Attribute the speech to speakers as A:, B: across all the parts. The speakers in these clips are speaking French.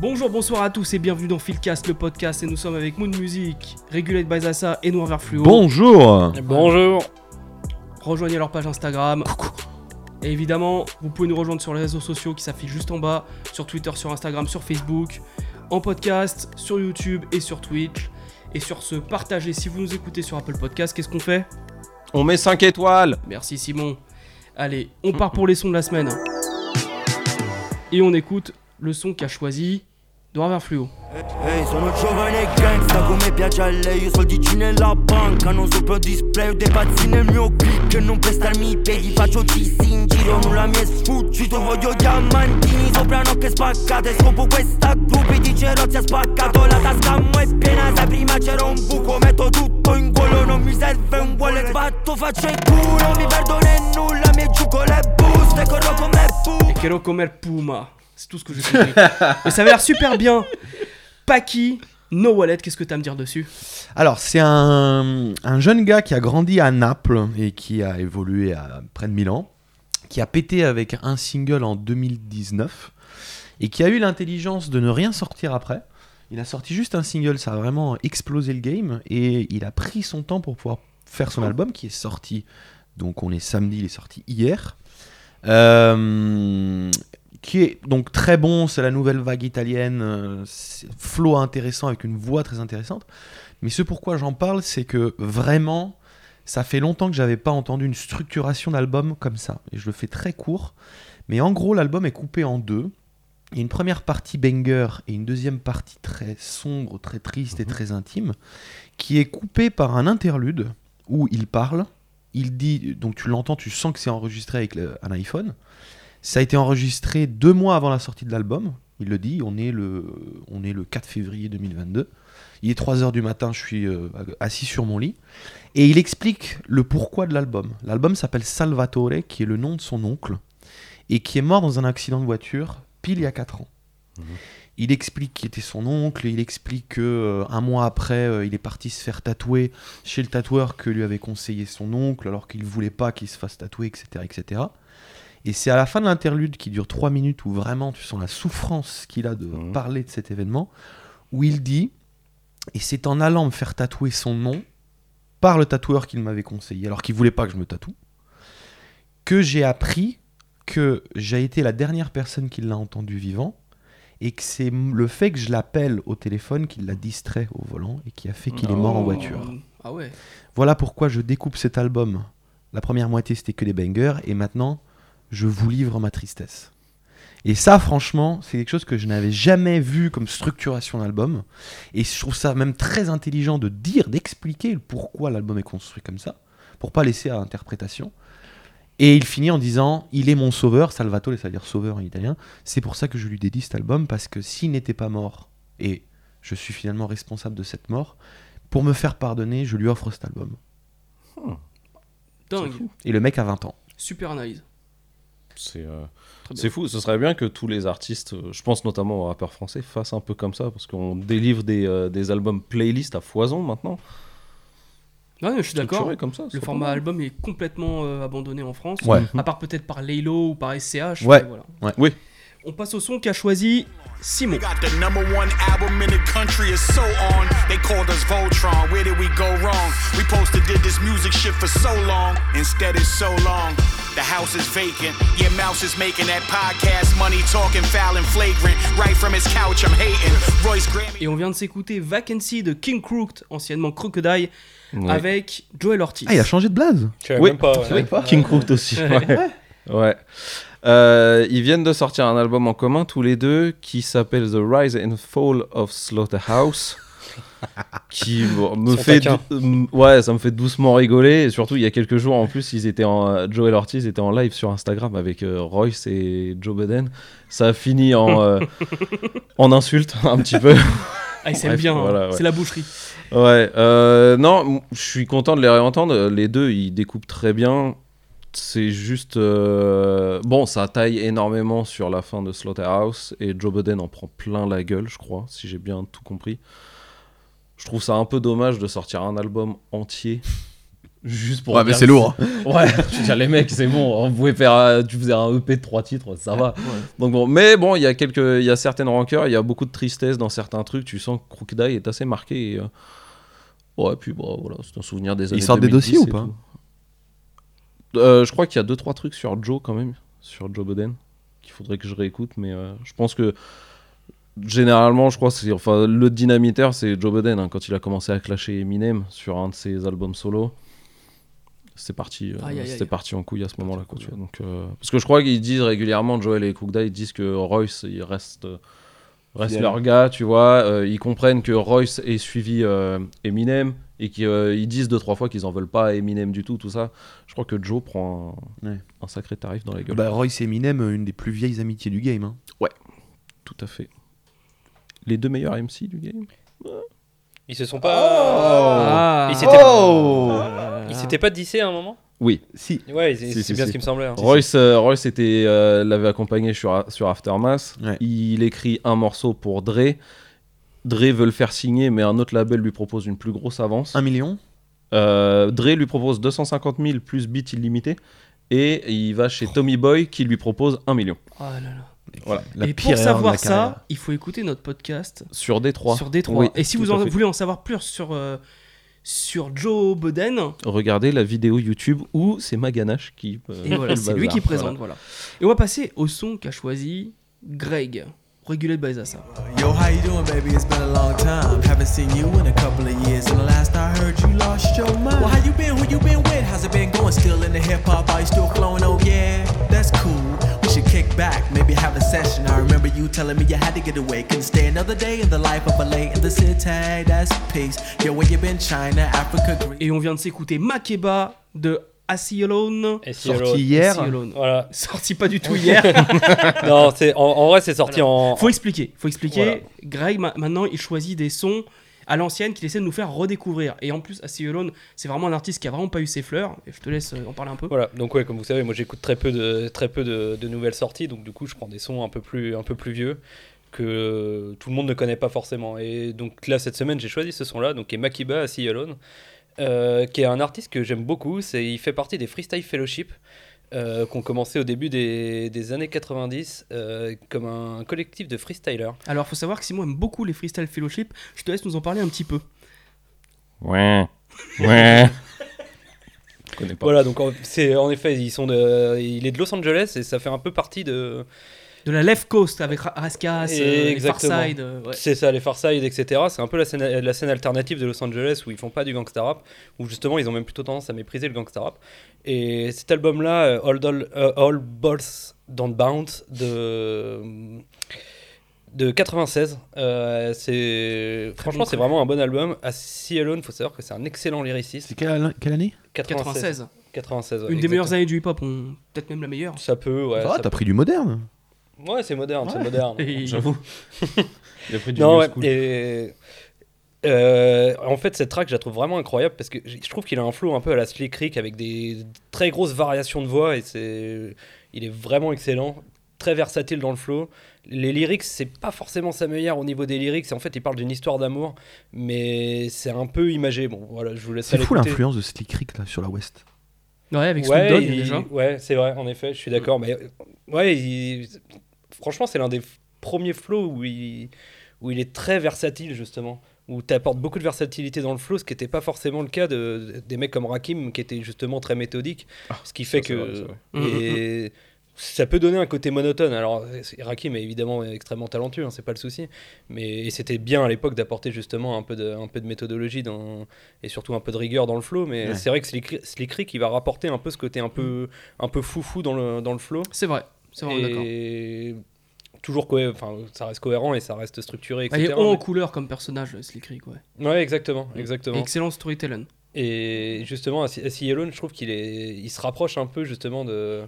A: Bonjour, bonsoir à tous et bienvenue dans Philcast, le podcast. Et nous sommes avec Moon Music, Regulate by Zassa et Noir Vert Fluo.
B: Bonjour
C: Bonjour.
A: Rejoignez leur page Instagram. Et évidemment, vous pouvez nous rejoindre sur les réseaux sociaux qui s'affichent juste en bas, sur Twitter, sur Instagram, sur Facebook, en podcast, sur YouTube et sur Twitch. Et sur ce, partagez si vous nous écoutez sur Apple Podcast, qu'est-ce qu'on fait
B: On met 5 étoiles
A: Merci Simon. Allez, on part pour les sons de la semaine. Et on écoute le son qu'a choisi Noir Vert Fluo.
D: Ehi, sono un giovane gangsta come piace a lei Io soldi ci nella banca, non sopra un display Ho dei pazzi nel mio click, non prestarmi i piedi Faccio tissi in giro, nulla mi è sfuggito Voglio diamantini sopra nocche spaccate Scopo questa gruppi di cerozzi ha spaccato La tasca mo è piena, sai prima c'era un buco Metto tutto in golo, non mi serve un wallet Sbatto faccio il culo, mi perdo nel nulla Mi giugo le buste, corro come fu
A: Et Quero comer Puma. C'est tout ce que je sais. Mais ça avait l'air super bien. Paki, No Wallet, qu'est-ce que t'as à me dire dessus
E: Alors, c'est un, un jeune gars qui a grandi à Naples et qui a évolué à près de Milan, qui a pété avec un single en 2019 et qui a eu l'intelligence de ne rien sortir après. Il a sorti juste un single, ça a vraiment explosé le game et il a pris son temps pour pouvoir faire son album qui est sorti. Donc, on est samedi, il est sorti hier. Euh, qui est donc très bon, c'est la nouvelle vague italienne, euh, c'est flow intéressant avec une voix très intéressante. Mais ce pourquoi j'en parle, c'est que vraiment, ça fait longtemps que j'avais pas entendu une structuration d'album comme ça. Et je le fais très court. Mais en gros, l'album est coupé en deux. Il y a une première partie banger et une deuxième partie très sombre, très triste et très intime, qui est coupée par un interlude où il parle. Il dit, donc tu l'entends, tu sens que c'est enregistré avec le- un iPhone. Ça a été enregistré deux mois avant la sortie de l'album. Il le dit, on est le, on est le 4 février 2022. Il est 3h du matin, je suis euh, assis sur mon lit. Et il explique le pourquoi de l'album. L'album s'appelle Salvatore, qui est le nom de son oncle, et qui est mort dans un accident de voiture pile il y a 4 ans. Il explique qui était son oncle, il explique que euh, un mois après, euh, il est parti se faire tatouer chez le tatoueur que lui avait conseillé son oncle, alors qu'il voulait pas qu'il se fasse tatouer, etc. etc. Et c'est à la fin de l'interlude qui dure 3 minutes où vraiment tu sens la souffrance qu'il a de
B: Mhm.
E: parler de cet événement, où il dit Et c'est en allant me faire tatouer son nom par le tatoueur qu'il m'avait conseillé, alors qu'il voulait pas que je me tatoue, que j'ai appris que j'ai été la dernière personne qui l'a entendu vivant et que c'est m- le fait que je l'appelle au téléphone qui l'a distrait au volant et qui a fait qu'il est mort en voiture.
A: Ah ouais.
E: Voilà pourquoi je découpe cet album. La première moitié, c'était que des bangers, et maintenant, je vous livre ma tristesse. Et ça, franchement, c'est quelque chose que je n'avais jamais vu comme structuration d'album. Et je trouve ça même très intelligent de dire, d'expliquer pourquoi l'album est construit comme ça, pour pas laisser à l'interprétation. Et il finit en disant Il est mon sauveur, Salvatore, c'est-à-dire sauveur en italien. C'est pour ça que je lui dédie cet album, parce que s'il n'était pas mort, et je suis finalement responsable de cette mort, pour me faire pardonner, je lui offre cet album.
A: Dingue.
E: Et le mec a 20 ans.
A: Super analyse.
B: C'est euh,
A: Très bien.
B: c'est fou, ce serait bien que tous les artistes, euh, je pense notamment aux rappeurs français, fassent un peu comme ça, parce qu'on délivre des, euh, des albums playlist à foison maintenant.
A: Non, mais je suis d'accord.
B: structurés comme ça.
A: Le
B: c'est
A: format
B: pas mal.
A: album est complètement euh, abandonné en France.
E: Ouais.
A: À part peut-être par Laylo ou par SCH.
E: Ouais.
A: mais voilà.
E: Ouais.
B: Oui.
A: On passe au son qu'a choisi Simon.
F: got the number one album in the country is so on. They called us Voltron. Where did we go wrong? We posted did this music shit for so long. Instead, it's so long. The house is vacant. Your mouse is making that podcast money, talking foul and flagrant. Right from his couch, I'm hating. Royce Grammy.
A: Et on vient de s'écouter Vacancy de King Crooked, anciennement Crocodile, avec Joel Ortiz.
E: Ah, il a changé de blaze
C: Je savais
B: Oui.
C: même pas. ouais.
B: King Crooked aussi. Ouais. Ouais. Euh, ils viennent de sortir un album en commun, tous les deux, qui s'appelle The Rise and Fall of Slaughterhouse. qui bon, me
C: Son
B: fait
C: taquin.
B: dou- m- ouais ça me fait doucement rigoler et surtout il y a quelques jours en plus ils étaient en Joel Ortiz était en live sur Instagram avec euh, Royce et Joe Biden ça a fini en euh, en insulte un petit peu
A: Ah, il s'aime
B: Bref,
A: bien. hein.
B: voilà, ouais.
A: C'est la boucherie.
B: Ouais, euh, non, m- je suis content de les réentendre. Les deux, ils découpent très bien. C'est juste. euh, Bon, ça taille énormément sur la fin de Slaughterhouse et Joe Budden en prend plein la gueule, je crois, si j'ai bien tout compris. Je trouve ça un peu dommage de sortir un album entier Juste pour.
C: Ouais, mais
B: dire
C: c'est
B: que
C: lourd.
B: Ouais, je veux dire, les mecs, c'est bon, vous pouvez faire, euh, tu faisais un EP de trois titres, ça va. Donc bon, mais bon, il y a quelques, il y a certaines rancœurs, il y a beaucoup de tristesse dans certains trucs. Tu sens que Crocodile est assez marqué. Et, euh, Ouais, puis bon, voilà, c'est un souvenir des années.
E: sortent des
B: 2010
E: dossiers ou
B: et
E: pas
B: tout. Euh, Je crois qu'il y a deux trois trucs sur Joe quand même, sur Joe Budden, qu'il faudrait que je réécoute, mais euh, je pense que Généralement, je crois, que c'est enfin le dynamiteur, c'est Joe Budden hein, quand il a commencé à clasher Eminem sur un de ses albums solo. C'était parti, euh,
A: Aïe, aïe, aïe.
B: c'était parti en couille à ce moment-là, quoi, tu vois, donc, euh, parce que je crois qu'ils disent régulièrement, Joel et Cookda, ils disent que Royce, il reste, euh, reste
C: Fidèle.
B: leur gars, tu vois. euh, ils comprennent que Royce est suivi euh, Eminem et qu'ils euh, ils disent deux trois fois qu'ils en veulent pas à Eminem du tout, tout ça. Je crois que Joe prend un,
E: Ouais.
B: un sacré tarif dans la gueule.
E: Bah, Royce et Eminem, euh, une des plus vieilles amitiés du game. hein.
B: Tout à fait. Les deux meilleurs MC du game.
G: Ils se sont
A: Ah.
G: pas. Ils s'étaient
E: Oh.
G: Oh
A: Ah.
G: Ils s'étaient pas dissés à un moment
B: Oui.
E: Si.
G: hein, Ouais, ils-
B: Si,
G: c'est
B: si,
G: bien
B: si.
G: ce qui me semblait. hein.
B: Royce, euh, Royce était, euh, l'avait accompagné sur, A- sur Aftermath.
E: Ouais.
B: Il écrit un morceau pour Dre. Dre veut le faire signer, mais un autre label lui propose une plus grosse avance.
E: Un million
B: Euh, Dre lui propose 250 000 plus bits illimité. Et il va chez Tommy Boy qui lui propose 1 million.
A: Oh là là.
B: Voilà.
E: La
A: Et
E: pire
A: pour
E: erreur de
A: savoir
E: ma carrière.
A: ça, il faut écouter notre podcast
B: Sur D3.
A: sur Détroit.
B: Oui,
A: Et si
B: tout
A: vous
B: à
A: en
B: fait.
A: voulez en savoir plus sur, euh, sur Joe Boden,
B: Regardez la vidéo YouTube où c'est Maganache qui. euh,
A: et voilà,
B: fait le
A: c'est lui
B: bazar.
A: qui présente. Voilà. Et on va passer au son qu'a choisi Greg, régulé de Baezassa.
H: Yo, how you doing, baby? It's been a long time. Haven't seen you in a couple of years. And the last I heard, you lost your mind. Well, how you been? Who you been with? How's it been going? Still in the hip hop? Are you still flowing? Oh yeah, that's cool. We should kick back, maybe have a session. I remember you telling me you had to get away, couldn't stay another day in the life of a late in the city. That's peace. Yo, where you been? China, Africa, Greece.
A: Et on vient de s'écouter Makeba de Assi Alone.
G: Et si alors-
E: Sorti hier.
A: Assi Alone.
G: Voilà.
A: Sorti pas du tout hier.
G: non, c'est en, en vrai, c'est sorti en.
A: faut expliquer, faut expliquer.
G: Oh. Voilà.
A: Greg, ma- maintenant, il choisit des sons à l'ancienne qu'il essaie de nous faire redécouvrir. Et en plus, Assi Alone, c'est vraiment un artiste qui a vraiment pas eu ses fleurs. Et je te laisse euh, en parler un peu.
G: Voilà, donc ouais, comme vous savez, moi j'écoute très peu de très peu de, de nouvelles sorties, donc du coup je prends des sons un peu plus un peu plus vieux que tout le monde ne connaît pas forcément. Et donc là cette semaine j'ai choisi ce son-là, donc qui est Makiba à See Alone, euh, qui est un artiste que j'aime beaucoup. C'est il fait partie des Freestyle Fellowship. euh, qu'on commençait au début des, des années 90 euh, comme un collectif de freestylers.
A: Alors, faut savoir que Simon aime beaucoup les freestyle fellowship. Je te laisse nous en parler un petit peu.
B: Ouais. Ouais. Je connais pas.
G: Voilà, donc en- c'est en effet, ils sont de, il est de Los Angeles et ça fait un peu partie de,
A: De la Left Coast avec Ra- Raskas,
G: Et
A: euh, les
G: exactement.
A: Farside. euh, ouais.
G: C'est ça, les Farside, etc. C'est un peu la scène, la scène alternative de Los Angeles où ils font pas du gangsta rap, où justement ils ont même plutôt tendance à mépriser le gangsta rap. Et cet album-là, euh, All, Doll- euh, All Balls Don't Bounce, de, de 96, euh, c'est franchement c'est vraiment un bon album. À Si Alone, faut savoir que c'est un excellent lyriciste.
E: C'est quelle, quelle année
G: 96.
A: 96.
G: 96 ouais,
A: Une des meilleures
G: exactement.
A: années du hip-hop, on- peut-être même la meilleure.
G: Ça peut, ouais.
E: Ça va,
G: ça
E: t'as pris du moderne.
G: peut. Ouais, c'est moderne, c'est moderne.
A: Et-
B: J'avoue. Il a pris du
G: Non,
B: new
G: ouais,
B: school.
G: et euh, en fait, cette track, je la trouve vraiment incroyable parce que j- je trouve qu'il a un flow un peu à la Slick Rick avec des très grosses variations de voix et c'est, il est vraiment excellent, très versatile dans le flow. Les lyrics, c'est pas forcément sa meilleure au niveau des lyrics. En fait, il parle d'une histoire d'amour, mais c'est un peu imagé. Bon, voilà, je vous laisse
E: C'est
G: aller
E: fou
G: écouter.
E: l'influence de Slick Rick là sur la West.
A: Ouais, avec Snoop
G: Ouais,
A: Dogg
G: il-
A: déjà.
G: ouais, c'est vrai, en effet, je suis d'accord. Mais euh, ouais, il- franchement, c'est l'un des f- premiers flows où il, où il est très versatile, justement. Où tu apportes beaucoup de versatilité dans le flow, ce qui n'était pas forcément le cas de, des mecs comme Rakim, qui étaient justement très méthodiques. ce qui fait
B: Ah, ça, c'est vrai,
G: que.
B: c'est vrai.
G: et ça peut donner un côté monotone. Alors, c'est- Rakim est évidemment extrêmement talentueux, hein, c'est pas le souci. Mais et c'était bien à l'époque d'apporter justement un peu de, un peu de méthodologie dans, et surtout un peu de rigueur dans le flow. Mais
E: Ouais.
G: c'est vrai que Slick Slick Rick, il va rapporter un peu ce côté un peu, un peu foufou dans le, dans le flow.
A: C'est vrai, c'est vrai, on est d'accord.
G: Et toujours cohé- enfin, ça reste cohérent et ça reste structuré,
A: Ah, Il
G: etc.
A: est haut en couleur comme personnage, le Slick Rick, ouais.
G: Mais- Ouais, exactement, exactement.
A: Excellent storytelling.
G: Et justement, à Si Alone, je trouve qu'il est, il se rapproche un peu justement de,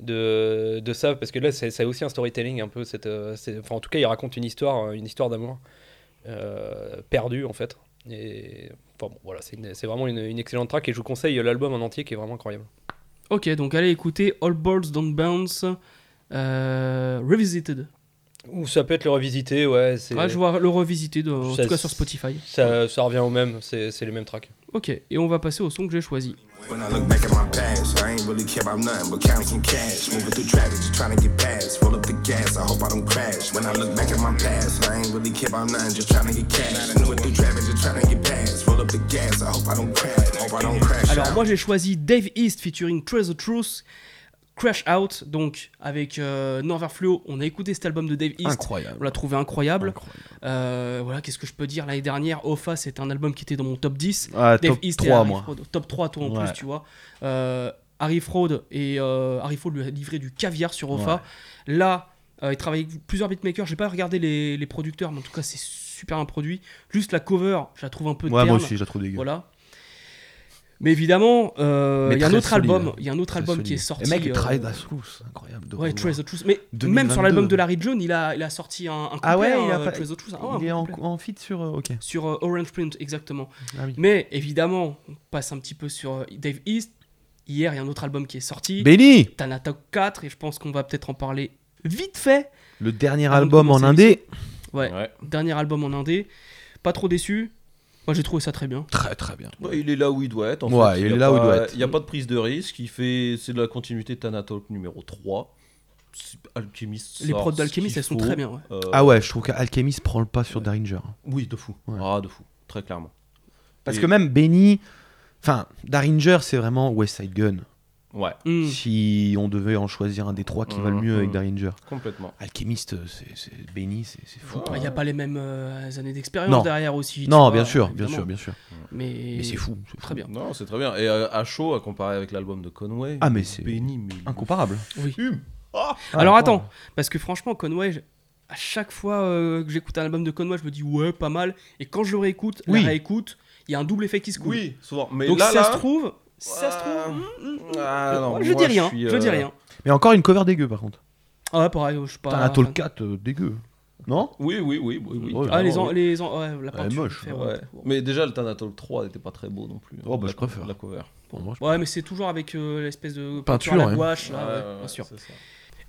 G: de, de ça, parce que là, c'est c'est aussi un storytelling un peu. Cette, euh, c'est- enfin, en tout cas, il raconte une histoire, euh, une histoire d'amour euh, perdue en fait. Et enfin bon, voilà, c'est une- c'est vraiment une, une excellente track et je vous conseille l'album en entier qui est vraiment incroyable.
A: Ok, donc allez écouter All Balls Don't Bounce euh, Revisited.
G: Ou ça peut être le revisiter, ouais. c'est-
A: Ah, Ouais, je vais le revisiter, de- en
G: Ça,
A: tout cas
G: c'est-
A: sur Spotify.
G: ça, ça revient au même, c'est c'est les mêmes tracks.
A: Ok, et on va passer au son que j'ai choisi.
C: When I look back at my past, I ain't really care about nothing but counting some cash. Moving through traffic, just trying to get past. Roll up the gas, I hope I don't crash. When I look back at my past, I ain't really care about nothing, just trying to get cash. Moving through traffic, just trying to get past. Roll up the gas, I hope I don't crash. Hope I don't crash.
A: Alors
C: out.
A: moi j'ai choisi Dave East featuring Treasure Truth, Crash Out, donc avec euh, Northern Fluo. On a écouté cet album de Dave East.
E: Incroyable.
A: On l'a trouvé incroyable.
E: Incroyable.
A: Euh, voilà, qu'est-ce que je peux dire L'année dernière, Ofa, c'est un album qui était dans mon top 10.
E: Ah,
A: Dave
E: top
A: East et
E: 3,
A: Harry
E: moi.
A: Fraud. Top 3, toi en
E: Ouais.
A: plus, tu vois. Euh, Harry Fraud et euh, Harry Fraud lui a livré du caviar sur Ofa. Là, euh, il travaille avec plusieurs beatmakers. J'ai pas regardé les, les producteurs, mais en tout cas, c'est super un produit. Juste la cover, je la trouve un peu
E: Ouais,
A: terne.
E: moi aussi, je la trouve dégueu.
A: Voilà. Mais évidemment, euh,
E: Mais
A: il y a un
E: très
A: autre
E: solide,
A: album,
E: hein.
A: il y a un autre
E: Très
A: album
E: solide.
A: qui est sorti.
E: Et mec, il
A: euh,
E: travaille d'Asrous, incroyable. de
A: Ouais,
E: revoir.
A: Trace the Truth. Mais même
E: 2022.
A: sur l'album de Larry John, il a, il a sorti un, un couplet,
E: Ah ouais, il a
A: hein,
E: pas-
A: Trace the Truth. Ah ouais, un
E: Il est en,
A: couplet.
E: en feat sur. euh, Ok.
A: Sur euh, Orange Print, exactement.
E: Ah oui.
A: Mais évidemment, on passe un petit peu sur euh, Dave East. Hier, il y a un autre album qui est sorti,
E: Benny
A: Tanatok 4, et je pense qu'on va peut-être en parler vite fait.
E: Le dernier
A: Avant de
E: album en
A: commencer
E: indé.
A: Ouais,
B: Ouais.
A: dernier album en indé. Pas trop déçu. Moi, j'ai trouvé ça très bien.
E: Très très bien.
B: Ouais, Bah, il est là où il doit être. En
E: Ouais,
B: fait.
E: il
B: y a
E: est là où il
B: pas-
E: doit être.
B: Il n'y a pas de prise de risque. Il fait, c'est de la continuité de Thanatalk numéro 3. C'est- Alchemist.
A: Les
B: sort
A: prods
B: ce
A: d'Alchemist,
B: qu'il
A: elles sont
B: faut.
A: très bien. ouais.
B: Euh,
E: Ah ouais, je trouve qu'Alchemist prend le pas sur Derringer.
B: Oui, de fou.
E: Ouais.
B: Ah, de fou. Très clairement.
E: Parce
B: Et-
E: que même Benny. Enfin, Darringer, c'est vraiment West Side Gun.
B: Ouais,
E: Mm.
A: Hmm.
E: Si on devait en choisir un des trois qui va le mieux
B: Mhm.
E: avec Darringer.
B: complètement.
E: Alchemist, euh, c'est- c'est Benny, c'est c'est fou.
A: Il n'y a pas les mêmes euh, années
E: Ah. Non.
A: d'expérience derrière aussi. tu
E: Non,
A: vois,
E: bien sûr, bien
A: évidemment.
E: sûr, bien sûr.
A: Mais,
E: Mais c'est fou. c'est fou.
A: Très bien.
B: Non, c'est très bien. Et euh, à chaud, à comparer avec l'album de Conway.
E: Ah, mais c'est-
B: Benny, mais.
E: Incomparable.
A: Oui.
B: Hum.
A: Alors
E: Ah, incroyable.
A: attends, parce que franchement, Conway, je- à chaque fois euh, que j'écoute un album de Conway, je me dis ouais, pas mal. Et quand je le réécoute,
E: Oui.
A: la réécoute, il y a un double effet qui se coule.
B: Oui, souvent. Mais
A: Donc
B: là,
A: si
B: là-
A: ça se trouve, si ça se
B: Ah,
A: trouve, hum, hum,
B: ah,
A: hum,
B: non,
A: je
B: moi,
A: dis rien,
B: suis,
A: je dis
B: euh,
A: rien.
E: Mais encore une cover dégueu par contre.
A: Ah ouais, pareil, je suis pas.
E: Putain, Anatole 4, euh, dégueu. Non
B: Oui, oui, oui. oui, oui.
E: Ouais,
A: Ah les
B: Vraiment,
A: en, les en, ouais, la peinture,
E: moche,
A: c'est
B: Ouais.
A: vrai. Ouais,
B: Mais déjà, le Thanatalk 3 n'était pas très beau non plus. hein.
E: Oh, bah,
B: La-
E: je préfère.
B: La cover.
A: Ouais, mais c'est toujours avec euh, l'espèce de peinture
E: Peinture,
A: à la
E: ouais.
A: gouache, là,
B: Ouais,
A: Ah ouais,
B: ouais,
A: bien
B: ouais,
A: sûr.
B: c'est ça.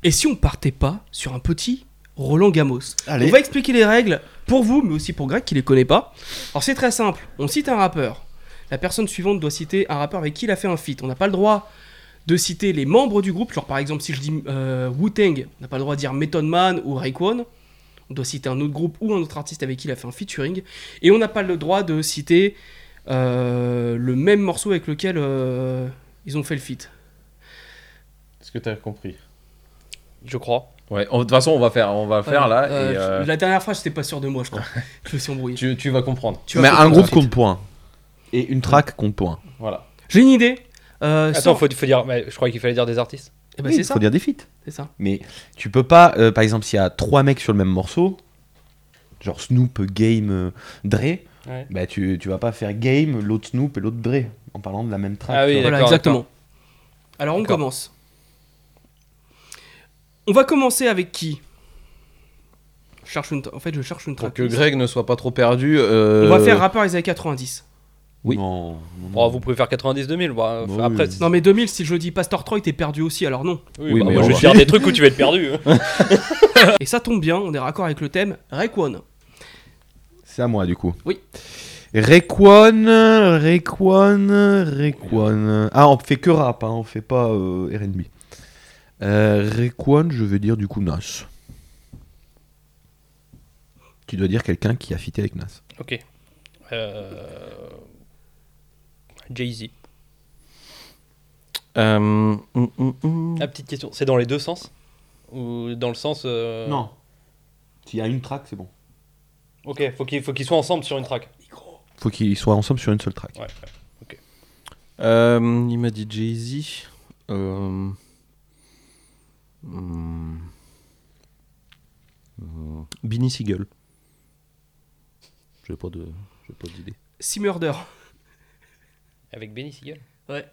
A: Et si on partait pas sur un petit Roland Gamos
E: Allez.
A: On va expliquer les règles pour vous, mais aussi pour Greg qui les connaît pas. Alors c'est très simple, on cite un rappeur. La personne suivante doit citer un rappeur avec qui il a fait un feat. On n'a pas le droit de citer les membres du groupe. Genre par exemple si je dis euh, Wu-Tang, on n'a pas le droit de dire Method Man ou Raekwon. On doit citer un autre groupe ou un autre artiste avec qui il a fait un featuring. Et on n'a pas le droit de citer euh, le même morceau avec lequel euh, ils ont fait le feat.
B: Est-ce que t'as compris
G: Je crois.
B: Ouais, en- de toute façon, on va faire, on va faire là.
A: Euh,
B: et, euh,
A: La dernière phrase, j'étais pas sûr de moi, je crois. je me suis embrouillé.
B: tu, tu vas comprendre.
A: Tu
E: Mais
A: vas
E: un
A: comprendre.
E: groupe compte point. Et une track compte point.
B: Voilà.
A: J'ai une idée. Euh,
G: Attends,
A: sors-
G: faut, faut dire. mais je croyais qu'il fallait dire des artistes.
A: Eh ben,
E: Oui,
A: c'est
E: faut
A: ça.
E: dire des feats.
A: C'est ça.
E: Mais tu peux pas, euh, par exemple, s'il y a trois mecs sur le même morceau, genre Snoop, Game, euh, Dre,
G: Ouais.
E: bah tu, tu vas pas faire Game, l'autre Snoop et l'autre Dre, en parlant de la même track.
G: Ah oui,
E: tu vois.
A: Voilà,
G: d'accord,
A: exactement. Alors on
G: D'accord.
A: commence. On va commencer avec qui je cherche une... En fait, je cherche une
B: Pour
A: track.
B: que Greg ne soit pas trop perdu.
A: On
B: euh,
A: va faire rappeur des années 90.
B: Oui.
E: Non, non, non.
G: Bon, vous pouvez faire 90 2000.
E: Bah
G: Bah, enfin,
E: oui.
G: après, c'est-
A: Non mais 2000, si je dis Pastor Troy, t'es perdu aussi, alors non.
G: oui,
E: Oui,
G: bah,
E: mais
G: moi,
E: on
G: je vais
E: va-
G: te dire des trucs où tu vas être perdu. hein.
A: Et ça tombe bien, on est raccord avec le thème Raekwon.
E: C'est à moi du coup.
A: Oui.
E: Raekwon, Raekwon, Raekwon. Ah, on fait que rap, hein, on fait pas euh, RB. Euh, Raekwon, je veux dire du coup Nas. Tu dois dire quelqu'un qui a fité avec Nas.
G: ok. Euh... Jay-Z.
B: euh, hum, hum, hum.
G: La petite question. C'est dans les deux sens Ou dans le sens. euh,
E: S'il y a une track, c'est bon.
G: Ok, faut qu'ils faut qu'ils soient ensemble sur une track.
E: Faut qu'ils soient ensemble sur une seule track.
G: Ouais. ouais.
B: Euh, il m'a dit Jay-Z. Euh, hum, hum, Beanie Siegel. J'ai pas de, j'ai pas d'idée.
A: Sea Murder.
G: Avec Benny Siegel.
A: Ouais.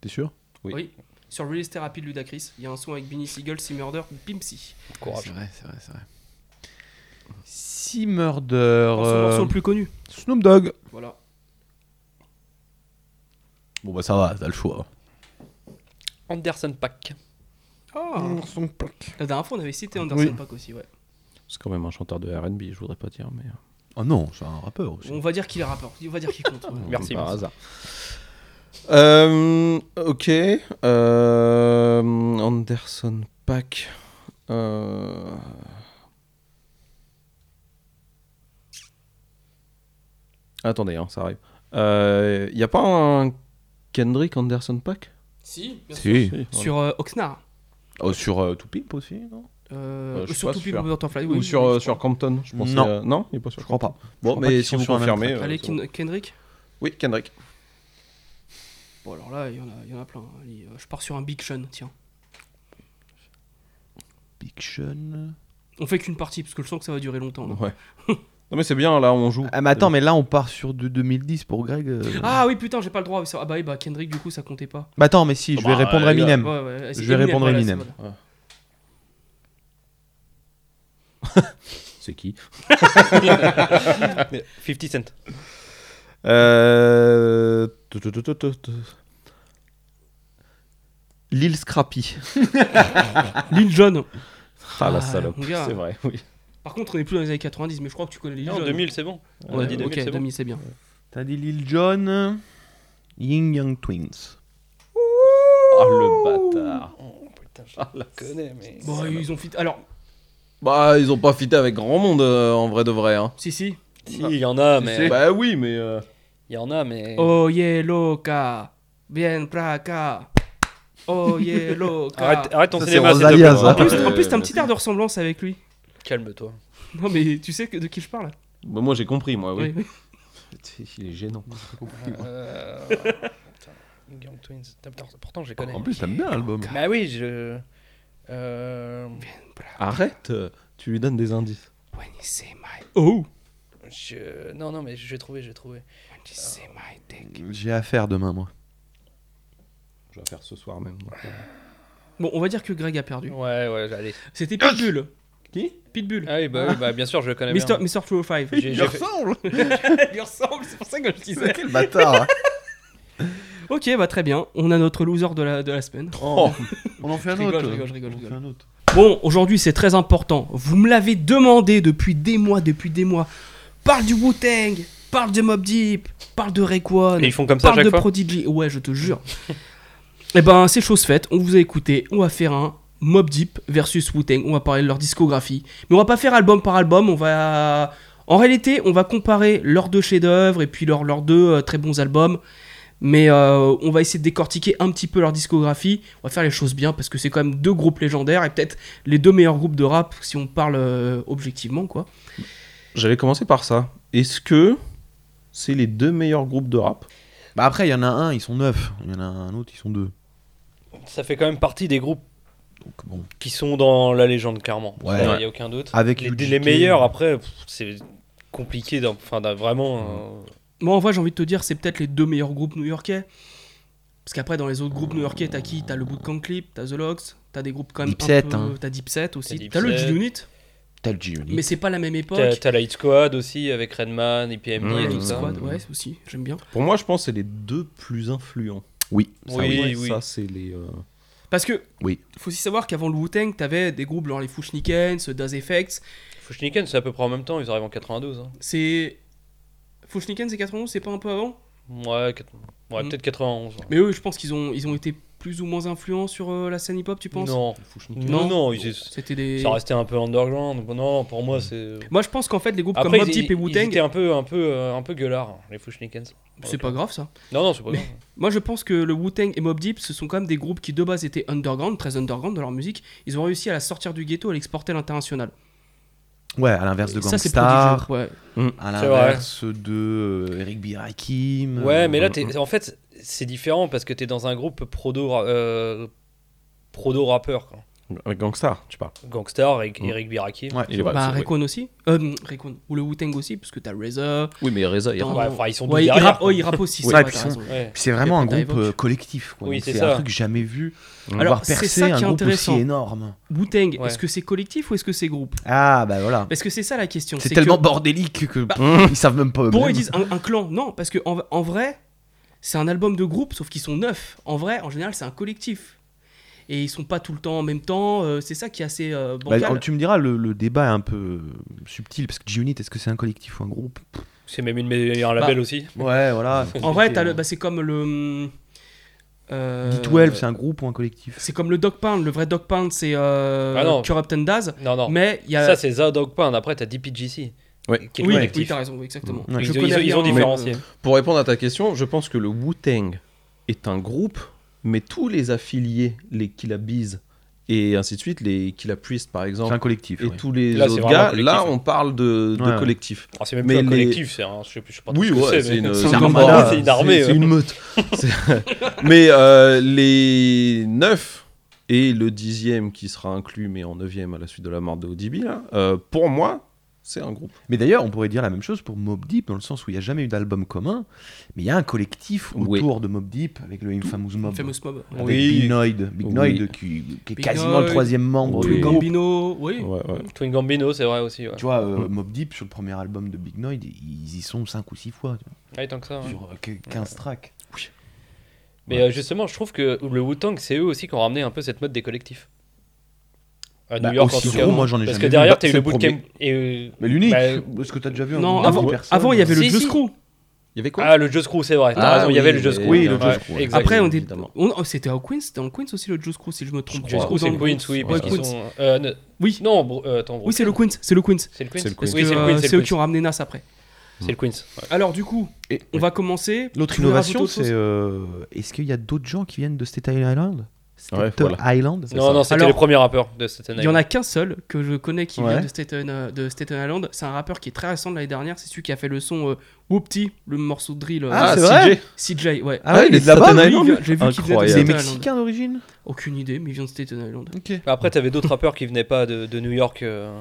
E: T'es sûr
A: Oui. Sur Release Therapy de Ludacris, il y a un son avec Benny Siegel, Sea Murder, Pimpsy.
G: Courage.
E: vrai, c'est vrai, c'est vrai. Sea Murder. euh,
A: morceau le plus connu.
E: Snoop Dogg.
A: Voilà.
E: Bon bah ça va, t'as le choix.
G: Anderson Pack.
A: Ah.
E: Son plaque.
A: La dernière fois, on avait cité Anderson
E: Oui.
A: Paak aussi, ouais.
B: C'est quand même un chanteur de R&B, je voudrais pas dire, mais.
E: Oh non, c'est un rappeur aussi.
A: On va dire qu'il est rappeur. On va dire qu'il compte. ouais.
G: Merci,
B: Par
E: Bah,
G: merci.
B: hasard. Euh, ok. euh, Anderson Pack. Euh, Attendez, hein, ça arrive. Il n'y a pas un Kendrick Anderson Pack
A: Si, bien sûr.
E: Si.
A: Sur euh, Oxnard.
B: Oh, sur euh, To Pimp aussi, non
A: Euh,
B: Euh, je sais
A: sur
B: pas,
A: Toupie
B: sur-
A: Butterfly.
B: Ou
A: Ah oui,
B: sur,
A: oui,
B: euh,
A: je
B: sur
A: crois.
B: Compton je pensais,
E: Non.
B: euh, non, il n'est pas sur
E: Je crois pas.
B: Bon,
E: crois pas
B: mais
E: qu'ils
B: si
E: sont
B: vous
E: sur la même
B: confirmez.
E: track.
B: euh,
A: Allez,
B: c'est bon.
A: Ken- Kendrick.
B: Oui, Kendrick.
A: Bon, alors là, il y, en a- il y en a plein. Allez, euh, je pars sur un Big Sean, tiens.
E: Big Sean.
A: On fait qu'une partie, parce que je sens que ça va durer longtemps. là.
B: Ouais. non, mais c'est bien, là, on joue.
E: Ah, mais attends, mais là on part sur de 2010 pour Greg. euh.
A: Ah oui, putain, j'ai pas le droit. Ah bah, oui, bah Kendrick, du coup, ça comptait pas.
E: Bah attends, mais si, je vais
B: Bah,
E: répondre à
B: les gars.
E: Eminem.
A: Ouais, ouais, c'est
E: Je vais répondre à
A: voilà,
E: Eminem.
A: c'est- voilà.
B: C'est qui
G: 50 Cent.
B: Euh... tu, tu, tu, tu, tu, tu. Lil Scrappy.
A: Lil Jon.
B: Ah,
A: Ah,
B: la salope,
A: mon gars.
B: c'est vrai, oui.
A: Par contre, on est plus dans les années 90, mais je crois que tu connais Lil
G: Non,
A: Jon.
G: 2000, c'est bon. On a dit 2000,
A: Ok,
G: c'est bon.
A: 2000, c'est bien.
E: T'as dit Lil Jon, Ying Yang Twins.
B: Ah, le bâtard.
G: Oh, putain, je la connais, mais.
A: Bon, ils ont fit. Alors,
B: Bah, ils ont pas fité avec grand monde, euh, en vrai de vrai. Hein.
A: si, si.
G: Si, il y en a, mais.
B: Bah oui, mais... euh,
G: Il y en a, mais.
E: Oh.
A: Oye loca, bien praca. Oye loca.
G: Arrête, arrête ton
E: Ah. Ça, c'est
G: cinéma, s'il te
E: Rosalia,
G: plaît.
A: En
E: ça.
A: plus, en
B: Ouais,
A: plus, t'as un
B: ouais.
A: petit air de ressemblance avec lui.
G: Calme-toi.
A: Non, mais tu sais que- de qui je parle
B: bah, moi, j'ai compris, moi, oui.
A: Oui, oui.
B: Il est gênant.
G: Euh, putain, Young Twins. Putain, Pourtant, je les connais.
E: En plus, t'aimes bien l'album.
G: Bah oui, je. Euh,
B: Arrête euh, tu lui donnes des indices.
A: When you say my. Oh!
G: je... Non, non, mais je vais trouver, je vais trouver.
A: When you say my dick.
E: J'ai affaire demain, moi.
B: Je vais faire ce soir même. donc, euh.
A: Bon, on va dire que Greg a perdu.
G: Ouais, ouais, allez.
A: C'était Pitbull. Qui? Pitbull.
G: Ah oui, bah, oui, bah bien sûr, je le connais
A: Mister,
G: bien.
A: Mister 205.
G: J'ai- j'ai fait-
A: Il lui ressemble, c'est pour ça que je disais.
E: Quel bâtard hein.
A: Ok, bah très bien. On a notre loser de la, de la semaine.
E: On en fait un
A: Je rigole,
E: autre.
A: je
E: euh.
A: rigole, je rigole, je
E: On en fait
A: rigole.
E: un autre.
A: Bon, aujourd'hui c'est très important. Vous me l'avez demandé depuis des mois, depuis des mois. Parle du Wu-Tang, parle de Mob Deep, parle de Rayquan,
G: Et ils font comme ça à
A: parle
G: chaque
A: de
G: fois
A: Prodigy. Ouais, je te jure. Eh ben, c'est chose faite. On vous a écouté. On va faire un Mob Deep versus Wu-Tang. On va parler de leur discographie. Mais on va pas faire album par album. On va. En réalité, on va comparer leurs deux chefs-d'œuvre et puis leurs leurs deux euh, très bons albums. Mais euh, on va essayer de décortiquer un petit peu leur discographie. On va faire les choses bien parce que c'est quand même deux groupes légendaires et peut-être les deux meilleurs groupes de rap si on parle euh, objectivement, quoi.
B: J'allais commencer par ça. Est-ce que c'est les deux meilleurs groupes de rap
E: Bah après, il y en a un, ils sont neuf. Il y en a un autre, ils sont deux.
G: Ça fait quand même partie des groupes
E: Donc bon.
G: qui sont dans la légende, clairement.
E: Ouais.
G: Il n'y a aucun doute.
E: Avec
G: les,
E: UGK.
G: les meilleurs, après, pff, c'est compliqué, d'en- enfin, d'en- vraiment. euh,
A: Moi, en vrai, j'ai envie de te dire, c'est peut-être les deux meilleurs groupes new-yorkais. Parce qu'après, dans les autres groupes new-yorkais, t'as qui T'as le Bootcamp Clip, t'as The Lox, t'as des groupes quand même.
E: Dipset,
A: un peu...
E: hein.
A: T'as Dipset aussi. T'as
G: T'as
A: le
G: Dipset.
A: G-Unit,
E: T'as le G-Unit.
A: mais c'est pas la même
G: T'as
A: époque.
G: t'as la Hit Squad aussi, avec Redman, et PMD,
B: Mmh.
A: Et
G: et
A: la
G: tout
A: Hit
G: ça.
A: Squad, ouais, aussi, j'aime bien.
B: Pour moi, je pense que c'est les deux plus influents.
E: Oui.
B: Ça,
G: Oui, oui.
B: Ça, c'est les... euh,
A: Parce que,
E: Oui.
A: faut aussi savoir qu'avant le Wu-Tang, t'avais des groupes genre les Fushnikens, Daz Effects.
G: Fushniken, c'est à peu près en même temps, ils arrivent en 92. hein.
A: C'est. Fushnikens, c'est 91, c'est pas un peu avant
G: Ouais, quat- ouais,
A: Mm.
G: peut-être 91. ouais.
A: Mais eux, je pense qu'ils ont, ils ont été plus ou moins influents sur euh, la scène hip-hop, tu penses
G: Non,
B: Fushnikens.
G: non,
A: Non.
G: non, ils-
A: C'était des.
G: ça restait un peu underground. Bon, Non, pour moi, c'est.
A: Moi, je pense qu'en fait, les groupes
G: Après,
A: comme Mob
G: ils,
A: Deep et
G: ils- ils étaient
A: Wu-Tang,
G: un peu, un peu, euh, un peu gueulards, hein, les Fushnikens.
A: c'est pas grave ça.
G: Non, non, c'est pas grave.
A: Moi, je pense que le Wu-Tang et Mob Deep, ce sont quand même des groupes qui de base étaient underground, très underground dans leur musique. Ils ont réussi à la sortir du ghetto et à l'exporter à l'international.
E: Ouais, à l'inverse de
A: Et Ça, c'est
E: Gangstar,
A: prodigieux, ouais.
E: à
G: C'est vrai.
E: l'inverse de euh, Eric B. Rakim.
G: Ouais, mais là,
E: euh,
G: t'es- en fait, c'est différent parce que t'es dans un groupe prodo, euh, prodo rappeur. Quoi.
B: Avec Gangstar, tu parles.
G: Gangstar et
B: Mm.
G: Eric Biraki.
E: Ouais.
B: Il est
A: bah,
B: vrai, c'est vrai.
A: Raycon aussi. Euh, Raycon. Ou le Wu-Tang aussi, parce que t'as RZA.
B: Oui, mais Reza, il
A: Dans-
B: rappe.
G: Ouais, enfin, ils sont
A: Ouais,
G: deux
A: il
G: derrière.
A: rappe,
G: quoi.
A: oh, il rappe aussi. c'est
E: Ouais,
A: vrai,
E: puis
A: t'as
E: ils sont-
A: raison.
G: Ouais.
E: Puis c'est vraiment un
A: T'as
E: groupe
A: évoqué.
E: euh, collectif. quoi.
G: Oui,
E: Donc
G: c'est
E: c'est
G: ça.
E: un truc jamais vu.
A: Alors,
E: Avoir
A: c'est
E: percé
A: ça qui
E: un
A: est
E: groupe aussi
A: intéressant.
E: énorme.
A: Wu-Tang,
G: Ouais.
A: est-ce que c'est collectif ou est-ce que c'est groupe
E: Ah, bah voilà.
A: Parce que c'est ça la question.
E: C'est
A: que- Bah,
E: tellement bordélique que ils savent même pas.
A: Pour eux,
E: eux-mêmes.
A: ils disent un, un clan. Non, parce que en, en vrai, c'est un album de groupe, sauf qu'ils sont neuf. En vrai, en général, c'est un collectif. et ils sont pas tout le temps en même temps. euh, c'est ça qui est assez euh,
E: Bah,
A: bancal.
E: tu me diras, le, le débat est un peu subtil parce que G-Unit, est-ce que c'est un collectif ou un groupe Euh,
G: C'est même une meilleure
A: Bah,
G: label aussi.
E: Ouais, voilà.
A: En vrai, t'as le- bah, c'est comme le. hum, euh,
E: D12, c'est un groupe ou un collectif
A: C'est comme le Dog Pound. Le vrai Dog Pound, c'est euh,
G: Ah non.
A: Corrupt and Daz.
G: Non, non.
A: Mais il y a.
G: Ça, c'est The Dog Pound. Après, t'as DPGC.
B: Ouais.
G: Qui est le
A: oui, oui,
G: collectif.
A: t'as raison, oui, exactement.
E: Ouais.
G: Ils,
A: Je
G: ils-
A: connais
G: ils ont
A: rien,
G: différencié.
A: euh,
B: Pour répondre à ta question, je pense que le Wu-Tang est un groupe, mais tous les affiliés, les Killabees et ainsi de suite, les Killa Priest par
E: C'est un
B: exemple,
E: collectif.
B: et
E: ouais.
B: tous les
G: Là, c'est
B: autres
G: vraiment
B: gars,
G: un collectif,
B: là
G: hein.
B: on parle de, de
E: Ouais, ouais.
B: collectif.
G: Alors, Ah, c'est même
B: Mais
G: pas un
B: les-
G: collectif, c'est un- je sais plus je sais pas
B: Oui,
G: trop ce que
B: ouais,
G: c'est,
B: c'est
G: mais-
B: une,
A: C'est un
B: c'est
A: gambada,
B: gambada,
G: c'est une
B: c'est-
G: armée, euh.
B: C'est une meute. C'est- mais euh, les 9 et le 10e qui sera inclus, mais en 9e à la suite de la mort de ODB, là, euh, pour moi, c'est un groupe.
E: Mais d'ailleurs, on pourrait dire la même chose pour Mob Deep, dans le sens où il n'y a jamais eu d'album commun, mais il y a un collectif
B: Oui.
E: autour de Mob Deep avec le Infamous Mob.
A: Famous Mob.
E: Avec
B: Oui.
E: Big Noid, Big
B: Oui.
E: Noid qui, qui est
A: Big
E: quasiment
A: Noid.
E: le troisième membre
B: Oui.
E: du groupe.
A: Gambino, oui.
E: Oh.
B: Ouais, ouais.
G: Twin Gambino, c'est vrai aussi. Ouais.
E: Tu vois, euh, Mob Deep, sur le premier album de Big Noid, ils y sont 5 ou 6 fois, tu vois,
G: Ouais, tant que ça. ouais.
E: sur euh, que- 15 tracks.
G: Mais euh, justement, je trouve que le Wu-Tang, c'est eux aussi qui ont ramené un peu cette mode des collectifs. À New
E: Bah,
G: York, en
E: aussi
G: tout cas.
E: gros, moi, j'en ai
G: Parce que
E: jamais vu.
G: derrière,
E: Bah,
G: t'as eu
E: c'est
G: le
E: le
G: bootcamp. Et... euh,
E: Mais l'unique,
G: bah,
E: est-ce que tu as déjà vu un
A: Non,
E: groupe de
A: avant,
E: personnes euh,
A: avant, il y avait le
G: Si,
A: Just
G: si.
A: Crew.
B: Il y avait quoi
G: Ah, le Just Crew, c'est vrai. T'as
B: Ah
G: raison, il y
B: oui,
G: avait le
B: mais-
G: Just Crew.
E: Oui, le
G: Ouais,
E: Just Crew.
G: exact.
A: Après, on est...
B: Évidemment.
A: on- oh, c'était au Queens, c'était en Queens aussi le Juice Crew, si je me trompe.
G: Just
A: pas.
G: Crew,
A: Ou
G: c'est
A: dans le
G: Queens,
A: groupe.
G: oui.
B: ouais,
G: Parce
B: c'est
G: qu'ils
B: ça.
G: sont. euh, ne-
A: Oui,
G: Non, Bro- euh, attends,
A: oui, c'est le
G: Brooklyn.
A: Queens, c'est le Queens.
G: C'est le Queens.
B: C'est le
G: Oui,
B: Queens.
G: c'est le
A: Euh,
G: Queens.
A: c'est eux qui ont ramené Nas après.
G: C'est le Queens. ouais.
A: Alors du coup,
E: Et-
A: on va commencer.
E: L'autre
A: Tu voulais
E: innovation,
A: rajouter autre
E: c'est euh, est-ce qu'il y a d'autres gens qui viennent de Staten Island Staten
B: Ouais, voilà.
E: Island
G: Non, non, c'était
A: Alors-
G: le premier rappeur de cette année.
A: Il y en a qu'un seul que je connais qui vient
E: euh, Ouais.
A: de Staten, euh, de Staten Island. C'est un rappeur qui est très récent de l'année dernière. C'est celui qui a fait le son euh, Whoopty, le morceau de drill. euh,
E: Ah, c'est
B: CJ.
E: vrai
A: CJ, ouais.
E: Ah ouais, il est de
B: Staten
E: là-bas
A: Oui,
E: lui
A: il vient- J'ai vu qu'il venait de
B: Incroyable.
E: Il est
A: Staten Island.
E: mexicain d'origine
A: Aucune idée, mais il vient de Staten Island.
E: Ok.
G: Après, t'avais d'autres rappeurs qui venaient pas de, de New York euh,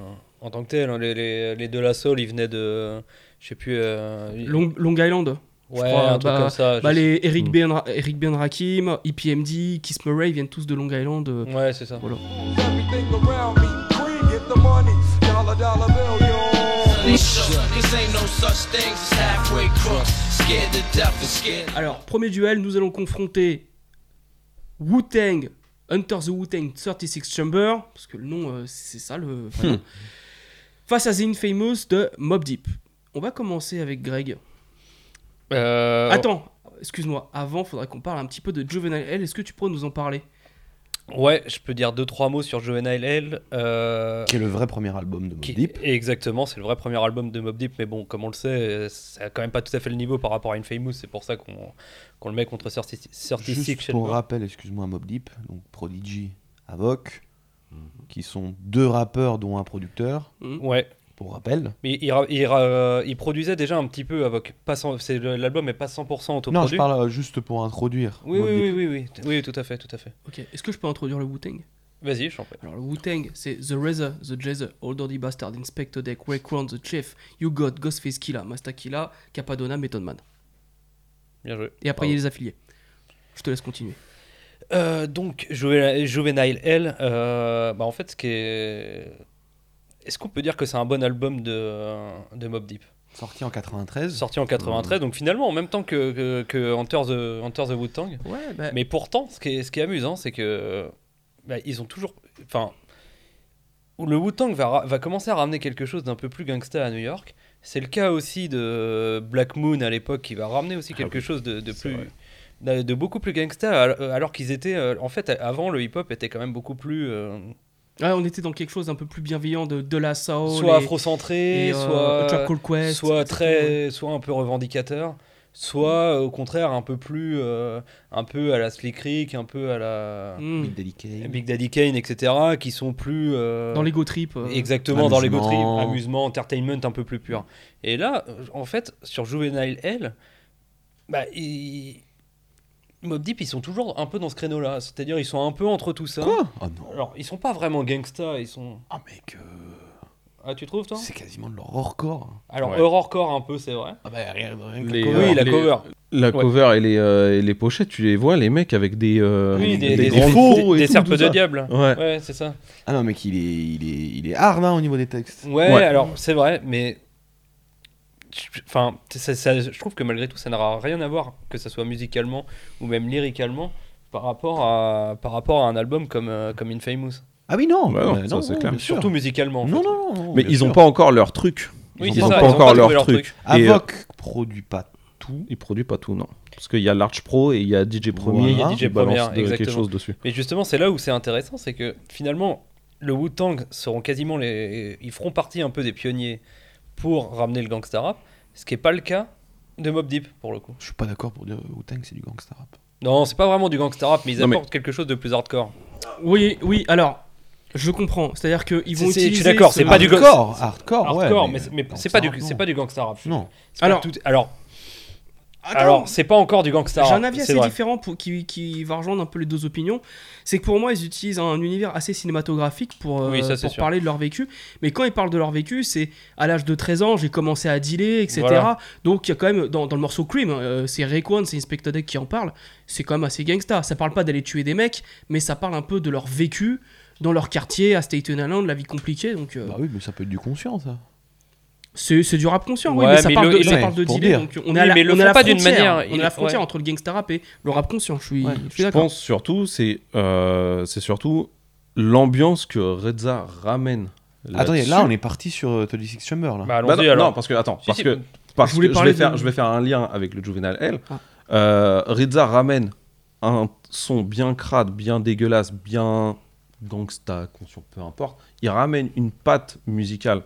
G: en tant que tel. hein. Les, les, les De La Soul, ils venaient de. Je sais plus. euh,
A: Long, Long Island. je
G: ouais,
A: crois,
G: un truc
A: bah-
G: comme ça. Ah, je
A: Bah,
G: sais-
A: les Eric
B: Mm.
A: Ben, Ra- Eric Ben Rakim, EPMD, Kiss Murray ils viennent tous de Long Island. euh,
G: Ouais, c'est ça.
A: Voilà.
I: Everything around me, bring it the money, dollar dollar bill, yo.
J: Cause ain't no such thing as halfway crooks. Scared to death and scared.
A: Alors, premier duel, nous allons confronter Wu-Tang, Hunter the Wu-Tang 36 Chamber, parce que le nom, euh, c'est ça le. vrai nom, Face à The Infamous de Mob Deep. On va commencer avec Greg.
G: Euh,
A: Attends, excuse-moi, avant, faudrait qu'on parle un petit peu de Juvenile L. Est-ce que tu pourrais nous en parler
G: Ouais, je peux dire deux trois mots sur Juvenile L. euh,
E: Qui est le vrai premier album de Mob
G: qui-
E: Deep.
G: Exactement, c'est le vrai premier album de Mob Deep, mais bon, comme on le sait, euh, ça a quand même pas tout à fait le niveau par rapport à Infamous, c'est pour ça qu'on qu'on le met contre 36
E: Juste
G: 36 chez
E: pour
G: le
E: rappel, excuse-moi, Mob Deep, donc Prodigy, Avoc, qui sont deux rappeurs dont un producteur,
G: Ouais,
E: pour rappel.
G: mais il, ra- il ra- euh, il produisait déjà un petit peu avec pas cent- c'est le- l'album est pas 100% autoproduit.
E: Non, je parle euh, juste pour introduire.
G: Oui
E: Mobb
G: oui, oui
E: Deep.
G: oui oui, t- oui, tout à fait, tout à fait.
A: Ok, est-ce que je peux introduire le Wu-Tang
G: Vas-y, je t'en prie.
A: Alors, le Wu-Tang, c'est The Razor, The Jazzer, Old Dirty Bastard, Inspector Deck, Ray Crown, The Chief, You Got, Ghostface Killa, Masta Killa, Capadonna, Method Man.
G: Bien joué.
A: Et après, il y a les affiliés. Je te laisse continuer.
G: Euh, donc, Juve- Juvenile L, euh, bah, en fait, ce qui est. Est-ce qu'on peut dire que c'est un bon album de, de Mob Deep
E: Sorti en 93.
G: Sorti en 93, donc finalement en même temps que, que, que Hunter the, Hunter the Wu-Tang.
A: Ouais, bah,
G: Mais pourtant, ce qui est, ce qui est amusant, c'est que. bah, ils ont toujours. Enfin. Le Wu-Tang va, ra- va commencer à ramener quelque chose d'un peu plus gangsta à New York. C'est le cas aussi de Black Moon à l'époque, qui va ramener aussi quelque chose de, de plus. de de beaucoup plus gangsta, al- alors qu'ils étaient. euh, En fait, avant, le hip-hop était quand même beaucoup plus. euh,
A: Ouais, Ah, on était dans quelque chose d'un peu plus bienveillant de, de la Soul.
G: soit
A: et-
G: afro-centré,
A: Oh, et, euh,
G: soit.
A: Trap Call Quest.
G: soit
A: etc.
G: très soit un peu revendicateur soit euh, au contraire un peu plus euh, un peu à la Slick Rick un peu à la
A: Mm.
G: Big Daddy Kane etc qui sont plus euh,
A: Dans l'ego trip. euh,
G: exactement dans les
E: Amusement.
G: trip amusement entertainment un peu plus pur et là euh, en fait sur Juvenile L bah ils... Mob Deep ils sont toujours un peu dans ce créneau là c'est à dire ils sont un peu entre tout ça
E: Quoi Oh non.
G: alors ils sont pas vraiment gangsta ils sont
E: Ah mec, euh,
G: ah tu trouves toi
E: c'est quasiment de leur hardcore.
G: alors
B: Ouais.
G: horrorcore un peu c'est vrai
E: Ah bah rien, rien que
B: Les- euh,
E: la cover.
G: oui la
B: les-
G: cover
B: La
G: Ouais.
B: cover et les, euh, et les pochettes, tu les vois, les mecs avec des, euh,
G: Oui,
B: des
G: des, des,
B: grands
G: des-
B: faux
G: des-
B: et
G: des
B: tout,
G: serpes
B: tout
G: de
B: ça.
G: diable.
B: Ouais.
G: Ouais, c'est ça.
E: Ah non mec, il est, il est, il est hard hein, au niveau des textes.
G: Ouais,
B: Ouais.
G: alors c'est vrai, mais. je- Enfin, ça- ça- je trouve que malgré tout, ça n'aura rien à voir, que ce soit musicalement ou même lyriquement, par rapport à, par rapport à un album comme, euh, comme Infamous.
E: Ah oui, non,
B: Bah non,
E: mais
B: ça, c'est
E: non,
B: clair.
E: bien sûr.
G: Surtout musicalement. en
E: Non,
G: fait.
E: non, non, non.
B: Mais
E: bien
B: ils ont
E: sûr. Ah,
B: pas encore leur truc.
G: Oui,
B: ils
G: c'est
B: ont
G: ça,
B: pas
G: ils ont
B: encore
G: pas
B: leur
G: trouvé leur
B: truc. Et, euh,
E: Avoc produit pas tout.
B: Ils produisent pas tout, non. Parce qu'il y a Large Pro et il y a DJ Premier.
E: Il y a
B: qui
G: DJ
B: balance
G: Premier,
B: de- quelque
G: exactement.
B: chose dessus.
G: Mais justement, c'est là où c'est intéressant, c'est que finalement, le Wu-Tang seront quasiment les. Ils feront partie un peu des pionniers pour ramener le gangsta rap, ce qui n'est pas le cas de Mob Deep pour le coup.
E: Je suis pas d'accord pour dire Wu-Tang, c'est du gangsta rap.
G: Non, c'est pas vraiment du gangsta rap, mais ils
B: Non, mais-
G: apportent quelque chose de plus hardcore.
A: Oui, oui, alors, je comprends. C'est-à-dire qu'ils vont
G: C'est- c'est- je suis
A: utiliser.
G: d'accord,
A: ce-
G: c'est pas du go-
E: hardcore, hardcore,
G: Hardcore,
E: Oh, ouais,
G: mais, mais
E: gangsta
G: c'est pas, du-
E: rap,
G: c'est
E: non.
G: pas du gangsta rap.
E: Non.
G: C'est pas
A: Alors-
G: tout- alors,
A: Attends,
G: alors c'est pas encore du gangsta rap.
A: J'ai un avis
G: c'est
A: assez
G: vrai.
A: différent pour, qui, qui va rejoindre un peu les deux opinions. C'est que pour moi, ils utilisent un univers assez cinématographique pour, euh,
G: Oui, ça, c'est
A: pour
G: sûr.
A: parler de leur vécu. Mais quand ils parlent de leur vécu, c'est à l'âge de 13 ans, j'ai commencé à dealer, etc.
G: Voilà.
A: Donc il y a quand même, dans, dans le morceau Cream, euh, c'est Rayquan, c'est Inspector Deck qui en parle. C'est quand même assez gangsta. Ça parle pas d'aller tuer des mecs, mais ça parle un peu de leur vécu dans leur quartier, à Staten Island, la vie compliquée. Donc euh,
E: Bah oui, mais ça peut être du conscient, ça.
A: c'est c'est du rap conscient, oui,
G: Ouais,
A: mais ça
G: mais
A: parle
G: le-
A: de, ça
E: ouais,
A: parle de
E: pour
A: dealer.
E: dire.
A: Donc on est
G: Oui,
A: à la,
G: mais le
A: on est à
G: font
A: la
G: pas d'une
A: frontière,
G: manière-
A: on est à
G: il-
A: la frontière
G: ouais.
A: entre le gangsta rap et le rap conscient. Je suis,
E: Ouais,
A: je suis
B: Je
A: d'accord.
B: pense surtout, c'est euh, c'est surtout l'ambiance que Reza ramène.
E: Attendez,
B: là-dessus.
E: là, on est parti sur euh, 36 Chamber, là.
G: Bah,
B: Bah
G: allons-y
B: non,
G: alors.
B: non, parce que attends,
G: Si,
B: parce
G: si.
B: que parce
A: Je voulais
B: que
A: parler
B: vais faire,
A: de-
B: je vais faire un lien avec le Juvenal L.
A: Ah.
B: Euh, Rizza ramène un son bien crade, bien dégueulasse, bien gangsta, conscient, peu importe. Il ramène une patte musicale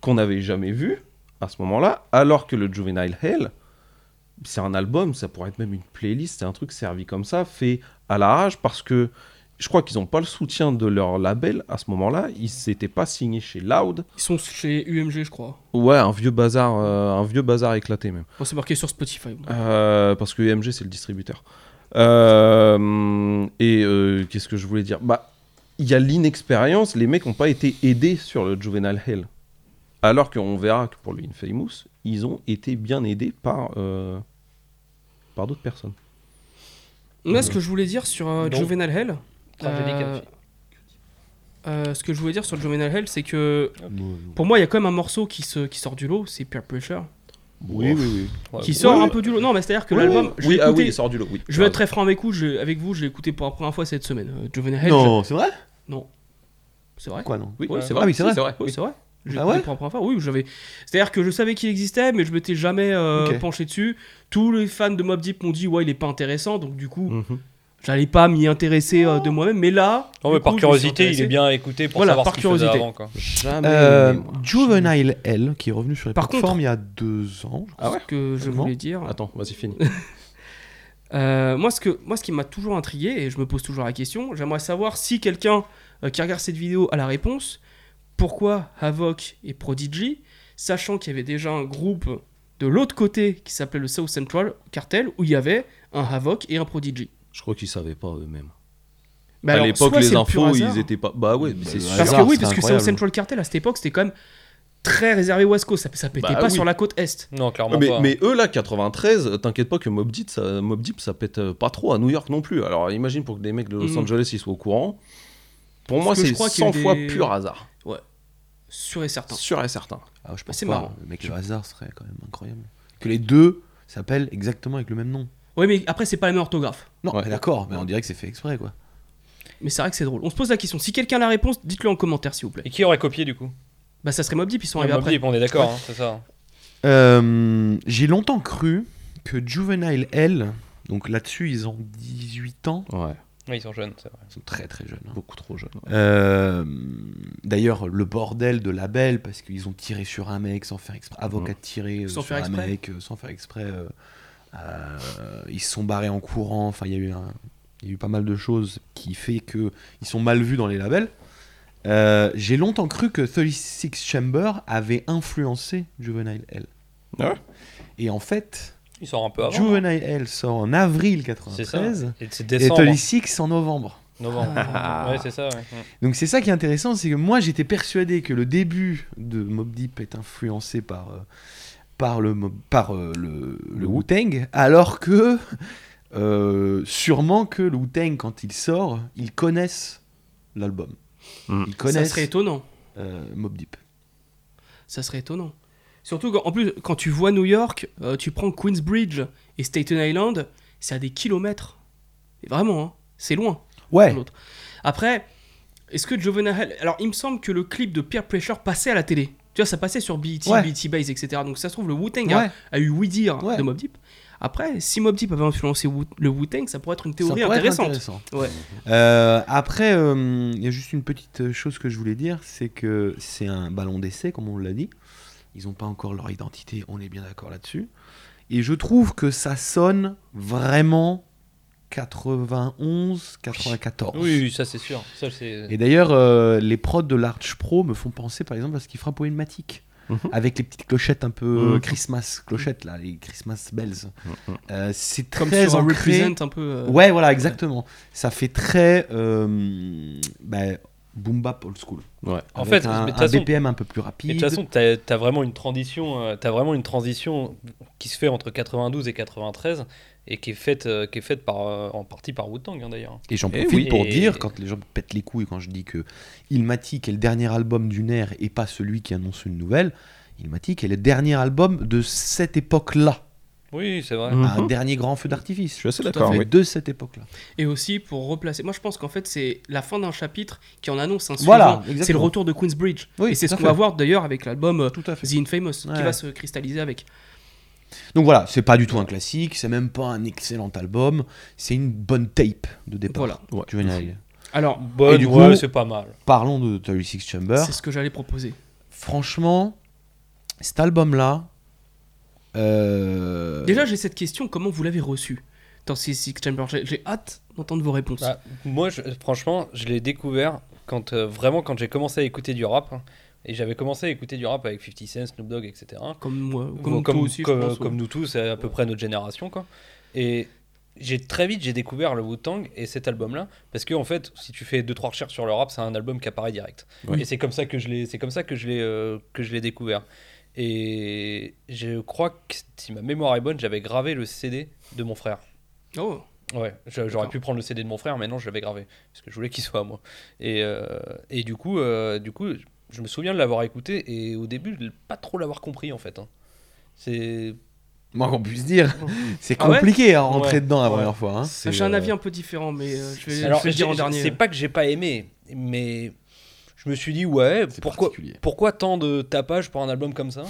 B: qu'on n'avait jamais vue à ce moment-là, alors que le Juvenile Hell, c'est un album, ça pourrait être même une playlist, c'est un truc servi comme ça, fait à l'arrache, parce que je crois qu'ils n'ont pas le soutien de leur label à ce moment-là, ils s'étaient pas signés chez Loud.
A: Ils sont chez UMG, je crois.
B: Ouais, un vieux bazar, euh, un vieux bazar éclaté même.
A: Bon, c'est marqué sur Spotify. bon.
B: Euh, parce que UMG c'est le distributeur. Euh, et euh, qu'est-ce que je voulais dire Bah, il y a l'inexpérience. Les mecs n'ont pas été aidés sur le Juvenile Hell, alors qu'on verra que pour le Infamous, ils ont été bien aidés par euh, par d'autres personnes.
A: Là, ce que je voulais dire sur euh,
G: Non.
A: Juvenile Hell.
G: Tragédie
A: euh,
G: Café.
A: euh, ce que je voulais dire sur Juvenile Hell, c'est que pour moi, il y a quand même un morceau qui, se, qui sort du lot, c'est Peer Pressure.
E: Oui, oui, oui.
G: Ouais.
A: Qui sort
B: oui.
A: un peu du lot. Non, mais c'est-à-dire que
B: Oui,
A: l'album.
B: oui,
A: je
B: oui,
A: l'ai
B: ah
A: écouté-
B: oui, Ah. il sort du lot. Oui.
A: Je vais être très franc avec vous, je- avec vous, je l'ai écouté pour la première fois cette semaine. euh, Juvenile Hell.
E: Non, c'est vrai
A: je- Non. C'est vrai
E: Quoi, non
B: Oui,
A: Ouais,
B: c'est
A: c'est
B: vrai.
E: Ah oui, c'est
B: Si,
E: vrai.
A: Oui, Bah, c'est vrai. J'ai
E: Ah
A: écouté
E: ouais
A: pour la première fois. Oui, j'avais. C'est-à-dire que je savais qu'il existait, mais je m'étais jamais euh,
E: Ok.
A: penché dessus. Tous les fans de Mob Deep m'ont dit ouais, il est pas intéressant, donc du coup,
B: Mhm.
A: j'allais pas m'y intéresser euh, de moi-même. Mais là,
G: Oh. Non,
A: du
G: mais par
A: coup, je me suis
G: curiosité, il
A: intéressé.
G: est bien écouté pour
A: Voilà,
G: savoir
A: par
G: ce qu'il faisait
A: curiosité.
G: avant. Quoi.
B: Jamais.
E: Euh,
B: moi.
E: Juvenile L, qui est revenu sur les
A: Par
E: plateformes il y a deux ans. je crois.
B: Ah ouais
A: Ce que je
E: Vraiment
A: voulais dire.
B: Attends, vas-y finis.
A: Euh, moi, ce que, moi, ce qui m'a toujours intrigué et je me pose toujours la question, j'aimerais savoir si quelqu'un euh, qui regarde cette vidéo a la réponse. Pourquoi Havoc et Prodigy, sachant qu'il y avait déjà un groupe de l'autre côté qui s'appelait le South Central Cartel, où il y avait un Havoc et un Prodigy.
B: Je crois qu'ils savaient pas eux-mêmes.
A: Mais Bah
B: à
A: alors,
B: l'époque,
A: soit
B: les
A: c'est le pur
B: infos,
A: hasard,
B: ils étaient pas. Bah ouais, mais c'est
E: Bah,
B: sûr.
A: Parce que
E: hasard,
A: oui,
E: c'est
A: parce que South
E: incroyable.
A: Central Cartel à cette époque, c'était quand même très réservé West Coast. Ça, ça pétait
B: Bah
A: pas
B: oui.
A: sur la côte Est.
G: Non, clairement
B: mais,
G: pas.
B: mais eux là, 93, euh, t'inquiète pas que Mob Deep, ça, Mob Deep, ça pète euh, pas trop à New York non plus. Alors imagine pour que des mecs de Los
G: Hmm.
A: Mm.
B: Angeles ils soient au courant. Pour
A: Parce
B: moi,
A: que je
B: c'est
A: crois qu'il y a
B: 100
A: eu
B: fois
A: des-
B: pur hasard.
A: Sûr et certain.
B: Sûr et certain.
E: Ah, je
A: c'est
E: pense
A: marrant.
E: pas. Le mec, le hasard serait quand même incroyable. Que les deux s'appellent exactement avec le même nom.
A: Oui, mais après, c'est pas la même orthographe.
E: Non,
B: Ouais.
E: mais d'accord, mais on dirait que c'est fait exprès, quoi.
A: Mais c'est vrai que c'est drôle. On se pose la question. Si quelqu'un a la réponse, dites-le en commentaire, s'il vous plaît.
G: Et qui aurait copié du coup
A: Bah, ça serait Mob Deep, ils sont
G: Ah,
A: arrivés
G: Mobb
A: après.
G: Deep, On est d'accord, hein, c'est ça.
E: Euh, J'ai longtemps cru que Juvenile L, donc là-dessus, ils ont 18 ans.
B: Ouais.
G: Oui, ils sont jeunes, c'est vrai.
E: Ils sont très très jeunes. hein.
B: Beaucoup trop jeune.
E: Euh, D'ailleurs, le bordel de label, parce qu'ils ont tiré sur un mec sans faire exprès. Avocat tiré euh,
A: Sans
E: sur
A: faire
E: un
A: exprès.
E: mec euh, sans faire exprès. euh, euh, ils se sont barrés en courant. Enfin, il y a eu un- il y a eu pas mal de choses qui fait que ils sont mal vus dans les labels. Euh, J'ai longtemps cru que 36 Chamber avait influencé Juvenile L.
B: Ah ouais
E: Et en fait,
G: Ils sortent un peu avant. hein.
E: Juvenile L sort en avril
G: C'est ça.
E: 93
G: Et c'est
E: et
G: décembre, hein,
E: 36 en novembre.
G: novembre. ouais, c'est ça. ouais. Mm.
E: Donc c'est ça qui est intéressant, c'est que moi j'étais persuadé que le début de Mob Deep est influencé par, euh, par le, Mob- par euh, le, le Wu-Tang, alors que euh, sûrement que le Wu-Tang quand il sort, ils connaissent l'album.
B: Mm.
E: Ils
A: Ça
E: connaissent
A: serait étonnant.
E: euh, Mob Deep.
A: Ça serait étonnant. Surtout qu'en en plus, quand tu vois New York, euh, tu prends Queensbridge et Staten Island, c'est à des kilomètres. Et vraiment, hein, c'est loin.
E: Ouais.
A: l'autre. Après, est-ce que Jovenel. Alors, il me semble que le clip de Peer Pressure passait à la télé. Tu vois, ça passait sur E BET,
E: Ouais.
A: BET Base, etc. Donc, ça se trouve, le Wu-Tang
E: Ouais.
A: a, a eu oui dire
E: Ouais.
A: de Mob Deep. Après, si Mob Deep avait influencé Wu- le Wu-Tang, ça pourrait être une
E: Ça
A: théorie
E: pourrait être
A: intéressante.
E: intéressant.
A: Ouais.
E: Euh, après, euh, il y a juste une petite chose que je voulais dire, c'est que c'est un ballon d'essai, comme on l'a dit. Ils n'ont pas encore leur identité, on est bien d'accord là-dessus. Et je trouve que ça sonne vraiment 91, 94.
G: Oui, oui, ça c'est sûr. Ça, c'est-
E: Et d'ailleurs, euh, les prods de l'Arch Pro me font penser par exemple à ce qu'ils fera pour une Matic.
B: Mhm.
E: Avec les petites clochettes un peu
B: Mhm.
E: Christmas, clochettes là, les Christmas bells.
B: Mhm.
E: Euh, c'est très
A: Comme sur un
E: ancré-
A: Represent un peu. euh,
E: Ouais, voilà, exactement. Ça fait très euh, bah, boom bap old school.
B: Ouais.
G: En
E: Avec
G: fait,
E: un,
G: mais de toute
E: un
G: façon-
E: BPM un peu plus
G: Et de
E: rapide.
G: toute façon, t'as as vraiment une transition, euh, t'as vraiment une transition qui se fait entre 92 et 93 et qui est faite, euh, qui est faite par, euh, en partie par Wu Tang hein, d'ailleurs.
E: Et j'en
B: Eh
E: profite
G: oui.
E: pour
G: Et-
E: dire, quand les gens me pètent les couilles, quand je dis que Ilmatic est le dernier album du Nair et pas celui qui annonce une nouvelle, Ilmatic est le dernier album de cette époque-là.
G: Oui, c'est vrai.
B: Mhm.
E: Un dernier grand feu d'artifice.
B: Je suis assez
A: Tout à
B: d'accord,
A: fait.
B: oui.
E: de cette époque-là.
A: Et aussi pour replacer. Moi, je pense qu'en fait, c'est la fin d'un chapitre qui en annonce un suivant.
E: Voilà,
A: c'est le
E: exactement.
A: retour de Queensbridge.
E: Oui,
A: et c'est
E: tout
A: ce
E: à
A: qu'on
E: fait.
A: va voir d'ailleurs avec l'album euh,
E: Tout à fait.
A: The Infamous qui
E: Ouais.
A: va se cristalliser avec.
E: Donc voilà, c'est pas du tout un classique, c'est même pas un excellent album, c'est une bonne tape de départ.
A: Voilà.
B: Ouais.
E: Tu veux dire.
A: Alors,
G: Bonne,
E: Et du
G: ouais,
E: coup-
G: c'est pas mal.
E: Parlons de 36 Chamber.
A: c'est ce que j'allais proposer.
E: Franchement, cet album-là. euh,
A: Déjà, j'ai cette question comment vous l'avez reçu dans Six Six Chamber J'ai j'ai hâte d'entendre vos réponses.
G: Bah, moi, je- franchement, je l'ai découvert quand euh, vraiment quand j'ai commencé à écouter du rap hein, et j'avais commencé à écouter du rap avec 50 Cent, Snoop Dogg, etc.
A: comme moi,
G: Ou
A: comme, toi aussi,
G: comme-
A: je pense.
G: comme
A: ouais.
G: nous tous, à peu près notre génération, quoi. Et j'ai très vite j'ai découvert le Wu Tang et cet album-là parce que en fait, si tu fais deux trois recherches sur le rap, c'est un album qui apparaît direct.
B: Oui.
G: Et c'est comme ça que je l'ai, c'est comme ça que je l'ai, euh, que je l'ai découvert. Et je crois que si ma mémoire est bonne, j'avais gravé le CD de mon frère.
A: Oh,
G: Ouais, je- j'aurais
A: D'accord.
G: pu prendre le CD de mon frère, mais non, je l'avais gravé parce que je voulais qu'il soit à moi. Et, euh, et du coup, euh, du coup, je me souviens de l'avoir écouté et au début, de pas trop l'avoir compris en fait. hein.
A: Euh,
G: C'est
E: Moi qu'on puisse dire, c'est
G: Ah ouais
E: compliqué à rentrer
G: Ouais.
E: dedans la
G: Ouais.
E: première fois. hein.
B: C'est,
A: j'ai un
B: euh,
A: avis un peu différent, mais euh, je vais,
G: Alors,
A: je vais le dire
G: j'ai-
A: en dernier.
G: C'est pas que j'ai pas aimé, mais je me suis dit, ouais,
E: C'est
G: pourquoi,
E: particulier.
G: pourquoi tant de tapage pour un album comme ça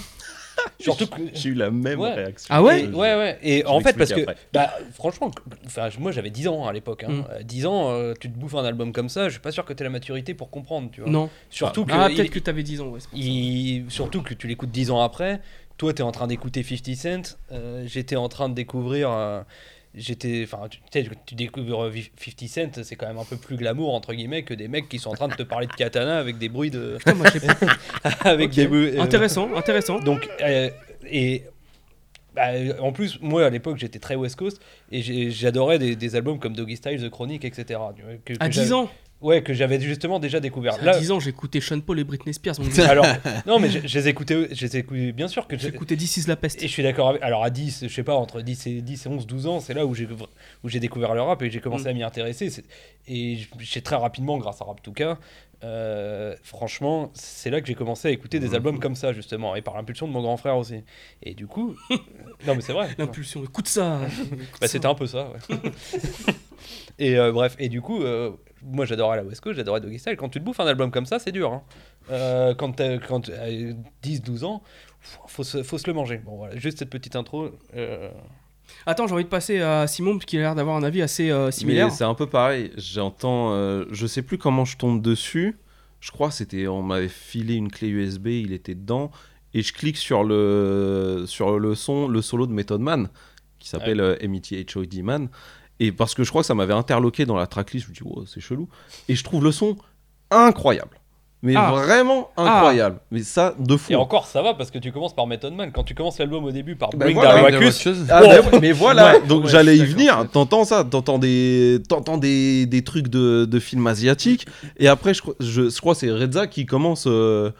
G: Surtout que.
B: J'ai eu la même
G: Ouais.
B: réaction.
A: Ah ouais
G: Et- ouais, ouais. Et
B: Je
G: en fait, parce que,
B: m'explique après.
G: bah, franchement, que- enfin, moi j'avais 10 ans hein, à l'époque. hein.
A: Mm.
G: Euh, 10 ans, euh, tu te bouffes un album comme ça, je suis pas sûr que t'aies la maturité pour comprendre, tu vois.
A: Non.
G: Surtout
A: Ah,
G: que, il-
A: peut-être que t'avais 10 ans, ouais. c'est pour ça.
G: il- surtout que tu l'écoutes 10 ans après. Toi, t'es en train d'écouter 50 Cent. euh, J'étais en train de découvrir. euh, J'étais, enfin, tu, tu sais, tu découvres euh, 50 Cent, c'est quand même un peu plus glamour entre guillemets que des mecs qui sont en train de te parler de katana avec des bruits de,
A: Putain, moi, je sais pas.
G: avec
A: Ok.
G: des bruits- euh,
A: Intéressant, intéressant.
G: donc, euh, et bah, en plus, moi à l'époque j'étais très West Coast et j'ai- j'adorais des, des albums comme Doggy Style, The Chronic, etc. tu vois, Que, que
A: À
G: j'avais-
A: 10 ans
G: Ouais, que j'avais justement déjà découvert.
A: À 10 ans, j'écoutais Sean Paul et Britney Spears. donc
G: alors, non, mais je, je les écoutais, je les écoutais, bien sûr que je-
A: J'écoutais This is la peste.
G: Et je suis d'accord avec. Alors à 10, je sais pas, entre 10 et 10 et 11, 12 ans, c'est là où j'ai vr- où j'ai découvert le rap et j'ai commencé
A: Mm.
G: à m'y intéresser. C'est- Et j- j'ai très rapidement, grâce à Rap Touka, euh, franchement, c'est là que j'ai commencé à écouter
A: Mm.
G: des albums comme ça justement, et par l'impulsion de mon grand frère aussi. Et du coup, non mais c'est vrai.
A: L'impulsion, écoute ça
G: Bah, c'était un peu ça. ouais. et euh, bref, et du coup, euh, moi j'adorais la West Coast, j'adorais Doggy Style. Quand tu te bouffes un album comme ça, c'est dur. hein. Euh, quand t'as quand, euh, 10-12 ans, faut se, faut se le manger. Bon voilà, juste cette petite intro. euh,
A: Attends, j'ai envie de passer à Simon, qui a l'air d'avoir un avis assez euh,
B: Mais
A: similaire.
B: c'est un peu pareil. J'entends, euh, je sais plus comment je tombe dessus. Je crois que c'était, on m'avait filé une clé USB, il était dedans, et je clique sur le sur le son, le solo de Method Man, qui s'appelle euh, M.E.T.H.O.D. Man, et parce que je crois que ça m'avait interloqué dans la tracklist, je me dis wow, c'est chelou, et je trouve le son incroyable, mais
A: Ah.
B: vraiment
A: Ah.
B: incroyable, mais ça de fou.
G: Et encore, ça va parce que tu commences par Method Man. Quand tu commences l'album au début par
B: Bah
G: Bring
B: voilà,
G: the
B: Bring
G: Ruckus,
B: Ah,
G: Oh.
B: mais, mais voilà, donc
A: ouais,
B: j'allais
A: je
B: y
A: suis d'accord.
B: venir. T'entends ça, t'entends des, t'entends des, des trucs de, de films asiatiques. Et après, je, crois- je, je crois que c'est Reza qui commence, euh,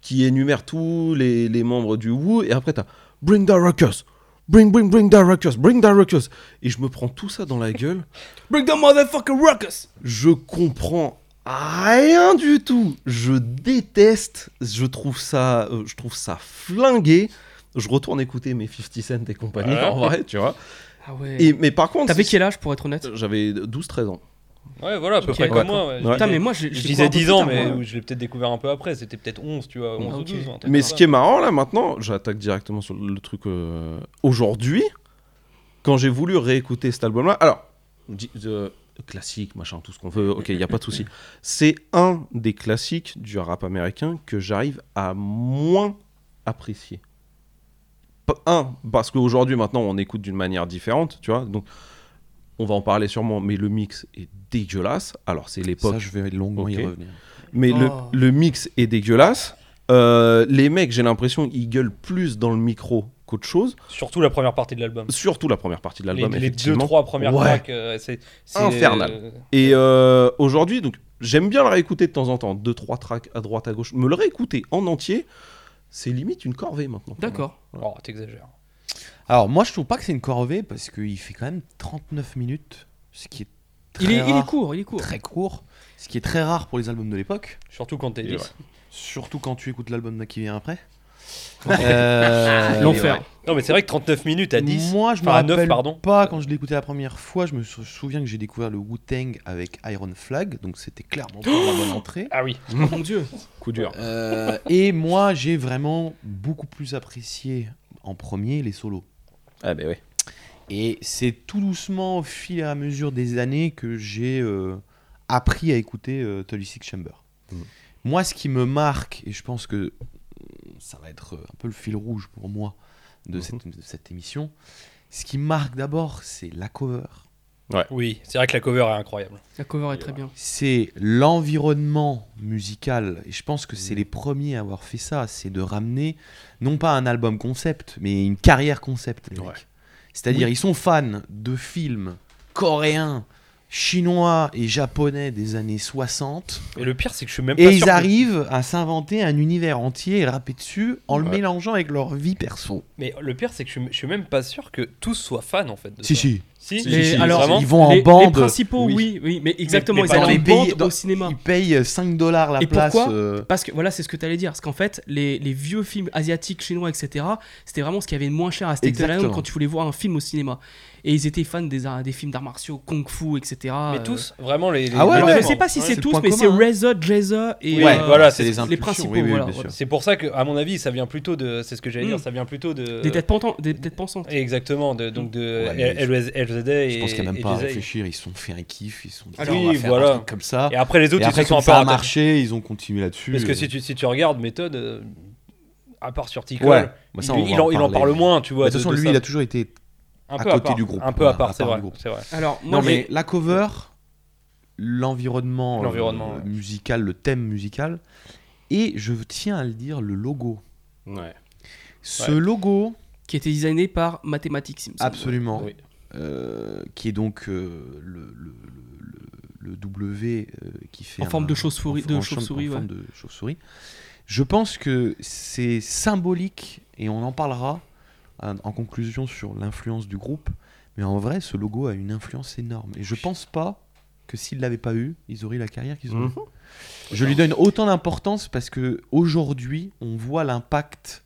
B: qui énumère tous les, les membres du Wu. Et après, t'as Bring the Ruckus, Bring, bring, bring the Ruckus, Bring the Ruckus. Et je me prends tout ça dans la gueule.
A: Break the motherfucking ruckus
B: Je comprends rien du tout. Je déteste. Je trouve ça, euh, je trouve ça flingué. je retourne écouter mes 50 Cent et compagnie,
G: Ouais.
B: en vrai, tu vois.
A: Ah ouais.
B: Et, mais par contre.
A: T'avais
B: c'est-
A: quel âge pour être honnête
B: J'avais 12-13 ans.
G: Ouais, voilà, à peu
A: Ok,
G: près comme
B: ouais.
G: moi. ouais.
B: Ouais.
A: Putain,
G: Je-
A: mais moi, je,
G: je
A: je l'ai
G: disais
A: connu
G: 10
A: plus
G: ans,
A: tard,
G: mais
A: moi.
G: je l'ai peut-être découvert un peu après. C'était peut-être 11, tu vois, 11
A: Ah,
G: ou
A: ok.
G: 12. un truc
B: Mais
G: comme
B: ce
G: ça.
B: qui est marrant là maintenant, j'attaque directement sur le truc euh, aujourd'hui. Quand j'ai voulu réécouter cet album-là, alors di- euh, classique, machin, tout ce qu'on veut, ok, il y a pas de souci. C'est un des classiques du rap américain que j'arrive à moins apprécier. P- Un, parce qu'aujourd'hui maintenant on écoute d'une manière différente, tu vois. Donc on va en parler sûrement, mais le mix est dégueulasse. Alors c'est l'époque
E: Ça, je vais longuement
B: Ok.
E: y revenir.
B: mais le,
A: Oh.
B: le mix est dégueulasse. Euh, les mecs, j'ai l'impression, ils gueulent plus dans le micro qu'autre chose.
G: Surtout la première partie de l'album.
B: Surtout la première partie de
G: Les,
B: l'album,
G: les deux,
B: effectivement.
G: trois premières
B: Ouais.
G: tracks, euh, c'est c'est-
B: Infernal.
G: euh,
B: Et euh, aujourd'hui, donc, j'aime bien le réécouter de temps en temps, deux, trois tracks à droite, à gauche. Me le réécouter en entier, c'est limite une corvée maintenant.
A: D'accord.
G: Oh, t'exagères.
E: Alors, moi, je trouve pas que c'est une corvée parce qu'il fait quand même 39 minutes, ce qui est très
A: Il est, il est
E: rare,
A: court, il est court.
E: très court, ce qui est très rare pour les albums de l'époque,
G: Surtout quand t'es
B: Et
G: 10.
B: ouais.
E: surtout quand tu écoutes l'album qui vient après. Euh,
A: L'enfer.
G: Non, mais c'est vrai que 39 minutes à 10.
E: Moi, je me
G: Enfin, à neuf,
E: rappelle
G: pardon.
E: pas quand je l'ai écouté la première fois. Je me sou- souviens que j'ai découvert le Wu-Tang avec Iron Flag, donc c'était clairement pas la bonne entrée.
G: Ah oui,
A: Oh mon dieu.
B: Coup dur.
E: Euh, et moi, j'ai vraiment beaucoup plus apprécié en premier les solos.
B: Ah, bah ouais.
E: Et c'est tout doucement, au fil et à mesure des années, que j'ai euh, appris à écouter euh, 36 Chamber.
B: Mhm.
E: Moi, ce qui me marque, et je pense que ça va être euh, un peu le fil rouge pour moi de,
B: Mhm.
E: cette, de cette émission, ce qui me marque d'abord, c'est la cover.
G: oui, c'est vrai que la cover est incroyable.
A: La cover est très bien.
E: C'est l'environnement musical. Et je pense que c'est les premiers à avoir fait ça. C'est de ramener, non pas un album concept, mais une carrière concept. les
B: Ouais.
E: mecs. C'est-à-dire, ils sont fans de films coréens, chinois et japonais des années 60.
G: Et le pire, c'est que je suis même pas
E: Et
G: sûr.
E: ils
G: que-
E: arrivent à s'inventer un univers entier et rapper dessus en le
B: Ouais.
E: mélangeant avec leur vie perso.
G: Mais le pire, c'est que je suis, je suis même pas sûr que tous soient fans en fait. De
E: Si,
G: ça.
E: si.
G: si.
A: Les-
B: si,
A: alors,
G: vraiment
E: Ils vont en
A: les, les
E: bande.
A: principaux, oui.
E: Oui.
A: oui, mais exactement,
G: mais
A: ils
G: pas
E: dans
A: allaient
E: les
A: en bande
E: pays- dans-
A: au cinéma.
E: Ils payent 5 dollars la
A: Et
E: place.
A: pourquoi
E: euh,
A: Parce que voilà, c'est ce que tu allais dire. Parce qu'en fait, les, les vieux films asiatiques, chinois, etc., c'était vraiment ce qu'il y avait de moins cher à cette époque-là
E: Exactement.
A: quand tu voulais voir un film au cinéma. Et ils étaient fans des, arts- des films d'arts martiaux, kung-fu, etc.
G: Mais
A: euh,
G: tous, vraiment les. les- hein.
E: Ah ouais,
A: Alors,
E: ouais.
A: je sais pas si
G: Ouais.
A: c'est
E: le
A: tous,
E: point
A: mais c'est
E: commun, hein.
A: Razor, Jazer et.
G: Ouais, voilà, c'est
E: les, impulsions,
A: euh, principaux,
E: oui, oui,
A: voilà,
E: bien sûr.
G: C'est pour ça que, à mon avis, ça vient plutôt de. C'est ce que j'allais
A: Mm.
E: Hmm.
G: dire. Ça vient plutôt de.
A: Des têtes, pentantes- des têtes pensantes.
G: Exactement. De, donc de
E: Ouais, mais
G: L- LZ LZD et.
E: Je pense qu'il n'y a même
G: et
E: pas à
G: Jay-Z.
E: réfléchir, ils se sont fait un kiff, ils se sont dit,
G: Alors,
E: on va
G: Ah oui,
E: faire
G: voilà.
E: un truc comme ça.
G: Et après les
E: Et
G: autres,
E: après,
G: ils se sont
E: comme
G: un peu
E: ça a
G: rattachés.
E: marché, ils ont continué là-dessus.
G: Parce que
E: euh,
G: si tu, si tu regardes méthode, euh, à part sur Tico,
E: Ouais.
G: il,
E: Bah, ça, on
G: il
E: va
G: en, il en
E: parler.
G: parle moins, tu vois.
E: Bah, De toute façon, lui,
G: ça.
E: il a toujours été.
G: un
E: à
G: peu à
E: côté
G: part,
E: du groupe,
G: Un peu
E: voilà,
G: à
E: à
G: part, c'est
E: part
G: vrai.
E: du groupe.
G: c'est vrai.
A: Alors, moi,
E: Non,
A: j'ai-
E: mais la cover, l'environnement euh,
G: L'environnement, ouais.
E: musical, le thème musical, et je tiens à le dire, le logo.
B: Ouais.
E: Ce logo,
A: qui était designé par Mathematics, il me semble.
E: absolument,
B: Oui.
E: euh, qui est donc euh, le, le- le- le- le W euh, qui fait.
A: En forme de chauve-souris-
E: en-
A: de
E: en
A: chauve-souris,
E: en
A: ouais.
E: forme de chauve-souris. Je pense que c'est symbolique et on en parlera euh, en conclusion sur l'influence du groupe. Mais en vrai, ce logo a une influence énorme. Et je pense pas que s'ils l'avaient pas eu, ils auraient eu la carrière qu'ils ont eue.
B: Mhm.
E: Je lui donne autant d'importance parce que aujourd'hui, on voit l'impact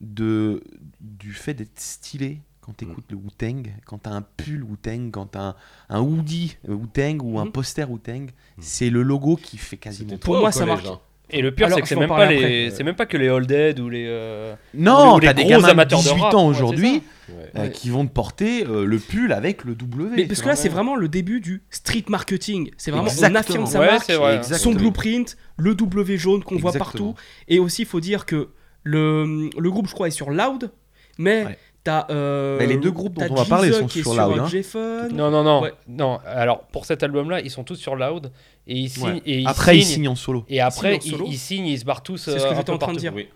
E: de du fait d'être stylé quand t'écoutes le Wu-Tang, quand t'as un pull Wu-Tang, quand t'as un, un hoodie Wu-Tang ou un
A: Mhm.
E: poster Wu-Tang, c'est le logo qui fait quasiment tout.
A: Pour
B: Toi,
A: moi,
B: au
A: ça marque.
B: collège, hein.
G: Et le pire,
A: Alors,
G: c'est que
A: je
G: c'est
A: vais en
G: même pas
A: parler
G: les,
A: après.
G: c'est même pas que les Old Dead ou les. euh,
E: Non,
G: ou les
E: t'as des
G: gros
E: gamins de
G: amateurs de
E: 18
G: rap,
E: ans
G: ouais,
E: aujourd'hui
B: Ouais.
E: euh,
A: Ouais.
E: qui vont te porter euh, le pull avec le W.
A: Mais parce que là, c'est
E: vraiment-
A: vraiment le début du street marketing. C'est vraiment on
E: Exactement.
A: affirme sa
G: Ouais,
A: marque,
G: c'est vrai.
A: son
E: Exactement.
A: blueprint, le W jaune qu'on voit
E: Exactement.
A: partout. Et aussi, il faut dire que le, le groupe, je crois, est sur Loud, mais
E: Ouais.
A: t'as. euh,
E: Mais les deux groupes dont
A: t'as
E: on va parler
A: Jizz
E: sont
A: qui est
E: sur Loud, hein.
A: Jephon.
G: Non, non, non.
A: Ouais.
G: Non, alors pour cet album-là, ils sont tous sur Loud et ils signent.
E: Ouais.
G: Et ils
E: Après, ils
G: signent-
E: signent en solo.
G: Et après,
A: signent en
G: ils,
A: solo.
G: ils signent, ils se barrent tous.
A: C'est ce que
G: euh, un
A: j'étais
G: peu
A: en train de
G: partout.
A: dire.
B: Oui.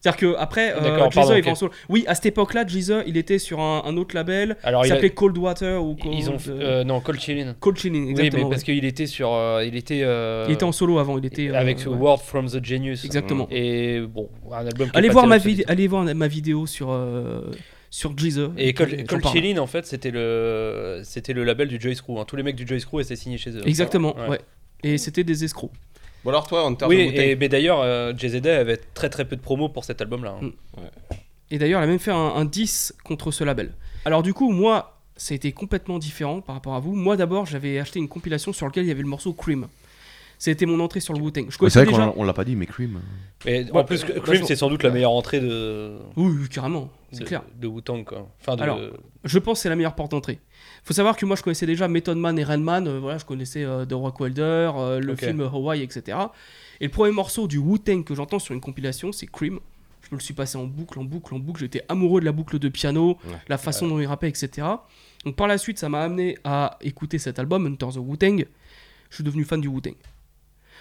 A: C'est-à-dire que après, euh,
G: D'accord,
A: Jizza,
G: pardon,
A: il va
G: ok.
A: en solo. Oui, à cette époque-là, Jizza, il était sur un, un autre label. il
G: Alors, Oh, il a-
A: s'appelait Cold Water ou Cold.
G: ils ont.
A: euh,
G: euh, non, Cold Chillin.
A: Cold Chilling,
G: Oui,
A: exactement.
G: mais parce
A: ouais.
G: qu'il était sur. euh, Il était. euh,
A: Il était en solo avant. Il était euh,
G: Avec
A: ouais.
G: Word from the Genius.
A: Exactement.
G: Et bon, un album. qui est
A: Allez
G: pas
A: voir, ma
G: terrible,
A: vid- allez voir ma vidéo sur, euh, sur Jizza.
G: Et
A: J'en
G: Cold
A: parle.
G: Chillin, en fait, c'était le, c'était le label du Joyce Crew. hein. Tous les mecs du Joyce Crew étaient signés chez eux.
A: Exactement,
G: Ouais.
A: ouais. Et c'était des escrocs.
B: Bon, alors, toi, en termes
G: Oui,
B: hein de Wu-Tang,
G: et, mais d'ailleurs, euh, JZD avait très très peu de promos pour cet album-là. hein.
A: Mm. Et d'ailleurs, elle a même fait un, un 10 contre ce label. Alors du coup, moi, ça a été complètement différent par rapport à vous. Moi d'abord, j'avais acheté une compilation sur laquelle il y avait le morceau Cream. C'était mon entrée sur le Wu-Tang. Je
E: C'est
A: connaissais
E: vrai qu'on
A: déjà...
E: l'a- on l'a pas dit, mais Cream.
G: Et
A: Ouais,
G: en plus,
A: bah, bah,
G: Cream,
A: je-
G: c'est sans doute la meilleure entrée de,
A: Oui, oui, carrément, c'est
G: de,
A: clair.
G: de Wu-Tang. Quoi. Enfin, de-
A: Alors, Je pense que c'est la meilleure porte d'entrée. Faut savoir que moi je connaissais déjà Method Man et Rain Man, euh, voilà, je connaissais euh, The Rock Wilder, euh, le
G: Ok.
A: film Hawaii, etc. Et le premier morceau du Wu-Tang que j'entends sur une compilation, c'est Cream. Je me le suis passé en boucle, en boucle, en boucle. J'étais amoureux de la boucle de piano, la façon dont il rappait, etc. Donc par la suite, ça m'a amené à écouter cet album, Hunter the Wu-Tang. Je suis devenu fan du Wu-Tang.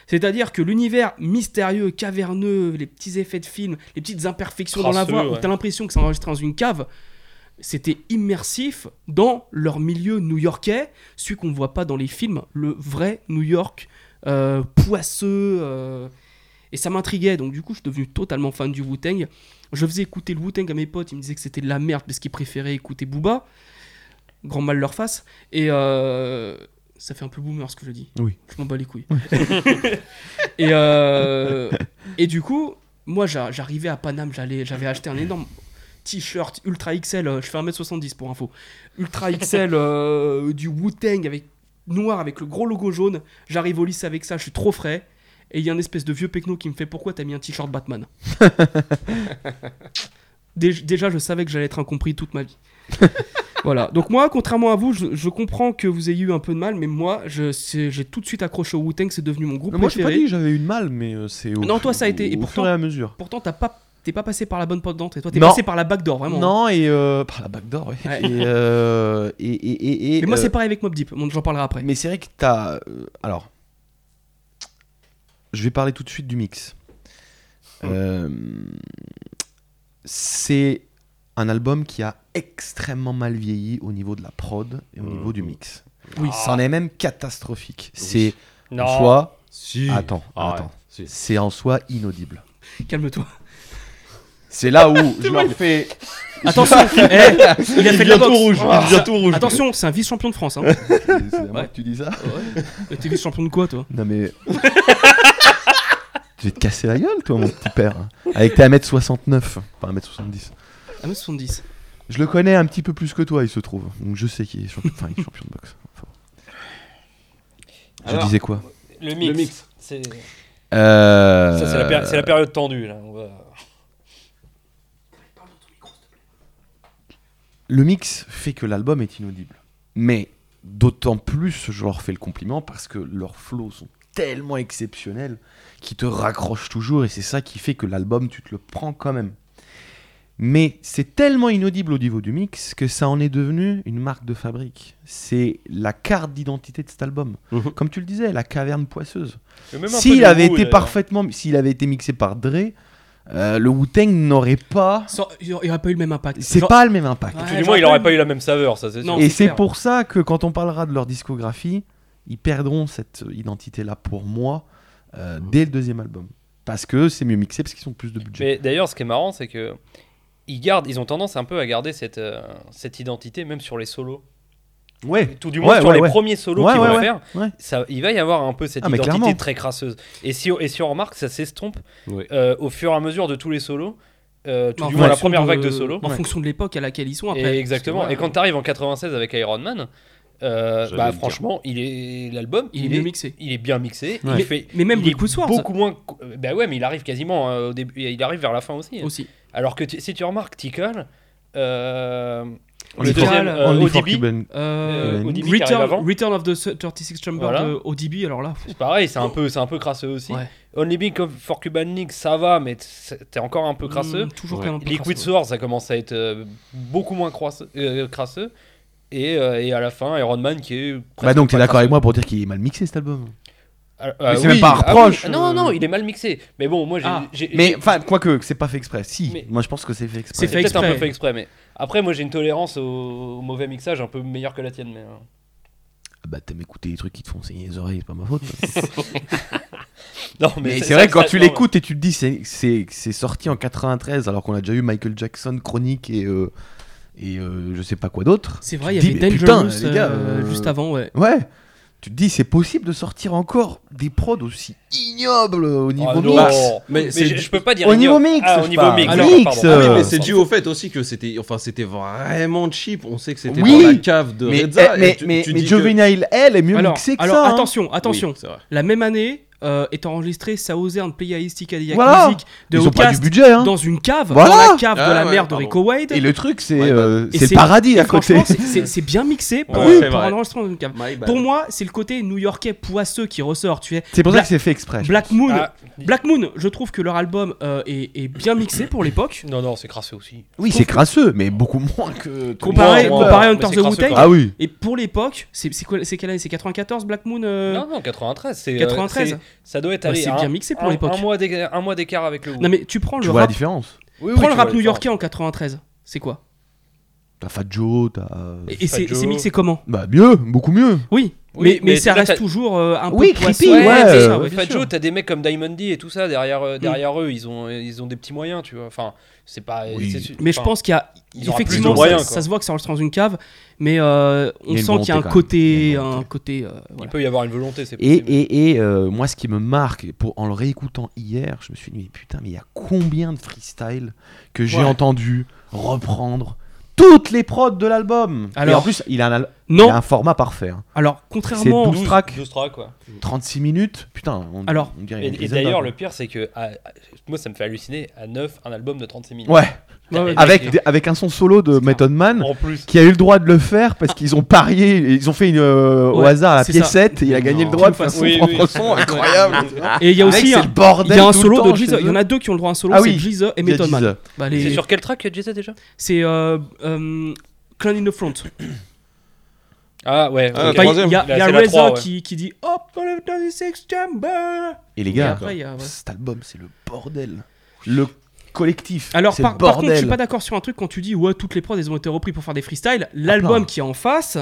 A: C'est-à-dire que l'univers mystérieux, caverneux, les petits effets de film, les petites imperfections dans la
G: Crasseux,
A: voix, où
G: ouais.
A: t'as l'impression que c'est enregistré dans une cave, c'était immersif dans leur milieu new-yorkais, celui qu'on ne voit pas dans les films, le vrai New York euh, poisseux. euh, et ça m'intriguait, donc du coup, je suis devenu totalement fan du Wu-Tang. Je faisais écouter le Wu-Tang à mes potes, ils me disaient que c'était de la merde parce qu'ils préféraient écouter Booba. Grand mal leur face. Et euh, ça fait un peu boomer ce que je dis.
E: Oui.
A: Je m'en bats les couilles. et, euh, et du coup, moi j'a- j'arrivais à Paname, j'allais- j'avais acheté un énorme t-shirt Ultra XL, euh, je fais 1m70 pour info, Ultra XL euh, du Wu-Tang avec, noir avec le gros logo jaune, j'arrive au lycée avec ça, je suis trop frais, et il y a un espèce de vieux pecno qui me fait pourquoi t'as mis un t-shirt Batman Dé- Déjà je savais que j'allais être incompris toute ma vie. voilà, donc moi, contrairement à vous, je, je comprends que vous ayez eu un peu de mal, mais moi, je- c'est- j'ai tout de suite accroché au Wu-Tang, c'est devenu mon groupe
E: moi, je pas
A: préféré.
E: dit que j'avais eu de mal, mais euh, c'est. au
A: Non,
E: fur-
A: toi, ça a été- et
E: au
A: pourtant-
E: fur et à mesure.
A: Pourtant, t'as pas, t'es pas passé par la bonne porte d'entrée. Toi, t'es
E: Non.
A: passé par la backdoor, vraiment. hein.
E: Non, et. euh, par la backdoor, ouais.
A: Ouais.
E: Et, euh, et, et, et- et,
A: Mais moi,
E: euh,
A: c'est pareil avec Mob Deep. Bon, J'en parlerai après.
E: Mais c'est vrai que t'as. euh, Alors. Je vais parler tout de suite du mix.
A: Mmh.
E: Euh, c'est un album qui a extrêmement mal vieilli au niveau de la prod et au niveau du mix.
A: Mmh.
E: Ah.
A: Oui.
E: C'en est même catastrophique. C'est en
G: Non.
E: soi.
B: Si.
E: Attends,
B: Ah ouais,
E: attends.
B: si.
E: C'est en soi inaudible.
A: Calme-toi.
E: C'est là où je leur fais.
A: Attention Eh, Il a fait de la boxe. Ah.
E: tout rouge.
A: Attention, c'est un vice-champion de France. Hein.
E: C'est à moi
A: Ouais.
E: que tu dis ça.
A: Euh, T'es vice-champion de quoi, toi
E: Non mais. tu vais te casser la gueule, toi, mon petit père. hein. Avec tes 1m69. Enfin, 1m70.
A: Ah, mais 70.
E: Je le connais un petit peu plus que toi, il se trouve. Donc je sais qu'il est champion, enfin, il est champion de boxe. Enfin, je
G: Alors,
E: disais quoi
G: le mix.
B: Le mix.
G: C'est...
E: Euh,
G: Ça, c'est la, péri- c'est la période tendue. Là. On va-
E: Le mix fait que l'album est inaudible. Mais d'autant plus, je leur fais le compliment parce que leurs flows sont tellement exceptionnels qui te raccrochent toujours et c'est ça qui fait que l'album, tu te le prends quand même. Mais c'est tellement inaudible au niveau du mix que ça en est devenu une marque de fabrique. C'est la carte d'identité de cet album.
B: Mhm.
E: Comme tu le disais, la caverne poisseuse.
G: Mais même un peu
E: S'il
G: de
E: avait
G: goût,
E: été
G: euh, d'ailleurs.
E: parfaitement, s'il avait été mixé par Dre, euh, le Wu-Tang n'aurait pas.
A: Sans- Il aurait pas eu le même impact.
E: C'est
A: Genre-
E: pas le même impact.
A: Ouais,
G: Tout du
A: genre-
G: moins, il aurait pas eu la même saveur, ça c'est
A: Non.
G: sûr.
E: Et
A: c'est
E: c'est
A: clair.
E: pour ça que quand on parlera de leur discographie, ils perdront cette identité-là pour moi euh, dès le deuxième album. Parce que c'est mieux mixé, parce qu'ils ont plus de budget.
G: Mais d'ailleurs, ce qui est marrant, c'est que ils gardent, ils ont tendance un peu à garder cette, euh, cette identité, même sur les solos.
E: Ouais,
G: Tout du moins
E: Ouais,
G: sur
E: ouais,
G: les
E: ouais.
G: premiers solos
E: Ouais,
G: qu'ils
E: ouais,
G: vont
E: ouais.
G: faire,
E: ouais.
G: ça, il va y avoir un peu cette
E: Ah, mais
G: identité
E: clairement.
G: très crasseuse. Et si, et si on remarque, ça s'estompe
B: Ouais.
G: euh, au fur et à mesure de tous les solos, euh, tout
A: en
G: du moins la
A: fonction
G: première vague de solos.
A: En fonction de l'époque à laquelle ils sont
G: Et
A: après.
G: exactement.
A: Parce que,
G: et quand
A: voilà,
G: tu arrives en 96 avec Iron Man, euh,
B: J'allais
G: bah,
B: le dire.
G: franchement, il est l'album,
A: il est mieux mixé.
G: il est bien mixé.
E: Ouais.
G: Il fait,
A: Mais même
G: il est
A: Blink Sword
G: beaucoup moins. co- euh, Bah ouais, mais il arrive quasiment euh, au début. Il arrive vers la fin aussi. hein.
A: aussi.
G: Alors que tu- si tu remarques, Tickle, euh,
E: Only
G: le
E: for-
G: deuxième, euh,
E: Only for
G: ODB,
E: Cuban.
A: Euh,
E: Euh,
G: ODB qui arrive avant.
A: Return, Return of the 36 Chamber
G: Voilà.
A: de ODB, alors là. pff,
G: c'est pareil, c'est un peu, c'est un peu crasseux aussi.
A: Ouais.
G: Only Big for Cuban League, ça va, mais t- t'es encore un peu crasseux.
A: hmm, toujours
B: Ouais.
A: quand même un peu
G: Liquid
A: crasseux, ouais.
G: Sword, ça commence à être euh, beaucoup moins croisseux- euh, crasseux. Et, euh, et à la fin, Iron Man qui est.
E: Bah
G: presque
E: donc t'es
G: pas
E: d'accord
G: crasseux.
E: avec moi pour dire qu'il est mal mixé cet album.
G: Ah,
E: Mais c'est même pas un
G: ah
E: reproche,
G: oui. Non,
E: euh.
G: non, il est mal mixé. Mais bon, moi j'ai.
A: Ah,
G: j'ai-
E: Mais
G: j'ai-
E: enfin, quoique, c'est pas fait exprès. Si,
G: Mais-
E: moi je pense que c'est fait exprès.
A: C'est
G: c'est
A: fait
G: peut-être un
A: exprès.
G: peu fait exprès, mais. Après, moi j'ai une tolérance au, au mauvais mixage un peu meilleure que la tienne. Mais, euh.
E: Ah Bah t'aimes écouter des trucs qui te font saigner les oreilles, c'est pas ma faute.
G: Non,
E: Mais
G: ça-
E: c'est vrai
G: ça-
E: que quand
G: ça-
E: tu
G: non,
E: l'écoutes et tu te dis c'est- c'est c'est sorti en 93 alors qu'on a déjà eu Michael Jackson, Chronique et, euh, et euh, je sais pas quoi d'autre.
A: C'est
E: Tu
A: vrai, il
E: te
A: y avait
E: dis, mais putain,
A: Dangerous
E: les gars,
A: euh,
E: euh,
A: juste avant, ouais.
E: Ouais. Tu te dis, c'est possible de sortir encore des prods aussi ignobles
B: Oh
E: au niveau
G: Ah, non.
E: mix
B: Mais
G: Mais
B: c'est
G: je,
B: du-
G: je peux pas dire.
E: Au niveau
G: ignoble.
E: mix,
G: Ah, au
E: je
G: niveau
E: parle.
G: mix.
E: Ah,
G: d'accord,
E: mix,
G: pardon.
E: euh,
B: Oui,
E: Euh,
B: mais c'est dû au fait aussi que c'était enfin c'était vraiment cheap. On sait que c'était
E: Oui,
B: dans la cave de
E: Mais, eh,
B: Reza. et
E: mais,
B: tu-
E: mais,
B: tu
E: mais
B: dis que-
E: Juvenile, elle, est mieux
A: alors,
E: mixée que
A: alors,
E: ça. hein.
A: attention, attention.
B: Oui, c'est vrai.
A: La même année euh, est enregistrée Southern Playaistic Cadillac
E: Voilà.
A: Music de
E: Ils ont pas du
A: Outkast
E: budget. Hein.
A: dans une cave,
E: Voilà.
A: dans la cave de
B: Ah
A: la
B: ouais,
A: mère de
B: pardon.
A: Rico Wade.
E: Et le truc, c'est
B: Ouais, bah,
E: euh,
A: et
E: c'est
A: c'est-
E: le paradis à
A: Et
E: côté.
A: franchement, c'est- c'est c'est bien mixé pour,
B: Ouais,
A: euh,
B: c'est
A: pour
B: vrai.
A: un enregistrement dans une cave.
G: Bah
B: My bad.
A: Pour moi, c'est le côté new-yorkais poisseux qui ressort. Tu es
E: C'est pour ça
A: Black-
E: que c'est fait exprès.
A: Black Moon.
G: Ah,
A: Black Moon, je trouve que leur album euh, est, est bien mixé pour l'époque.
G: Non, non, c'est crasseux aussi.
E: Oui, c'est crasseux, mais beaucoup moins que.
A: Comparé,
G: Bon,
A: comparé à
G: mais
A: Hunter
G: c'est
A: the
G: crasseux
A: Wu-Tang.
G: quand même.
E: Ah oui.
A: Et pour l'époque, c'est c'est quoi- c'est quelle année C'est 94 Black Moon euh,
G: Non, non, 93. C'est, euh,
A: 93.
G: c'est- Ça doit être
A: Ouais,
G: allez,
A: c'est
G: un-
A: bien mixé pour
G: un-
A: l'époque.
G: Un mois d'éca- un mois d'écart avec le Wu.
A: Non, mais tu prends
E: Tu
A: le
E: vois la
A: rap,
E: différence.
G: Oui, oui,
A: prends
G: tu
A: le
G: vois
A: rap
G: les
A: new-yorkais en 93. C'est quoi
E: T'as Fat Joe, t'as. euh,
A: Et, et c'est
G: Joe.
A: c'est mixé comment
E: Bah mieux, beaucoup mieux.
A: Oui,
G: Oui,
A: mais, mais,
G: mais
A: ça
G: là,
A: reste
G: t'as-
A: toujours euh, un
E: Oui,
A: peu poisseux.
E: creepy,
G: ouais,
A: c'est
G: mais-
A: ça, Mm.
E: ouais,
G: Fat
E: bien sûr.
G: Joe, t'as des mecs comme Diamond D et tout ça derrière, euh, derrière eux, ils ont, ils ont des petits moyens, tu vois. Enfin, c'est pas.
E: Oui.
G: c'est su-
A: Mais je
G: enfin,
A: pense qu'il y a
G: ils auront plus de
A: effectivement
G: moyens,
A: ça,
G: quoi.
A: ça se voit que ça enregistre dans une cave, mais euh, on
E: Il y a une
A: sent qu'il y a un
E: volonté, quand même. Il
A: côté,
E: y a une
A: un
E: volonté.
A: côté. euh,
G: Il
A: voilà.
G: peut y avoir une volonté, c'est
E: Et,
G: possible.
E: et, et euh, moi, ce qui me marque, pour, en le réécoutant hier, je me suis dit, mais putain, mais il y a combien de freestyle que j'ai
A: Ouais.
E: entendu reprendre toutes les prods de l'album Et
A: Alors-
E: en plus, il a un, al- il a
A: Non,
E: un format parfait. hein.
A: alors contrairement,
E: douze tracks.
G: 12 tracks, quoi.
E: 36 minutes, putain, on,
A: Alors,
E: on dirait
G: Et,
E: une
G: et
E: quinzaine
G: d'ailleurs,
E: d'heures.
G: le pire, c'est que à- à- moi, ça me fait halluciner. À 9, un album de 36 minutes.
E: Ouais,
A: Ouais, ouais.
E: avec, des- avec un son solo de Method Man
G: En plus.
E: qui a eu le droit de le faire parce qu'ils ont parié, et ils ont fait une, euh, au
A: Ouais,
E: hasard la
A: c'est
E: pièce
A: ça.
E: 7 et il a gagné
B: Non.
E: le droit de faire son
G: Oui,
E: propre
G: oui.
E: son, incroyable.
A: et il y a
E: Ah, Mec,
A: aussi
E: c'est
A: un,
E: le bordel
A: il y a un
E: tout le
A: solo
E: temps
A: de Jizza.
E: chez
A: Il y en
E: eux.
A: a deux qui ont le droit à un solo,
E: Ah
A: c'est
E: oui,
A: Jizza et
E: Il y a
A: Method Man.
E: Jizza.
A: Bah, les-
G: C'est sur quel track que JZ déjà
A: C'est euh, euh, Clan in the Front.
G: Ah ouais.
B: Ah,
G: ok.
A: Enfin, il y a- il y a,
G: Là, c'est la
A: Reza
G: trois, ouais.
A: qui, qui dit Open up the six chamber.
E: Et les
A: Et
E: gars,
A: après, il y a- Ah ouais.
E: cet album, c'est le bordel. Le collectif.
A: Alors
E: c'est
A: par,
E: le
A: par
E: bordel.
A: contre, je suis pas d'accord sur un truc quand tu dis ouais toutes les prods elles ont été repris pour faire des freestyles. L'album
E: Ah, plein.
A: qui est en face,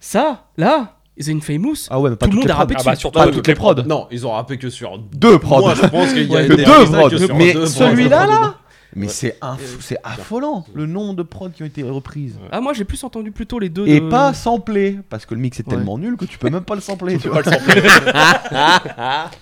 A: ça, là, The Infamous.
E: Ah ouais, mais pas
A: Tout le
E: toutes
A: monde
E: les
A: a rappé
E: prods.
G: Ah
A: dessus.
G: bah surtout
E: Pas
G: euh,
E: toutes les prods.
B: Non, ils ont rappé que sur
E: Deux prods.
B: Moi, je pense qu'il y a
E: Ouais.
B: des
E: Deux
B: freestyles
E: prods.
B: que sur
E: Mais
B: deux prods.
E: celui-là, là Mais
B: Ouais.
E: c'est inf- c'est affolant le nombre de prods qui ont été reprises.
A: Ah moi j'ai plus entendu plutôt les deux.
E: Et
A: de-
E: pas samplé, parce que le mix est
A: Euh, Ouais.
E: tellement nul que tu peux même pas le sampler. tu
G: Tu
E: vois.
G: peux pas le sampler.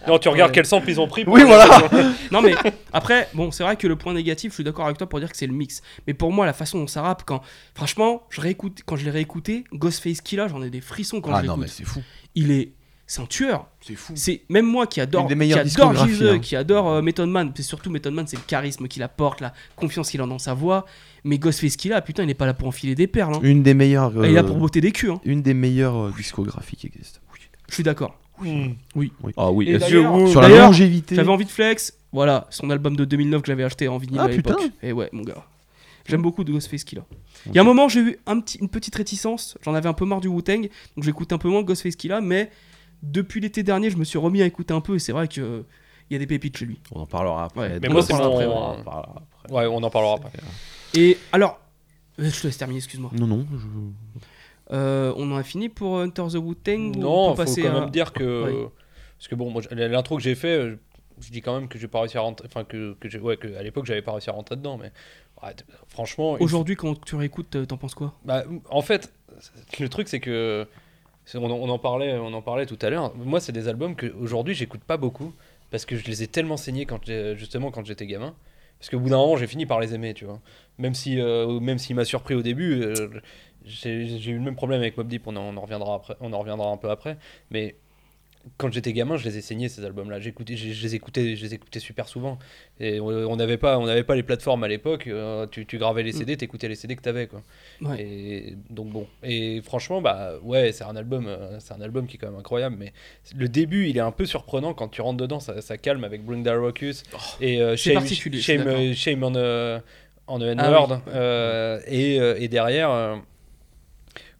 G: non, tu regardes quel sample ils ont pris. pour-
E: Oui, voilà.
A: Non mais après bon c'est vrai que le point négatif je suis d'accord avec toi pour dire que c'est le mix. Mais pour moi la façon dont ça rappe quand franchement je réécoute quand je l'ai réécouté Ghostface Killa j'en ai des frissons quand
E: Ah
A: je
E: non, mais
A: l'écoute.
E: c'est fou.
A: Il est c'est un tueur.
E: C'est fou.
A: C'est même moi qui adore,
E: Une des
A: qui
E: meilleures
A: adore
E: discographies,
A: Gizeux,
E: hein.
A: qui adore euh, Method Man. C'est surtout Method Man, c'est le charisme qu'il apporte, la confiance qu'il a dans sa voix. Mais Ghostface qu'il a, putain, il n'est pas là pour enfiler des perles. hein.
E: Une des meilleures.
A: Il est là
E: euh,
A: pour botter des culs. hein.
E: Une des meilleures euh, discographies qui existent.
A: Je suis d'accord.
G: Hmm.
B: Ah oui,
A: Et
B: est-ce-
A: d'ailleurs,
E: Sur la
A: d'ailleurs,
E: longévité.
A: J'avais envie de flex. Voilà, son album de 2009 que j'avais acheté en vinyle
E: Ah,
A: à l'époque.
E: putain.
A: Et ouais, mon gars. J'aime beaucoup de Ghostface Killa. Il y a un moment, j'ai eu un petit, une petite réticence. J'en avais un peu marre du Wu-Tang. Donc j'écoute un peu moins de Ghostface Killa. Mais depuis l'été dernier, je me suis remis à écouter un peu. Et c'est vrai que. euh, Il y a des pépites chez lui.
B: on en parlera après.
A: Ouais.
G: Mais moi, c'est
B: On en parlera
G: mon-
B: après, on en parlera après.
G: Ouais, on en parlera après.
A: Et alors, euh, je te laisse terminer, excuse-moi.
E: Non, non. je-
A: Euh, on en a fini pour Hunter the Wu-Tang ou on
G: Non,
A: peut
G: faut
A: passer
G: quand
A: à-
G: même dire que.
A: Oui.
G: Parce que bon, moi, j'- l'intro que j'ai fait, euh, je dis quand même que j'ai pas réussi à rentrer. Enfin, que, que j'ai- ouais, que à l'époque, j'avais pas réussi à rentrer dedans. Mais ouais, t- franchement, une
A: Aujourd'hui, quand tu réécoutes, euh, t'en penses quoi
G: Bah, en fait, le truc c'est que c'est- on, en- on en parlait, on en parlait tout à l'heure. Moi, c'est des albums que aujourd'hui j'écoute pas beaucoup parce que je les ai tellement saignés quand j'ai- justement quand j'étais gamin. Parce qu'au bout d'un moment, j'ai fini par les aimer, tu vois. Même si, euh, même s'il m'a surpris au début, euh, j'ai j'ai eu le même problème avec Mob Deep. On en, on en reviendra après, on en reviendra un peu après. Mais quand j'étais gamin, je les ai saignés ces albums-là. J'écoutais, je, je les écoutais, je les écoutais super souvent. Et on on n'avait pas, on n'avait pas les plateformes à l'époque. euh, tu, tu gravais les CD, t'écoutais les CD que t'avais, quoi.
A: Mm. Ouais.
G: Et donc bon, et franchement, bah ouais, c'est un album, euh, c'est un album qui est quand même incroyable. Mais le début, il est un peu surprenant quand tu rentres dedans, ça, ça calme avec Bring the Rockus et euh,
A: Oh, c'est
G: Shame,
A: particulier, je suis
G: Shame,
A: d'accord.
G: euh, Shame on euh, on the
A: Ah
G: N-word. Euh, et, euh, et derrière, euh,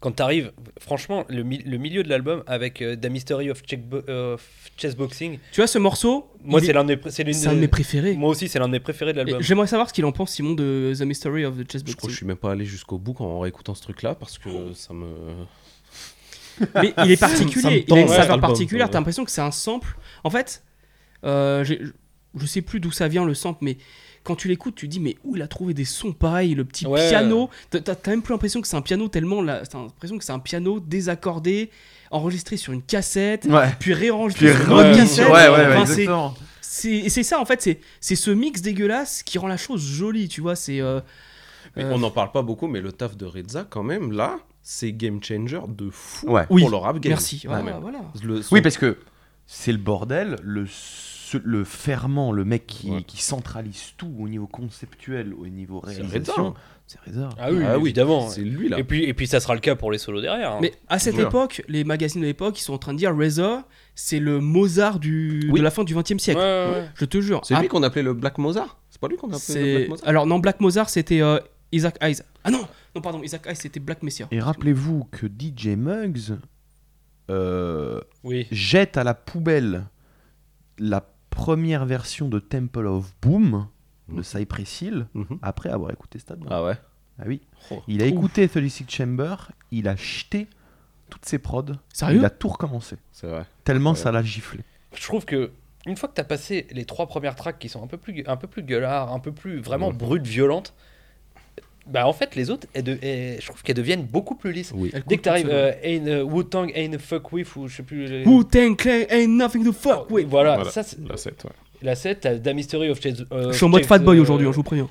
G: quand t'arrives, franchement, le, mi- le milieu de l'album avec euh, The Mystery of, Checkbo- of Chessboxing,
A: Tu vois, ce morceau,
G: moi
A: il
G: c'est
A: est-
G: l'un de mes, pré- c'est l'une
A: c'est un de
G: des-
A: mes préférés.
G: moi aussi c'est l'un de mes préférés de
A: Et
G: l'album.
A: J'aimerais savoir ce qu'il en pense, Simon, de The Mystery of the
B: Je crois que je
A: Chessboxing.
B: suis même pas allé jusqu'au bout quand en réécoutant ce truc-là parce que ça me.
A: Mais il est
B: Ça me
A: particulier, il
B: tend,
A: a une
B: ouais,
A: saveur
B: l'album,
A: particulière.
B: ouais.
A: T'as l'impression que c'est un sample. En fait, euh, j'ai- je sais plus d'où ça vient le sample, mais quand tu l'écoutes, tu dis mais où il a trouvé des sons pareils, le petit
G: Ouais.
A: piano. T'as- T'as t'as même plus l'impression que c'est un piano tellement là, t'as l'impression que c'est un piano désaccordé, enregistré sur une cassette,
E: Ouais.
A: puis réenregistré
E: Puis
A: sur une autre
E: remis
A: cassette.
E: sur- ouais, ouais, ouais,
A: Enfin, c'est-
E: exactement.
A: c'est et c'est ça en fait, c'est c'est ce mix dégueulasse qui rend la chose jolie, tu vois. C'est euh,
B: Mais
A: Euh.
B: On n'en parle pas beaucoup, mais le taf de Reza, quand même, là, c'est game changer de fou
E: Ouais.
B: pour
A: Oui.
B: le rap game.
A: merci.
E: Ouais,
A: voilà,
B: mais-
A: voilà.
B: Le son-
E: Oui, parce que c'est le bordel, le, ce- le ferment, le mec qui,
B: Ouais.
E: qui centralise tout au niveau conceptuel, au niveau
B: C'est
E: réalisation. C'est Reza.
G: Ah oui,
B: hein. Ah oui,
G: évidemment.
B: c'est lui, là.
G: Et puis, et puis ça sera le cas pour les solos derrière. hein.
A: Mais à cette
B: Jure.
A: époque, les magazines de l'époque, ils sont en train de dire Reza, c'est le Mozart du,
B: Oui.
A: de la fin du XXe
G: Ouais,
A: siècle.
G: ouais, ouais.
A: Je te jure.
B: C'est lui qu'on appelait le Black Mozart C'est pas lui qu'on appelait le
A: ah. C'est-
B: Black Mozart
A: Alors non, Black Mozart c'était euh, Isaac Hayes. Ah non, non pardon, Isaac Hayes c'était Black Messiah.
E: Et rappelez-vous que DJ Muggs euh,
G: Oui.
E: jette à la poubelle la première version de Temple of Boom de
B: Mhm.
E: Cypress Hill
B: Mhm.
E: après avoir écouté Stade.
B: Ah ouais
E: Ah oui.
B: Oh.
E: Il a écouté 36 Chamber, il a jeté toutes ses prods,
A: Sérieux
E: il a tout recommencé.
B: C'est vrai.
E: Tellement
B: Ouais.
E: ça l'a giflé.
G: Je trouve que une fois que t'as passé les trois premières tracks qui sont un peu plus, un peu plus gueulards, un peu plus vraiment
B: Mhm.
G: brutes, violentes, bah en fait les autres, elles de- elles- je trouve qu'elles deviennent beaucoup plus lisses.
B: Oui.
A: Elle coule
G: Dès que t'arrives
A: toute seule.
G: euh, Ain't, euh, Wu-Tang Ain't a Fuck With ou je sais plus. les-
A: Wu-Tang Clan ain't nothing to
B: Oh,
A: fuck with.
G: Voilà,
B: Voilà.
G: ça, c'est-
B: La 7, ouais.
G: la 7, t'as Damn History of Chess. euh,
A: Je suis en mode
G: Chess,
A: fat boy
G: euh,
A: aujourd'hui, hein, je vous préviens.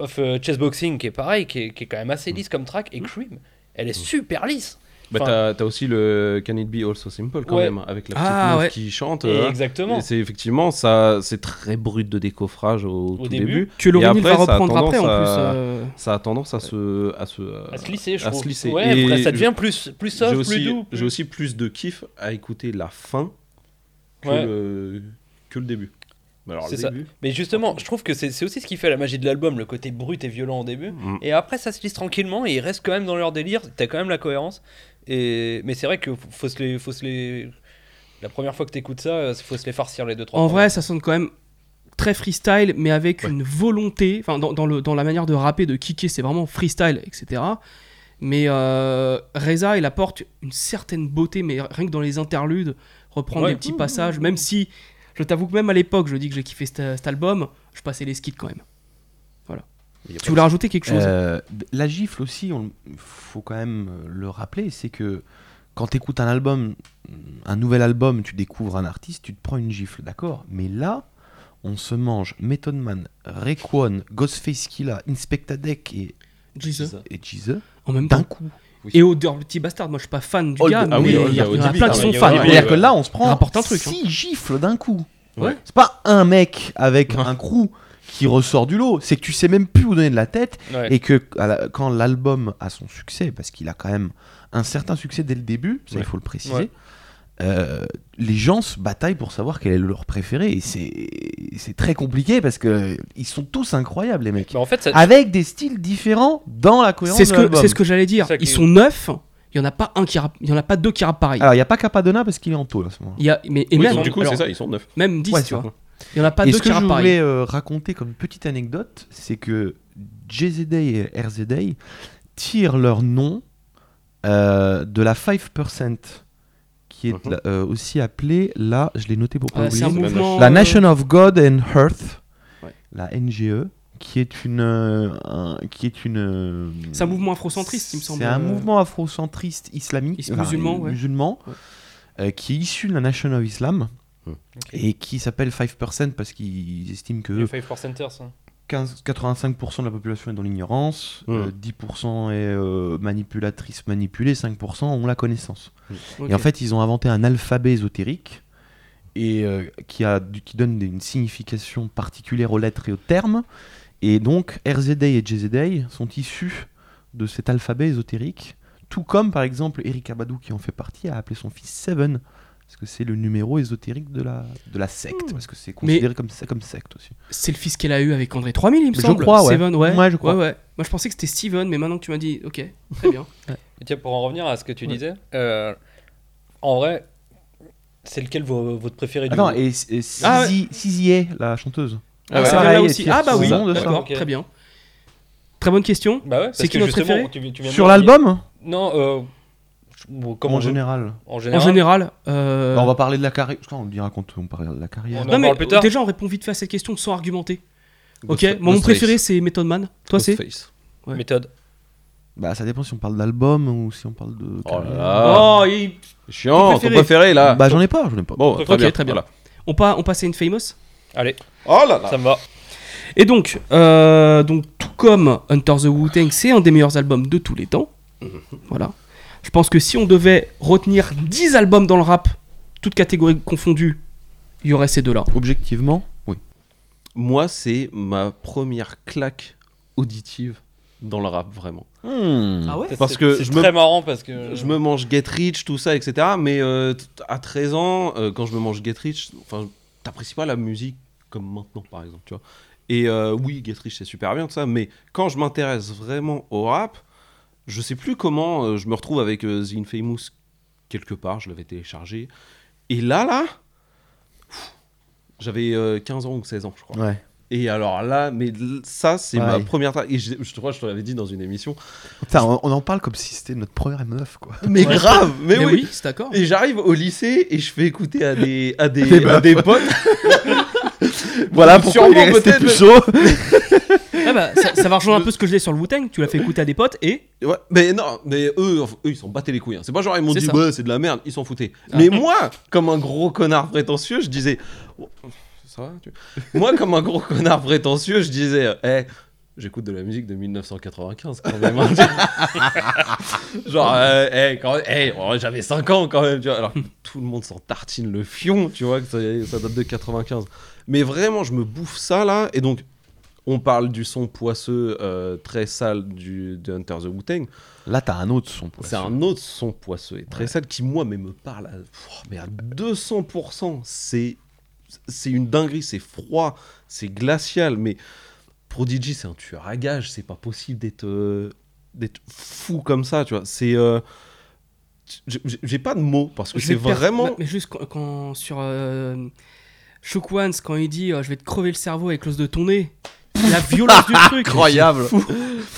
G: Of euh, Chessboxing qui est pareil, qui est, qui est quand même assez
A: Mm.
G: lisse comme track, et Cream, elle est super lisse.
B: Bah,
G: Enfin-
B: t'as- t'as aussi le Can It Be Also Simple quand
G: Ouais.
B: même, avec la petite
A: Ah,
B: meuf
A: ouais.
B: qui chante.
G: Et
B: euh,
G: exactement.
B: et C'est effectivement, ça, c'est très brut de décoffrage au, tout
G: début.
B: début.
A: Que
B: Et
A: Laurine
B: après,
A: va
B: ça a
A: reprendre après en plus.
B: tendance à-
A: euh,
B: Ça a tendance à se, à se, euh,
G: À se lisser, je
B: à se
G: trouve.
B: lisser.
G: Ouais,
B: Et
G: après, ça devient
B: je-
G: plus, plus
B: J'ai
G: soft, plus
B: aussi,
G: doux. plus-
B: j'ai aussi plus de kiff à écouter la fin que,
G: Ouais.
B: le, que le début. Mais Alors,
G: C'est
B: le
G: ça.
B: début,
G: Mais justement, je trouve que c'est c'est aussi ce qui fait la magie de l'album, le côté brut et violent au début.
B: Mm.
G: Et après, ça se lisse tranquillement et ils restent quand même dans leur délire. T'as quand même la cohérence. Et... Mais c'est vrai que f- faut se les. Faut se les... La première fois que t'écoutes ça, euh, faut se les farcir les deux trois.
A: En
G: premières.
A: vrai, ça sonne quand même très freestyle, mais avec une volonté, enfin dans, dans le, dans la manière de rapper, de kicker, c'est vraiment freestyle, etc. Mais euh, Reza, il apporte une certaine beauté, mais rien que dans les interludes, reprendre
G: Ouais.
A: des petits passages, même si, je t'avoue que même à l'époque, je dis que j'ai kiffé cet, cet album, je passais les skits quand même. Voilà. Tu voulais rajouter quelque chose
E: Euh, d- la gifle aussi, on, le- faut quand même euh, le rappeler, c'est que quand tu écoutes un album, un nouvel album, tu découvres un artiste, tu te prends une gifle, d'accord Mais là, on se mange Method Man, Raekwon, Ghostface Killah, Inspectadec et,
A: Jesus.
E: et Jeezy
A: En même
E: d'un
A: temps.
E: coup.
A: Et au Dirty Bastard, moi je suis pas fan du
E: Old-
A: gars,
B: Ah
A: mais
B: oui,
A: il
B: Old-
A: y, a- il y en a
B: Old-
A: plein qui
B: Old-
A: sont
B: Old-
E: Ah,
A: fans.
B: Old-
A: hein.
B: Old-
E: C'est-à-dire que là, on se prend
A: Rapporte un truc, hein.
E: six gifles d'un coup.
B: Ouais.
E: C'est pas un mec avec
B: Ouais.
E: un crew qui ressort du lot, c'est que tu sais même plus où donner de la tête
G: Ouais.
E: et que à la- quand l'album a son succès, parce qu'il a quand même un certain succès dès le début, ça il
B: Ouais.
E: faut le préciser,
G: Ouais.
E: euh, les gens se bataillent pour savoir quel est leur préféré et c'est c'est très compliqué parce que ils sont tous incroyables les mecs,
G: Mais en fait, ça-
A: Ah,
E: avec des styles différents dans la cohérence
A: Euh, C'est ce
E: de
A: que,
E: l'album.
A: c'est ce que j'allais dire.
G: C'est ça qui-
A: Ils sont neuf, il y en a pas un qui rappe- il y en a pas deux qui rappent pareil.
E: Alors il y a pas Capadonna parce qu'il est en taux à ce moment.
A: Il y a, mais, et
B: Oui,
A: même,
B: donc, du coup,
A: alors,
B: c'est ça, ils sont neuf.
A: même 10,
E: Ouais,
A: tu
E: c'est
A: vois. Il y en a pas
E: et
A: deux
E: ce
A: qui
E: que je
A: rappent pareil.
E: voulais euh, raconter comme petite anecdote, c'est que JZD et RZD tirent leur nom euh, de la 5%, qui est
B: Mhm.
E: la- euh, aussi appelée, là, je l'ai noté pour pas
A: Ah, c'est
E: oublier,
A: un
B: la
A: mouvement.
E: la
A: euh,
E: Nation of God and Earth,
A: Ouais.
E: la NGE, qui est une... euh, un- qui est une euh,
A: C'est un mouvement afrocentriste, il me semble.
E: C'est un mouvement afrocentriste islamique,
A: Is- musulman, ouais.
E: musulman,
A: Ouais.
E: euh, qui est issu de la Nation of Islam.
B: Hmm.
E: Et qui s'appelle 5% parce qu'ils estiment que
G: Les Five Four Centers. hein.
E: 15 85% de la population est dans l'ignorance,
B: Mm.
E: euh, 10% est euh, manipulatrice, manipulée, 5% ont la connaissance.
A: Ok.
E: Et en fait, ils ont inventé un alphabet ésotérique et, euh, qui, a, du- qui donne des- une signification particulière aux lettres et aux termes. Et donc, RZD et JZD sont issus de cet alphabet ésotérique, tout comme par exemple Eric Abadou, qui en fait partie, a appelé son fils Seven. Parce que c'est le numéro ésotérique de la, de la secte. Parce que c'est considéré comme, ça- comme secte aussi.
A: C'est le fils qu'elle a eu avec André 3000, il me
E: Je
A: semble.
E: crois, ouais.
A: Seven, ouais.
E: Ouais, je crois.
A: ouais. Moi, je pensais que c'était Steven, mais maintenant que tu m'as dit, ok, très bien.
G: Et tiens, pour en revenir à ce que tu disais, euh, en vrai, c'est lequel vo- votre préféré du
E: Attends,
G: coup
E: et, et Sizi,
A: Ah ouais.
E: Sizi est, la chanteuse.
B: Ah ouais.
A: C'est bien
E: Pareil,
A: là
E: elle
A: aussi.
E: tire
A: Ah, bah
E: son
A: oui,
E: nom de
A: d'accord,
G: Ok.
A: très bien. Très bonne question.
G: Bah ouais, parce
A: C'est qui
G: que
A: notre
G: justement,
A: préféré
G: tu viens- tu viens
E: ça.
G: de
E: Sur
G: le dire.
E: l'album
G: Non, euh, je- bon, comme
E: En
G: on veut.
E: général.
G: En
A: En
G: général.
A: général. euh,
E: Bah, On va parler de la carrière. Je crois qu'on dira quand on parle de la carrière.
G: On en
A: Non, mais
G: parle plus tard.
A: déjà, on répond vite fait à cette question sans argumenter. Ok,
B: Ghostfa-
A: mon
B: Ghostface.
A: préféré c'est Method Man. Toi c'est
B: Ghostface.
A: Ouais.
G: Méthode.
E: Bah, ça dépend si on parle d'album ou si on parle de.
B: Oh là
E: carrière.
B: là.
A: Oh, il-
B: Chiant,
A: préféré.
B: ton préféré là.
E: Bah, j'en ai pas, j'en ai pas.
B: bon,
A: Ok,
B: bien.
A: très bien.
B: voilà.
A: on, pa- on passait une famous.
G: Allez,
B: Oh là là.
G: ça me va.
A: Et donc, euh, donc tout comme Hunter the Wu-Tang, c'est un des meilleurs albums de tous les temps. Voilà. Je pense que si on devait retenir 10 albums dans le rap, toutes catégories confondues, il y aurait ces deux-là.
E: Objectivement, oui.
B: Moi, c'est ma première claque auditive dans le rap, vraiment.
A: ouais
B: Parce
G: C'est-
B: que
G: c'est
B: je me-
G: très marrant parce que
B: Je me mange Get Rich, tout ça, etc. Mais euh, t- à 13 ans, euh, quand je me mange Get Rich, enfin, t'apprécies pas la musique comme maintenant, par exemple, tu vois. Et euh, oui, Get Rich, c'est super bien, tout ça. Mais quand je m'intéresse vraiment au rap, je sais plus comment euh, je me retrouve avec euh, The Infamous quelque part, je l'avais téléchargé. Et là, là, pff, j'avais euh, 15 ans ou 16 ans, je crois.
E: Ouais.
B: Et alors là, mais l- ça, c'est ma
E: Ouais.
B: première. tra- Et je, je crois que je te l'avais dit dans une émission.
E: Putain, on, on en parle comme si c'était notre première meuf, quoi.
B: Mais grave, mais,
A: Mais
B: oui.
A: oui, c'est d'accord.
B: Et j'arrive au lycée et je fais écouter à des, à des,
E: Des
B: à des potes.
E: Voilà
B: pourquoi il est resté plus
E: chaud.
A: Ah bah, ça, ça va rejoindre un peu ce que je disais sur le Wu-Tang. Tu l'as fait écouter à des potes et.
B: Ouais, mais non, mais eux, enfin, eux ils s'en battaient les couilles. hein. C'est pas genre ils m'ont
A: C'est
B: dit
A: ça. Ah.
B: ouais, c'est de la merde, ils s'en foutaient. Mais moi, comme un gros connard prétentieux, je disais Oh, ça va tu- Moi, comme un gros connard prétentieux, je disais eh, j'écoute de la musique de 1995 quand même. hein. genre euh, eh, quand- eh, oh, j'avais 5 ans quand même, tu vois. Alors que tout le monde s'en tartine le fion, tu vois que ça, ça date de 95. Mais vraiment, je me bouffe ça là et donc on parle du son poisseux euh, très sale du, de Hunter the Wu-Tang.
E: Là, t'as un autre son. pour
B: C'est
E: la
B: un autre son poisseux et très sale qui, moi, mais me parle à, Pff, mais à 200%. C'est c'est une dinguerie, c'est froid, c'est glacial, mais Prodigy, c'est un tueur à gages, c'est pas possible d'être euh, d'être fou comme ça, tu vois. C'est. euh, j'ai- J'ai j'ai pas de mots parce que
A: Je
B: c'est
A: vais te per-
B: vraiment.
A: Mais juste quand, quand- sur. Euh, Shook Ones, quand il dit euh, Je vais te crever le cerveau avec l'os de ton nez. La violence du truc.
B: Incroyable!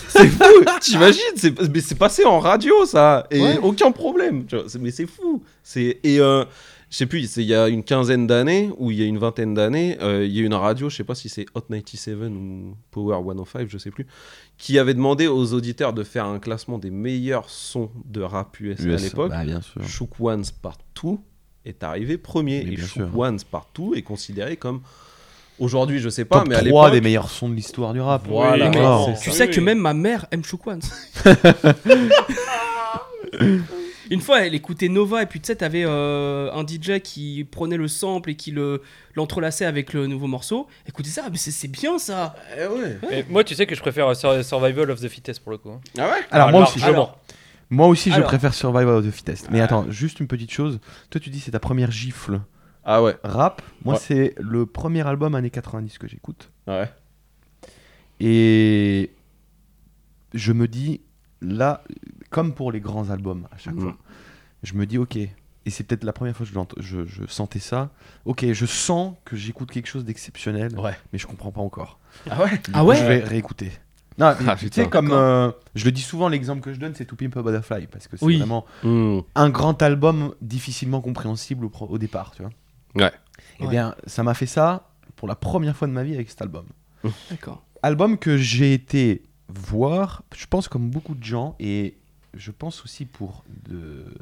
B: C'est fou! T'imagines? C'est- Mais c'est passé en radio, ça! Et
A: Ouais.
B: aucun problème! tu vois. C'est- Mais c'est fou! C'est- Et euh, je sais plus, c'est il y a une quinzaine d'années ou il y a une vingtaine d'années, euh, il y a une radio, je sais pas si c'est Hot 97 ou Power 105, je sais plus, qui avait demandé aux auditeurs de faire un classement des meilleurs sons de rap US,
E: suite.
B: à l'époque.
E: Bah, bien sûr.
B: Shook Ones partout est arrivé premier.
E: Mais
B: et
E: bien
B: Shook
E: sûr.
B: Ones partout est considéré comme. Aujourd'hui, je sais pas,
E: Top
B: mais à
E: 3
B: l'époque.
E: des meilleurs sons de l'histoire du rap.
B: Voilà.
A: Mais
E: Alors,
G: c'est
A: tu
G: ça.
A: sais
G: Oui,
A: que
G: oui.
A: même ma mère aime Shook Ones. Une fois, elle écoutait Nova et puis tu sais, t'avais euh, un DJ qui prenait le sample et qui le l'entrelaçait avec le nouveau morceau. Écoutez ça, mais c'est- c'est bien ça.
B: Eh ouais.
G: Et moi, tu sais que je préfère Sur- Survival of the Fittest pour le coup. hein.
B: Ah ouais?
E: Alors, moi
G: Alors,
E: aussi,
G: je- Alors,
E: moi aussi, je
A: alors.
E: préfère Survival of the Fittest. Mais attends, juste une petite chose. Toi, tu dis c'est ta première gifle
B: Ah ouais.
E: rap. Moi,
B: Ouais.
E: c'est le premier album années 90 que j'écoute.
B: Ouais.
E: Et je me dis, là, comme pour les grands albums à chaque
B: Mhm.
E: fois, je me dis, ok, et c'est peut-être la première fois que je, l'ent- je, je sentais ça, ok, je sens que j'écoute quelque chose d'exceptionnel,
B: Ouais.
E: mais je comprends pas encore.
B: Ah ouais Ah,
E: Du
A: Ah
E: coup,
A: ouais
E: Je vais réécouter. Non, mais tu
B: putain.
E: sais, comme euh, je le dis souvent, l'exemple que je donne, c'est To Pimp a Butterfly, parce que c'est
A: Oui.
E: vraiment
B: Hmm.
E: un grand album difficilement compréhensible au, pro- au départ, tu vois.
B: Ouais.
E: Et
A: Ouais.
E: bien, ça m'a fait ça pour la première fois de ma vie avec cet album
A: D'accord.
E: album que j'ai été voir, je pense comme beaucoup de gens, et je pense aussi pour de euh,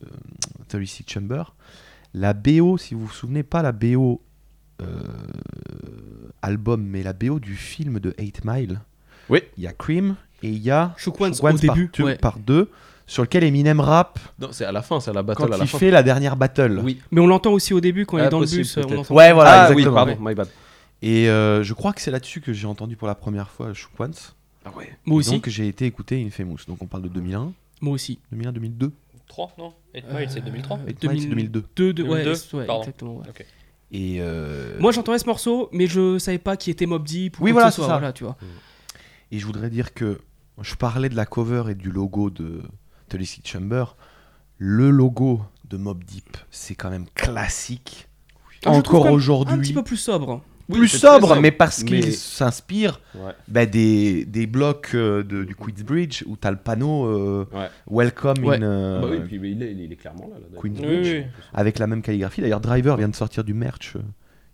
E: 36 Chamber, la BO, si vous vous souvenez, pas la BO euh, album, mais la BO du film de 8 Mile.
B: Oui.
E: Il y a Cream et il y a
A: Shook Ones
E: Shook
A: au
E: Ones par
A: début.
E: deux-
A: ouais.
E: par deux, sur lequel Eminem rappe
B: Non, c'est à la fin, c'est à la battle
E: quand
B: à la
E: il
B: fin.
E: fait la dernière battle.
B: Oui.
A: Mais on l'entend aussi au début quand il
B: Ah,
A: est dans
B: possible,
A: le bus. euh, On
B: peut-être.
A: l'entend.
E: Ouais, voilà,
B: ah oui,
E: exactement.
B: pardon, my bad.
E: Et euh, je crois que c'est là-dessus que j'ai entendu pour la première fois Shook Ones.
B: Ah ouais.
A: Moi
E: Et
A: aussi.
E: Donc j'ai été écouter Infamous. Donc on parle de 2001,
A: Moi aussi.
E: 2001, 2002.
G: 3, non 8 Mile, c'est 2003.
E: Eight Mile, c'est 2002.
A: Deux, deux, ouais,
G: 2002,
A: c'est- ouais,
G: pardon.
A: exactement. ouais.
E: Et euh,
A: Moi j'entendais ce morceau, mais je savais pas qui était Mob Deep ou
E: Oui,
A: quoi
E: voilà,
A: que ce
E: c'est
A: soit,
E: ça.
A: Voilà, tu vois.
E: Et je voudrais dire que je parlais de la cover et du logo de Tulsi Chamber. Le logo de Mob Deep, c'est quand même classique.
A: Ah, je le trouve
E: Encore
A: quand même Un
E: aujourd'hui.
A: petit peu plus sobre.
B: Oui,
E: plus
B: c'est très
E: sobre,
B: simple.
E: mais parce
B: Mais-
E: qu'il s'inspire
B: Ouais.
E: bah, des, des blocs euh, de- du Queensbridge où t'as le panneau euh,
B: Ouais.
E: Welcome
A: Ouais.
E: in, euh,
B: Bah oui, puis mais il, est, il est clairement là. là d'ailleurs.
E: Queen's
B: Ah,
G: Oui, Bridge. oui.
B: En plus.
E: avec la même calligraphie. D'ailleurs, Driver vient de sortir du merch euh,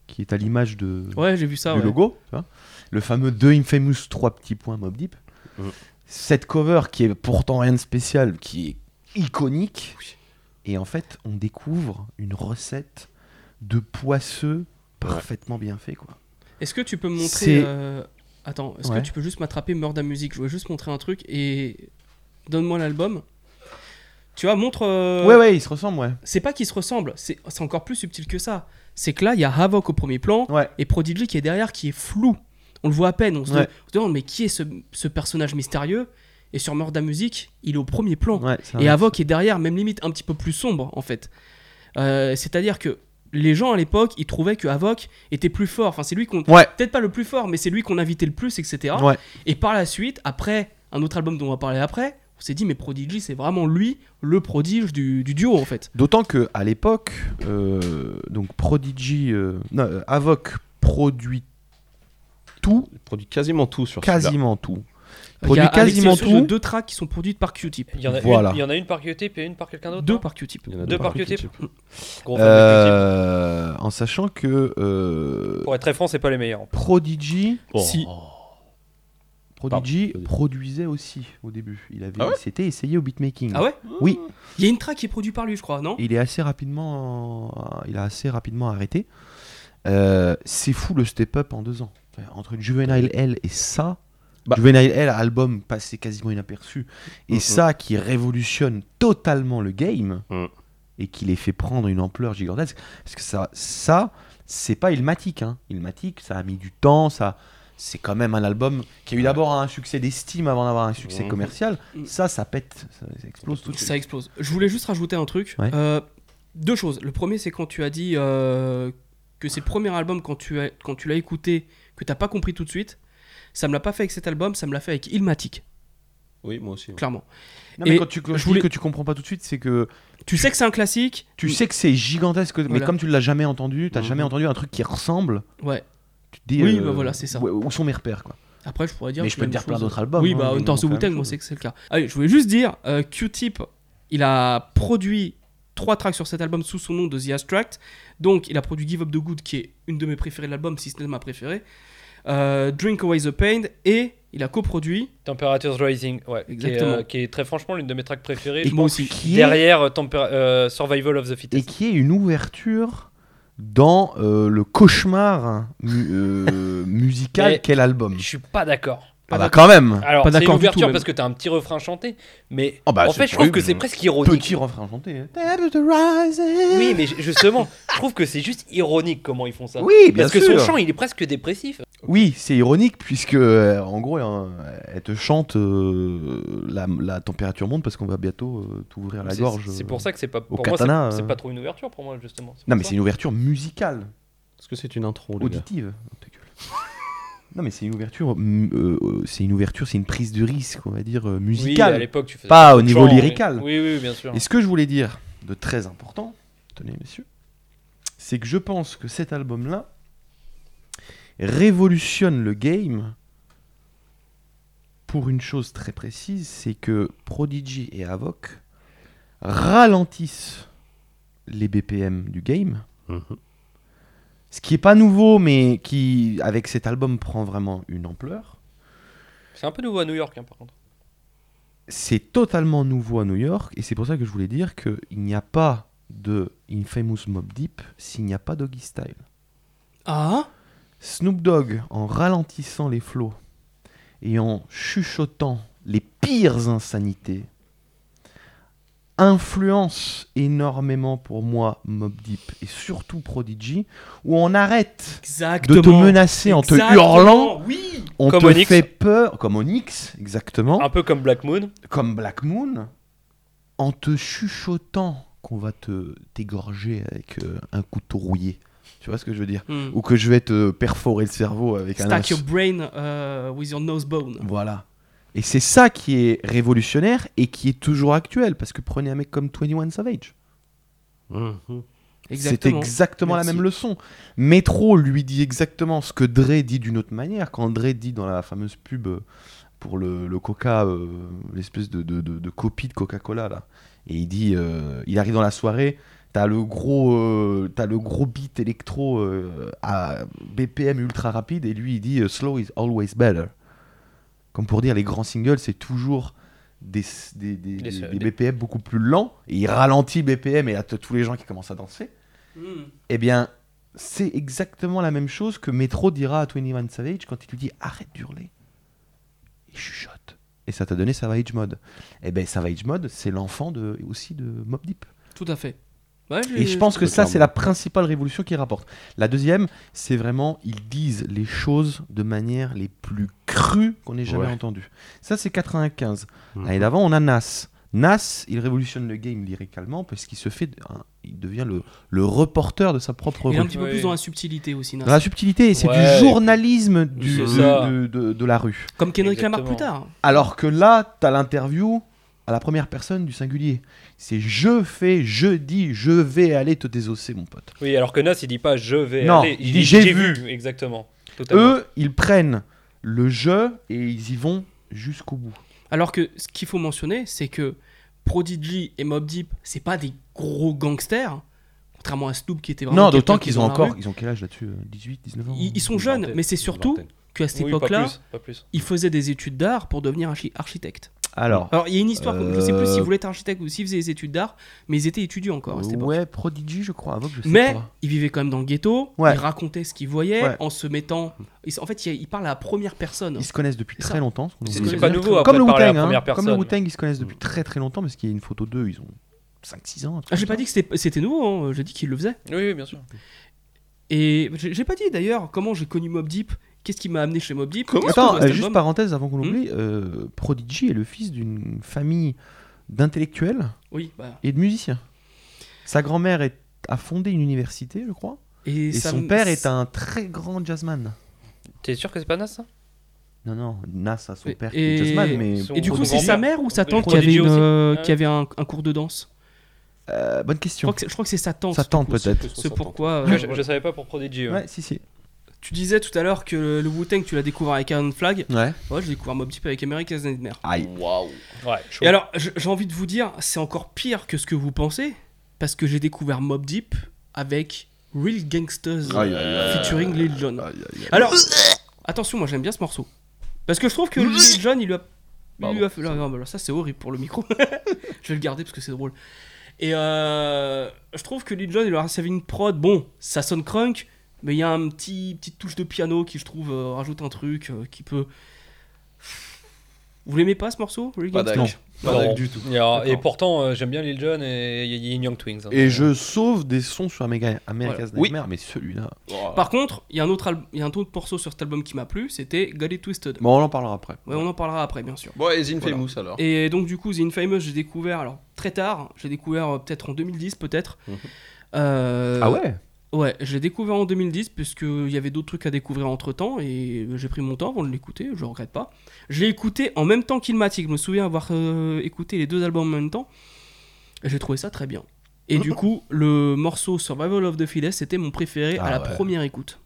E: qui est à l'image de
A: Ouais, j'ai vu ça.
E: du
A: ouais.
E: logo, tu vois. le fameux 2 Infamous 3 petits points Mob Deep.
B: Mm.
E: Cette cover qui est pourtant rien de spécial, qui est iconique, et en fait on découvre une recette de poisseux parfaitement bien fait quoi.
A: Est-ce que tu peux me montrer.
E: C'est-
A: euh, Attends, est-ce
E: Ouais.
A: que tu peux juste m'attraper Murda Music Je voulais juste montrer un truc et. Donne-moi l'album. Tu vois, montre. euh,
E: Ouais ouais, ils se ressemblent ouais.
A: C'est pas qu'ils se ressemblent, c'est c'est encore plus subtil que ça. C'est que là, il y a Havoc au premier plan
E: Ouais.
A: et Prodigy qui est derrière, qui est flou. On le voit à peine. On se,
E: Ouais.
A: de- on se demande, mais qui est ce, ce personnage mystérieux Et sur Murda Music, il est au premier
B: Oh.
A: plan.
E: ouais c'est
A: Et
E: vrai.
A: Havoc est derrière, même limite un petit peu plus sombre en fait. Euh, C'est-à-dire que les gens à l'époque, ils trouvaient que Havoc était plus fort. Enfin, c'est lui qu'on.
E: Ouais.
A: Peut-être pas le plus fort, mais c'est lui qu'on invitait le plus, etc.
E: Ouais.
A: Et par la suite, après un autre album dont on va parler après, on s'est dit, mais Prodigy, c'est vraiment lui, le prodige du, du duo en fait.
E: D'autant que à l'époque, euh, donc Prodigy, euh, non, euh, Havoc produit tout,
B: Il produit quasiment tout sur celui-là.
E: quasiment tout.
A: Il y
E: Produit
A: a à
E: quasiment
A: l'exception de
E: tout.
A: deux tracks qui sont produites par Q-Tip.
G: Il y en a
E: Voilà.
G: une, il y en a une par Q-Tip et une par quelqu'un d'autre.
A: Deux
G: non
A: par Q-Tip.
B: Il y en a
G: Deux par
B: partout.
G: Q-Tip. Gros fan de Q-Tip.
E: Euh, en sachant que euh,
G: Pour être très franc, c'est pas les meilleurs.
E: Prodigy,
B: Oh.
A: Si.
E: Prodigy
B: Pardon.
E: produisait aussi au début. Il avait,
B: Ah ouais
E: il s'était essayé au beatmaking.
A: Ah ouais
E: Oui.
A: Il y a une track qui est produite par lui, je crois, non
E: Il est assez rapidement, il a assez rapidement arrêté. Euh, c'est fou le step up en deux ans. Enfin, entre Juvenile L et ça,
B: Bah.
E: Juvenile L album passé quasiment inaperçu, et
B: Mhm.
E: ça qui révolutionne totalement le game
B: Mhm.
E: et qui les fait prendre une ampleur gigantesque. Parce que ça, ça, c'est pas Ilmatic. Hein. Ilmatic, ça a mis du temps, ça. C'est quand même un album qui a eu d'abord un succès d'estime avant d'avoir un succès
B: Mhm.
E: commercial.
A: Mhm.
E: Ça, ça pète, ça, ça explose tout de
A: Ça
E: suite.
A: explose. Je voulais juste rajouter un truc.
E: Ouais.
A: Euh, deux choses. Le premier, c'est quand tu as dit euh, que c'est le premier album, quand tu, as, quand tu l'as écouté, que t'as pas compris tout de suite. Ça me l'a pas fait avec cet album, ça me l'a fait avec Ilmatic,
B: Oui, moi aussi.
A: clairement.
E: Non, mais
A: Et
E: quand tu
A: je
E: je
A: voulais-
E: dis que tu comprends pas tout de suite, c'est que
A: Tu sais que c'est un classique.
E: Tu
G: Mm.
E: sais que c'est gigantesque,
A: Voilà.
E: mais comme tu l'as jamais entendu, t'as
B: Mhm.
E: jamais entendu un truc qui ressemble,
A: Ouais.
E: tu te dis. euh,
A: Oui, bah voilà, c'est ça.
E: Où, où sont mes repères, quoi.
A: Après, je pourrais dire.
E: mais je peux
A: la
E: te
A: même
E: dire plein
A: chose.
E: d'autres albums.
A: Oui,
E: hein,
A: bah, Hunter
E: mais ils
A: the
E: vont faire la
A: Wu-Tang,
E: même
A: moi,
E: chose.
A: c'est que c'est le cas. Allez, je voulais juste dire euh, Q-Tip, il a produit trois tracks sur cet album sous son nom de The Abstract. Donc, il a produit Give Up the Good, qui est une de mes préférées de l'album, si ce n'est ma préférée. Euh, Drink Away the Pain. Et il a coproduit.
G: Temperatures Rising, ouais, qui est,
A: Exactement.
G: euh, qui est très franchement l'une de mes tracks préférées.
E: Et
G: je pense,
E: qui est-
G: Derrière euh, Tempér- euh, Survival of the
E: Et
G: Fittest.
E: qui est une ouverture dans euh, le cauchemar mu- euh, musical
G: Mais-
E: qu'est l'album.
G: Je suis pas d'accord.
E: Ah bah, quand même
G: Alors,
A: Pas
G: c'est une
A: d'accord du tout,
G: ouverture
A: même.
G: parce que t'as un petit refrain chanté, mais
E: Oh bah,
G: en
E: c'est
G: fait, je
E: pas
G: trouve
E: eu,
G: que c'est
E: mais-
G: presque ironique.
E: Petit refrain chanté. hein. Tales of the rising.
G: Oui, mais ju- justement, je trouve que c'est juste ironique comment ils font ça.
E: Oui, bien
G: parce que
E: sûr.
G: son chant, il est presque dépressif.
E: Oui, c'est ironique puisque euh, en gros, euh, elle te chante euh, la, la température monte parce qu'on va bientôt euh, t'ouvrir la
G: C'est-
E: gorge. euh,
G: C'est pour ça que c'est pas
E: au
G: pour moi,
E: katana,
G: c'est-
E: euh.
G: c'est pas trop une ouverture pour moi justement.
E: Non,
G: pour
E: mais
G: ça.
E: c'est une ouverture musicale.
B: Est-ce que c'est une intro, les gars
E: auditive. Oh, non mais c'est une ouverture, mm, euh, euh, c'est une ouverture, c'est une prise de risque, on va dire euh,
G: Oui, à
E: musicale,
G: l'époque, tu faisais
E: pas au
G: beaucoup de
E: niveau
G: chants, oui.
E: lyrical.
G: Oui, oui, bien sûr.
E: Et ce que je voulais dire de très important, tenez messieurs, c'est que je pense que cet album-là révolutionne le game pour une chose très précise, c'est que Prodigy et Havoc ralentissent les BPM du game.
B: Mhm.
E: Ce qui est pas nouveau, mais qui, avec cet album, prend vraiment une ampleur.
G: C'est un peu nouveau à New York, hein, par contre.
E: c'est totalement nouveau à New York et c'est pour ça que je voulais dire qu'il n'y a pas de Infamous Mob Deep s'il n'y a pas Doggy Style.
A: Ah
E: Snoop Dogg, en ralentissant les flots et en chuchotant les pires insanités, influence énormément pour moi Mob Deep et surtout Prodigy, où on arrête de
A: Exactement.
E: te menacer en te
A: Exactement,
E: hurlant,
A: Oui.
E: on
G: Comme
E: te
G: Onyx.
E: fait peur, comme Onyx, exactement
G: Un peu comme Black Moon.
E: comme Black Moon, en te chuchotant qu'on va te t'égorger avec euh, un couteau rouillé. Tu vois ce que je veux dire
A: Hmm.
E: Ou que je vais te perforer le cerveau avec un
A: Stack
E: os.
A: your brain euh, with your nose bone.
E: Voilà. Et c'est ça qui est révolutionnaire et qui est toujours actuel. Parce que prenez un mec comme 21 Savage.
B: Mhm.
E: C'est
A: Exactement.
E: exactement
A: Merci.
E: la même leçon. Metro lui dit exactement ce que Dre dit d'une autre manière. Quand Dre dit dans la fameuse pub euh, pour le, le coca, euh, l'espèce de, de- de- de copie de Coca-Cola là. Et il dit, euh, il arrive dans la soirée, t'as le gros, euh, t'as le gros beat électro euh, à BPM ultra rapide et lui il dit euh, slow is always better. Comme pour dire les grands singles c'est toujours des, des, des-
G: Des-
E: des-
G: euh,
E: des
G: des-
E: BPM beaucoup plus lents et il ralentit BPM et à tous les gens qui commencent à danser.
A: Mm,
E: Eh bien, c'est exactement la même chose que Metro dira à 21 Savage quand il lui dit arrête d'hurler. Il chuchote. Et ça t'a donné Savage Mode. Eh bien, Savage Mode, c'est l'enfant de, aussi de Mob Deep.
A: Tout à fait. Ouais,
E: Et je pense que ça,
B: clairement.
E: c'est la principale révolution qu'ils rapportent. La deuxième, c'est vraiment, ils disent les choses de manière les plus crues qu'on ait jamais
B: Ouais.
E: entendues. Ça, c'est 95.
B: Mhm.
E: L'année d'avant, on a Nas. Nas, il révolutionne le game lyricalement parce qu'il se fait, un- il devient le, le reporter de sa propre
A: Il est un
E: rue.
A: petit peu
G: Oui.
A: plus dans la subtilité aussi, Nas.
E: Dans la subtilité, et c'est
G: Ouais.
E: du journalisme du-
G: C'est ça.
E: de, de- de la rue.
A: Comme Kendrick Lamar plus
G: Exactement.
A: tard.
E: Alors que là, t'as l'interview à la première personne du singulier. C'est je fais, je dis, je vais aller te désosser, mon pote.
G: Oui, alors que Nas, il dit pas je vais
E: Non,
G: aller.
E: il dit, j'ai
G: Exactement. Totalement.
E: Eux, ils prennent le je et ils y vont jusqu'au bout.
A: Alors que ce qu'il faut mentionner, c'est que Prodigy et Mob Deep, c'est pas des gros gangsters, contrairement à Snoop qui était vraiment.
E: non, d'autant
A: quelqu'un qui
E: qu'ils ont
A: est dans la
E: encore.
A: rue.
E: Ils ont quel âge là-dessus euh, 18, 19 ans
A: Ils, ils sont
B: Une
A: jeunes,
B: vingtaine,
A: mais c'est
B: une
A: surtout
B: vingtaine.
A: qu'à cette
G: Oui, pas
A: époque-là,
G: plus, pas plus.
A: ils faisaient des études d'art pour devenir archi- architecte.
E: Alors.
A: Alors, il y a une histoire, que- je sais plus
E: Euh.
A: s'ils voulaient être architecte ou s'ils faisaient des études d'art, mais ils étaient étudiants
E: Ah,
A: encore à cette époque.
E: ouais, Prodigy, je crois. Aveugle, je sais
A: Mais
E: pas.
A: ils vivaient quand même dans le ghetto,
E: Ouais.
A: ils racontaient ce qu'ils voyaient
E: Ouais.
A: en se mettant. ils- en fait, ils, ils parlent à la première personne.
E: Ils se connaissent depuis
A: C'est
E: très
A: ça.
E: longtemps. ce qu'on
G: C'est-
E: nous
G: c'est
E: dit.
G: pas nouveau, après,
E: Comme le
G: de parler à
E: Wu-Tang,
G: la
E: hein.
G: première
E: Comme le
G: personne.
E: Wu-Tang, ils se connaissent depuis très très longtemps parce qu'il y a une photo d'eux, ils ont 5-6 ans. un truc
A: Ah, j'ai
E: comme
A: pas
E: ça.
A: dit que c'était- c'était nouveau, hein, j'ai dit qu'ils le faisaient.
G: Oui, oui, bien sûr.
A: Et j'ai j'ai pas dit d'ailleurs comment j'ai connu Mob Deep, qu'est-ce qui m'a amené chez Mob Deep. qu'est-ce que
E: Attends,
A: West
E: euh, juste
A: Album- Hmm.
E: parenthèse avant qu'on l'oublie, euh, Prodigy est le fils d'une famille d'intellectuels
A: Oui, bah,
E: et de musiciens. Sa grand-mère est- a fondé une université, je crois,
A: Et,
E: et,
A: ça
E: son
A: me-
E: père est un très grand jazzman.
G: T'es sûr que c'est pas Nas ça
E: Non, non, Nas a son
A: Et-
E: père qui est jazzman,
A: et-
E: mais...
G: son-
A: Et du coup,
G: Prodigy.
A: c'est sa mère ou sa tante qui
G: Prodigy
A: avait, une,
G: aussi.
A: euh,
G: Ah.
A: qui avait un, un cours de danse
E: Euh, bonne
A: Je
E: question.
A: crois que c'est- je crois que c'est sa tante.
E: Sa tante, peut-être.
A: C'est pourquoi.
G: Tu vois,
A: euh,
G: je, je savais pas pour Prodigy. ouais.
E: Ouais, si, si.
A: Tu disais tout à l'heure que le Wu-Tang, tu l'as découvert avec Iron Flag.
E: Ouais.
A: Ouais, j'ai découvert Mob Deep avec American Nightmare.
E: Aïe.
G: Ouais, chaud.
A: Et alors, j- j'ai envie de vous dire, c'est encore pire que ce que vous pensez, parce que j'ai découvert Mob Deep avec Real Gangsters featuring Lil Jon. Alors, attention, moi j'aime bien ce morceau. Parce que je trouve que Lil Jon, il lui a. il lui a fait- non, non, ça c'est horrible pour le micro. je vais le garder parce que c'est drôle. Et euh, je trouve que Lil Jon, il leur a servi une prod. Bon, ça sonne crunk, mais il y a un petit petite touche de piano qui, je trouve, euh, rajoute un truc euh, qui peut. Vous l'aimez pas ce morceau, Real
B: Pas
A: Gangsters
B: d'accord. Pas
G: Non.
B: d'accord du tout.
G: Et, alors- et
A: D'accord.
G: pourtant, euh, j'aime bien Lil Jon et y- Yin Young Twins. hein.
E: Et je sauve des sons sur Amega- America's
B: Oui.
E: Nightmare, mais celui-là...
B: Oh.
A: Ah. Par contre, il y a un autre, al- il y a un autre morceau sur cet album qui m'a plu, c'était Got It Twisted.
E: Bon, on en parlera après.
A: Ouais, on en parlera après, bien sûr.
B: Bon, et The Infamous alors.
A: Et donc, du coup, The Infamous, j'ai découvert, alors très tard, j'ai découvert euh, peut-être en 2010, peut-être.
B: Mhm.
A: Euh,
E: Ah ouais
A: Ouais, je l'ai découvert en 2010, puisqu'il y avait d'autres trucs à découvrir entre temps, et euh, j'ai pris mon temps avant de l'écouter, je regrette pas. Je l'ai écouté en même temps qu'Ilmatic, je me souviens avoir euh, écouté les deux albums en même temps, et j'ai trouvé ça très bien. Et du coup, le morceau Survival of the Fittest, c'était mon préféré à
E: Ah
A: la
E: ouais.
A: première écoute.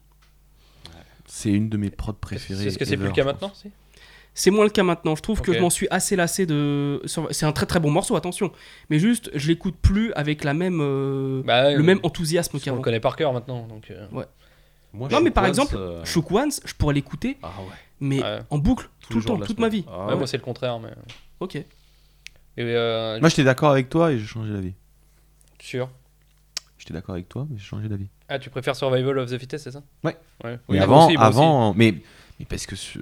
E: C'est une de mes prods préférées.
G: Est-ce que c'est
E: ever,
G: plus le cas
E: je pense.
G: maintenant si
A: C'est moins le cas maintenant. Je trouve que
G: Ok.
A: je m'en suis assez lassé de. sur- C'est un très très bon morceau, attention. Mais juste, je l'écoute plus avec la même, euh,
G: Bah,
A: le
G: euh,
A: même enthousiasme
G: parce qu'on
A: qu'avant.
G: le connaît par cœur maintenant. Donc, euh,
B: Moi,
A: Non, mais par
B: Shock
A: exemple,
B: Ones, euh,
A: Shook Ones, je pourrais l'écouter,
B: Ah ouais.
A: mais
G: Ouais.
A: en boucle,
B: tous
A: tout
B: les
A: le
B: jours
A: temps,
B: de la
A: toute
B: semaine.
A: ma vie.
B: Ah
G: ouais,
B: ouais.
G: Moi, c'est le contraire. Mais...
A: Ok.
G: Et, euh,
E: Moi, j'étais d'accord avec toi et j'ai changé d'avis.
G: sûr.
E: J'étais d'accord avec toi, mais j'ai changé d'avis.
G: Ah, tu préfères Survival of the Fittest, c'est ça
E: Ouais.
G: ouais. Ah,
E: Mais
G: moi
E: avant,
G: aussi, moi aussi.
E: avant mais, mais parce que sur,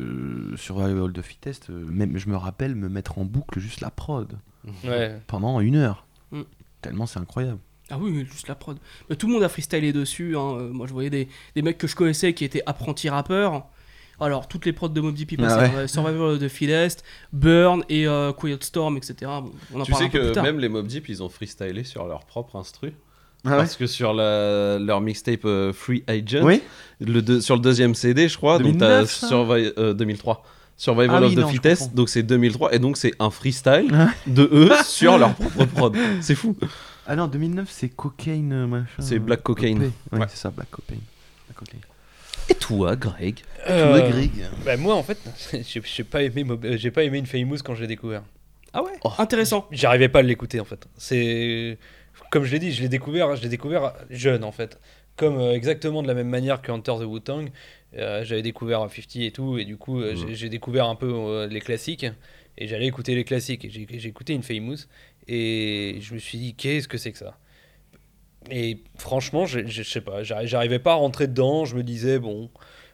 E: Survival de Fittest, euh, même, je me rappelle me mettre en boucle juste la prod
G: Ouais.
E: pendant une heure.
A: Mm.
E: Tellement c'est incroyable.
A: Ah oui, mais juste la prod. Mais tout le monde a freestylé dessus. hein. Euh, Moi, je voyais des, des mecs que je connaissais qui étaient apprentis rappeurs. Alors, toutes les prods de Mob Deep, ils
E: Ah
A: passaient,
E: ouais.
A: euh, Survival of the Fittest, Burn et euh, Quiet Storm, etc. Bon, on en
B: Tu
A: parle
B: sais
A: un peu plus
B: que
A: tard.
B: même les Mob Deep, ils ont freestylé sur leur propre instru.
E: Ah
B: Parce que sur la- leur mixtape euh, Free Agent,
E: Oui
B: le deux- sur le deuxième CD, je crois, donc
E: 2009,
B: t'as
E: ça
B: Survi- euh, 2003. Survival
E: Ah oui,
B: of the
E: non, je
B: Fittest,
E: comprends.
B: donc c'est 2003, et donc c'est un freestyle
E: Ouais.
B: de eux sur leur propre prod. C'est fou.
E: Ah non, 2009, c'est Cocaine, euh, machin.
B: C'est
E: euh,
B: Black Cocaine.
E: Copé. Ouais,
B: Ouais.
E: c'est ça, Black Cocaine. Black Cocaine.
B: Et toi, Greg
G: Euh,
E: Grig.
G: bah, moi, en fait, j'ai j'ai pas aimé, Mob- euh, j'ai pas aimé Infamous quand je l'ai découvert.
A: Ah ouais Intéressant.
G: J'arrivais pas à l'écouter en fait. C'est comme je l'ai dit, je l'ai découvert, hein, je l'ai découvert jeune en fait. Comme euh, exactement de la même manière que Hunter the Wu-Tang, euh, j'avais découvert 50 et tout, et du coup euh, j'ai- j'ai découvert un peu euh, les classiques, et j'allais écouter les classiques, et j'ai j'ai écouté Infamous, et je me suis dit qu'est-ce que c'est que ça Et franchement, je je- je sais pas, j'arri- j'arrivais pas à rentrer dedans, je me disais bon,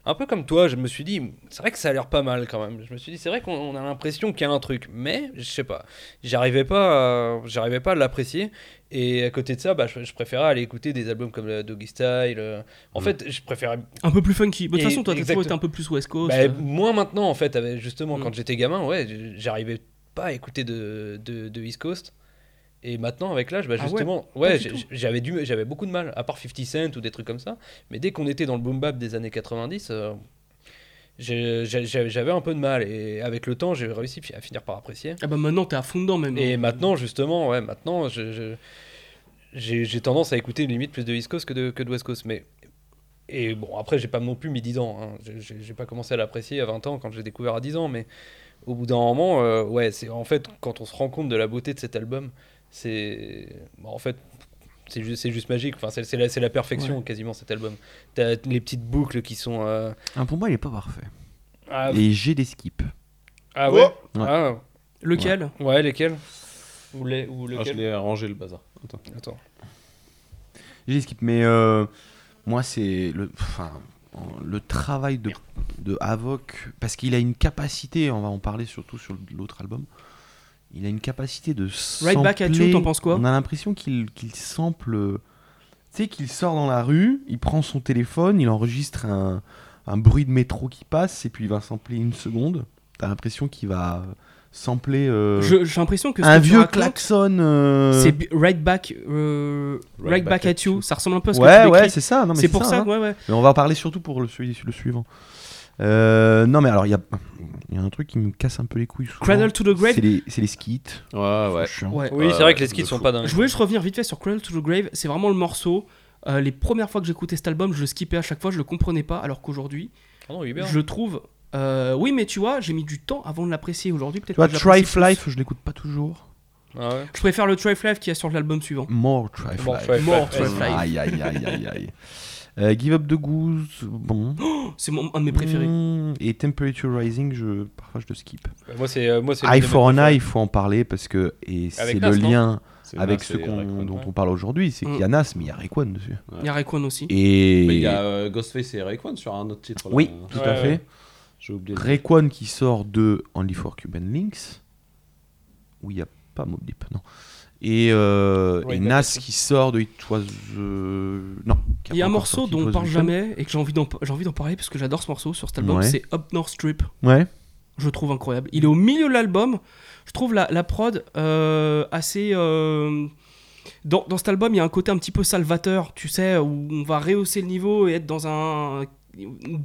G: un peu comme toi, je me suis dit c'est vrai que ça a l'air pas mal quand même. Je me suis dit c'est vrai qu'on on a l'impression qu'il y a un truc, mais je sais pas j'arrivais pas à- j'arrivais pas à l'apprécier et à côté de ça bah, je, je préférais aller écouter des albums comme euh, Doggy Style euh,
A: Mm.
G: en fait je préférais
A: Un peu plus funky. Bah, De toute
G: Et-
A: façon, toi, t'as toujours
G: exact-
A: été un peu plus West Coast.
G: bah,
A: euh.
G: moins maintenant en fait avec- justement
A: Mm.
G: quand j'étais gamin ouais j- j'arrivais pas à écouter de, de, de East Coast et maintenant avec l'âge bah,
A: Ah ouais,
G: justement
A: pas
G: ouais,
A: du
G: j-
A: tout.
G: j'avais du j'avais beaucoup de mal à part 50 Cent ou des trucs comme ça mais dès qu'on était dans le boom bap des années 90 euh, j'ai- j'ai- j'avais j'avais un peu de mal et avec le temps j'ai réussi à finir par apprécier
A: Ah bah maintenant, t'es à fond dedans même.
G: et
A: hein.
G: maintenant, justement, ouais, maintenant, je, je- j'ai, j'ai tendance à écouter limite plus de East Coast que de, que de West Coast. Mais, et bon, après, j'ai pas non plus mis 10 ans. hein. J'ai, j'ai- j'ai pas commencé à l'apprécier à 20 ans quand j'ai découvert à 10 ans. Mais au bout d'un moment, euh, ouais, c'est en fait, quand on se rend compte de la beauté de cet album, c'est. bah, en fait. C'est juste, c'est juste magique, enfin, c'est, c'est la, c'est la perfection quasiment cet album. T'as les petites boucles qui sont. euh,
E: Ah, pour moi, il est pas parfait.
G: Ah,
E: Et j'ai des skips.
B: Oh
G: ah ouais,
E: Ouais.
G: Ah,
A: Lequel
G: ouais, lesquels ou, les, ou
B: Ah, Je
G: lequel
B: l'ai rangé le bazar. Attends.
G: Attends.
E: J'ai des skips, mais euh, moi, c'est le, enfin, le travail de, de Havoc, parce qu'il a une capacité, on va en parler surtout sur l'autre album, il a une capacité de sampler.
A: Right back at you, t'en penses quoi
E: On a l'impression qu'il qu'il sample, tu sais, qu'il sort dans la rue, il prend son téléphone, il enregistre un, un bruit de métro qui passe, et puis il va sampler une seconde. T'as l'impression qu'il va sampler euh,
A: Je- J'ai l'impression que ce
E: un
A: que tu
E: vieux
A: racontes,
E: klaxon. euh,
A: C'est bi- right back, euh, right, back, at you. Ça ressemble un peu à ce
E: Ouais,
A: que tu
E: ouais,
A: décris.
E: c'est ça. non, mais
A: C'est pour ça,
E: hein.
A: ouais, ouais.
E: Mais on va en parler surtout pour le, celui, le suivant. Euh, non, mais alors, il y a, il y a un truc qui me casse un peu les couilles. souvent.
A: Cradle to the
E: C'est
A: Grave.
E: les, c'est les skits.
B: Ouais, ouais.
E: Chiant.
A: Ouais.
G: Oui, c'est
B: Euh,
G: vrai que les skits
B: de
G: sont
B: fou.
G: pas dingues.
A: Je voulais juste revenir vite fait sur Cradle to the Grave. C'est vraiment le morceau. Euh, les premières fois que j'écoutais cet album, je le skippais à chaque fois, je le comprenais pas. Alors qu'aujourd'hui,
G: Ah non, Hubert.
A: je le trouve. euh, oui, mais tu vois, j'ai mis du temps avant de l'apprécier. Aujourd'hui, peut-être.
E: Tu vois,
A: que j'apprécie
E: Trife
A: plus.
E: Life, je l'écoute pas toujours.
G: Ah ouais.
A: Je préfère le Trife Life qui est sur l'album suivant.
E: More Trife
G: More
E: Life.
G: Trife
A: Mort
G: Life.
A: Trife Life.
E: Aïe, aïe, aïe, aïe, aïe. Euh, Give Up the Goose, bon.
A: C'est mon- un de Oh, mes préférés.
E: Mm, Et Temperature Rising, je, parfois je le skip.
G: Bah, Moi, c'est euh, moi c'est.
E: Eye
G: le
E: for an
G: thème.
E: Eye, il faut en parler parce que et c'est le
G: Nas, non
E: lien
B: Eh ben, C'est
E: avec
B: Nas
E: ce
B: et
E: qu'on-
B: Rayquan.
E: dont
G: ouais.
E: on parle aujourd'hui, c'est
A: Mm.
E: qu'il y a Nas, mais il y a Rayquan dessus.
A: Il y a Raekwon aussi.
E: Et
B: Mais il y a euh, Ghostface et Rayquan sur un autre titre. là.
E: oui, tout
G: Ouais,
E: à
G: ouais.
E: fait.
B: J'ai oublié. le-
E: Rayquan qui sort de Only for Cuban Links, où il n'y a pas Mob Deep, non. Et, euh,
G: Ouais,
E: et
G: il a
E: Nas
G: pas ça.
E: qui sort de It Was. euh, non. qui a
A: Il y a
E: pas
A: un
E: encore
A: morceau
E: sorti, It
A: dont on
E: Was
A: parle
E: Ocean.
A: jamais et que j'ai envie d'en j'ai envie d'en parler parce que j'adore ce morceau sur cet album.
E: Ouais.
A: C'est Up North Strip.
E: Ouais.
A: je le trouve incroyable. Il est au milieu de l'album. Je trouve la, la prod euh, assez. euh, dans, dans cet album, il y a un côté un petit peu salvateur, tu sais, où on va rehausser le niveau et être dans un.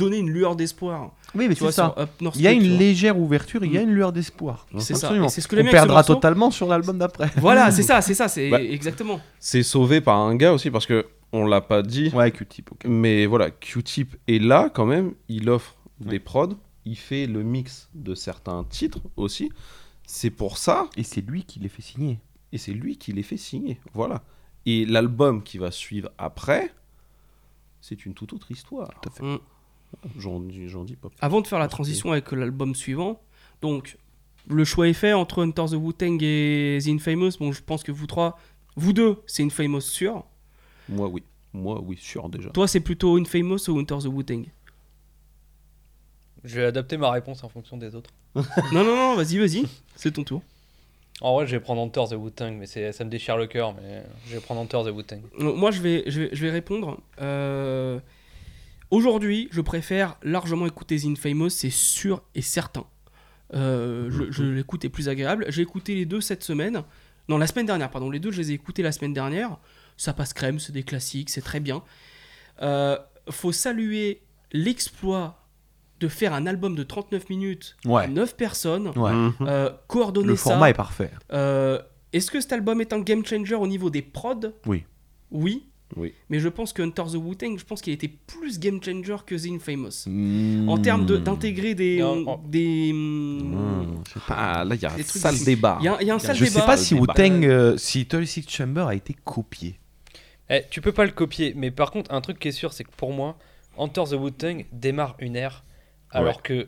A: donner une lueur d'espoir.
E: Oui, mais
A: Tu vois,
E: c'est
A: ça.
E: ça. Il y a une légère ouverture, il y a
A: Mm.
E: une lueur d'espoir.
A: C'est ça.
E: Absolument.
A: Et c'est ce que j'aime
E: On
A: bien avec ce
E: perdra
A: morceau.
E: totalement sur l'album d'après.
A: Voilà, c'est ça, c'est ça, c'est
B: Bah.
A: exactement.
B: C'est sauvé par un gars aussi parce que on l'a pas dit.
E: Ouais, Q-Tip, ok.
B: Mais voilà, Q-Tip est là quand même, il offre des prods, il fait le mix de certains titres aussi. C'est pour ça,
E: Et c'est lui qui les fait signer.
B: et c'est lui qui les fait signer. Voilà. Et l'album qui va suivre après, c'est une toute autre histoire.
E: Tout à fait.
A: Mm. Ah.
B: J'en dis j'en dis pas. plus.
A: Avant de faire la transition avec l'album suivant, donc le choix est fait entre Hunter the Wu-Tang et The Infamous. Bon, je pense que vous trois, vous deux, c'est Infamous sûr.
B: Moi, oui. Moi, oui, sûr déjà.
A: Toi, c'est plutôt Infamous ou Hunter the Wu-Tang
G: Je vais adapter ma réponse en fonction des autres.
A: Non, non, non, vas-y, vas-y, c'est ton tour.
G: En vrai, je vais prendre Hunter the Wu-Tang, mais c'est- ça me déchire le cœur, mais je vais prendre Hunter the Wu-Tang.
A: Donc, Moi, je vais, je vais, je vais répondre. Euh, Aujourd'hui, je préfère largement écouter The Infamous, c'est sûr et certain. Euh,
E: Mhm.
A: je je l'écoute est plus agréable. J'ai écouté les deux cette semaine. Non, la semaine dernière, pardon. Les deux, je les ai écoutés la semaine dernière. Ça passe crème, c'est des classiques, c'est très bien. Euh, faut saluer l'exploit de faire un album de 39 minutes à
E: Ouais.
A: 9 personnes,
E: Ouais.
B: Mhm.
A: euh, coordonner
E: Le
A: ça.
E: format est parfait.
A: Euh, Est-ce que cet album est un game changer au niveau des prods
E: Oui.
A: Oui.
B: Oui.
A: Mais je pense que Hunter the Wu-Tang, je pense qu'il était plus game changer que The Infamous.
E: Hmm.
B: Mmh.
A: En termes de- d'intégrer des.
G: Non, en-
A: des
B: Mmh. Ah, là, il y a un
A: Des trucs
B: sale
A: ici.
B: débat.
A: Il y a, il y a un sale
E: Hmm. Ah. Je
A: débat.
E: sais pas si
B: le débat.
E: Wu-Tang, euh, si 36 Chamber a été copié.
G: Eh, tu peux pas le copier, mais par contre, un truc qui est sûr, c'est que pour moi, Enter the Wu-Tang démarre une ère, alors que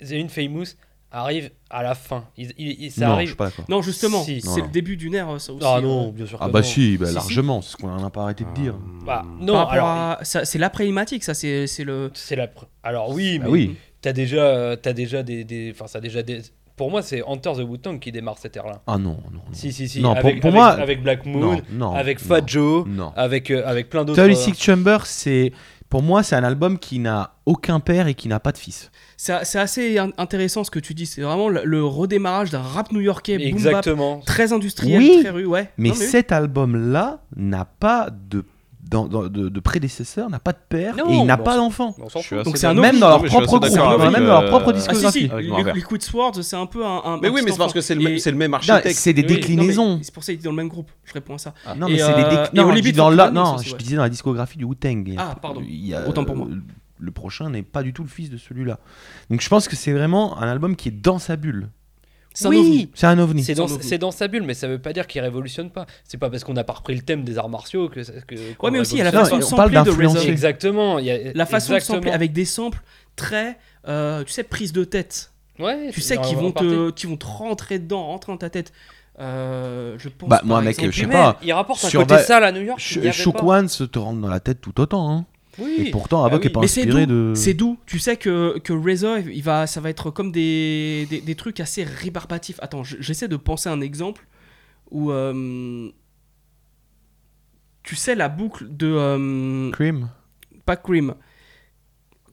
G: The Infamous arrive à la fin. Il, il- il- ça
E: non, je
G: arrive.
E: suis pas d'accord.
A: Non, justement,
G: Si.
A: c'est
E: Non.
A: le début d'une ère, ça aussi.
G: Ah
A: hein.
G: non, bien sûr.
E: Ah
G: que
E: bah
G: non.
E: si, bah
G: Si, si.
E: largement, c'est ce qu'on n'a pas arrêté de dire.
A: Ah.
G: Bah,
A: Par
G: non,
A: rapport
G: alors.
A: à- ça, c'est l'après-imatique, ça, c'est c'est le.
G: C'est la. pre- Alors oui,
E: Bah
G: mais
E: oui.
G: t'as déjà, euh, t'as déjà des, des- enfin ça a déjà des. Pour moi, c'est Enter the Wu-Tang qui démarre cette ère-là.
E: Ah non, non. non.
G: Si, si, si.
E: Non, pour-
G: avec,
E: pour
G: avec-
E: moi-
G: avec Black Moon,
E: Non, non,
G: avec Fat
E: non,
G: Joe,
E: Non.
G: avec euh, avec plein d'autres.
E: 36 Chamber, c'est pour moi, c'est un album qui n'a aucun père et qui n'a pas de fils.
A: C'est c'est assez in- intéressant ce que tu dis. C'est vraiment le, le redémarrage d'un rap new-yorkais boom bap,
G: Exactement.
A: très industriel,
E: Oui,
A: très rue, ouais.
E: Mais,
A: Non, oui.
E: cet album-là n'a pas de, dans- dans- de, de prédécesseur, n'a pas de père
G: Non,
E: et il n'a
G: bon,
E: pas
G: c'est-
E: d'enfant.
G: On s'en
B: Je suis
G: fout.
B: assez
A: Donc c'est un
B: d'accord.
E: Même dans
B: Non,
E: leur
B: mais je suis assez
E: propre
B: d'accord
A: groupe,
B: avec,
A: même
E: dans leur
B: euh,
E: propre
A: Ah si, si,
E: discographie.
B: Avec
A: Li-
B: Norbert.
A: Liquid Swords, c'est un peu un. un-
B: Mais
A: un
B: oui, mais
A: petit
B: c'est parce
A: enfant.
B: que c'est le, même-
A: Et-
B: c'est le même
E: Non,
B: architecte.
E: C'est des
G: Oui, non, mais-
E: déclinaisons.
A: C'est pour ça qu'il est dans le même groupe, je réponds à ça.
E: Non,
A: Et,
E: mais c'est des
A: euh,
E: déclinaisons.
A: et
E: Non,
A: Oli
E: je dis
A: Beat
E: dans
A: Footman
E: la... non,
A: aussi, ouais.
E: je disais dans la discographie du Wu-Tang.
A: Ah, pardon.
E: Il y a-
A: Autant pour moi.
E: Le prochain n'est pas du tout le fils de celui-là. Donc je pense que c'est vraiment un album qui est dans sa bulle.
A: C'est un ovni.
E: C'est un ovni.
G: C'est dans,
A: Sans doute.
G: c'est dans sa bulle, mais ça veut pas dire qu'il révolutionne pas. C'est pas parce qu'on a pas repris le thème des arts martiaux que. que- qu'on
A: Ouais, mais aussi à la
E: Non,
A: façon
E: et
A: de
E: on parle
A: sampler de
E: d'influencer.
A: Razor.
G: Exactement. il y a-
A: La façon de
G: exactement.
A: sampler avec des samples très, euh, tu sais, prise de tête.
G: Ouais,
A: Tu sais
G: en-
A: qu'ils
G: en
A: vont,
G: partie.
A: te- qu'ils vont te rentrer dedans, rentrer dans ta tête. Euh, je pense.
E: Bah, moi,
A: par
E: mec,
A: exemple-
E: je sais
G: Mais
E: pas,
G: Il rapporte un
E: sur
G: côté
E: Va-
G: sale à New York. qu'il n'y
E: Sh-
G: avait
E: Shook
G: pas.
E: One se te rentre dans la tête tout autant. hein.
G: Oui.
E: Et pourtant,
G: Bah
E: Avoc
G: oui.
E: est pas
A: Mais c'est
E: inspiré
A: doux,
E: de.
A: C'est doux. Tu sais que, que Razor, il va, ça va être comme des, des, des trucs assez rébarbatifs. Attends, je- j'essaie de penser à un exemple où. euh, tu sais, la boucle de. euh,
E: Cream.
A: pas Cream.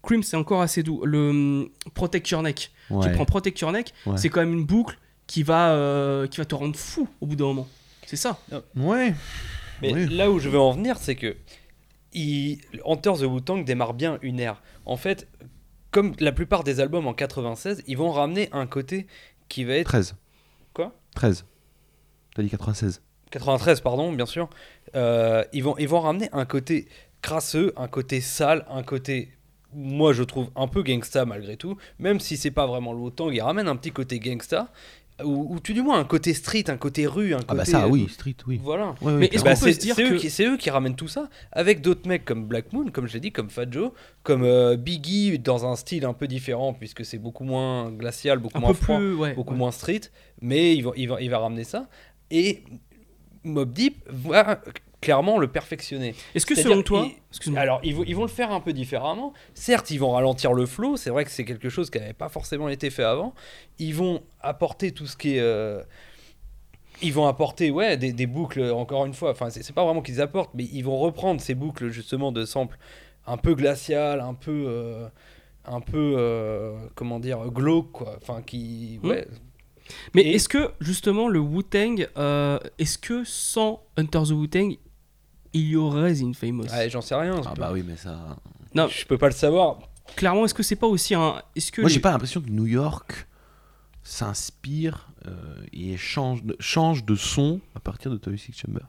A: Cream, c'est encore assez doux. Le euh, Protect Your Neck.
E: Ouais.
A: Tu prends Protect Your Neck,
E: Ouais.
A: c'est quand même une boucle qui va, euh, qui va te rendre fou au bout d'un moment. C'est ça.
E: Ouais.
G: Mais
E: Oui.
G: là où je veux en venir, c'est que il... Enter the Wu-Tang démarre bien une ère. En fait, comme la plupart des albums en 96, ils vont ramener un côté qui va être
E: 13.
G: Quoi
E: 13. T'as dit 96.
G: 93, pardon, bien sûr. Euh, ils vont ils vont ramener un côté crasseux, un côté sale, un côté moi je trouve un peu gangsta malgré tout, même si c'est pas vraiment le Wu-Tang, ils ramènent un petit côté gangsta ou, ou tu du moins un côté street, un côté rue, un côté euh,
E: Ah bah ça, oui, Street, oui.
G: Voilà.
E: Ouais, ouais,
A: Mais
E: clairement.
A: qu'on
G: Bah,
A: peut
G: c'est
A: se dire
G: c'est eux,
A: que-
G: qui- c'est eux qui ramènent tout ça avec d'autres mecs comme Black Moon, comme je l'ai dit, comme Fat Joe, comme euh, Biggie dans un style un peu différent puisque c'est beaucoup moins glacial, beaucoup
A: Un
G: moins
A: peu
G: froid,
A: plus. Ouais.
G: beaucoup moins street, mais il va, il va, il va ramener ça et Mob Deep va clairement le perfectionner.
A: Est-ce que
G: C'est-à-dire
A: selon toi.
G: qu'il-
A: Excuse-moi.
G: Alors ils vont, ils vont le faire un peu différemment. Certes, ils vont ralentir le flow. C'est vrai que c'est quelque chose qui n'avait pas forcément été fait avant. Ils vont apporter tout ce qui est. euh, Ils vont apporter ouais des, des boucles encore une fois. Enfin, c'est c'est pas vraiment qu'ils apportent, mais ils vont reprendre ces boucles justement de samples un peu glacial, un peu, euh, un peu euh, comment dire glauque quoi. Enfin qui
A: Hmm.
G: ouais.
A: Mais
G: Et-
A: est-ce que justement le Wu-Tang, euh, est-ce que sans Hunter the Wu-Tang, il y aurait The Infamous
G: Ouais, J'en sais rien.
E: Ah bah oui, mais ça.
A: Non,
G: Je peux pas le savoir.
A: clairement, est-ce que c'est pas aussi un. Est-ce que
E: Moi,
A: les-
E: j'ai pas l'impression que New York s'inspire euh, et change de, change de son à partir de Toxic Chamber.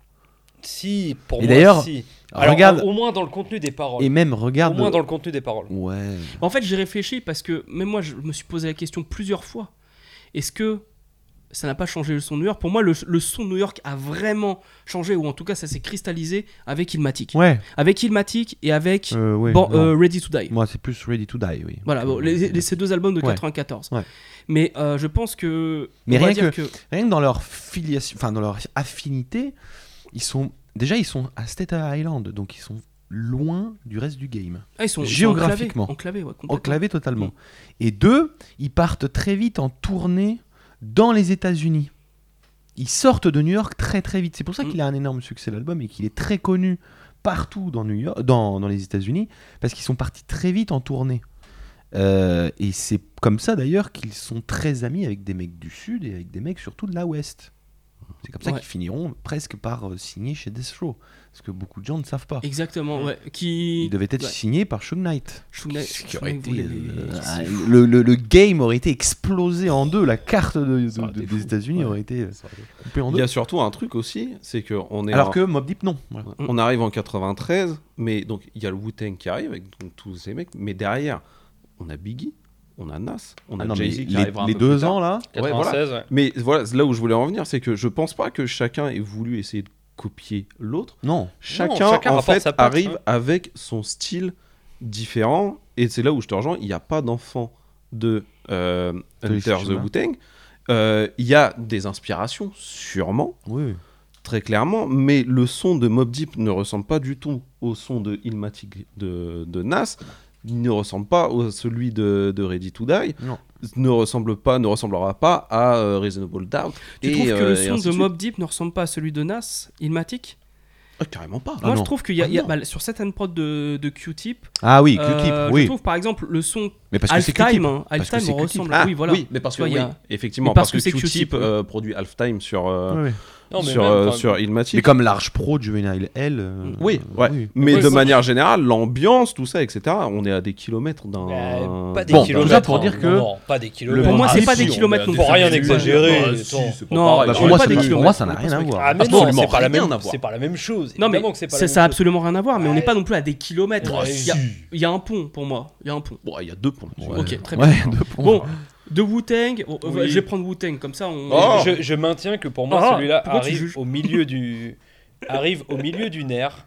G: Si pour
E: Et
G: moi
E: d'ailleurs,
G: si.
E: Alors, regarde,
G: au au moins dans le contenu des paroles.
E: et même regarde.
G: Au moins dans le contenu des paroles.
E: Ouais.
A: En fait, j'ai réfléchi parce que même moi, je me suis posé la question plusieurs fois. Est-ce que ça n'a pas changé le son de New York Pour moi, le, le son de New York a vraiment changé, ou en tout cas, ça s'est cristallisé avec Ilmatic.
E: Ouais.
A: Avec Ilmatic et avec
E: euh, ouais,
A: Bon-
E: non.
A: euh, Ready to Die.
E: Moi, c'est plus Ready to Die, oui.
A: Voilà, bon, les- les- ces deux albums de
E: Ouais.
A: 94.
E: Ouais.
A: Mais euh, je pense que.
E: Mais
A: on va
E: rien
A: dire que...
E: Rien que dans leur filiation, enfin dans leur affinité, ils sont déjà ils sont à Staten Island, donc ils sont loin du reste du game.
A: Ah, ils sont ils sont
E: Géographiquement.
A: enclavés, enclavés, ouais, complètement. Mm.
E: enclavé totalement. Et deux, ils partent très vite en tournée dans les États-Unis. Ils sortent de New York très très vite. C'est pour ça
A: Mm.
E: qu'il a un énorme succès l'album et qu'il est très connu partout dans New York, dans, dans les États-Unis, parce qu'ils sont partis très vite en tournée. Euh, et c'est comme ça d'ailleurs qu'ils sont très amis avec des mecs du Sud et avec des mecs surtout de la Ouest. C'est comme ça
A: Ouais.
E: qu'ils finiront presque par euh, signer chez Death Row, ce que beaucoup de gens ne savent pas.
A: Exactement, ouais.
E: Ils
A: Qui.
E: devaient être
A: ouais.
E: signés par Shug Knight.
A: Shug Knight-
E: Ce qui
A: Shug
E: aurait
A: Knight
E: été,
A: voulait les-
E: euh, un- le, le- le game aurait été explosé en deux, la carte de- de-
B: Ça aurait été
E: de-
B: fou,
E: des États-Unis
B: ouais.
E: aurait été coupée en
B: Il y
E: deux.
B: a surtout un truc aussi, c'est que on est
E: Alors
B: en-
E: que Mob Deep, non. Voilà.
B: on arrive en 93, mais donc il y a le Wu-Tang qui arrive avec donc, tous ces mecs, mais derrière on a Biggie, on a Nas, on a
E: Ah non, mais
B: Jay-Z qui
E: les,
B: arrivera un
E: les
B: peu plus
E: deux
B: tard.
E: ans, là,
B: Ouais, voilà.
G: 96, ouais.
B: Mais voilà, là où je voulais en venir, c'est que je pense pas que chacun ait voulu essayer de copier l'autre.
E: non.
B: Chacun,
G: chacun
B: en
G: rapporte
B: fait,
G: sa patte,
B: arrive
G: hein.
B: avec son style différent. Et c'est là où je te rejoins, il n'y a pas d'enfant de euh,
E: Tony
B: Hunter the
E: Fitzgerald.
B: Wu-Tang. Euh, Il y a des inspirations, sûrement,
E: Oui.
B: très clairement, mais le son de Mob Deep ne ressemble pas du tout au son de Ilmatic de, de Nas, ne ressemble pas à celui de, de Ready to Die,
E: Non.
B: ne ressemble pas, ne ressemblera pas à euh, Reasonable Doubt.
A: Tu
B: et,
A: trouves que
B: euh,
A: le
B: et
A: son
B: ainsi
A: de
B: suite.
A: Mob Deep ne ressemble pas à celui de Nas, Ilmatic
B: Ah, carrément pas.
A: Moi, je
E: non.
A: trouve qu'il y a,
E: Ah
A: il y a-
E: non.
A: bah, sur certaines prods de, de Q-Tip,
E: Ah oui,
A: euh,
E: Q-Tip,
A: je
E: oui.
A: trouve par exemple le son
E: Mais parce que c'est Q-Tip.
A: Halftime, hein,
E: Parce que
A: Halftime
E: c'est Q-Tip.
A: ressemble.
B: Ah,
A: oui, voilà.
B: mais parce
A: Tu
B: que
A: vois, il y a-
B: oui, effectivement,
A: mais parce
B: parce,
A: que c'est
B: que, Q-Tip
A: Q-Tip,
B: euh, produit Halftime sur euh,
E: Ouais, ouais.
G: Non, mais
B: sur
G: même,
B: euh,
G: enfin,
B: sur Illmatic.
E: Mais comme large pro de Juvenile L. euh,
B: Oui, ouais. mais
G: Ouais,
B: de
G: c'est-
B: manière générale, l'ambiance, tout ça, etc. On est à des kilomètres d'un.
G: Euh, pas des
E: Bon,
G: kilomètres.
E: tout ça pour
G: hein.
E: dire que-
G: Non, non, pas des kilomètres.
A: Pour moi, c'est
G: Ah,
A: pas
G: si,
A: des
G: on
A: kilomètres
G: a-
A: non
G: Faut
A: plus.
G: rien
A: Ah,
G: exagérer.
A: si,
G: attends.
A: Non,
B: pareil.
A: bah,
E: Pour
B: Bah,
A: on
E: moi,
A: est pas
E: ça
A: des
E: n'a- pour moi,
A: kilomètres.
E: ça n'a rien à voir.
G: Ah, mais non,
B: Absolument
G: c'est pas la
B: rien
G: même,
B: à voir.
G: c'est pas la même chose.
A: Non, mais
G: Évidemment que c'est pas
A: ça
G: la
A: ça a
G: même chose.
A: absolument rien à voir, mais on n'est pas non plus à des kilomètres.
G: Ouais,
A: Il y a- il y, a un pont pour moi. Il y a un pont.
B: Bon, il y a deux ponts.
E: Ouais.
A: Ok, très
E: Ouais,
A: bien.
E: deux points.
A: Bon, de Wu-Tang, oh,
G: Oui.
A: je vais prendre Wu-Tang, comme ça on.
B: Oh
G: Je, je maintiens que pour moi,
A: Ah,
G: celui-là
A: pourquoi tu
G: arrive
A: juges
G: au milieu du arrive au milieu du nerf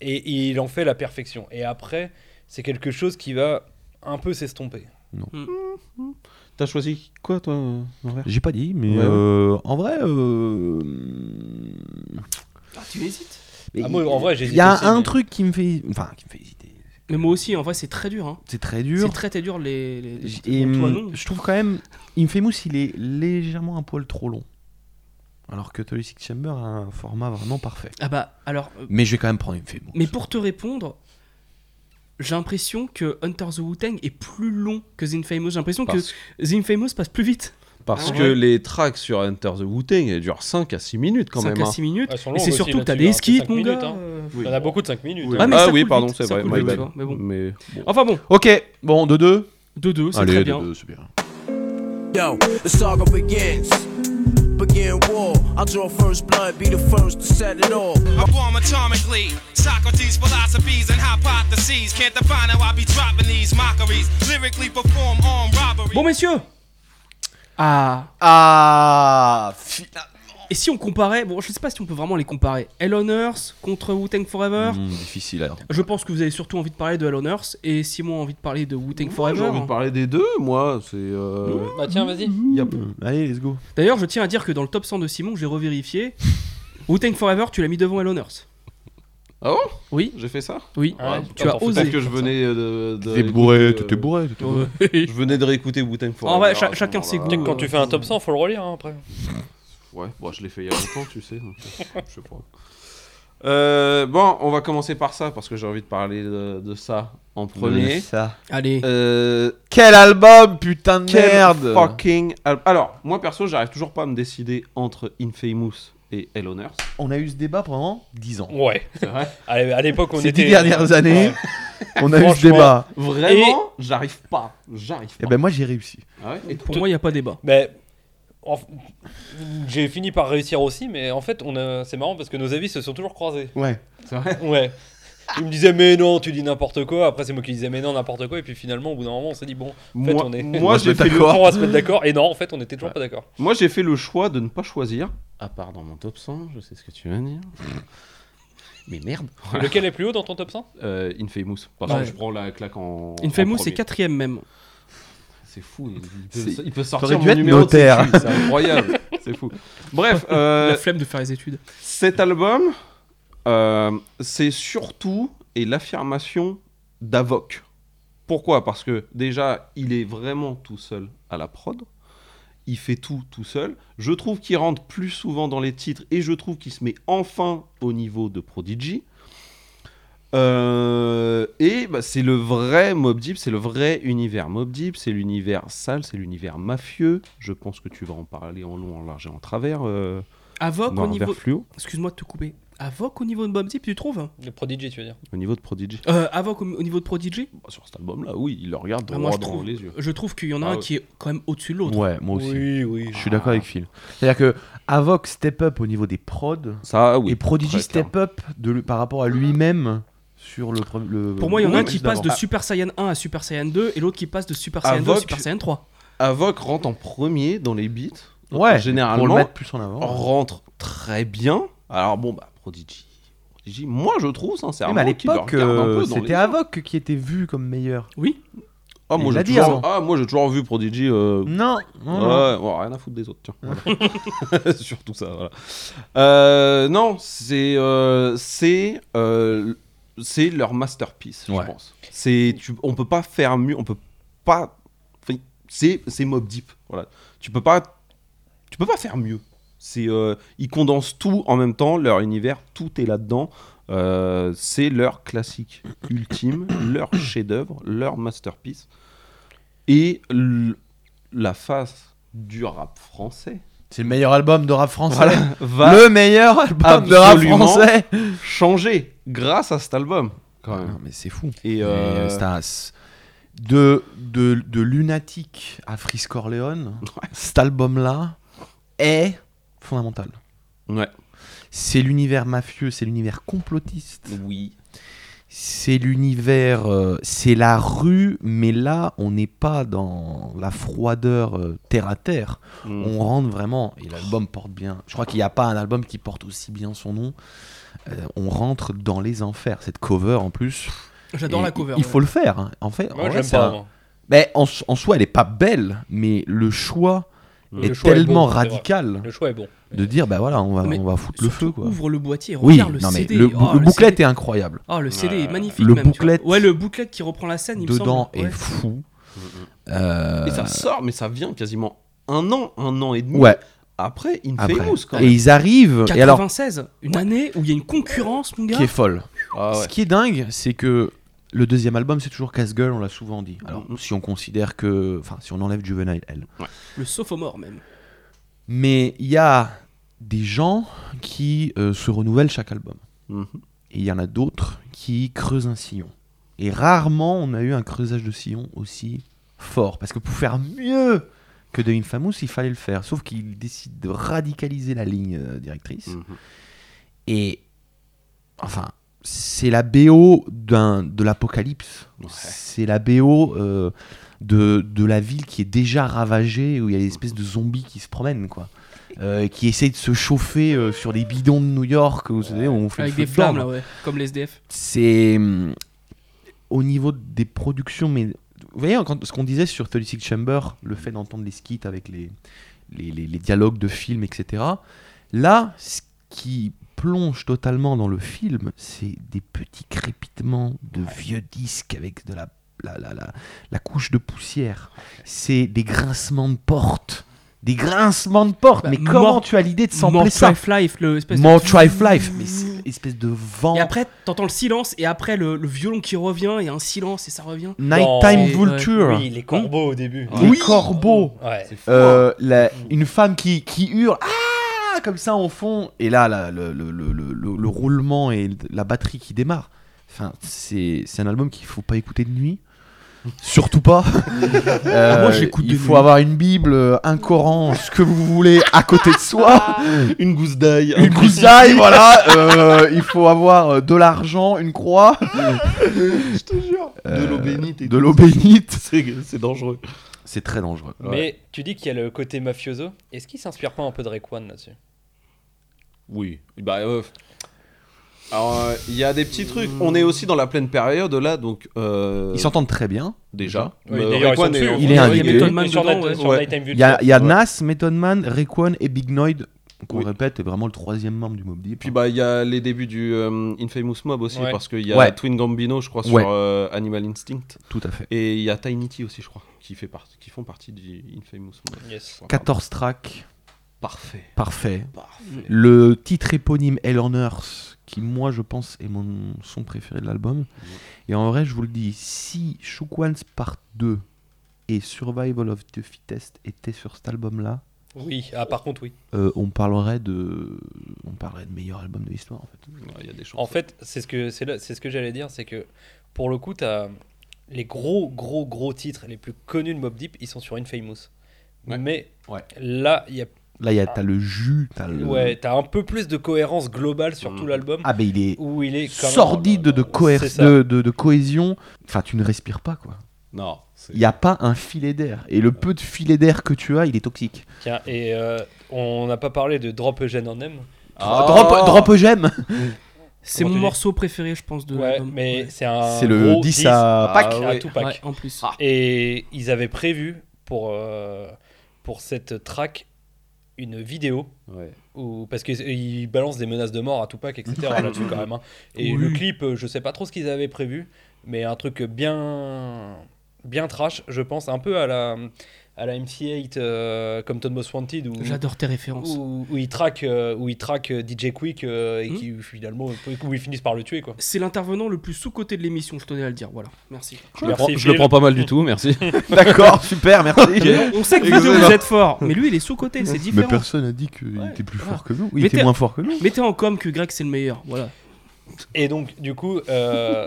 G: et, et il en fait la perfection. Et après, c'est quelque chose qui va un peu s'estomper.
B: T'as choisi quoi, toi, euh, Norbert
E: J'ai pas dit, mais
B: Ouais, ouais.
E: euh, en vrai. euh,
A: Ah, tu hésites
E: mais
G: Ah, moi, en vrai, j'hésite
E: Il y a
G: aussi,
E: un
G: mais-
E: truc qui me fait. Enfin, qui me fait hésiter.
A: Mais moi aussi, en vrai, c'est très dur. hein.
E: C'est très
A: C'est
E: dur.
A: très très dur les. les- les-
E: Et,
A: bon, toi,
E: hum,
A: non.
E: je trouve quand même. Infamous, il est légèrement un poil trop long. Alors que Toxic Chamber a un format vraiment parfait.
A: Ah bah alors. euh,
E: Mais je vais quand même prendre Infamous.
A: Mais pour te répondre, j'ai l'impression que Hunter the Wu-Tang est plus long que The Infamous. J'ai l'impression que
B: Parce,
A: The Infamous passe plus vite.
B: parce
A: Ah,
B: que
A: ouais.
B: les tracks sur Enter the Wu-Tang elles durent 5 à 6 minutes quand
A: 5
B: même.
A: à
B: hein.
A: 6 minutes.
G: Elles sont
A: Et
G: longues
A: c'est
G: aussi
A: surtout que t'as
G: là-dessus,
A: des
G: hein, c'est
A: skits,
G: cinq
A: mon
G: minutes,
A: gars.
G: hein.
A: euh,
G: Il y en a beaucoup de 5 minutes.
B: Oui.
G: hein.
A: Ouais, mais
B: ah
A: ça
B: oui,
A: coule
B: pardon,
A: vite,
B: c'est
A: ça
B: vrai.
A: coule
B: my
A: vite,
B: bad.
A: tu vois, mais bon.
B: Mais bon.
A: Enfin bon,
E: Ok, bon, 2-2. De
A: 2-2, c'est très bien.
E: 2-2, c'est bien.
J: Yo, the saga begins. Begin war. I draw first blood, be the first to set it off.
F: I bomb atomically. Socrates' philosophies and hypotheses. Can't define how I be dropping these mockeries. Lyrically perform armed robbery.
A: Bon, messieurs Ah
E: Ah
A: Et si on comparait, bon, je sais pas si on peut vraiment les comparer. Hell on Earth contre Wu-Tang Forever.
B: Hmm,
E: Difficile
B: hein.
E: alors.
A: Je pense que vous avez surtout envie de parler de Hell on Earth et Simon a envie de parler de Wu-Tang
B: Moi, J'ai
A: Forever.
B: envie de parler des deux, moi. C'est. euh,
G: Bah tiens, vas-y.
B: y a-
E: Hum, Allez, let's go.
A: D'ailleurs, je tiens à dire que dans le top 100 de Simon, j'ai revérifié. Wu-Tang Forever, tu l'as mis devant Hell on Earth.
B: Ah bon
A: Oui,
B: J'ai fait ça
A: oui.
G: Ah ouais,
A: tu as
G: t'en fais
A: osé.
B: Peut-être que je venais de. de
E: T'étais bourré,
B: écouter,
E: t'étais
B: euh,
E: bourré, t'étais bourré.
A: Ah, Ouais.
B: Je venais de réécouter Wu-Tang Forever.
A: En vrai, cha-
B: à ce
A: chacun ses
B: moment-là.
A: goûts.
G: Quand tu fais un top 100, faut le relire hein, après.
B: Ouais, bon, je l'ai fait il y a longtemps, tu sais. donc, euh, je sais pas. Euh, bon, on va commencer par ça parce que j'ai envie de parler de, de ça en euh, premier.
E: Ça.
A: Allez.
B: Euh,
E: Quel album, putain de
B: quel
E: merde
B: fucking al- Alors, moi perso, j'arrive toujours pas à me décider entre Infamous et Hell on Earth.
E: On a eu ce débat pendant 10 ans.
G: Ouais.
B: C'est vrai.
G: À à l'époque, on
E: Ces
G: était.
E: 10 dernières années,
G: Ouais.
E: on a eu ce
G: Franchement.
E: débat.
B: Vraiment, j'arrive pas. J'arrive
E: Et
B: pas.
E: ben moi j'ai réussi.
B: Ah ouais Et
A: Pour moi, il n'y a pas débat.
G: Mais en- j'ai fini par réussir aussi, mais en fait, on a... c'est marrant parce que nos avis se sont toujours croisés.
E: Ouais.
B: c'est vrai
G: Ouais. Il me disait mais non, tu dis n'importe quoi. Après c'est moi qui disais mais non n'importe quoi. Et puis finalement au bout d'un moment on s'est dit bon, en fait
B: Moi,
G: on est
B: moi, j'ai fait le,
E: d'accord.
G: on va se mettre d'accord. Et non en fait on était toujours
B: Ouais.
G: pas d'accord.
B: moi, j'ai fait le choix de ne pas choisir. À part dans mon top 100, je sais ce que tu veux dire. Mais merde.
G: Et Lequel est plus haut dans ton top 100
B: Euh, Infamous. Parce
A: Ouais.
B: que je prends la claque en. en
A: Infamous,
B: premier.
A: c'est quatrième même.
B: C'est fou. Il il
E: C'est-
B: peut, il peut
E: T'aurais
B: sortir
E: dû
B: mon
E: être
B: numéro de
E: notaire.
B: sécu, C'est incroyable. c'est fou. Bref, euh,
A: La flemme de faire les études.
B: cet album, euh, c'est surtout et l'affirmation d'Avoc. Pourquoi Parce que déjà, il est vraiment tout seul à la prod. Il fait tout tout seul. Je trouve qu'il rentre plus souvent dans les titres et je trouve qu'il se met enfin au niveau de Prodigy. Euh, et bah, c'est le vrai Mob Deep, c'est le vrai univers Mob Deep, c'est l'univers sale, c'est l'univers mafieux. Je pense que tu vas en parler en long, en large et en travers, euh,
A: Avoc au
B: noir
A: niveau.
B: vert fluo,
A: Excuse-moi de te couper. Avoc au niveau de Bob Zip, tu trouves
G: Le Prodigy, tu veux dire
B: au niveau de Prodigy.
A: euh, Avoc au, au niveau de Prodigy
B: Bah, sur cet album-là, oui, il le regarde
A: Ah,
B: droit
A: Moi, je
B: dans
A: trouve,
B: les yeux.
A: je trouve qu'il y en a
B: Ah
A: un
B: ouais.
A: qui est quand même au-dessus de l'autre.
E: Ouais, moi aussi.
G: oui.
E: Je suis d'accord avec Phil. C'est-à-dire que Avoc step up au niveau des prods
B: Ça, oui.
E: et Prodigy
B: très
E: step up de, lui- par rapport à lui-même sur le, pre- le-
A: Pour moi, il y en a
E: le
A: un qui
E: disque
A: passe de
E: d'avant.
A: Super Saiyan 1 à Super Saiyan 2 et l'autre qui passe de Super Saiyan 2 à
B: Avoc-
A: Super Saiyan 3.
B: Avoc rentre en premier dans les beats.
E: Ouais,
B: généralement,
E: pour le mettre plus en
B: Oh.
E: avant.
B: rentre très bien. Alors bon, bah Prodigy. Prodigy, moi je trouve
E: Oui,
B: sincèrement
E: mais à
B: qu'il le
E: l'époque,
B: regarde un
E: euh,
B: peu dans les
E: c'était
B: yeux.
E: Avoc qui était vu comme meilleur.
A: Oui,
B: Ah
E: il
B: moi j'ai
E: l'a dit
B: toujours,
E: avant.
B: ah, moi, j'ai toujours vu Prodigy. euh,
E: Non,
B: Ouais,
E: non, non.
B: ouais, rien à foutre des autres, tiens. Voilà. Surtout ça, voilà. Euh, non, c'est euh, c'est euh, c'est leur masterpiece,
E: Ouais.
B: je pense. C'est tu, on peut pas faire mieux, on peut pas. enfin, C'est c'est Mob Deep, voilà. Tu peux pas tu peux pas faire mieux. C'est euh, ils condensent tout en même temps, leur univers, tout est là-dedans. Euh, c'est leur classique ultime, leur chef-d'œuvre, leur masterpiece. Et l- la face du rap français
E: C'est le meilleur album de rap français.
B: voilà, va
E: le meilleur album de rap
B: Absolument.
E: français.
B: changer grâce à cet album. Quand même.
E: Non, mais c'est fou.
B: Et
E: Mais,
B: euh,
E: euh, c'est un- c'est- de, de, de lunatique à Fris Corleone,
B: Ouais.
E: cet album-là est fondamental.
B: ouais.
E: C'est l'univers mafieux, c'est l'univers complotiste,
B: Oui.
E: c'est l'univers, euh, c'est la rue, mais là, on n'est pas dans la froideur euh, terre à terre.
B: Mm.
E: On rentre vraiment, et l'album porte bien. Je crois qu'il n'y a pas un album qui porte aussi bien son nom. Euh, on rentre dans les enfers. Cette cover en plus.
A: j'adore
E: et-
A: la cover.
E: Il
A: ouais.
E: faut le faire. hein. En fait, en
G: Moi,
E: vrai,
G: j'aime
E: c'est
G: pas.
E: un-
G: moi.
E: Mais en, en soi, elle est pas belle, mais le choix
B: Le
E: est
G: choix est
E: tellement
G: bon, c'est vrai.
E: radical
G: Le choix est bon.
E: de dire bah voilà, on va,
A: Mais
E: on va foutre le
A: Surtout,
E: feu quoi.
A: Ouvre le boîtier,
E: Oui,
A: regarde le
E: non mais
A: CD.
E: le, bou-
A: Oh,
E: le booklet
A: CD.
E: est incroyable.
A: Oh, le CD est magnifique.
E: Le
A: même, tu vois.
E: booklet-
A: Ouais, le booklet qui reprend la scène, il
E: dedans
A: me semble.
E: est
A: Ouais.
E: fou. Euh,
B: Et ça sort, mais ça vient quasiment un an, un an et demi
E: ouais,
B: après
E: après.
B: Infamous. Quand
E: Et
B: même.
E: ils arrivent et alors
A: 96, une année où il y a une concurrence, mon gars.
E: qui est folle.
B: Ah ouais.
E: Ce qui est dingue, c'est que le deuxième album, c'est toujours casse-gueule, on l'a souvent dit. Alors,
A: Mm-hmm.
B: Mhm.
E: si on considère que. Enfin, si on enlève Juvenile, elle.
A: Le sophomore, même.
E: Mais il y a des gens qui euh, se renouvellent chaque album.
B: Mhm.
E: Et il y en a d'autres qui creusent un sillon. Et rarement, on a eu un creusage de sillon aussi fort. Parce que pour faire mieux que The Infamous, il fallait le faire. Sauf qu'il décide de radicaliser la ligne euh, directrice.
B: Mhm.
E: Et enfin, c'est la BO d'un, de l'apocalypse. C'est la BO euh, de, de la ville qui est déjà ravagée, où il y a des espèces de zombies qui se promènent, quoi. Euh, qui essayent de se chauffer euh, sur les bidons de New York, vous savez, où on fait le
A: Avec
E: feu
A: des
E: dedans,
A: flammes,
E: là.
A: là, ouais. Comme les SDF.
E: C'est hum, au niveau des productions, mais vous voyez quand- ce qu'on disait sur 36 Chamber, le fait d'entendre les skits avec les, les, les- les dialogues de films, etc. Là, ce qui plonge totalement dans le film, c'est des petits crépitements de vieux disques avec de la, la, la, la, la couche de poussière. C'est des grincements de portes. Des grincements de portes.
A: Bah,
E: mais
A: mort-
E: comment tu as l'idée de
A: More
E: sampler ça
A: Thrive Life, le espèce de-
E: More Thrive Life. Mais c'est espèce de vent.
A: Et après, t'entends le silence, et après, le, le violon qui revient, et un silence, et ça revient.
E: Nighttime
A: Non.
E: Vulture.
G: Oui, Oh. les corbeaux au début.
E: Les corbeaux.
G: Ouais.
E: Euh, la- une femme qui, qui hurle. Ah Comme ça, au fond. Et là, la- le, le- le- le- le- le roulement et la batterie qui démarre. Enfin, c'est c'est un album qu'il faut pas écouter de nuit. Surtout pas. Euh,
A: Moi, j'écoute de
E: Il faut
A: nuit.
E: avoir une Bible, un Coran, ce que vous voulez à côté de soi.
B: Une gousse d'ail.
E: Une broussaille, voilà. Euh, il faut avoir euh, de l'argent, une croix,
B: Je te jure.
E: Euh,
B: de l'eau bénite. et
E: de
B: tout.
E: l'eau bénite.
B: C'est c'est dangereux.
E: C'est très dangereux.
G: Mais tu dis qu'il y a le côté mafioso. Est-ce qu'il s'inspire pas un peu de Drake One là-dessus
B: Oui. Bah, euh, Alors, euh, il y a des petits trucs. On est aussi dans la pleine période là, donc. euh,
E: Ils s'entendent très bien.
B: déjà.
G: Oui,
B: Mais
G: d'ailleurs, ils
B: Rayquan
G: sont dessus. hein.
E: Il est
A: Ouais,
E: invité.
A: Il y a Method Man
G: Et sur,
A: dedans,
G: Night-
A: ouais.
G: sur
B: ouais.
G: Nighttime
E: Il y a,
G: Vulture.
E: il y a
B: Ouais.
E: Nas, Method Man, Rayquan et Big Noid, qu'on
B: Oui.
E: répète est vraiment le troisième membre du Mob Deep.
B: Puis bah il y a les débuts du euh, Infamous Mob aussi
G: Ouais.
B: parce qu'il y a
E: Ouais.
B: Twin Gambino je crois
E: Ouais.
B: sur euh, Animal Instinct
E: tout à fait.
B: et il y a Tiny T aussi je crois qui fait partie qui font partie du Infamous Mob.
G: Yes.
B: Je crois.
E: 14 tracks,
B: Parfait.
E: parfait.
B: Parfait.
E: Le titre éponyme Hell on Earth, qui moi je pense est mon son préféré de l'album. Et en vrai, je vous le dis, si Shook Ones Part 2 et Survival of the Fittest étaient sur cet album-là,
G: Oui, ah, par contre, oui.
E: euh, on parlerait de, on parlerait de meilleur album de l'histoire en fait.
B: Il y a des chances.
G: En fait, c'est ce que c'est là- c'est ce que j'allais dire, c'est que pour le coup, t'as les gros gros gros titres les plus connus de Mob Deep, ils sont sur Infamous.
E: Ouais.
G: Mais
E: Ouais.
G: là, il y a
E: Là, il y a, t'as le jus, t'as le.
G: ouais, t'as un peu plus de cohérence globale sur tout l'album
E: Ah ben il est
G: où il est quand même- euh,
E: sordide de, cohé-
G: C'est ça.
E: de, de- de cohésion. Enfin, tu ne respires pas quoi.
B: Non. c'est-
E: Il n'y a pas un filet d'air. Et le peu de filet d'air que tu as, il est toxique.
G: Tiens, et euh, on n'a pas parlé de Drop Eugène en M.
B: Ah
E: Drop, drop gemme.
A: C'est
G: Comment
A: mon
G: tu dis
A: morceau préféré, je pense, de
G: Ouais,
A: l'album.
G: mais
A: Ouais.
G: c'est un
E: C'est le
G: Ah, gros Ah.
E: 10 à
G: à-
E: Pâques.
G: à
E: Ouais.
G: Tupac.
A: Ouais, en plus.
G: Ah. Et ils avaient prévu pour, euh, pour cette track une vidéo.
B: Ouais.
G: Ou, parce qu'ils balancent des menaces de mort à Tupac, etc. là-dessus quand même. hein. Et
A: Oui.
G: le clip, euh, je sais pas trop ce qu'ils avaient prévu, mais un truc bien, bien trash, je pense, un peu à la, à la MC8 euh, comme Todd Most Wanted, où,
A: J'adore tes références.
G: où, où ils traquent euh, où ils traquent, euh, DJ Quick euh, et
A: Hmm.
G: qui finalement où ils finissent par le tuer quoi.
A: C'est l'intervenant le plus sous-côté de l'émission, je tenais à le dire. Voilà, merci.
B: Je, le
G: Merci,
B: prends, je
G: Phil.
B: le prends pas mal du tout, merci.
E: D'accord, super, merci.
A: On sait que vous deux, vous êtes forts, mais lui, il est sous-côté, c'est
E: Mais
A: différent.
E: personne n'a dit qu'il était plus fort que nous. Oui, il
A: Mais
E: était
A: t'es-
E: moins fort que nous.
A: Mettez en com que Greg, c'est le meilleur. Voilà.
G: Et donc, du coup, euh,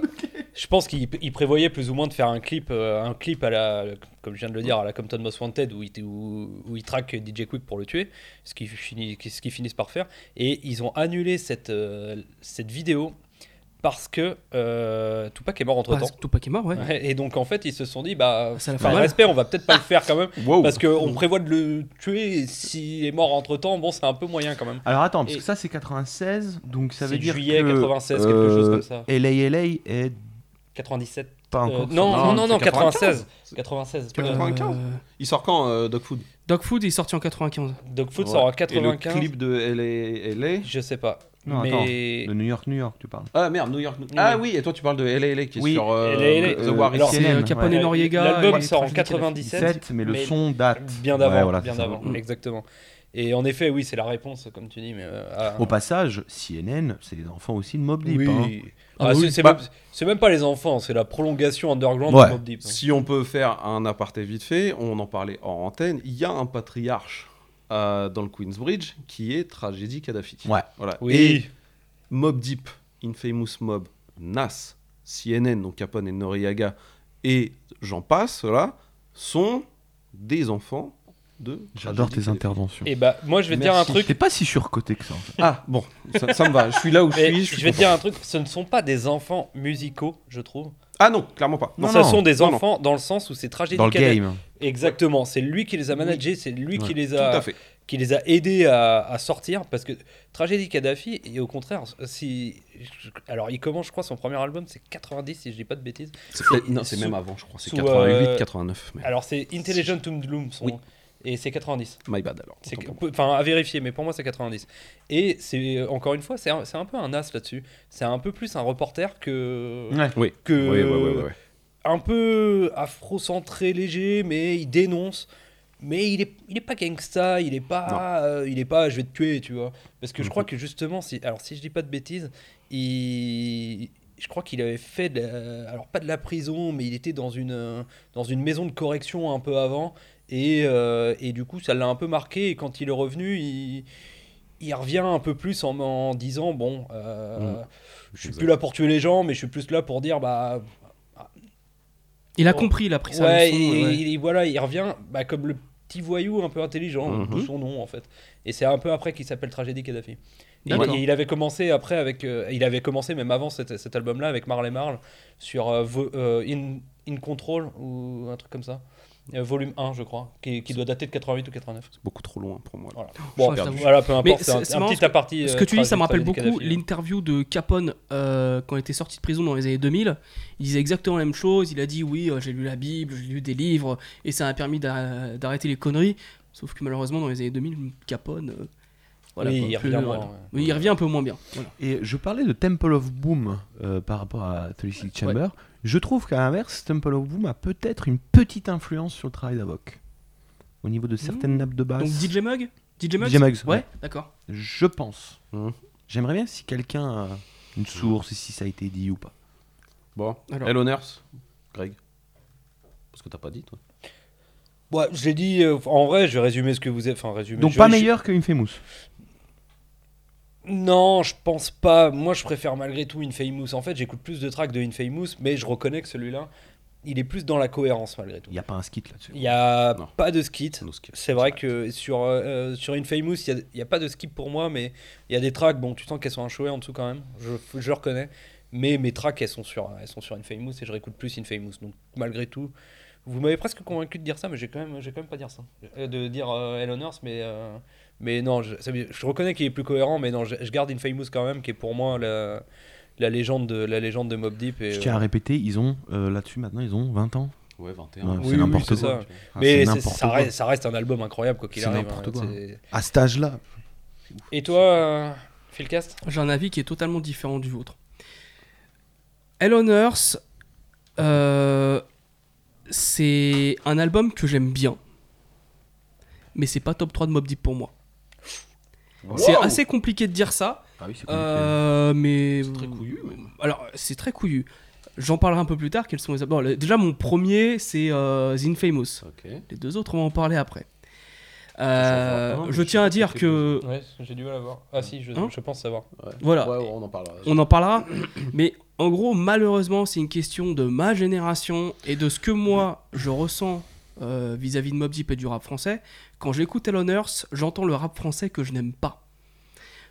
G: je pense qu'il il prévoyait plus ou moins de faire un clip, euh, un clip à la, comme je viens de le dire, à la Compton Most Wanted, où ils, où, où ils traquent DJ Quick pour le tuer, ce qu'ils fini- ce qu'ils finissent par faire. Et ils ont annulé cette, euh, cette vidéo parce que euh, Tupac est mort entre temps.
A: Pas- Tupac est mort, ouais. Ah,
G: Et donc, en fait, ils se sont dit, bah,
A: Ça l'a fait
G: par
A: mal. Oh.
G: respect, on va peut-être pas le faire quand même,
B: Wow.
G: parce qu'on prévoit de le tuer. et S'il est mort entre temps, bon, c'est un peu moyen quand même.
E: Alors attends, parce
G: Et-
E: que ça c'est 96, donc ça
G: C'est
E: veut dire
G: juillet
E: que euh,
G: 96, quelque chose comme ça.
E: LA LA est
G: 97.
E: pas
G: euh,
E: encore.
G: non, non, non, non,
B: c'est
G: 96. 96.
A: Euh,
B: 95. Il sort quand euh, Dog Food
A: Dog Food est sorti en 95.
G: Dog Food sort en
B: Et
G: 95.
B: le clip de LA, LA
G: Je sais pas.
E: Non, attends.
G: mais.
E: De New York, New York, tu parles.
B: Ah merde, New York.
G: Ouais.
B: Ah oui, et toi tu parles de LA, LA qui est
E: Oui,
B: sur euh,
G: LA.
B: The War is
E: Alors,
A: C'est
E: CNN,
A: euh, Capone
E: ouais.
A: et Noriega.
G: L'album
A: et
G: sort en
A: Travis Knight.
G: 97.
E: 17, mais le
G: mais-
E: son date.
G: Bien d'avant.
E: Ouais, voilà,
G: bien
E: c'est ça.
G: d'avant,
A: Mm.
G: exactement. Et en effet, oui, c'est la réponse, comme tu dis. Mais euh, à-
E: Au passage, CNN, c'est les enfants aussi de Mob Deep.
G: Oui.
E: hein.
G: Ah,
A: Ah
G: c'est-
A: oui.
G: C'est
B: Bah-
G: même, c'est même pas les enfants, c'est la prolongation underground
E: Ouais.
G: de Mobb Deep. hein.
B: Si on peut faire un aparté vite fait, on en parlait hors antenne, il y a un patriarche euh, dans le Queensbridge qui est Tragédie Kadhafi.
E: Ouais.
B: Voilà.
G: Oui.
B: Et Mob Deep, Infamous Mob, Nas, CNN, donc Capone et Noriega, et j'en passe, là, sont des enfants de.
E: J'adore
B: Tragédie
E: tes
B: Kadhafi.
E: interventions.
G: Et bah, moi, je vais te dire un
B: Merci.
G: truc.
E: T'es pas si surcoté que ça. en fait.
B: Ah bon, ça, ça me va, je suis là où je
G: mais
B: suis.
G: je,
B: suis
G: vais
B: content.
G: te dire un truc, ce ne sont pas des enfants musicaux, je trouve.
B: Ah non, clairement pas.
E: Non,
G: ce
E: non.
G: sont des
B: Non, non.
G: enfants dans le sens où c'est tragédie
E: Dans le
G: Cadette.
E: game.
G: Exactement, c'est lui qui les a managés, c'est lui qui les
B: Tout
G: a
B: à fait.
G: qui les a aidés à, à sortir parce que Tragédie Kadhafi et au contraire si alors il commence je crois son premier album c'est 90 si je dis pas de bêtises
B: C'est peut-être- non, c'est
G: sous-
B: même avant, je crois. C'est
G: sous,
B: 88,
G: euh,
B: 89. Mais
G: alors c'est Intelligent to Bloom son nom. et c'est 90
B: my bad alors.
G: C'est
B: autant
G: que-
B: pour moi.
G: enfin à vérifier mais pour moi c'est 90 et c'est euh, encore une fois c'est un, c'est un peu un as là-dessus c'est un peu plus un reporter que
E: Ouais.
B: Oui.
G: que-
B: Oui, oui, oui,
G: Euh,
B: oui, oui.
G: un peu afro-centré léger, mais il dénonce. Mais il est, il est pas gangsta, il est pas, euh, il est pas, je vais te tuer, tu vois. Parce que je crois que justement, si, alors si je dis pas de bêtises, il, je crois qu'il avait fait, de la- alors pas de la prison, mais il était dans une, euh, dans une maison de correction un peu avant, et, euh, et du coup ça l'a un peu marqué. Et quand il est revenu, il, il revient un peu plus en, en disant bon, euh, je
E: Mm,
G: suis plus là pour tuer les gens, mais je suis plus là pour dire bah
A: Il a compris, il a pris ça.
G: ouais,
A: leçon,
G: et,
A: ouais.
G: et voilà, il revient bah, comme le petit voyou un peu intelligent,
B: Mhm.
G: de son nom en fait. Et c'est un peu après qu'il s'appelle Tragédie Kadhafi. Et Il,
A: D'accord.
G: et il avait commencé après avec, euh, il avait commencé même avant cet, cet album-là avec Marley Marl sur euh, Vo- euh, In, In Control ou un truc comme ça. Euh, volume 1 je crois, qui, qui doit dater de 88 ou 89.
B: C'est beaucoup trop loin pour moi. là.
G: Voilà.
A: je
G: Bon,
A: t'avoue.
G: voilà, peu
A: Mais
G: importe, c'est
A: c'est-
G: un,
A: c'est
G: un
A: marrant
G: petit
A: ce que-
G: aparté.
A: Ce
G: euh,
A: que tu dis, ça me rappelle
G: Tragédie
A: beaucoup
G: Kadhafi.
A: l'interview de Capone euh, quand il était sorti de prison dans les années 2000. Il disait exactement la même chose. Il a dit Oui, euh, j'ai lu la Bible, j'ai lu des livres, et ça m'a permis d'a- d'arrêter les conneries. Sauf que malheureusement, dans les années 2000, Capone. euh, voilà,
G: Oui,
A: quoi,
G: il
A: un peu, euh,
G: revient
A: voilà.
G: moins, ouais.
A: Oui, il revient un peu moins bien. Voilà.
E: Et je parlais de Temple of Boom euh, par rapport à 36 Chamber. Je trouve qu'à l'inverse, Temple of Boom a peut-être une petite influence sur le travail d'Avoc. Au niveau de
G: Mmh.
E: certaines nappes de basse.
A: Donc DJ Mug DJ Mug
E: DJ Muggs,
A: Ouais,
E: ouais.
A: d'accord.
E: Je pense.
G: Mmh.
B: Mhm.
E: J'aimerais bien si quelqu'un a une source et si ça a été dit ou pas.
B: Bon,
A: Alors.
B: Hell on Earth, Greg. Parce que t'as pas dit, toi.
G: Ouais, je l'ai dit, euh, en vrai, je vais résumer ce que vous avez. Enfin, résumer.
E: Donc
G: je-
E: pas
G: je-
E: meilleur qu'une Famous.
G: Non, je pense pas. Moi, je préfère malgré tout Infamous. En fait, j'écoute plus de tracks de Infamous, mais je reconnais que celui-là, il est plus dans la cohérence malgré tout.
E: Il n'y a pas un skit là-dessus.
G: Il n'y a
B: Non.
G: pas de skit.
B: No skip.
G: C'est vrai que sur, euh, sur Infamous, il n'y a, pas de skip pour moi, mais il y a des tracks, bon, tu sens qu'elles sont enchouées en dessous quand même, je, je le reconnais. Mais mes tracks, elles sont, sur, elles sont sur Infamous et je réécoute plus Infamous. Donc malgré tout, vous m'avez presque convaincu de dire ça, mais j'ai quand même, j'ai quand même pas dire ça. Euh, de dire euh, Hell on Earth, mais, euh, mais non, je, ça veut dire- je reconnais qu'il est plus cohérent, mais non, je, je garde Infamous quand même, qui est pour moi la, la, légende, de, la légende de Mob Deep. Et,
E: Je
G: euh,
E: tiens à répéter, ils ont euh, là-dessus maintenant, ils ont 20 ans.
B: Ouais, 21.
E: Ouais,
B: Ah,
E: c'est
G: oui,
E: n'importe
G: oui, c'est
E: quoi.
G: ça.
E: Ah,
G: Mais
E: c'est
G: c'est-
E: n'importe
G: ça
E: quoi.
G: reste, ça reste un album incroyable, quoi qu'il
E: C'est
G: arrive.
E: n'importe
G: hein,
E: quoi.
G: c'est-
E: À cet âge-là,
G: Et toi, euh, Phil Cast
A: J'ai un avis qui est totalement différent du vôtre. Hell on Earth, euh, c'est un album que j'aime bien, mais c'est pas top 3 de Mob Deep pour moi. C'est assez compliqué de dire ça,
B: Ah oui, c'est
A: euh, mais
B: très couillu, même.
A: alors c'est très couillu. J'en parlerai un peu plus tard. Quels sont les bon, le- déjà mon premier c'est euh, The Infamous.
B: Ok.
A: Les deux autres on va en parler après. Euh,
B: Ça, ça va, hein,
A: je
B: mais
A: tiens
B: je
A: à
B: sais
A: dire
B: pas ce que
A: que
G: Ouais, j'ai du mal à voir. Ah si, je,
A: Hein
G: je pense savoir.
A: voilà,
B: Ouais, ouais, on en parlera.
A: on en parlera. Mais en gros, malheureusement, c'est une question de ma génération et de ce que moi je ressens euh, vis-à-vis de Mob Deep et du rap français. Quand j'écoute Elon Earth, j'entends le rap français que je n'aime pas.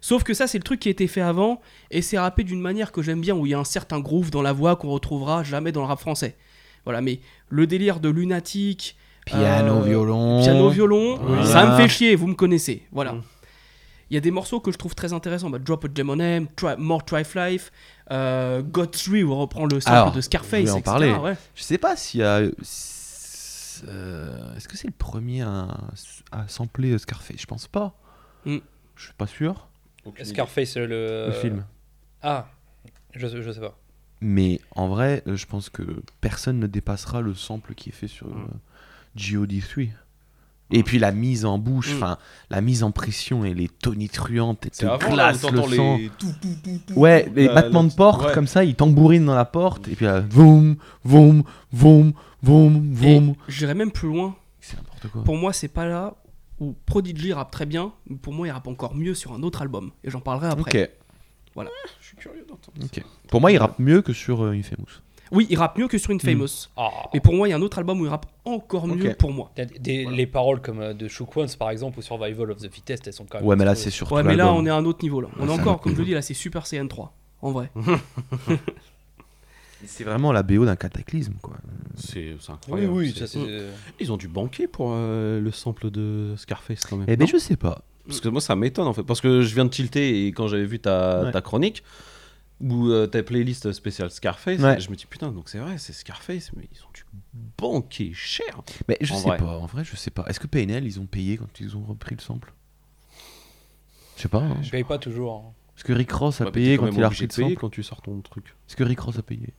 A: Sauf que ça, c'est le truc qui a été fait avant et c'est rappé d'une manière que j'aime bien où il y a un certain groove dans la voix qu'on retrouvera jamais dans le rap français. Voilà, mais le délire de lunatique,
E: piano,
A: Euh,
E: violon.
A: piano violon,
E: Voilà.
A: ça me fait chier, vous me connaissez. Voilà. Il y a des morceaux que je trouve très intéressants, bah, Drop a Gem on M, Try- More Trife Life, euh, God 3 où on reprend le sample
E: Alors,
A: de Scarface,
E: je voulais en
A: etc.,
E: parler.
A: ouais.
E: Je sais pas s'il y a. s- euh, Est-ce que c'est le premier à, à sampler Scarface Je pense pas.
A: Hmm.
E: Je suis pas sûr.
G: Scarface, euh, le...
E: Le film.
G: Ah, je, je sais pas.
E: Mais en vrai, euh, je pense que personne ne dépassera le sample qui est fait sur euh,
B: Hmm.
E: GOD3. Et puis la mise en bouche,
A: Mm.
E: enfin la mise en pression, elle est tonitruante et te
B: Hmm. C'est avant là où
E: glace
B: t'entends
E: le sang.
B: les tout, tout, tout, tout.
E: Ouais, les
B: la-
E: battements
B: la-
E: de porte
B: ouais. Hmm.
E: comme ça, ils tambourinent dans la porte et puis euh, là, vroom, vroom, vroom, vroom,
A: Et
E: vroom.
A: J'irai même plus loin.
E: C'est n'importe quoi.
A: Pour moi, c'est pas là où Prodigy rappe très bien, mais pour moi, il rappe encore mieux sur un autre album. Et j'en parlerai après.
E: Ok,
B: Ah, Je suis curieux d'entendre.
E: ok. Pour moi, il rappe mieux que sur euh, Infamous.
A: Oui, il rappe mieux que sur Infamous.
G: Ah.
A: Mais pour moi, il y a un autre album où il rappe encore mieux
E: Mm. Ok.
A: pour moi.
G: T'as des- des- Les paroles comme euh, de Shook Ones, par exemple, ou Survival of the Fittest, elles sont quand même...
E: Ouais, mais là,
G: trop-
E: c'est surtout.
A: Ouais, mais là,
E: l'album.
A: on est à un autre niveau. Là. On
E: Ouais,
A: est
E: c'est un
A: encore,
E: autre
A: comme je le
E: niveau.
A: dis, là, c'est Super Saiyan 3, en vrai.
E: C'est vraiment la BO d'un cataclysme, quoi.
B: C'est c'est
G: Oui,
B: incroyable.
G: oui,
B: C'est- Mm.
G: ça c'est...
B: Ils ont dû banquer pour euh, le sample de Scarface quand même.
E: Eh ben,
B: non
E: je sais pas.
B: Parce que moi, ça m'étonne en fait. Parce que je viens de tilter et quand j'avais vu ta,
E: Ouais.
B: ta chronique ou euh, ta playlist spéciale Scarface,
E: Ouais.
B: je me dis putain, donc c'est vrai, c'est Scarface, mais ils ont dû banquer cher.
E: Mais je
B: En
E: sais
B: vrai.
E: pas, en vrai, je sais pas. Est-ce que PNL, ils ont payé quand ils ont repris le sample Je sais pas. hein.
G: Je paye pas toujours.
E: Est-ce que Rick Ross
A: Bah,
E: a
B: Ouais, mais t'es
E: payé
B: quand
E: quand
B: même
E: il a repris
B: obligé
E: le
B: de payer
E: sample
B: quand tu sors ton truc.
E: Est-ce que Rick Ross a payé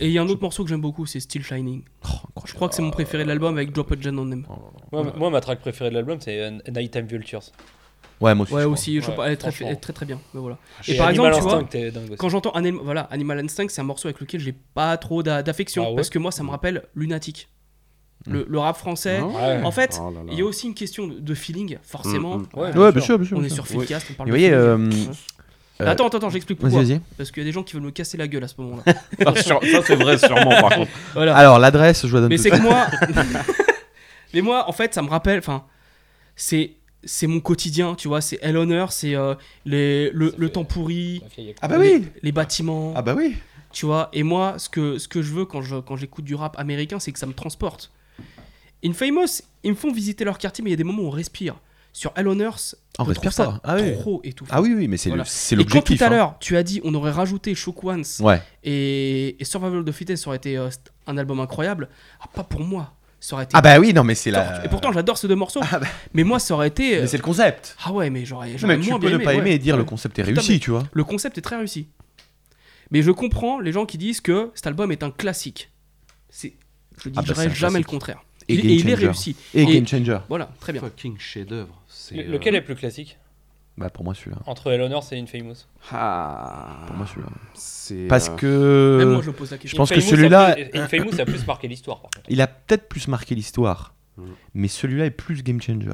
A: Et il y a un autre morceau que j'aime beaucoup, c'est Still Shining.
E: Oh, incroyable.
A: Je crois que c'est mon préféré de l'album avec Drop a Gen on Them.
G: Moi, ma- moi, ma track préférée de l'album, c'est euh, Nighttime Vultures.
E: Ouais, moi aussi.
A: Ouais,
E: je
A: aussi, je
G: Ouais,
A: crois, elle est très,
G: franchement.
A: elle est très très bien. Mais voilà.
G: Et,
A: Et par
G: Animal
A: exemple, tu vois,
G: Instinct, t'es dingue aussi.
A: Quand j'entends Anim- voilà, Animal Instinct, c'est un morceau avec lequel j'ai pas trop d'a- d'affection
G: Ah ouais
A: parce que moi ça me rappelle Lunatic. Le, le rap français.
E: Ah
G: Ouais.
A: En fait,
B: Oh là là.
A: il y a aussi une question de, de feeling, forcément. Ah,
B: Mm,
G: Ouais,
E: crois. Ouais, bien sûr, bien sûr.
A: On
E: bien
A: est
E: sûr.
A: sur Fitcast, on parle
E: Et
A: de
E: voyez,
A: feeling.
E: euh, euh,
A: Attends, attends, attends, j'explique
E: vas-y,
A: pourquoi.
E: vas-y.
A: Parce qu'il y a des gens qui veulent me casser la gueule à ce moment-là.
B: Ah, sûr- ça c'est vrai sûrement par contre.
A: voilà.
E: Alors, l'adresse, je la donne
A: Mais
E: tout
A: c'est
E: de
A: que moi. Mais moi, en fait, ça me rappelle. Enfin, c'est. C'est mon quotidien, tu vois, c'est Hell on Earth, c'est euh, les- le,
G: Ça
A: le
G: fait-
A: temps pourri,
G: La vieille école.
E: Ah bah
A: les,
E: oui
A: les bâtiments,
E: Ah bah oui
A: tu vois. Et moi, ce que, ce que je veux quand je quand j'écoute du rap américain, c'est que ça me transporte. Infamous, ils me font visiter leur quartier, mais il y a des moments où on respire. Sur Hell on Earth,
E: On
A: je
E: respire
A: trouve
E: pas.
A: ça
E: Ah oui.
A: trop étouffant.
E: Ah oui, oui, mais c'est le-
A: Voilà.
E: c'est
A: et quand tout
E: l'objectif.
A: à
E: hein.
A: l'heure, tu as dit, on aurait rajouté Shook Ones
E: Ouais.
A: et, et Survival of the Fittest, ça aurait été euh, un album incroyable. Ah, pas pour moi. Ça aurait été
E: Ah bah oui, non, mais c'est
A: Tortue.
E: la.
A: Et pourtant, j'adore ces deux morceaux.
E: Ah bah-
A: Mais moi, ça aurait été. euh,
E: Mais c'est le concept.
A: Ah ouais, mais j'aurais
E: Non,
A: j'aurais
E: mais tu
A: moins
E: peux
A: bien
E: ne
A: aimé.
E: pas
A: ouais.
E: aimer et dire le concept est
A: Putain, mais-
E: réussi, tu vois.
A: Le concept est très réussi. Mais je comprends les gens qui disent que cet album est un classique. C'est, je
E: Ah bah,
A: dirais
E: c'est un
A: jamais le
E: classique.
A: contraire.
E: Et
A: il,
E: game
A: et il est
E: changer.
A: réussi.
E: Et
A: Et-
E: Game Changer.
A: Voilà, très bien.
B: Fucking chef-d'œuvre. c'est,
G: Le- Lequel
B: euh,
G: est plus classique
E: Bah pour moi celui-là.
G: Entre Eleanor et Infamous.
K: Ah.
E: Pour moi celui-là.
K: c'est.
E: Parce
K: euh,
E: que
A: Même moi, je me pose la
E: je
A: question.
E: pense que
G: Infamous a
E: celui-là,
G: plus- Infamous a plus marqué l'histoire, par contre.
E: il a peut-être plus marqué l'histoire,
K: Mm.
E: mais celui-là est plus game changer.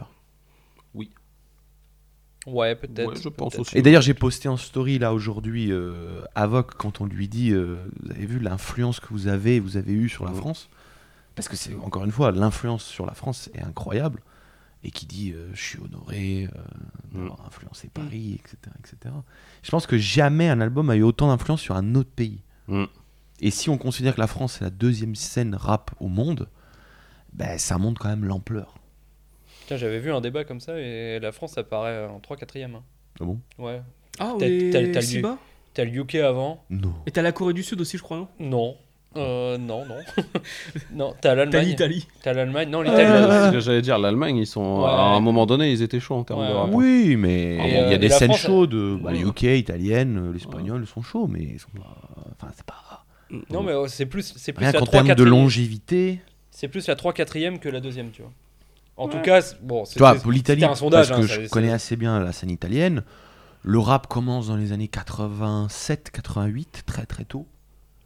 G: Ouais, peut-être.
K: ouais, je pense
G: peut-être.
K: aussi.
E: Et d'ailleurs, j'ai posté en story là aujourd'hui euh, Avoc quand on lui dit euh, Vous avez vu l'influence que vous avez, vous avez eue sur la
K: Mhm.
E: France Parce que c'est encore une fois, l'influence sur la France est incroyable. Et qui dit euh, Je suis honoré euh, d'avoir influencé Paris, etc., etc. Je pense que jamais un album a eu autant d'influence sur un autre pays.
K: Mhm.
E: Et si on considère que la France est la deuxième scène rap au monde, ben, ça montre quand même l'ampleur.
G: Putain, j'avais vu un débat comme ça et la France apparaît en 3 4 e
E: Ah bon
G: Ouais.
A: Ah, on
G: T'as- t'as-
A: est
G: t'as
A: si
G: lieu.
A: bas
G: T'as le UK avant
E: Non.
A: Et t'as la Corée du Sud aussi, je crois, non
G: Non. Euh, non, non. non, t'as
A: T'as
G: l'Allemagne.
A: l'Italie. Euh.
G: T'as l'Allemagne. Non,
K: C'est
G: l'Italie.
K: ce que j'allais dire, l'Allemagne, ils sont.
G: Ouais.
K: À un moment donné, ils étaient chauds en termes
G: Ouais,
K: de
G: ouais.
K: rap.
E: Oui, mais
K: Ah bon,
E: il y a
G: et
E: des
G: la
E: scènes
G: France, elle-
E: chaudes. Bah,
K: Ouais.
E: les UK, italiennes, euh, l'espagnol sont chauds, mais ils sont pas. Enfin, c'est pas.
G: Non, mais euh, c'est plus, c'est plus
E: Rien
G: la
E: qu'en
G: 3
E: termes de
G: 4
E: longévité.
G: C'est plus la 3 4 que la deuxième, tu vois. En tout cas, c'est- bon, c'est
E: Tu vois,
G: c'est-
E: pour l'Italie,
G: c'était un sondage.
E: parce que
G: hein, ça-
E: je
G: c'est-
E: connais assez bien la scène italienne, le rap commence dans les années 87, 88, très très tôt.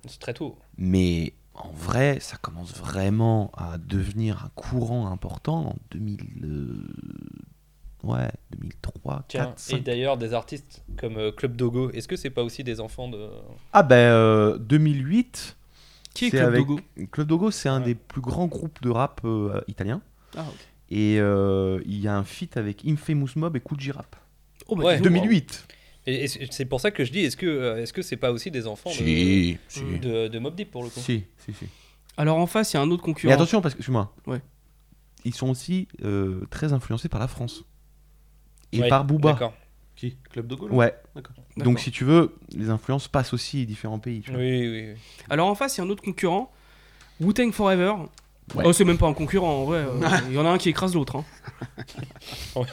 G: C'est très tôt.
E: Mais en vrai, ça commence vraiment à devenir un courant important en 2000. euh, Ouais, 2003,
G: Tiens,
E: 4,
G: et d'ailleurs, des artistes comme euh, Club Dogo, est-ce que c'est pas aussi des enfants de.
E: Ah ben, euh, 2008.
A: Qui est
E: C'est
A: Club
E: avec-
A: Dogo
E: Club Dogo, c'est un
G: Ouais.
E: des plus grands groupes de rap euh, italien.
A: Ah, ok.
E: Et euh, il y a un feat avec Infamous Mob et Coogee Rap.
A: Oh, bah,
G: Ouais.
A: dis donc.
E: 2008.
G: Et, et c'est c'est pour ça que je dis, est-ce que euh, est-ce que c'est pas aussi des enfants de-
E: si.
G: de, de, Mob Deep pour le coup
E: Si, si, si.
A: Alors en face, il y a un autre concurrent.
E: Mais attention, parce que, excuse-moi.
A: Ouais.
E: Ils sont aussi euh, très influencés par la France. Et
G: Ouais,
E: par Booba.
G: D'accord.
K: Qui Club de Gaulle
E: Ouais.
K: D'accord.
E: Donc, si tu veux, les influences passent aussi différents pays. tu
G: Oui,
E: vois.
G: oui, oui.
A: Alors en face, il y a un autre concurrent, Wu-Tang Forever.
E: Ouais.
A: Oh, c'est même pas un concurrent, en vrai. euh, Il y en a un qui écrase l'autre. hein.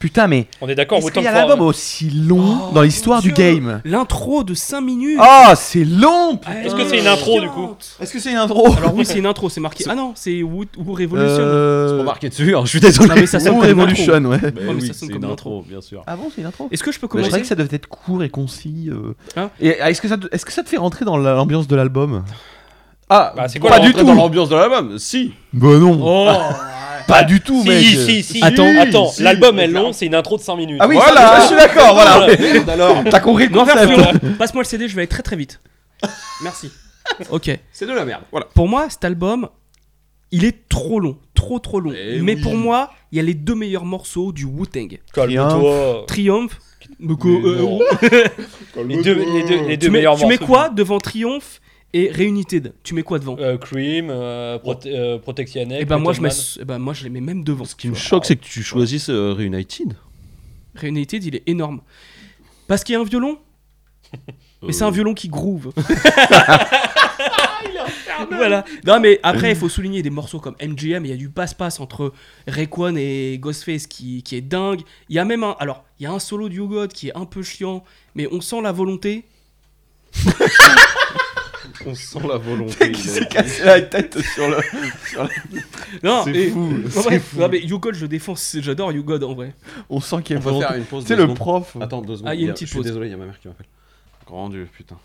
E: Putain, mais.
G: On est d'accord,
E: Est-ce
G: autant
E: qu'il y
G: que
E: a
G: Forever-
E: l'album aussi long
A: Oh,
E: dans l'histoire du
A: mon Dieu.
E: game Ah.
A: L'intro de 5 minutes
E: Oh, c'est long putain.
A: Elle
G: Est-ce que c'est une intro, du coup
A: chiante.
E: Est-ce que c'est une intro
A: Alors oui, c'est une intro, c'est marqué. Ah non, c'est Wu, Wu Revolution.
E: Euh,
B: Remarquez dessus, hein, je suis désolé.
A: Non, mais ça sonne
E: Ou
A: comme une
E: Revolution,
A: intro.
E: ouais.
B: Mais
A: Oh, mais
B: oui,
A: ça sonne
B: c'est
A: comme
B: une
A: une
B: intro, bien sûr.
E: Ah bon, c'est une intro
A: Est-ce que je peux
E: je croyais
A: commencer
E: que ça devait être court et concis. euh.
A: Hein
E: et ah, est-ce que, ça te- est-ce que ça te fait rentrer dans la- l'ambiance de l'album
B: Ah,
G: Bah, c'est quoi
B: pas
G: la
B: du
E: rentrée
B: tout
E: dans
B: dans l'ambiance de l'album Si
E: Bah non,
G: Oh
E: pas du tout,
G: Si,
E: mec.
G: si, si.
E: Attends,
G: attends,
E: si.
G: l'album est long, c'est une intro de 5 minutes.
E: Ah oui,
B: Voilà.
E: ça, je suis d'accord, voilà.
B: Alors,
E: T'as compris le
A: Non,
E: concept
A: Florent, passe-moi le CD, je vais aller très très vite. Merci. Ok.
B: c'est de la merde. Voilà.
A: Pour moi, cet album, il est trop long, trop trop long.
B: Eh
A: Mais
B: oui.
A: pour moi, il y a les deux meilleurs morceaux du Wu-Tang.
E: Oh.
G: Calme-toi.
A: Triomphe.
B: Mais
A: euh,
B: non.
G: Les deux, les deux, les deux
A: tu mets,
G: meilleurs
A: tu mets
G: morceaux.
A: quoi devant Triomphe et Reunited Tu mets quoi devant
G: Euh, Cream, euh, Prote- euh, Protectionnel.
A: Et ben moi je mets,
G: Metal Man.
A: eh ben, moi je les mets même devant.
B: Ce qui me choque, c'est que tu choisisses euh, Reunited.
A: Reunited, il est énorme. Parce qu'il y a un violon. Mais c'est un violon qui groove.
G: Ah,
A: voilà. Non mais après il faut souligner des morceaux comme MGM, il y a du passe-passe entre Rayquan et Ghostface qui, qui est dingue. Il y a même un alors, il y a un solo du God qui est un peu chiant, mais on sent la volonté.
B: On sent la volonté.
E: cassé la tête sur le.
A: Non, et-
E: fou,
A: non,
E: c'est
A: bref,
E: fou.
A: non, mais You God, je défonce, j'adore You God en vrai.
E: On sent qu'il y a
B: On peut
E: volonté.
B: faire une pause.
E: C'est
B: deux
E: le
B: secondes.
E: prof.
B: Attends, deux secondes.
A: Ah, il y a une
B: gars,
A: petite
B: Je suis
A: pause.
B: désolé, il y a ma mère qui m'appelle. Grand Dieu, putain.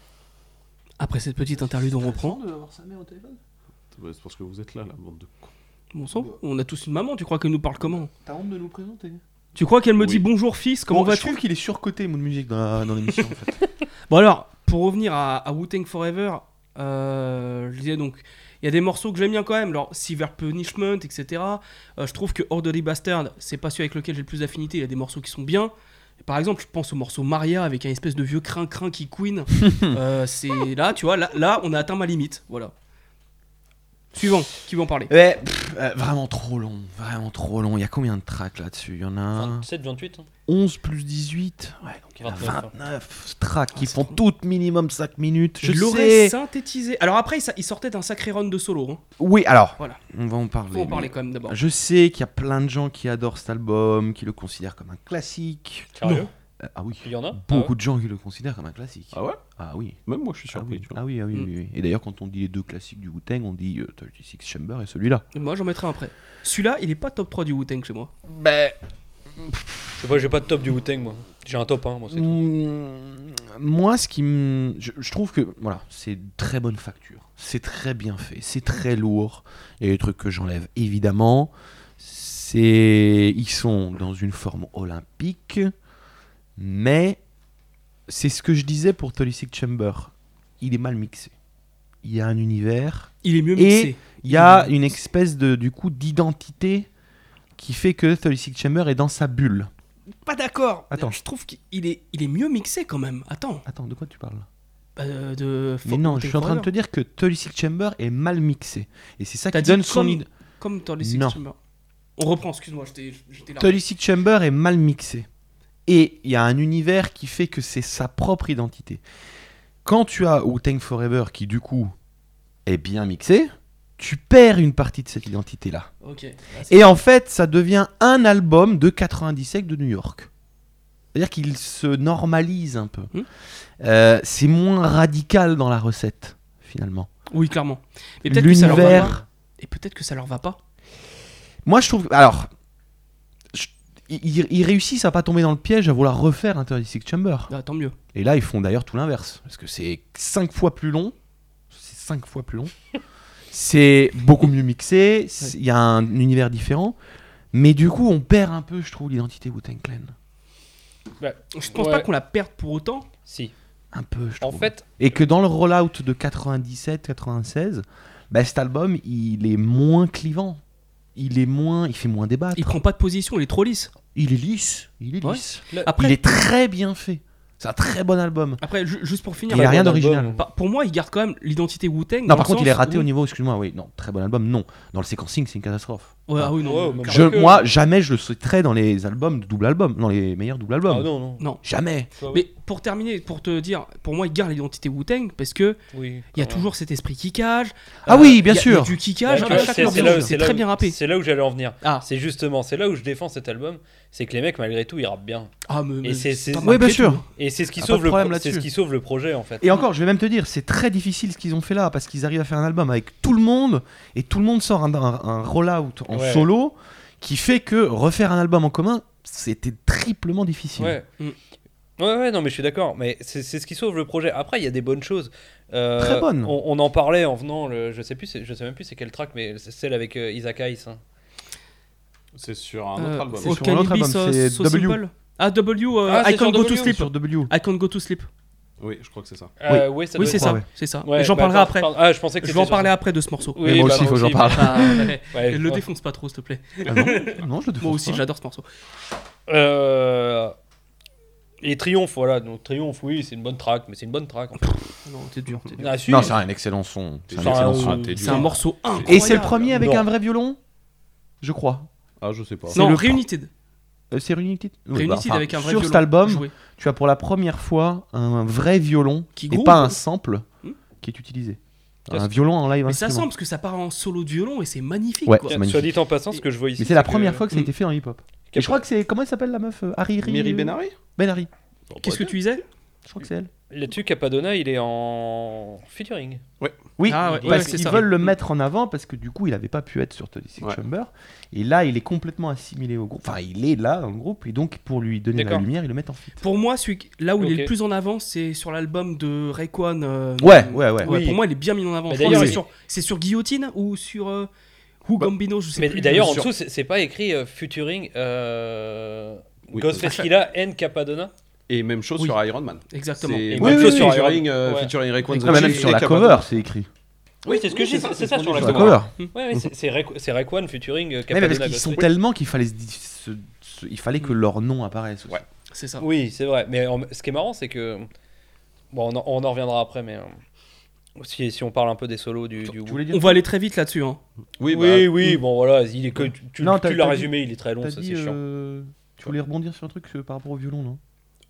A: Après cette petite interlude, on reprend.
B: Ouais, C'est parce que vous êtes là, la bande de cons.
A: Bon sang, on a tous une maman, tu crois qu'elle nous parle comment
E: T'as honte de nous présenter.
A: Tu crois qu'elle me dit
B: Oui.
A: bonjour fils, comment
E: Bon, je
A: vas-tu
E: trouve qu'il est surcoté, Moon Music, dans la- dans l'émission. en fait.
A: Bon alors, pour revenir à, à Wu-Tang Forever, euh, je disais donc, il y a des morceaux que j'aime bien quand même, alors Silver Punishment, etc. Euh, je trouve que Orderly Bastard, c'est pas celui avec lequel j'ai le plus d'affinité, il y a des morceaux qui sont bien. Par exemple, je pense au morceau Maria avec un espèce de vieux crin-crin qui queen. Euh, c'est là, tu vois, là, là, on a atteint ma limite, voilà. Suivant, qui veut en parler
E: Ouais, pff, euh, vraiment trop long, vraiment trop long. Il y a combien de tracks là-dessus Il y en a un
G: 27, 28 hein.
E: 11 plus 18. Ouais, donc il y en a
G: 29, hein.
E: 29 tracks qui
A: c'est
E: font
A: trop.
E: toutes minimum 5 minutes. Je
A: Je l'aurais
E: sais.
A: synthétisé. Alors après, ça- il sortait d'un sacré run de solo. Hein.
E: Oui, alors,
A: Voilà.
E: on va en parler.
A: Faut en
E: mais-
A: parler quand même d'abord.
E: Je sais qu'il y a plein de gens qui adorent cet album, qui le considèrent comme un classique.
G: Sérieux
E: Euh, ah oui.
G: Il y en a Ah
E: Beaucoup
G: ouais.
E: de gens qui le considèrent comme un classique.
B: Ah ouais
E: Ah oui.
B: Même moi, je suis
E: Ah
B: surpris.
E: oui,
B: tu vois.
E: ah oui, ah oui,
A: Mm.
E: oui, oui. Et d'ailleurs, quand on dit les deux classiques du Wu-Tang, on dit euh, 36 Chamber et celui-là.
A: Moi, j'en mettrai un après. Celui-là, il est pas top 3 du Wu-Tang chez moi.
E: Ben,
G: Je sais pas, j'ai pas de top du Wu-Tang, moi. J'ai un top 1, moi, c'est
A: Mm.
G: tout.
E: Mm, Moi, ce qui me. Je, je trouve que. Voilà, c'est de très bonne facture. C'est très bien fait. C'est très lourd. Il y a des trucs que j'enlève, évidemment. C'est. Ils sont dans une forme olympique. Mais. C'est ce que je disais pour Tolisic Chamber. Il est mal mixé. Il y a un univers.
A: Il est mieux
E: et
A: mixé.
E: Il y a une espèce de, du coup, d'identité qui fait que Tolisic Chamber est dans sa bulle.
A: Pas d'accord.
E: Attends.
A: Je trouve qu'il est, il est mieux mixé quand même. Attends. Euh,
E: Attends, de quoi tu parles
A: de
E: Mais non, je suis en train de te dire que Tolisic Chamber est mal mixé. Et c'est ça
A: T'as
E: qui
A: dit
E: donne son.
A: comme, comme dans les Six
E: Non.
A: Chambers. On reprend, excuse-moi, j'étais j'étais là.
E: Tolisic Chamber est mal mixé. Et il y a un univers qui fait que c'est sa propre identité. Quand tu as Wu Tang Forever qui, du coup, est bien mixé, tu perds une partie de cette identité-là.
A: Ok.
E: Et en fait, ça devient un album de 90 siècles de New York. C'est-à-dire qu'il se normalise un peu.
A: Hmm.
E: Euh, c'est moins radical dans la recette, finalement.
A: Oui, clairement. Mais peut-être que ça leur va
E: L'univers-
A: pas. Et peut-être que ça leur va pas.
E: Moi, je trouve. Alors. je- Ils, ils réussissent à pas tomber dans le piège à vouloir refaire un 36 Chamber.
A: Ah, tant mieux.
E: Et là, ils font d'ailleurs tout l'inverse. Parce que c'est 5 fois plus long. C'est 5 fois plus long. c'est beaucoup mieux mixé. c'est- Il y a un univers différent. Mais du coup, on perd un peu, je trouve, l'identité Wu-Tang Clan.
A: Je pense pas qu'on la perde pour autant.
G: Si.
E: Un peu, je
G: En
E: trouve.
G: fait,
E: Et que dans le rollout de 97-96, bah, cet album, il est moins clivant. Il est moins, il fait moins débattre.
A: Il prend pas de position, il est trop lisse.
E: Il est lisse, il est
A: Ouais.
E: lisse.
A: Le- Après-
E: Il est très bien fait. C'est un très bon album.
A: Après, ju- juste pour finir.
E: Il y a
A: euh,
E: rien
A: bon
E: d'original.
A: album. Pa- Pour moi, il garde quand même l'identité Wu-Tang. dans
E: Non, par
A: le
E: contre, il est
A: sens
E: raté
A: où-
E: au niveau, excuse-moi, oui, non, très bon album, non. Dans le séquencing, c'est une catastrophe.
A: Ouais,
E: Ah.
A: ah oui, non. mais-
E: Je, moi, jamais je le souhaiterais dans les albums de double album, dans les meilleurs double albums.
G: Ah non, non.
A: Non.
E: Jamais.
A: Mais pour terminer, pour te dire, pour moi, il garde l'identité Wu-Tang parce que
G: Oui, Ah,
A: il y a
G: quand
A: toujours cet esprit kickage.
E: Ah oui, bien
A: il y a-
E: sûr.
A: il y a Du kickage
G: Bah, tu
A: à
G: vois,
A: chaque
G: c'est- c'est
A: morceau,
G: là où-
A: C'est
G: là
A: très
G: où-
A: bien rappé.
G: C'est là où j'allais en venir.
A: Ah.
G: C'est justement, c'est là où je défends cet album, c'est que les mecs malgré tout ils rappent bien.
A: Ah, mais-
G: et
A: mais c'est
G: c'est c'est-
A: pas Oui, bien
E: sûr. tout.
G: Et c'est ce
E: Ah,
G: qui
E: pas
G: sauve
E: de
G: le
E: problème
G: pro- c'est ce
E: là-dessus.
G: qui sauve le projet en fait.
E: Et encore, je vais même te dire, c'est très difficile ce qu'ils ont fait là, parce qu'ils arrivent à faire un album avec tout le monde, et tout le monde sort un, un- un rollout en
G: Ouais.
E: solo, qui fait que refaire un album en commun, c'était triplement difficile.
G: Ouais. Ouais, ouais, non, mais je suis d'accord. Mais c'est c'est ce qui sauve le projet. Après, il y a des bonnes choses. Euh,
E: Très bonnes.
G: On, on en parlait en venant. Le, je sais plus, c'est- je sais même plus c'est quel track, mais c'est celle avec euh, Isaac Hayes. hein.
K: Ah. C'est sur un
A: Euh,
K: autre album.
A: c'est sur un autre album, c'est W. Ah, W, euh,
G: Ah,
A: I
G: c'est
A: can't
G: sur
A: go
G: W.
A: to sleep.
E: Sur W.
A: I can't go to sleep.
K: Oui, je crois que c'est ça.
G: Euh, ouais, ça
A: Oui,
G: doit
A: c'est
G: être-
A: ça,
G: ouais.
A: c'est ça.
G: Ouais,
A: Et j'en
G: bah,
A: parlerai
G: attends,
A: après.
G: pardon. Ah, je pensais que
A: je
G: c'était
A: vais en
G: sur-
A: parler après de ce morceau.
G: Oui, Mais moi bah, aussi, faut que j'en aussi, parle. bah, ouais.
A: Ne le
G: Ouais.
A: défonce pas trop, s'il te plaît.
G: Ah non,
E: non, je le
A: Moi
E: défonce
A: aussi,
E: pas.
A: j'adore ce morceau.
G: Euh, Et Triomphe, voilà. Donc Triomphe, oui, c'est une bonne track, mais c'est une bonne track. En fait.
A: Non, t'es dur, t'es dur.
G: Ah, si.
E: Non, c'est un excellent son. C'est un
G: C'est
E: excellent
G: un-
E: son.
G: c'est
E: T'es
G: un
E: dur.
G: morceau
E: Et c'est le
G: incroyable.
E: premier avec
G: Non.
E: un vrai violon Je crois.
K: Ah, je sais pas.
E: C'est
A: Non,
E: le-
A: Reunited.
E: Euh, c'est Reunited Oui,
A: Reunited
E: bah, enfin,
A: avec un vrai
E: Sur
A: violon
E: cet album,
A: joué.
E: tu as pour la première fois un, un vrai violon
A: Qui
E: et
A: groove,
E: pas
A: hein.
E: un sample
A: Hmm.
E: qui est utilisé.
A: Parce
E: Un
A: que-
E: violon en live
A: Mais ça
E: instrument.
A: semble parce que ça part en solo de violon et c'est magnifique.
E: Ouais,
A: quoi.
E: c'est
G: Soit
E: magnifique.
G: dit en passant, ce que je vois ici.
E: Mais c'est la
G: que-
E: première fois que ça
A: Hmm.
E: a été fait en hip-hop. Et je crois que c'est. Comment elle s'appelle la meuf euh, Hariri
K: Miri
E: euh,
K: Benari
E: Benari.
A: Qu'est-ce que tu disais
E: Je crois que c'est elle.
G: Là-dessus, Capadonna, il est en featuring.
K: Ouais.
E: Oui,
A: Ah ouais, ouais,
E: parce
A: c'est
E: qu'ils
A: ça.
E: veulent le mettre en avant parce que du coup, il avait pas pu être sur Toddy
K: Ouais.
E: Chamber. Et là, il est complètement assimilé au groupe. Enfin, il est là dans le groupe et donc pour lui donner la
G: D'accord.
E: lumière, ils le mettent en feat.
A: Pour moi, celui qui- là où il est le
G: Ok.
A: plus en avant, c'est sur l'album de Rayquan. euh,
E: Ouais, ouais, ouais.
G: Oui.
A: Pour moi, il est bien mis en avant.
G: Mais
A: Je crois que
G: d'ailleurs,
A: c'est
G: il-
A: sur-
G: Bah,
A: c'est sur Guillotine ou sur euh, Who Gambino, je sais
G: Mais
A: plus.
G: d'ailleurs, en
A: Sur-
G: dessous, c'est c'est pas écrit euh, featuring euh,
K: Oui.
G: Ghostface Killah and Capadonna.
K: Et même chose
A: Oui.
K: sur Iron Man.
A: Exactement.
K: C'est
G: Et
K: même
G: oui,
K: chose
G: oui,
K: sur
G: oui,
K: Featuring,
G: oui.
K: euh,
G: Ouais.
K: featuring Rayquan
E: Ah, mais même
K: Zachi
E: sur
K: et
E: la
K: Capadonna.
E: cover, c'est écrit.
G: Oui, c'est ce que
K: Oui,
G: j'ai,
K: c'est ça,
G: c'est
K: c'est
G: ça
K: ce
G: sur la
K: qu'on
E: dit sur la
G: cover.
E: cover.
G: Ouais, ouais, c'est- c'est Rayqu- c'est Rayquan featuring euh,
E: Mais
G: Capadonna.
E: parce qu'ils sont
G: Ghostface.
E: tellement qu'il fallait se di- se- se- il fallait que leur nom apparaisse. aussi.
K: Ouais.
A: C'est ça.
G: Oui, c'est vrai. Mais en- ce qui est marrant, c'est que. Bon, on en, on en reviendra après, mais. euh, Si, si on parle un peu des solos du. du-
E: Tu voulais dire
A: On va aller très vite là-dessus. hein.
K: Oui, bah,
G: oui, oui, bon voilà, il est que, tu, tu-
E: Non,
G: tu
E: t'as-
G: l'as
E: t'as
G: résumé, il est très long,
E: T'as
G: ça
E: dit,
G: c'est chiant.
E: euh, tu voulais rebondir sur un truc euh, par rapport au violon, non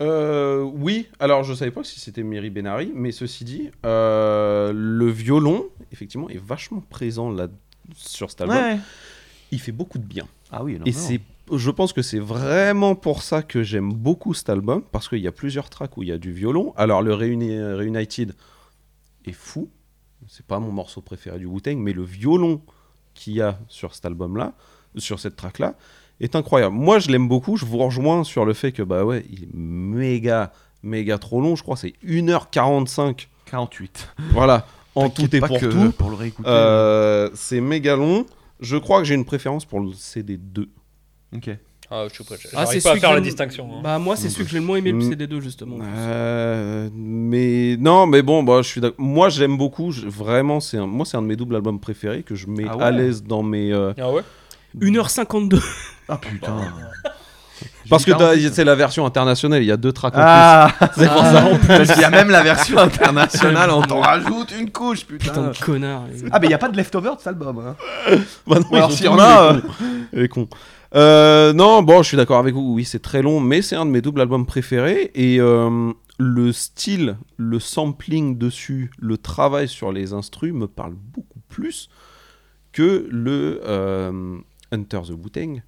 K: Euh, oui, alors je savais pas si c'était Miri Benari, mais ceci dit, euh, le violon, effectivement, est vachement présent là sur
B: Bah,
K: cet album. Il fait beaucoup de bien.
E: Ah oui, non,
K: Et
E: non.
K: c'est, je pense que c'est vraiment pour ça que j'aime beaucoup cet album, parce qu'il y a plusieurs tracks où il y a du violon. Alors le Reuni- Reunited est fou, c'est pas mon morceau préféré du Wu-Tang, mais le violon qu'il y a sur cet album-là, sur cette track-là,
B: est incroyable. Moi, je l'aime beaucoup. Je vous rejoins sur le fait que, bah ouais, il est méga, méga trop long. Je crois que c'est 1h45.
E: 48.
B: Voilà, en
E: T'inquiète
B: tout et
E: pas
B: pour
E: que
B: tout.
E: pour le réécouter,
B: Euh, c'est méga long. Je crois que j'ai une préférence pour le CD2.
E: Ok.
G: Ah, je suis prêt.
A: Ah, c'est
G: J'arrive pas à
A: celui
G: faire
A: que
G: la
A: j'aime-
G: distinction. hein.
A: Bah, moi, c'est celui que j'ai le moins aimé, le
B: Mm.
A: CD2, justement.
B: Euh, mais non, mais bon, bah, je suis d'ac- Moi, je l'aime beaucoup. Je- Vraiment, c'est un... moi, c'est un de mes doubles albums préférés que je mets
E: Ah ouais
B: à l'aise dans mes. euh,
G: Ah ouais
A: 1h52.
E: Ah putain.
B: Parce que
E: J'ai dit
B: t'as-
E: 48.
B: c'est la version internationale. Il y a deux tracks. en
E: Ah
B: plus. c'est pour ça. en plus.
E: Parce qu'il y a même la version internationale, on t'en rajoute une couche,
A: Putain
E: putain.
A: de connard. les gars.
E: Ah, mais il n'y a pas de leftover de cet album. Hein.
B: Bah non,
E: Ou alors
B: ils ont
E: s'il y
B: tout
E: en
B: mis,
E: a,
B: les cons. Les cons. Euh, non, bon, je suis d'accord avec vous. Oui, c'est très long, mais c'est un de mes doubles albums préférés. Et euh, le style, le sampling dessus, le travail sur les instrus me parle beaucoup plus que le euh, Hunter the Wu-Tang.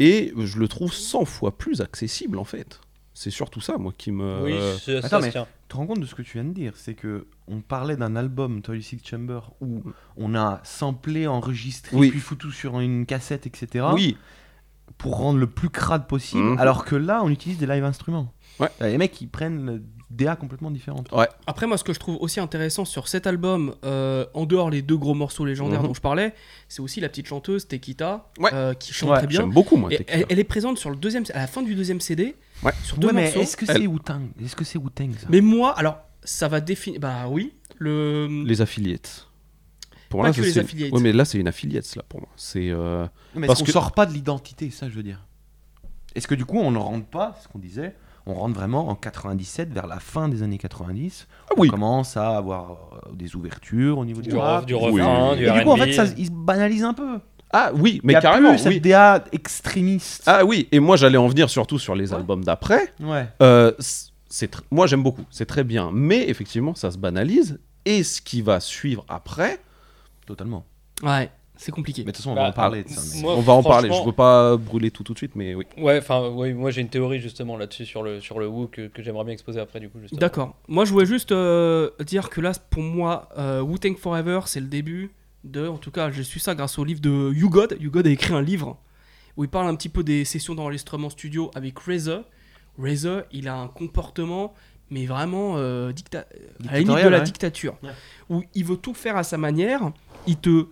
B: Et je le trouve 100 fois plus accessible, en fait. C'est surtout ça, moi, qui me... euh,
G: Oui, c'est- ça
E: attends,
G: se
E: mais-
G: tient.
E: Tu te rends compte de ce que tu viens de dire C'est que on parlait d'un album, 36 Chamber, où on a samplé, enregistré,
B: Oui.
E: puis foutu sur une cassette, etc.
A: Ah,
B: Oui,
E: Pour rendre le plus crade possible.
B: Mhm.
E: Alors que là, on utilise des live instruments. Euh,
B: Ouais.
E: Les mecs, ils prennent des A complètement différentes.
A: Après, moi, ce que je trouve aussi intéressant sur cet album, euh, en dehors les deux gros morceaux légendaires
B: Mhm.
A: dont je parlais, c'est aussi la petite chanteuse Tequita,
B: Ouais.
A: euh, qui chante
E: Ouais.
A: très bien.
B: j'aime beaucoup, moi.
A: Et
B: Tequila.
A: elle, elle est présente sur le deuxième, à la fin du deuxième CD,
B: Ouais.
A: sur deux
E: Ouais, mais
A: morceaux.
E: est-ce que
B: Elle-
E: c'est Wu-Tang Est-ce que c'est Wu-Tang ça
A: Mais moi, alors, ça va définir. Bah oui, le.
B: Les affiliates. Pour
A: Pas
B: moi,
A: que
B: ça,
A: les
B: c'est-
A: affiliates.
B: Ouais, mais là, c'est une affiliate, là, pour moi. C'est... euh,
E: Non, mais parce
B: Parce
E: qu'on
B: que-
E: sort pas de l'identité, ça je veux dire. Est-ce que du coup on ne rentre pas, c'est ce qu'on disait, on rentre vraiment en 97 vers la fin des années 90
B: Ah oui.
E: On commence à avoir euh, des ouvertures au niveau du,
G: Du, ref-
E: rap.
G: du
E: Et
G: refrain,
B: Oui.
G: du
E: du coup en
G: R&B.
E: fait ça il se banalise un peu.
B: Ah oui, mais
E: Il y a
B: carrément,
E: plus cette
B: oui.
E: DA extrémiste.
B: Ah oui, et moi j'allais en venir surtout sur les albums d'après.
E: Ouais.
B: Euh, c- c'est tr- moi j'aime beaucoup, c'est très bien, mais effectivement ça se banalise. Et ce qui va suivre après,
E: Totalement.
A: Ouais, c'est compliqué.
E: Mais de toute façon on
G: Bah,
E: va en parler de ça. mais-
G: moi,
B: on va en
G: franchement,
B: parler. Je veux pas brûler tout tout de suite, mais oui.
G: Ouais, enfin, ouais, moi j'ai une théorie justement là-dessus sur le sur le Wu que, que j'aimerais bien exposer après du coup. justement.
A: D'accord. Moi, je voulais juste euh, dire que là, pour moi, euh, Wu-Tang Forever, c'est le début de. En tout cas, j'ai su ça grâce au livre de You God. You God a écrit un livre où il parle un petit peu des sessions d'enregistrement studio avec Razor. Razor, il a un comportement, mais vraiment euh, dicta- à la limite de la
E: Dictatorial, ouais.
A: dictature, où il veut tout faire à sa manière. Il te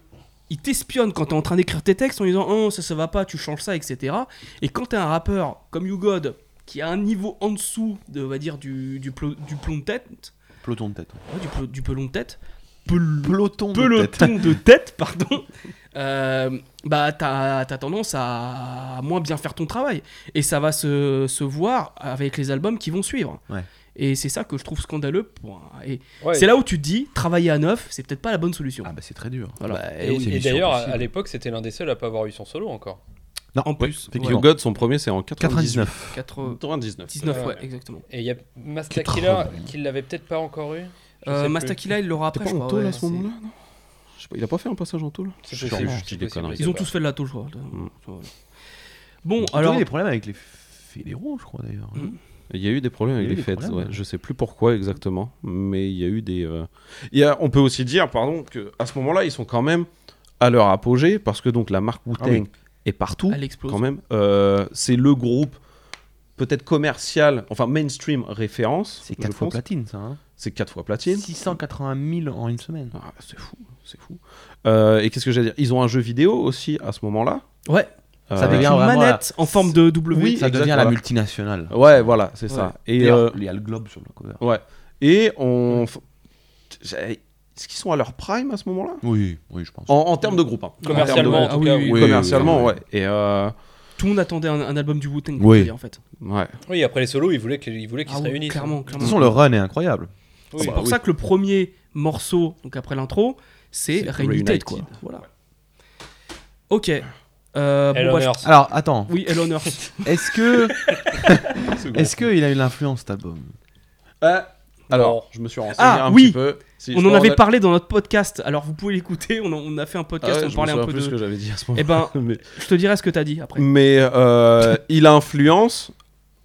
A: il t'espionne quand t'es en train d'écrire tes textes en disant oh ça ça va pas tu changes ça etc et quand t'es un rappeur comme You God qui a un niveau en dessous de on va dire du du, plo- du plomb de tête
E: Peloton de tête.
A: ouais, du, plo- du pelon de tête pel-
E: Peloton de tête.
A: peloton de tête pardon euh, bah t'as t'as tendance à, moins bien faire ton travail et ça va se, se voir avec les albums qui vont suivre
E: Ouais.
A: et c'est ça que je trouve scandaleux pour un- et
G: Ouais,
A: c'est là où tu te dis travailler à neuf c'est peut-être pas la bonne solution
E: Ah bah c'est très dur.
A: Voilà.
G: Et,
E: c'est
G: et
E: mission
G: d'ailleurs, à-
E: impossible.
G: à l'époque, c'était l'un des seuls à pas avoir eu son solo encore.
E: Non,
A: en plus
E: Ouais.
B: You God, son premier, c'est en 99.
E: 99.
A: 99
B: 99.
A: ouais exactement
G: Et il y a Masta Killer qui l'avait peut-être pas encore eu. Je sais
A: Euh,
G: plus.
A: Mastakila, il l'aura
B: T'es
A: après.
B: pas
A: je crois,
B: en tôle
A: ouais,
B: à ce
A: c'est-
B: moment-là non Je sais pas, Il a pas fait un passage en tôle
G: C'est
B: Je
G: possible,
B: je
G: c'est
B: dis des
G: possible.
B: conneries.
A: Ils ont tous fait de la tôle, je crois. Voilà. Bon,
E: Ils avaient
A: alors.
E: des problèmes avec les fédéraux, je crois d'ailleurs.
A: Mm.
B: Il y a eu des problèmes
E: Il y
B: avec
E: a eu
B: les
E: des
B: fêtes,
E: problèmes.
B: ouais. je sais plus pourquoi exactement, mais il y a eu des. euh, il y a- on peut aussi dire, pardon, que à ce moment-là, ils sont quand même à leur apogée parce que donc la marque Wu-Tang
E: Ah oui.
B: est partout,
A: Elle explose.
B: quand même. Euh, c'est le groupe peut-être commercial, enfin mainstream référence.
E: C'est
B: je
E: 4 fois
B: pense.
E: platine ça. hein.
B: C'est quatre fois platine.
E: 680 000 en une semaine.
B: Ah, c'est fou, c'est fou. Euh, et qu'est-ce que j'allais dire Ils ont un jeu vidéo aussi à ce moment-là.
A: Ouais,
E: Ça
B: Euh,
A: avec
E: devient
A: une
E: vraiment la-
A: manette en forme de W.
B: Oui,
E: ça
B: exact,
E: devient la
B: voilà.
E: multinationale.
B: Ouais, voilà, c'est ça. Et
E: D'ailleurs,
B: euh,
E: il y a le globe sur le cover.
B: Et on. f- j'ai- Est-ce qu'ils sont à leur prime à ce moment-là
E: Oui, oui, je pense.
B: en, en termes de groupe. hein. En termes de-
G: Commercialement, en
A: Ah
G: tout
A: oui,
G: cas.
A: oui,
G: oui.
B: Oui,
E: oui,
B: commercialement,
E: oui, oui.
B: ouais. Et euh,
A: Tout le monde attendait un, un album du Wu-Tang, je
E: Oui.
A: veux dire, en fait.
B: ouais.
G: Oui, après les solos, ils voulaient qu'ils ils voulaient qu'ils
A: Ah
G: se
A: oui,
G: réunissent. hein.
A: clairement,
E: De
A: clairement.
E: toute façon, le run est incroyable.
A: C'est
B: bah
A: pour
B: oui.
A: ça que le premier morceau, donc après l'intro, c'est
B: C'est
A: Reunited,
B: Reunited.
A: quoi. Voilà. Ok. Euh,
G: Elle
A: bon, bah, je-
G: honneur.
E: Alors, attends.
A: Oui, Hell Honors.
E: Est-ce que, est-ce que il a eu l'influence cet album
B: Euh, alors,
G: Non.
B: je me suis renseigné
A: Ah,
B: un
A: oui.
B: petit peu. Si
A: on
B: je
A: en
B: peux
A: avait
B: a-
A: parlé dans notre podcast, alors vous pouvez l'écouter. On, en- on a fait un
B: Ah ouais,
A: podcast, on
B: je
A: parlait
B: me
A: un
B: souviens
A: peu
B: plus ce
A: de.
B: que j'avais dit à ce
A: Eh
B: moment-là.
A: ben,
B: mais
A: je te dirai ce que t'as dit après.
B: mais, euh, il influence,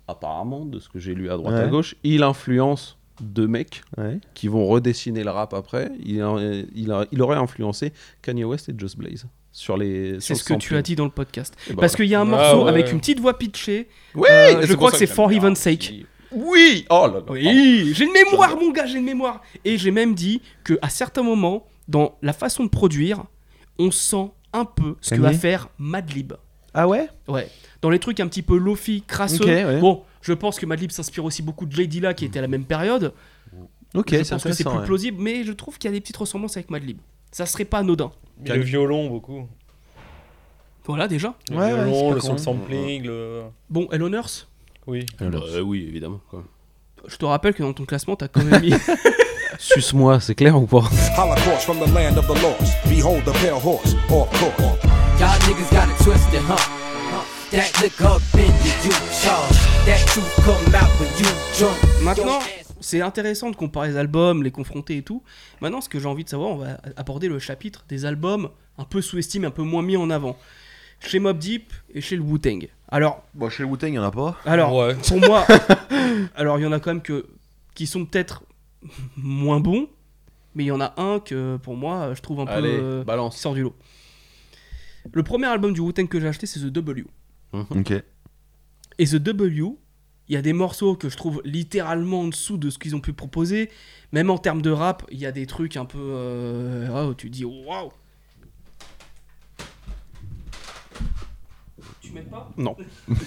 B: apparemment, de ce que j'ai lu à droite à
E: Ouais.
B: gauche, il influence deux mecs
E: ouais.
B: qui vont redessiner le rap après. Il, a- il, a- il aurait influencé Kanye West et Just Blaze
K: sur les.
A: C'est
K: sur
A: ce
K: le
A: que tu
K: sampling.
A: as dit dans le podcast.
K: Et bah
A: Parce
K: voilà.
A: qu'il y a un
G: Ah
A: morceau
G: ouais.
A: avec une petite voix pitchée.
K: Oui,
A: Euh, je
K: et pour
A: crois
K: ça
A: que c'est
K: je
A: For
K: l'aime
A: Heaven's
K: bien.
A: Sake.
K: Oui, oh
E: Bah,
K: là là.
A: Oui, j'ai une mémoire, mon gars, j'ai une mémoire. Et j'ai même dit que à certains moments, dans la façon de produire, on sent un peu ce que va
E: Kanye
A: faire Madlib.
E: Ah ouais
A: Ouais. Dans les trucs un petit peu lofi, crasseux.
E: Ok, ouais.
A: Bon, je pense que Madlib s'inspire aussi beaucoup de Lady Dilla qui était à la même période.
E: Ok,
A: je pense que c'est plus plausible, mais je trouve qu'il y a des petites ressemblances avec Madlib. Ça serait pas anodin.
G: Mais Le violon, beaucoup.
A: Voilà déjà.
G: Le
E: Ouais, ouais, c'est
G: violon,
E: pas
G: le son
E: con.
G: de sampling, le.
A: Bon, Elon Earth,
G: Oui.
B: Oh.
K: Euh, oui, évidemment. quoi.
A: je te rappelle que dans ton classement, t'as quand même mis.
B: Suce-moi, c'est clair ou pas
C: Holocaust from the land of the lost. Behold the pale horse, or course.
J: Y'all niggas got it twisted, huh? That look up in the you charge. That truth come out when you drunk.
A: Maintenant, c'est intéressant de comparer les albums, les confronter et tout. Maintenant, ce que j'ai envie de savoir, on va aborder le chapitre des albums un peu sous-estimés, un peu moins mis en avant. Chez Mob Deep et chez le Wu-Tang. Alors,
E: Bon, chez le Wu-Tang, il n'y en a pas.
A: alors
G: Ouais.
A: pour moi, alors il y en a quand même que, qui sont peut-être moins bons, mais il y en a un que pour moi, je trouve un
B: Allez,
A: peu. euh, qui
B: balance.
A: sort du lot. Le premier album du Wu-Tang que j'ai acheté, c'est The W.
E: Ok.
A: Et The W, il y a des morceaux que je trouve littéralement en dessous de ce qu'ils ont pu proposer. Même en termes de rap, il y a des trucs un peu. euh, ah, où tu dis waouh! Tu m'aimes pas?
K: Non.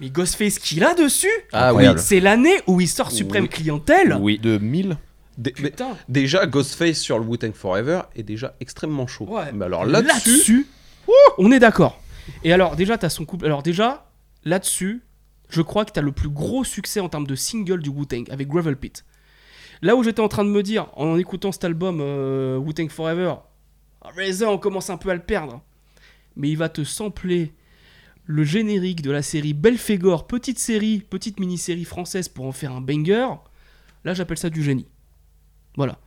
A: Mais Ghostface qu'il a dessus?
K: Ah
E: Incroyable.
A: C'est l'année où il sort Suprême
K: Oui.
A: Clientèle?
K: Oui.
E: De 1000
K: Dé- mais
A: Putain!
K: déjà, Ghostface sur le Wu-Tang Forever est déjà extrêmement chaud.
A: Ouais.
K: Mais alors là-dessus.
A: on est d'accord. Et alors, déjà, t'as son couple. Alors, déjà, là-dessus, je crois que t'as le plus gros succès en termes de single du Wu-Tang avec Gravel Pit. Là où j'étais en train de me dire, en écoutant cet album euh, Wu-Tang Forever, Razor, on commence un peu à le perdre. Mais il va te sampler le générique de la série Belphégor, petite série, petite mini-série française pour en faire un banger. Là, j'appelle ça du génie. Voilà.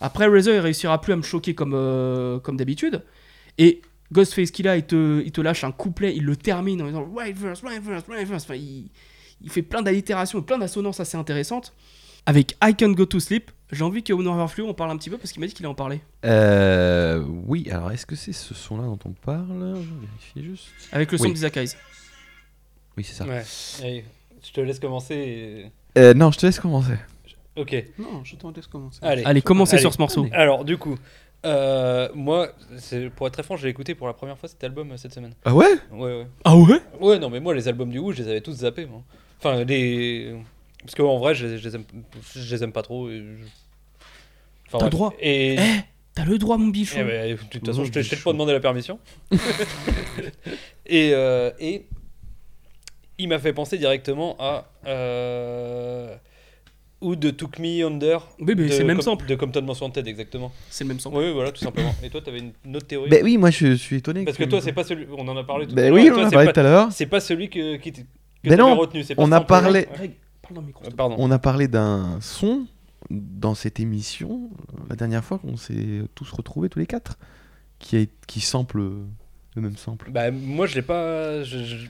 A: Après, Razor, il réussira plus à me choquer comme, euh, comme d'habitude. Et Ghostface qu'il a, il te, il te lâche un couplet, il le termine en disant Right verse, right verse, right verse. Enfin, il, il fait plein d'allitérations, plein d'assonances assez intéressantes. Avec I Can Go To Sleep, j'ai envie que Honor Overflow en parle un petit peu parce qu'il m'a dit qu'il en parlait.
E: Euh. Oui, alors est-ce que c'est ce son-là dont on parle Je vérifie juste.
A: Avec le son
E: Oui.
A: des Akai's.
E: Oui, c'est ça.
G: Ouais. Allez, je te laisse commencer.
E: Euh, non, je te laisse commencer.
G: et- Ok.
K: Non, je t'en laisse commencer.
G: Allez.
A: Allez, commencez
G: Allez.
A: sur ce morceau.
G: Alors, du coup, euh, moi, c'est- pour être très franc, j'ai écouté pour la première fois cet album euh, cette semaine.
E: Ah ouais
G: Ouais, ouais.
A: Ah ouais
G: Ouais, non, mais moi, les albums du Wu, je les avais tous zappés. moi. Enfin, les. Parce qu'en vrai, je, les- je les aime, je les aime pas trop. et je-
A: T'as
G: Enfin, bref.
A: le droit.
G: Et.
A: Eh, T'as le droit, mon bichon.
G: Eh ben, de toute façon,
K: Mon
G: je t'ai- je t'ai
K: bichon.
G: pas demandé la permission. et, euh, et il m'a fait penser directement à. Euh, ou de Took Me Under.
A: Oui, mais
G: de
A: c'est le même
G: Com-
A: sample.
G: De Compton Wanted, exactement.
A: C'est le même son.
G: Oui, oui, voilà, tout simplement. Et toi, t'avais une une autre théorie
E: Bah oui, moi je suis étonné.
G: Parce que toi, c'est pas celui. On en a parlé tout à
E: Bah
G: l'heure.
E: oui,
G: Toi,
E: on en a
G: c'est
E: parlé
G: pas-
E: tout à l'heure.
G: C'est pas celui que, qui t- que
E: Mais
G: t'avais
E: non,
G: retenu. c'est pas
E: on a
G: Sample
E: parlé-
G: Rec.
A: Greg, parle dans le micro.
G: Euh, Pardon.
E: On a parlé d'un son dans cette émission la dernière fois qu'on s'est tous retrouvés tous les quatre, qui est qui sample le même sample.
G: Bah, moi, je l'ai pas. Je, je...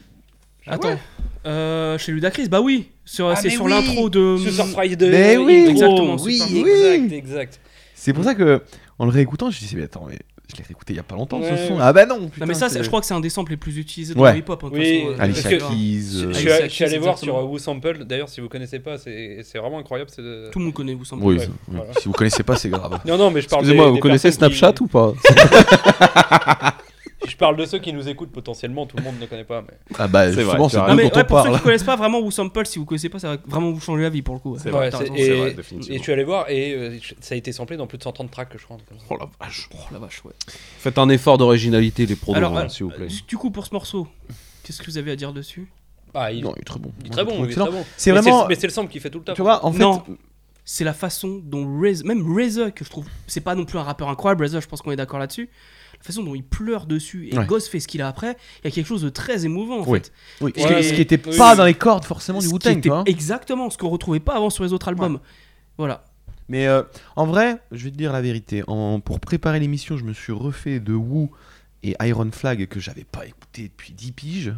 A: Attends. Euh, chez Ludacris, bah oui. Sur,
G: Ah,
A: c'est
G: mais
A: sur
G: oui.
A: l'intro de.
G: Super Friday.
E: Mais Hum, ben oui,
G: Intro.
A: exactement,
G: Oui,
A: Super
E: Friday.
G: exact, exact.
E: C'est pour ça que en le réécoutant, je me disais mais attends, mais je l'ai réécouté il y a pas longtemps
G: Ouais.
E: ce son. Ah bah non.
A: Non,
E: putain,
A: mais ça,
E: c'est-
A: c'est- je crois que c'est un des samples les plus utilisés dans
E: Ouais.
A: le hip-hop. hein, de toute
G: Oui,
A: façon, euh,
G: Alicia
A: etc.
E: Alicia
A: Je-
E: Keys. euh,
G: Je
A: Ah,
G: suis,
A: Alicia
G: je suis allé
A: Keys,
G: voir
A: exactement.
G: sur Woo Sample. D'ailleurs, si vous connaissez pas, c'est c'est vraiment incroyable. c'est-
A: Tout le monde connaît, vous semble.
E: Oui,
G: Ouais,
E: ça-
G: voilà.
E: si vous connaissez pas, c'est grave.
G: Non, non, mais je parle.
B: Excusez-moi,
G: des-
B: vous
G: des
B: connaissez
G: personnes qui-
B: Snapchat ou pas
G: Je parle de ceux qui nous écoutent potentiellement. Tout le monde ne connaît pas. Mais...
E: Ah bah
B: C'est vrai,
E: souvent
B: tu
E: c'est
B: as
A: Non,
E: d'eux
A: mais
E: dont
A: ouais,
E: on
A: pour ceux
E: parle.
A: qui connaissent pas vraiment Wu Sample, si vous connaissez pas, ça va vraiment vous changer la vie pour le coup. ouais.
B: vrai,
G: Ouais,
A: t'as
G: c'est-
A: raison.
G: et,
B: vrai, définitivement.
G: et je suis allé voir et euh, je- ça a été samplé dans plus de 130 tracks, je crois. un truc comme ça.
B: Oh la vache.
A: Oh la vache, ouais.
B: Faites un effort d'originalité, les prodos,
A: Alors,
B: hein,
A: euh,
B: s'il vous plaît.
A: Du coup, pour ce morceau, qu'est-ce que vous avez à dire dessus
G: Ah, il,
E: Non, il est très bon.
G: il est très bon.
E: Moi,
G: il est
E: je
G: très
E: trouve
G: bon.
E: C'est
G: Mais
E: vraiment-
G: le- Mais c'est le sample qui fait tout le taf.
E: Tu vois, en fait,
A: Non, c'est la façon dont Reza, même Reza, que je trouve, c'est pas non plus un rappeur incroyable, Reza, je pense qu'on est d'accord là-dessus. La façon dont il pleure dessus et
E: Ouais.
A: Ghostface qu'il a après, il y a quelque chose de très émouvant en
E: Oui.
A: fait.
E: oui,
G: Ouais,
E: ce qui était
G: oui.
E: pas dans les cordes forcément du
A: Ce qui
E: Wu-Tang,
A: était
E: tu vois.
A: Exactement, ce qu'on retrouvait pas avant sur les autres albums. Voilà.
E: Mais euh, en vrai, je vais te dire la vérité. En- pour préparer l'émission, je me suis refait de Wu et Iron Flag que j'avais pas écouté depuis 10 piges.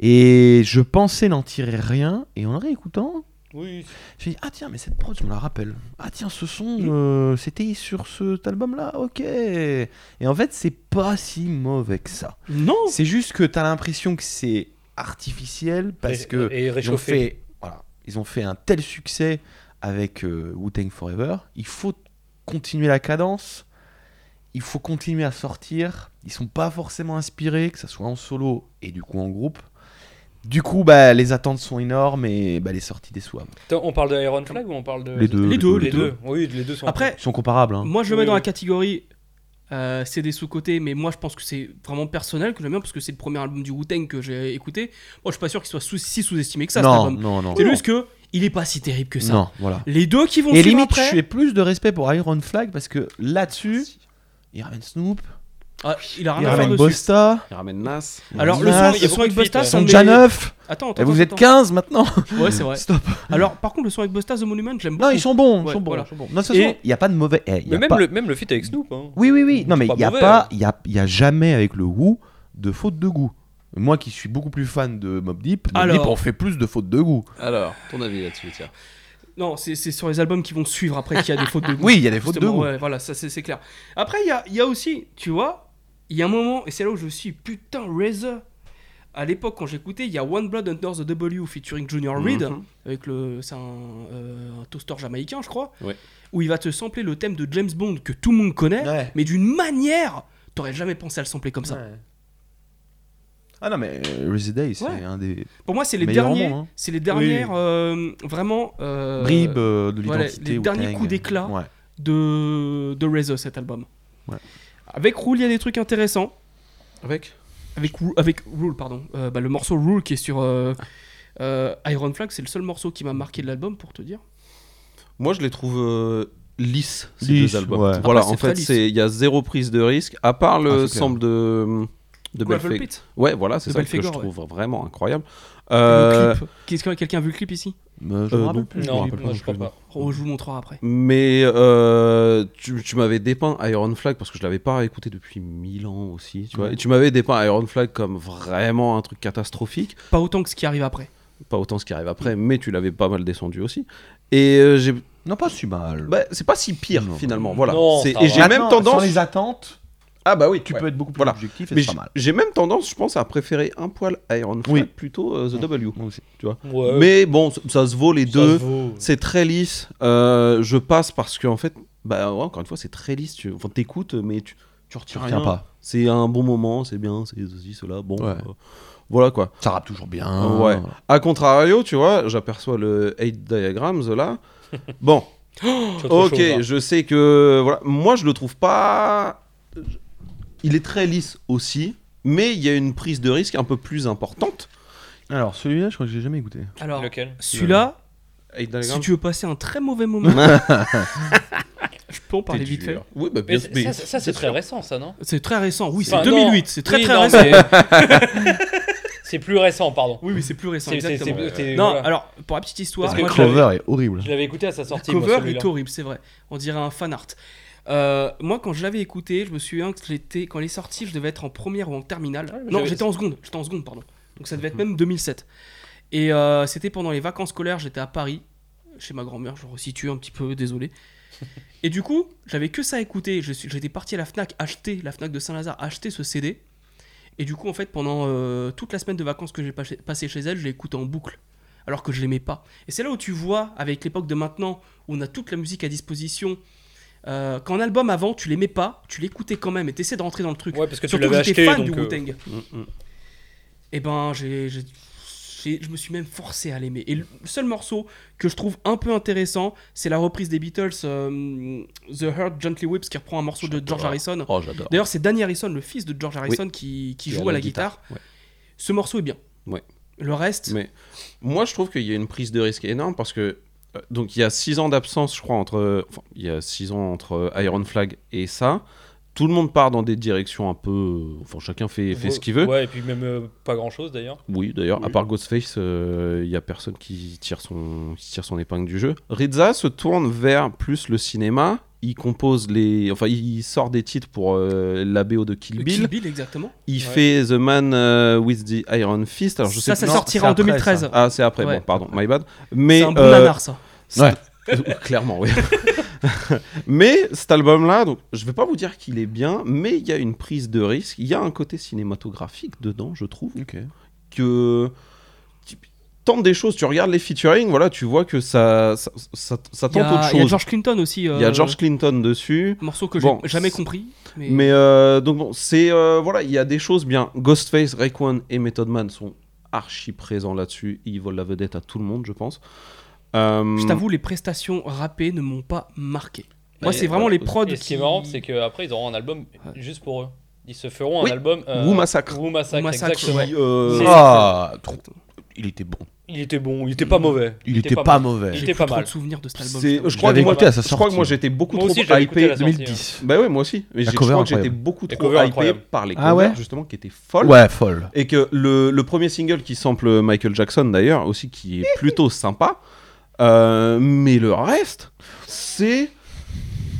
E: Et je pensais n'en tirer rien. Et en le réécoutant,
G: Oui.
E: Je me suis dit, ah tiens, mais cette prod, je me la rappelle. Ah tiens, ce son, euh, c'était sur cet album-là, ok. Et en fait, c'est pas si mauvais que ça.
A: Non
E: C'est juste que t'as l'impression que c'est artificiel parce
G: Ré-
E: que
G: et
E: ils ont
G: réchauffé.
E: fait, voilà, ils ont fait un tel succès avec euh, Wu-Tang Forever. Il faut continuer la cadence. Il faut continuer à sortir. Ils sont pas forcément inspirés, que ça soit en solo et du coup en groupe. Du coup, bah, les attentes sont énormes et bah, les sorties des Swam.
G: Attends, On parle de Iron Flag ou on parle de.
E: Les deux,
A: les deux,
G: Les
A: les
G: deux. Oui, les deux sont.
A: Après,
E: Ils sont comparables. hein.
A: moi je le mets
G: Oui,
A: dans
G: oui.
A: la catégorie euh, c'est des sous-côtés, mais moi je pense que c'est vraiment personnel que j'aime bien parce que c'est le premier album du Wu-Tang que j'ai écouté. Moi je suis pas sûr qu'il soit sous- si sous-estimé que ça cet
E: non,
A: album.
E: non, non,
A: C'est juste que il est pas si terrible que ça.
E: Non, voilà.
A: Les deux qui vont
E: Et
A: suivre
E: limite,
A: après.
E: je fais plus de respect pour Iron Flag parce que là-dessus, il ramène Snoop,
A: Ah, il a rien
E: il
A: à faire
E: ramène Ah,
A: dessus.
E: Bosta,
K: Il ramène Nas.
A: Alors le
E: Nas,
A: son, le son avec
G: beaucoup de
A: Bosta,
E: ils
G: feats,
A: c'est
E: sont
A: un de
E: déjà
A: mes-
E: neuf.
A: Attends, attends,
E: Et Eh, vous
A: attends,
E: êtes 15 maintenant.
A: attends. Ouais, c'est vrai.
E: Stop.
A: Alors par contre, le son avec Bosta, The Monument, j'aime beaucoup.
E: Non, ils sont bons, ils
A: Ouais,
E: sont bons.
A: voilà.
E: ils sont bons. Non, de toute
A: Et-
E: façon, il n'y a pas de mauvais. eh, il y
G: Mais
E: a
G: même,
E: pas-
G: le, même le feat avec Snoop. Hein.
E: Oui, oui, oui. Non,
G: C'est
E: mais
G: pas
E: il n'y a
G: mauvais,
E: pas,
G: hein.
E: il y a, il y a jamais avec le Wu de faute de goût. Moi qui suis beaucoup plus fan de Mob Deep, Mob
A: Alors.
E: Deep en fait plus de faute de goût.
B: Alors, ton avis là-dessus, tiens.
A: Non, c'est c'est sur les albums qui vont suivre après qu'il y a des fautes de goût.
E: Oui, il y a des fautes de
A: Justement,
E: goût.
A: ouais, voilà, ça c'est c'est clair. Après, il y a, il y a aussi, tu vois, il y a un moment, et c'est là où je me suis dit, putain, Razor. À l'époque, quand j'écoutais, il y a One Blood Under the W featuring Junior Reed,
E: Mhm.
A: avec le, c'est un, euh, un toaster jamaïcain, je crois,
B: Ouais.
A: où il va te sampler le thème de James Bond que tout le monde connaît,
E: Ouais.
A: mais d'une manière, t'aurais jamais pensé à le sampler comme ça.
E: Ouais. Ah non, mais euh, Raised Day, c'est
A: Ouais.
E: un des
A: Pour moi, c'est les
E: Meilleur
A: derniers,
E: moment, hein.
A: c'est les dernières, euh, vraiment euh,
E: bribes euh, de
A: voilà,
E: l'identité.
A: les derniers
E: Wu-Tang.
A: coups d'éclat.
E: Ouais.
A: de, de Rezo, cet album.
E: Ouais.
A: Avec Rule, il y a des trucs intéressants.
B: Avec
A: Avec, Ru- avec Rule, pardon. Euh, bah, le morceau Rule qui est sur euh, euh, Iron Flag, c'est le seul morceau qui m'a
B: Mm.
A: marqué de l'album, pour te dire.
B: Moi, je les trouve euh, lisses, ces
E: Lisses,
B: deux albums.
E: ouais.
B: Voilà,
A: Après, c'est
B: en
A: très
B: fait,
A: lisse.
B: c'est il y a zéro prise de risque, à part le
E: Ah, c'est clair.
B: sample de, de
A: Gravel
B: Belfeg-
A: Pit.
B: Ouais, voilà, c'est
A: De
B: ça que
A: Belphegor,
B: je
A: ouais.
B: trouve vraiment incroyable.
A: Le
B: Euh,
A: clip. Qu'est-ce que- Quelqu'un a vu le clip ici
E: Mais Bah, je me
B: Euh,
E: rappelle
B: non.
E: plus, je me
G: non,
E: rappelle
G: moi,
E: pas
G: je crois
E: non plus.
G: pas.
A: Oh, je vous montrerai après.
B: mais euh, tu, tu m'avais dépeint Iron Flag parce que je l'avais pas écouté depuis mille ans aussi. Tu vois, et tu m'avais dépeint Iron Flag comme vraiment un truc catastrophique.
A: Pas autant que ce qui arrive après.
B: pas autant ce qui arrive après, mais tu l'avais pas mal descendu aussi. Et euh, j'ai,
E: Non, pas si mal.
B: bah, c'est pas si pire
E: Non.
B: finalement. Voilà.
G: Non,
B: C'est-
G: ça
B: et
G: va.
B: j'ai même tendance.
E: Sans les attentes,
B: Ah bah oui,
E: tu
B: ouais.
E: peux être beaucoup plus
B: Voilà.
E: objectif et
B: Mais
E: c'est
B: j'-
E: pas mal.
B: j'ai même tendance, je pense, à préférer un poil Iron Flag
E: Oui.
B: plutôt euh, The W.
E: Moi aussi.
G: Ouais,
B: Mais bon, c- ça se vaut les
G: ça
B: deux.
G: se vaut.
B: C'est très lisse. Euh, je passe parce que en fait, bah ouais, encore une fois, c'est très lisse. Tu, enfin, t'écoutes, mais tu, tu retiens
E: Tiens
B: rien.
E: pas.
B: C'est un bon moment, c'est bien, c'est ceci, cela. Bon,
E: Ouais.
B: euh, voilà quoi.
E: Ça rappe toujours bien.
B: Ouais. A contrario, tu vois, j'aperçois le 8 Diagrams là. Bon,
G: C'est autre
B: Ok,
G: chose, hein.
B: je sais que voilà, moi je le trouve pas. Il est très lisse aussi, mais il y a une prise de risque un peu plus importante.
E: Alors, celui-là, je crois que j'ai jamais écouté.
A: Alors,
G: Lequel
A: celui-là,
B: Avec
A: si
B: Diagram,
A: tu veux passer un très mauvais moment, je peux en
B: t'es
A: parler vite fait.
B: dur. Oui, bah,
G: Mais
B: bien,
G: c'est-
B: mais-
G: ça, c'est- ça, c'est très récent, ça, non
A: C'est très récent, oui, c'est
G: Enfin,
A: 2008,
G: non.
A: c'est très
G: Oui,
A: très
G: non,
A: récent.
G: mais- C'est plus récent, pardon.
A: Oui, oui, c'est plus récent,
G: C'est- c'est-
A: exactement.
G: c'est- c'est-
A: Non,
G: voilà.
A: alors, pour la petite histoire,
G: Parce que
A: moi,
G: Clover-
A: j'avais-
E: Cover est horrible.
G: Je l'avais écouté à sa sortie.
A: Le
G: moi,
A: cover
G: celui-là.
A: est horrible, c'est vrai. On dirait un fan art. Euh, moi, quand je l'avais écouté, je me souviens que j'étais, quand il est sorti, je devais être en première ou en terminale.
G: Ouais, mais
A: non,
G: j'avais- Mhm.
A: j'étais en seconde. J'étais en seconde, pardon. Donc ça devait être même 2007. Et euh, c'était pendant les vacances scolaires. J'étais à Paris, chez ma grand-mère. Je resitue un petit peu, désolé. Et du coup, j'avais que ça à écouter. Je suis- J'étais parti à la Fnac acheter, la Fnac de Saint-Lazare, acheter ce CD. Et du coup, en fait, pendant euh, toute la semaine de vacances que j'ai pas- passé chez elle, je l'ai écouté en boucle, alors que je l'aimais pas. Et c'est là où tu vois, avec l'époque de maintenant, où on a toute la musique à disposition, euh, qu'en album avant, tu l'aimais pas, tu l'écoutais quand même et t'essaies de rentrer dans le truc.
G: Ouais, parce que tu
A: Surtout
G: l'avais
A: que j'étais
G: acheté.
A: fan
G: donc,
A: du
G: euh,
A: Wu-Tang.
B: Mm,
A: Et ben, j'ai, j'ai- j'ai- je me suis même forcé à l'aimer. Et le seul morceau que je trouve un peu intéressant, c'est la reprise des Beatles, euh, The Heart Gently Whips, qui reprend un morceau de George Harrison.
B: Oh, j'adore.
A: D'ailleurs, c'est Danny Harrison, le fils de George Harrison, qui, qui
B: Qui
A: joue à la guitare.
B: ouais.
A: Ce morceau est bien.
B: Ouais.
A: Le reste,
B: Mais moi, je trouve qu'il y a une prise de risque énorme parce que euh, donc il y a six ans d'absence, je crois, entre enfin, il y a six ans entre euh, Iron Flag et ça. Tout le monde part dans des directions un peu, euh, enfin chacun fait, fait ce qu'il veut.
G: Ouais, et puis même euh, pas grand chose d'ailleurs.
B: Oui, d'ailleurs, à part Ghostface, euh, il n'y a personne qui tire, son, qui tire son épingle du jeu. Rizza se tourne vers plus le cinéma. il compose les, enfin, il sort des titres pour euh, la BO de Kill Bill.
A: Kill Bill, exactement.
B: Il
A: Ouais.
B: fait The Man euh, with the Iron Fist. Alors je
A: Ça,
B: sais
A: ça
B: plus-
A: sortira en
B: c'est après,
A: 2013.
B: ça. Ah, c'est après.
A: Ouais.
B: Bon, pardon, my bad. Mais
A: C'est un bon
B: euh,
A: nanar, ça.
B: c'est-
A: Ouais.
B: Euh, Clairement, oui. mais cet album-là, donc je vais pas vous dire qu'il est bien, mais il y a une prise de risque. Il y a un côté cinématographique dedans, je trouve. Que qui tente des choses. Tu regardes les featuring, voilà, tu vois que ça, ça, ça- ça
A: Il y
B: tente
A: a-
B: autre chose.
A: il y a George Clinton aussi,
B: Il y a
A: euh,
B: George Clinton dessus.
A: morceau que j'ai jamais compris, mais-
B: Mais, euh, donc bon, c'est euh, voilà, il y a des choses bien. Ghostface, Raekwon et Method Man sont archi présents là-dessus. Ils volent la vedette à tout le monde, je pense. Euh,
A: Je t'avoue, les prestations rappées ne m'ont pas marqué. Moi,
G: Et-
A: c'est vraiment les prods.
G: Et ce qui est marrant, c'est qu'après, ils auront un album juste pour eux. Ils se feront
A: Oui.
G: un album. euh,
B: Wu Massacre.
G: Wu Massacre,
A: Wu Massacre,
G: exactement.
A: qui,
E: euh,
G: C'est-
E: ah, trop- il était bon.
G: Il était bon, il était pas mauvais.
E: Il était pas mauvais.
G: Il
E: J'ai
G: était
E: plus
G: pas
E: trop
G: mal.
E: de souvenirs de cet album,
B: C'est-
E: je
B: je crois
E: l'avais
B: que moi,
E: écouté à sa
B: je crois que
E: sortie.
B: moi j'étais beaucoup
G: Moi
B: trop
G: aussi, je l'avais écouté à
B: hypé
G: la sortie, hein. 2010.
B: Bah ouais, moi aussi.
E: La
B: Mais j'ai- je
E: cover
B: crois que j'étais
E: incroyable.
B: beaucoup
E: Les
B: trop
E: covers
B: hypé
E: incroyables.
B: par les covers
E: Ah ouais
B: justement qui étaient folles.
E: Ouais, folles.
B: Et que le, le premier single qui sample Michael Jackson d'ailleurs aussi qui est plutôt sympa. Euh, mais le reste, c'est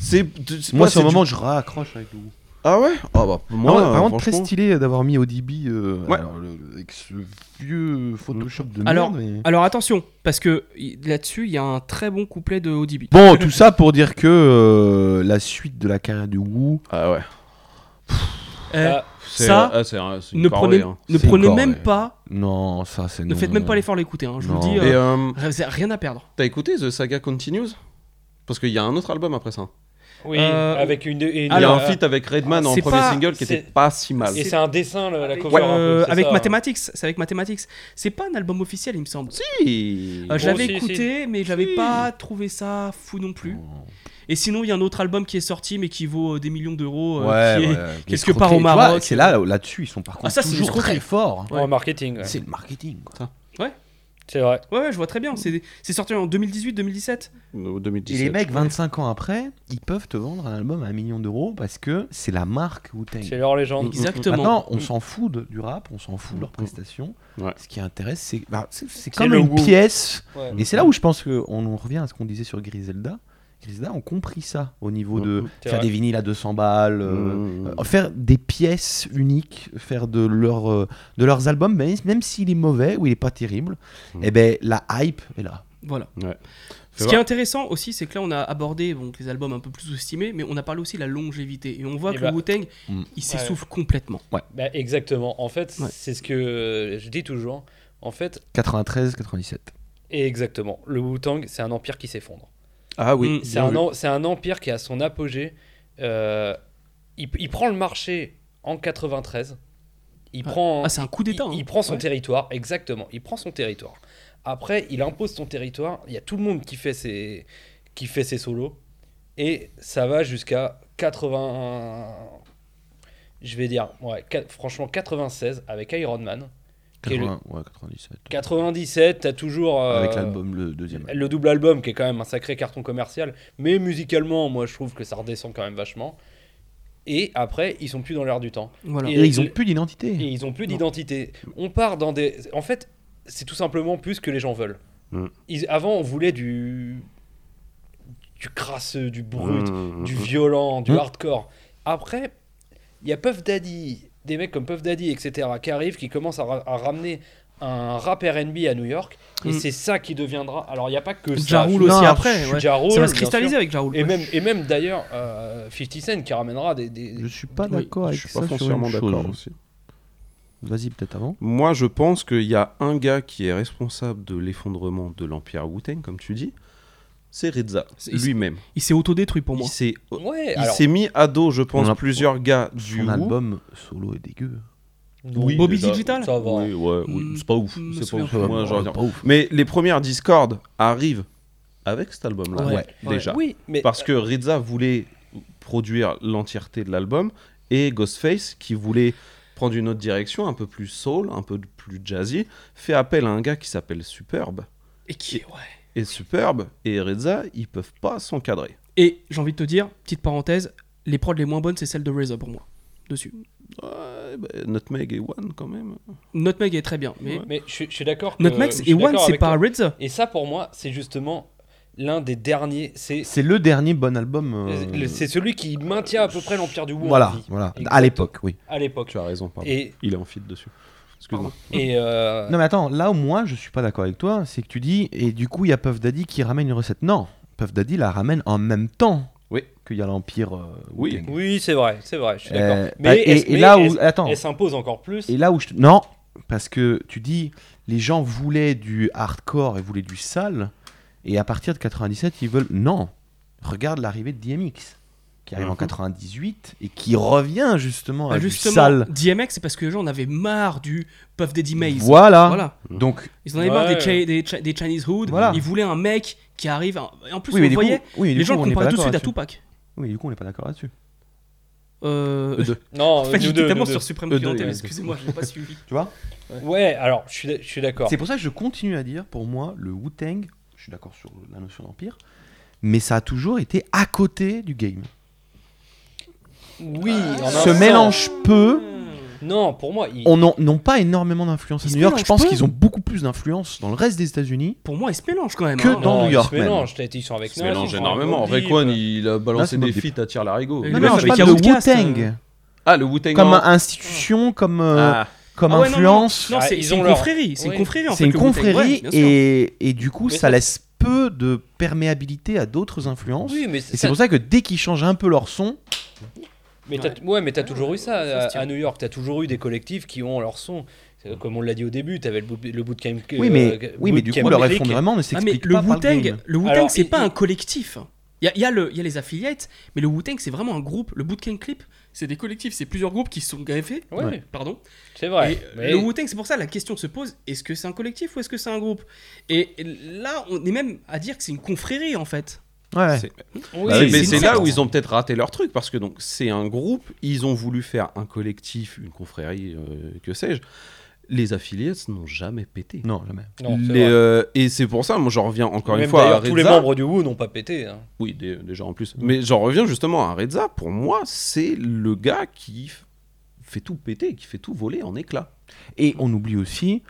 B: c'est c'est
E: Moi,
B: pas-
E: c'est au
B: du-
E: moment où je raccroche avec le goût.
B: Ah ouais Ah bah moi
E: Ah ouais, par
B: euh,
E: contre, très
B: franchement-
E: stylé d'avoir mis ODB euh,
B: Ouais.
E: alors, le- avec ce vieux Photoshop de
A: Alors,
E: merde. mais-
A: alors attention, parce que y- là-dessus, il y a un très bon couplet de ODB.
E: Bon, tout ça pour dire que euh, la suite de la carrière de Wu.
B: Ah ouais.
A: Eh,
B: Ah, c'est-
A: ça,
B: ah, c'est un- c'est une
A: ne
B: corvée,
A: prenez,
B: hein.
A: ne
B: C'est une
A: prenez
B: corvée.
A: même pas,
E: Non, ça c'est.
A: ne
E: non.
A: faites même pas l'effort de l'écouter. hein, je
E: Non.
A: vous le dis,
B: Et,
A: euh,
B: euh,
A: rien- rien à perdre.
B: T'as écouté The Saga Continues Parce qu'il y a un autre album après ça.
G: Oui,
A: Euh,
G: avec une. une-
B: Il y a un
G: euh,
B: feat avec Redman en
A: c'est
B: premier
A: pas-
B: single qui
G: c'est-
B: était pas si mal.
G: Et c'est un dessin, la, la cover.
A: Ouais,
G: un peu,
A: euh,
G: c'est
A: avec
G: ça. hein.
A: Mathematics, c'est avec Mathematics. C'est pas un album officiel, il me semble.
B: Si.
A: Euh, je l'avais
G: Oh, si,
A: écouté,
G: si.
A: mais j'avais
G: Si. Oh.
A: pas trouvé ça fou non plus. Et sinon, il y a un autre album qui est sorti, mais qui vaut euh, des millions d'euros, euh,
E: Ouais,
A: qui est
E: ouais,
A: quelque
E: escroquerie.
A: part au
E: Tu vois,
A: Maroc.
E: C'est là, là-dessus, ils sont par contre
A: Ah, ça, c'est
E: toujours
A: escroquerie.
E: très forts.
G: hein.
E: hein.
G: En marketing. ouais.
E: C'est le marketing. quoi.
A: Ouais.
G: C'est vrai.
A: Ouais, ouais, je vois très bien. C'est c'est sorti en 2018-2017.
G: Mm,
E: Et les mecs, 25 ans après, ils peuvent te vendre un album à un million d'euros parce que c'est la marque Wu Tang.
G: C'est leur légende.
A: Exactement.
E: Maintenant, on s'en fout de- du rap, on s'en fout de leurs prestations.
B: Ouais.
E: Ce qui intéresse, c'est bah, c'est- c'est
G: C'est
E: comme
G: le
E: une
G: Wu.
E: pièce.
G: Ouais.
E: Et c'est là où je pense qu'on on revient à ce qu'on disait sur Griselda. Griselda ont compris ça au niveau de
G: C'est
E: faire
G: vrai.
E: des vinyles à 200 balles, euh,
B: Mmh.
E: euh, faire des pièces uniques, faire de, leur, euh, de leurs albums, même, même s'il est mauvais ou il est pas terrible, et ben la hype est là.
A: Voilà.
B: Ouais.
A: Ce qui est intéressant aussi, c'est que là, on a abordé donc, les albums un peu plus estimés, mais on a parlé aussi de la longévité. Et on voit
G: Et
A: que
G: bah-
A: le Wu-Tang,
E: Mm.
A: il s'essouffle complètement.
G: Bah, exactement. En fait,
A: Ouais.
G: c'est ce que euh, je dis toujours. En fait,
E: 93, 97.
G: et exactement, le Wu-Tang, c'est un empire qui s'effondre.
B: Ah oui.
A: Mm.
G: mmh, C'est
B: bien
G: un,
B: vu.
G: em- c'est un empire qui est à son apogée. Euh, il, il prend le marché en 93. Il
A: Ah.
G: prend.
A: Ah, c'est un coup d'État,
G: Il,
A: hein.
G: il prend son
A: Ouais.
G: territoire, exactement. Il prend son territoire. Après, il impose son territoire. Il y a tout le monde qui fait ses, qui fait ses solos. Et ça va jusqu'à 80. Je vais dire, ouais, qua- franchement, 96 avec Iron Man. qui est le-
E: 80, ouais, 97.
G: 97, t'as toujours. euh,
E: Avec l'album, le deuxième.
G: le double album qui est quand même un sacré carton commercial, mais musicalement, moi je trouve que ça redescend quand même vachement. Et après, ils sont plus dans l'air du temps.
A: Voilà.
E: Et ils ont plus d'identité.
G: Et ils ont plus d'identité. On part dans des. En fait, c'est tout simplement plus ce que les gens veulent.
B: Mm.
G: Ils- Avant, on voulait du. du crasseux, du brut,
B: Mm,
G: du
B: mm,
G: violent, du hardcore. Après, il y a Puff Daddy, des mecs comme Puff Daddy, etc., qui arrivent, qui commencent à, ra- à ramener un rap RB à New York. Et
A: Mm.
G: c'est ça qui deviendra. Alors, il n'y a pas que ça.
A: Ja Rule
G: Je-
A: aussi
E: Non,
A: après.
G: je-
A: ouais.
G: Ja Rule,
A: Ça va se
G: bien
A: cristalliser
G: sûr.
A: avec Ja Rule,
G: Et
A: ouais.
G: même, et même d'ailleurs, euh, 50 Cent qui ramènera des. des-
E: Je suis pas
A: Oui,
E: d'accord
B: Je
E: avec
B: suis pas
E: ça sur
B: foncièrement
E: une
B: d'accord
E: chose.
B: aussi.
E: Vas-y, peut-être avant.
B: Moi, je pense qu'il y a un gars qui est responsable de l'effondrement de l'empire wu comme tu dis. C'est Rizza
A: C'est-
B: lui-même.
A: Il s'est autodétruit pour moi.
B: Il s'est
G: Ouais,
B: il
G: alors,
B: s'est mis à dos, je pense,
E: On a-
B: plusieurs gars du
E: Son
B: Wu.
E: album solo est dégueu.
G: oui,
A: Bobby
B: déjà.
A: Digital
G: ça va.
B: Oui, ouais, oui,
A: Mm,
B: c'est pas ouf.
A: me
B: C'est pas
A: souviens
B: ouf.
A: plus.
B: Moi, j'en reviens.
E: pas ouf.
B: Mais les premières Discord arrivent avec cet album-là.
A: Ouais. Ouais.
B: Déjà.
G: Oui, mais.
B: Parce que Rizza voulait produire l'entièreté de l'album et Ghostface, qui voulait prendre une autre direction, un peu plus soul, un peu plus jazzy, fait appel à un gars qui s'appelle Superbe.
A: Et qui ouais.
B: Et Superbe et Rizza, ils peuvent pas s'encadrer.
A: Et j'ai envie de te dire, petite parenthèse, les prods les moins bonnes, c'est celles de Razor pour moi. Dessus.
B: Ouais, bah, Nutmeg et One quand même.
A: Nutmeg est très bien, mais
G: Mais Euh, je, suis- je suis d'accord que.
A: Nutmeg
G: je suis
A: et One,
G: d'accord
A: c'est
G: avec
A: pas
G: toi.
A: Razor.
G: Et ça, pour moi, c'est justement l'un des derniers. C'est
E: C'est le dernier bon album. euh,
G: le- c'est celui qui maintient à peu près l'empire du Wu en
E: Voilà,
G: vie.
E: voilà.
G: Exactement.
E: À l'époque, oui.
G: À l'époque.
B: Tu as raison, pardon.
G: Et-
B: Il est en fit dessus. Excuse-moi.
G: Et euh,
E: Non mais attends, là où moi je suis pas d'accord avec toi, c'est que tu dis et du coup il y a Puff Daddy qui ramène une recette. Non, Puff Daddy la ramène en même temps
B: Oui.
E: qu'il y a l'empire. euh,
B: Oui.
E: Wu-Tang.
G: oui, c'est vrai, c'est vrai, je suis d'accord.
E: Euh,
G: mais
E: et-
G: est-ce-
E: et
G: mais
E: là où-
G: est-ce-
E: attends.
G: elle s'impose encore plus.
E: Et là où je te- non, parce que tu dis les gens voulaient du hardcore et voulaient du sale et à partir de 97 ils veulent non. Regarde l'arrivée de DMX qui arrive en 98 et qui revient justement à
A: Bah,
E: Oh, du
A: Mhm. justement,
E: sale.
A: DMX, c'est parce que les gens en avaient marre du Puff Daddy Maze.
E: Voilà.
A: Voilà.
E: Donc
A: Ils en avaient marre
G: Ouais.
A: des, Chi- des, Chi- des Chinese Hood.
E: Voilà.
A: Ils voulaient un mec qui arrive. à- Et en plus,
E: Oui, mais
A: vous
E: du coup-
A: voyez,
E: oui, mais du
A: les
E: coup,
A: gens
E: on est
A: comparaient
E: pas
A: tout de suite à
E: d'accord
A: Tupac.
E: oui, du coup on n'est pas d'accord là-dessus.
A: Euh...
B: Eux deux.
G: Non,
A: En fait,
G: nous
A: j'étais
G: deux,
A: d'abord
G: nous
A: sur
G: deux.
A: Supreme
B: Eux deux,
A: Clientèle,
B: ouais.
A: excusez-moi, je l'ai pas suivi.
E: Tu vois
G: Ouais, alors je suis, d'ac- je suis d'accord.
E: C'est pour ça que je continue à dire, pour moi, le Wu-Tang, je suis d'accord sur la notion d'empire, mais ça a toujours été à côté du game.
G: Oui,
A: Ah.
G: en un
E: Se
G: sens.
E: mélange peu,
G: Non, pour moi, il-
E: on n'en- n'ont pas énormément d'influence à
A: Ils se
E: New York. Je
A: mélangent
E: pense
A: peu.
E: qu'ils ont beaucoup plus d'influence dans le reste des États-Unis.
A: Pour moi, ils se mélangent quand même.
E: Que
A: hein.
E: dans
G: non,
E: New
G: ils
E: York
G: se
E: même.
G: mélangent, t'as- ils sont avec
B: Il se
G: Nas,
B: mélange
G: ils sont
B: énormément.
G: avec Mobb
B: Rayquan,
G: Deep.
B: il a balancé
E: Là, c'est
B: des
E: Mobb Deep.
B: feats à tire larigot.
A: Et le
E: Non, non,
A: mec
E: je
A: avec
E: parle de
A: Outkast,
E: Wu-Tang.
A: euh,
B: Ah, le Wu-Tang
E: Comme
B: en-
E: institution, comme, euh,
B: Ah.
E: comme
A: Ah ouais, non, non, non.
E: influence.
A: Non,
G: Ah,
A: c'est
G: ils
A: c'est
G: ont
A: une
G: leur-
A: confrérie. C'est une
G: Ouais.
A: confrérie, en fait.
E: C'est une
A: le Wu-Tang. Ouais,
E: confrérie
A: bien sûr.
E: et, et du coup,
G: Mais
E: ça
G: ça-
E: laisse peu de perméabilité à d'autres influences.
G: Oui, mais
E: Et c'est pour ça que dès qu'ils changent un peu leur son,
G: Mais t'as, ouais, mais t'as toujours eu ça à, à New York. T'as toujours eu des collectifs qui ont leur son. C'est- Comme on l'a dit au début, t'avais le, boot- le bootcamp. euh,
E: oui, mais, oui, mais du
G: bootcamp
E: coup, leur
G: Click.
E: effondrement ne
A: Ah, mais
E: s'explique
A: le
E: pas par le game.
A: Wu-Tang, le Wu-Tang,
G: Alors,
A: c'est
G: il-
A: pas
G: il-
A: un collectif. hein. Il y a, il y a le- il y a les affiliates, mais le Wu-Tang, c'est vraiment un groupe. Le Bootcamp Clip, c'est des collectifs, c'est plusieurs groupes qui se sont gaffés.
G: Ouais,
E: Ouais.
A: Pardon.
G: c'est vrai.
A: Et
G: Mais-
A: Le Wu-Tang, c'est pour ça la question se pose est-ce que c'est un collectif ou est-ce que c'est un groupe Et là, on est même à dire que c'est une confrérie en fait.
E: Ouais.
B: C'est-
G: oui,
B: Bah oui, mais
A: une
B: c'est
A: secte.
B: là où ils ont peut-être raté leur truc parce que donc c'est un groupe, ils ont voulu faire un collectif, une confrérie, euh, que sais-je. Les affiliés n'ont jamais pété.
E: Non, jamais.
G: Non, c'est
B: Les,
G: vrai.
B: euh, et c'est pour ça, moi j'en reviens encore
G: Même
B: une fois à
G: d'ailleurs, tous les
B: Reza.
G: membres du Wu n'ont pas pété. hein.
B: Oui, des- déjà en plus. Mais j'en reviens justement à Reza. Pour moi, c'est le gars qui f- fait tout péter, qui fait tout voler en éclats.
E: Et on oublie aussi,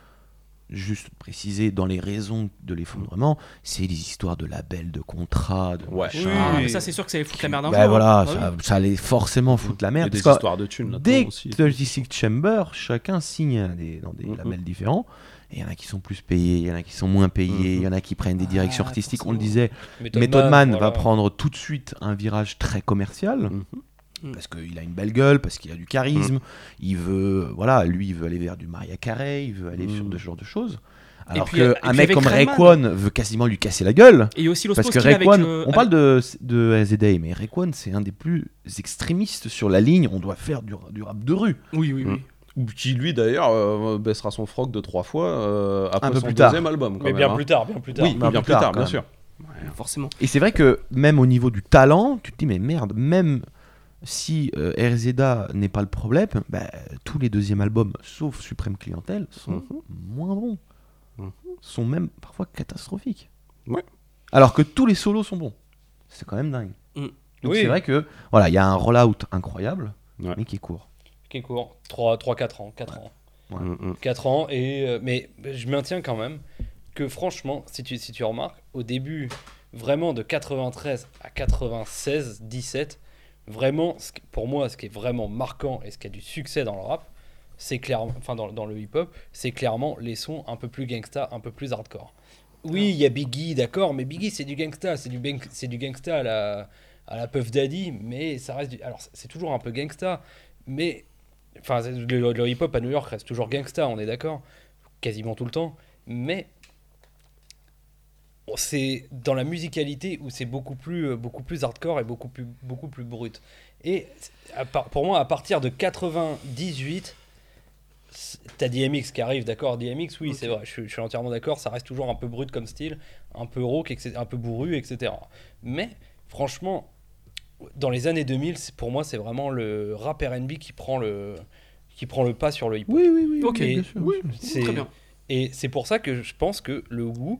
E: juste préciser dans les raisons de l'effondrement, c'est les histoires de labels, de contrats, de
B: Ouais.
E: machin.
A: Ah, mais ça, c'est sûr que ça allait foutre la merde un
E: Bah
A: jour,
E: voilà,
A: hein. Bah
E: ça,
A: oui.
E: ça allait forcément foutre la
B: Il y a
E: merde.
B: des
E: parce que
B: histoires de thunes
E: dès
B: là-dedans aussi.
E: 36 Chamber, chacun signe à des- dans des
B: Mhm.
E: labels différents. Et Il y en a qui sont plus payés, il y en a qui sont moins payés, il y en a qui prennent des directions
A: Ah,
E: artistiques. On le disait,
G: Method
E: Method Man va
G: voilà.
E: prendre tout de suite un virage très commercial.
B: Mhm.
A: Mm.
E: Parce qu'il a une belle gueule, parce qu'il a du charisme,
B: Mm.
E: il veut, voilà, lui il veut aller vers du Maria Carey, il veut aller sur
B: Mm.
E: ce genre de choses. Alors
A: puis, euh, et
E: qu'un
A: puis
E: mec
A: avec
E: comme
A: Redman.
E: Raekwon veut quasiment lui casser la gueule.
A: Et il y a aussi
E: Parce
A: l'osmose
E: que
A: qu'il a avec.
E: Raekwon,
A: euh,
E: on parle de, de SZA, mais Raekwon c'est un des plus extrémistes sur la ligne, on doit faire du, du rap de rue.
A: avec- Ah Oui, oui, oui.
E: Hmm.
B: Ou Qui lui d'ailleurs euh, baissera son froc de trois fois euh, après
E: Un peu
B: son
E: plus tard.
B: deuxième album. Quand
G: Mais
B: même,
G: bien
B: hein.
G: plus tard, bien plus tard.
B: Oui,
E: Bien
B: bien,
E: plus
B: plus tard,
E: tard, quand
B: bien
E: même.
B: sûr.
A: Forcément.
E: Et c'est vrai que même au niveau du talent, tu te dis mais merde, même si euh, RZA n'est pas le problème, bah, tous les deuxièmes albums, sauf Suprême Clientèle, sont moins bons.
B: Mhm.
E: Sont même parfois catastrophiques.
B: Ouais.
E: Alors que tous les solos sont bons. C'est quand même dingue.
A: Mhm.
E: Donc
G: Oui.
E: c'est vrai que voilà, il y a un rollout incroyable,
B: Ouais.
E: mais qui est court.
G: Qui est court. 3, 4 ans. 4 ans.
B: Mm, mm.
G: 4 ans. Et, euh, mais je maintiens quand même que franchement, si tu, si tu remarques, au début, vraiment de 93 à 96, 17, vraiment, ce qui- pour moi, ce qui est vraiment marquant et ce qui a du succès dans le rap, c'est clairement, enfin dans, dans le hip-hop, c'est clairement les sons un peu plus gangsta, un peu plus hardcore. Oui, il y a Biggie, d'accord, mais Biggie c'est du gangsta, c'est du, bang- c'est du gangsta à la, à la Puff Daddy, mais ça reste du. Alors c'est- c'est toujours un peu gangsta, mais. Enfin, c'est- le, le hip-hop à New York reste toujours gangsta, on est d'accord, quasiment tout le temps, mais. bon, C'est dans la musicalité où c'est beaucoup plus, euh, beaucoup plus hardcore et beaucoup plus, beaucoup plus brut. Et à par- pour moi, à partir de 98, c'est- t'as DMX qui arrive, d'accord DMX, oui, c'est vrai, je, suis- je suis entièrement d'accord, ça reste toujours un peu brut comme style, un peu rauque, etc., un peu bourru, etc. Mais franchement, dans les années 2000, c'est- pour moi, c'est vraiment le rap RB qui prend le, qui prend le pas sur le hip-hop.
E: Oui, oui, oui,
A: Ok,
G: oui, bien
E: sûr.
G: C'est-
A: Très bien.
G: Et c'est pour ça que je pense que le Wu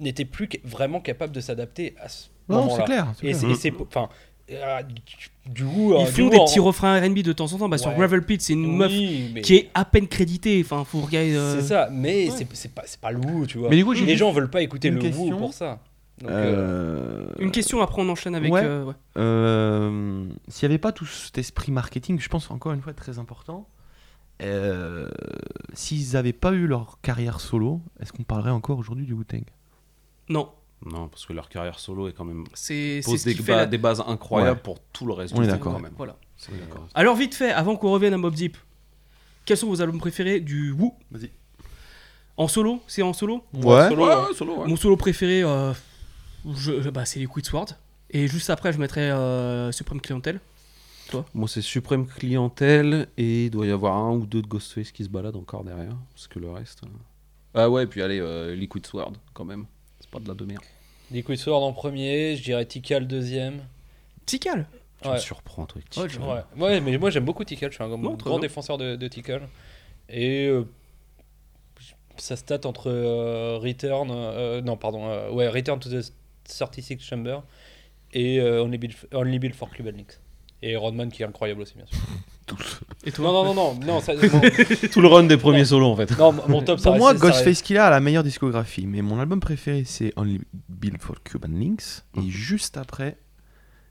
G: n'était plus ca- vraiment capable de s'adapter à ce
E: Non, c'est
G: moment-là.
E: clair. c'est
G: Et
E: clair.
G: c'est, et c'est po- enfin, euh, du- du Wu, euh,
A: Ils
G: du
A: font
G: Wu
A: des
G: en-
A: petits refrains RB de temps en temps. Bah, Sur
G: Ouais.
A: Gravel Pit, c'est une
G: Oui,
A: meuf
G: mais
A: qui est à peine créditée. Enfin, faut regarder. euh,
G: C'est ça, mais c'est, c'est pas, c'est pas le Wu, tu vois.
E: Mais du coup, j'ai
G: les
E: juste
G: gens veulent pas écouter
E: une
G: le Wu
E: question.
G: pour ça. Donc, euh,
K: Euh,
A: Une question, après on enchaîne avec.
E: Ouais.
A: euh, ouais.
E: Euh, S'il n'y avait pas tout cet esprit marketing, je pense encore une fois très important, euh, s'ils n'avaient pas eu leur carrière solo, est-ce qu'on parlerait encore aujourd'hui du Wu-Tang
A: Non,
B: Non, parce que leur carrière solo est quand même
A: c'est c'est
B: pose
A: ce
B: des,
A: qui fait
B: ba-
A: la-
B: des bases incroyables pour tout le reste.
E: On
B: du
E: est
B: film,
E: d'accord.
B: quand même.
A: Voilà.
B: C'est- euh,
A: Alors vite fait, avant qu'on revienne à Mob Deep, quels sont vos albums préférés du Wu
E: Vas-y.
A: En solo, c'est en solo
E: Ouais.
G: solo, ouais.
B: ouais, solo, ouais.
A: Mon solo préféré, euh, je- je- bah, c'est les Sword. Et juste après, je mettrai euh, Supreme Clientèle.
B: Moi, c'est Suprême Clientèle et il doit y avoir un ou deux de Ghostface qui se baladent encore derrière. Parce que le reste. euh. Ah ouais, et puis allez, euh, Liquid Sword quand même. C'est pas de la de merde.
G: Liquid Sword en premier, je dirais Tikal deuxième.
A: Tical
B: Tu
G: Ouais.
B: me surprends, toi.
A: Ouais,
B: Tiki.
G: Ouais. Ouais, mais moi j'aime beaucoup Tickle, je suis un grand,
A: Non, très
G: grand
A: bien.
G: défenseur de, de Tickle. Et euh, ça se tâte entre euh, Return, euh, non pardon, euh, ouais, Return to the 36 Chamber et euh, Only, Built, Only Built for Club Links. Et Rodman qui est incroyable aussi, bien sûr.
A: Et toi
G: Non, non, non, non, non, ça- mon,
B: Tout le run des
G: Non.
B: premiers solos en fait.
G: non, mon top, ça
E: Pour moi,
G: reste- ça reste-
E: Ghostface Killah a la meilleure discographie, mais mon album préféré c'est Only Built for Cuban Links et juste après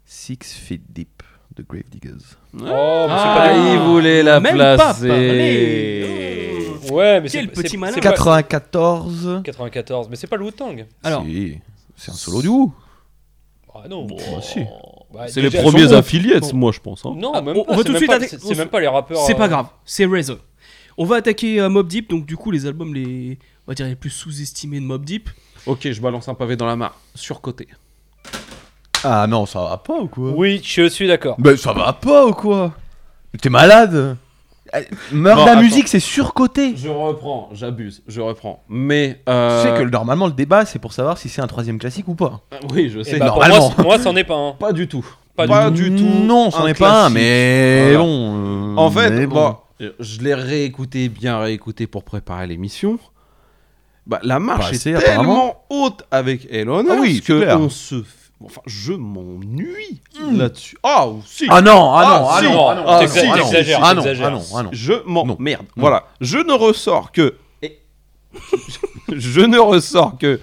E: Six Feet Deep de Grave Diggers.
G: Oh, mais c'est pas
A: Ah,
G: des-
A: il voulait la Même pas placer. parler.
G: Ouais, mais
A: Quel
G: c'est- c'est-
A: petit malin.
G: c'est pas-
E: 94.
G: 94, mais c'est pas le Wu-Tang.
A: Alors,
E: Si, c'est un solo du Wu.
G: Ah non.
E: Bah, si.
G: Bah,
B: C'est les
G: déjà,
B: premiers
G: son-
B: affiliates,
A: Bon.
B: moi je pense. hein.
G: Non,
A: Ah,
G: même
A: on- on
G: pas,
A: va
G: c'est
A: tout de
G: même
A: suite
G: pas-
A: attaquer-
G: c'est-
A: on-
G: C'est même pas les rappeurs.
A: c'est pas
G: euh,
A: grave, c'est Razor. On va attaquer euh, Mob Deep, donc du coup, les albums les, on va dire, les plus sous-estimés de Mob Deep.
B: Ok, je balance un pavé dans la mare. Surcoté.
E: Ah non, ça va pas ou quoi
G: Oui, je suis d'accord.
B: Bah,
E: Mais ça va pas ou quoi Mais T'es malade Eh, Meurt
B: Non,
E: la
B: attends.
E: musique, c'est surcoté
B: Je reprends, j'abuse, je reprends. Mais. euh,
E: Tu sais que normalement le débat c'est pour savoir si c'est un troisième classique ou pas.
B: Ah Oui,
E: Eh
B: je
G: Et
B: sais.
G: bah, pour
E: normalement.
G: moi, c- moi, c'en est pas un.
B: Pas du tout.
G: Pas
B: du tout.
E: Non, c'en
B: un
E: est pas un,
B: classique.
E: mais
B: Voilà.
E: bon. euh,
B: En fait,
E: mais
B: bon, je l'ai réécouté, bien réécouté pour préparer l'émission. Bah, la
E: Pas
B: marche est
E: assez,
B: tellement haute avec Elon
E: Ah oui,
B: Musk que
E: clair.
B: on se, f- enfin, je m'ennuie là-dessus. Ah si,
E: Hmm. Ah non, ah non,
B: Ah,
E: ah
B: si.
E: non, ah non, ah
B: T'exagères,
E: non, ah non,
G: t'exagères,
E: ah non,
G: t'exagères.
E: ah non, ah non.
B: je m'en
E: Non.
B: merde. Voilà, je ne ressors que, et- je ne ressors que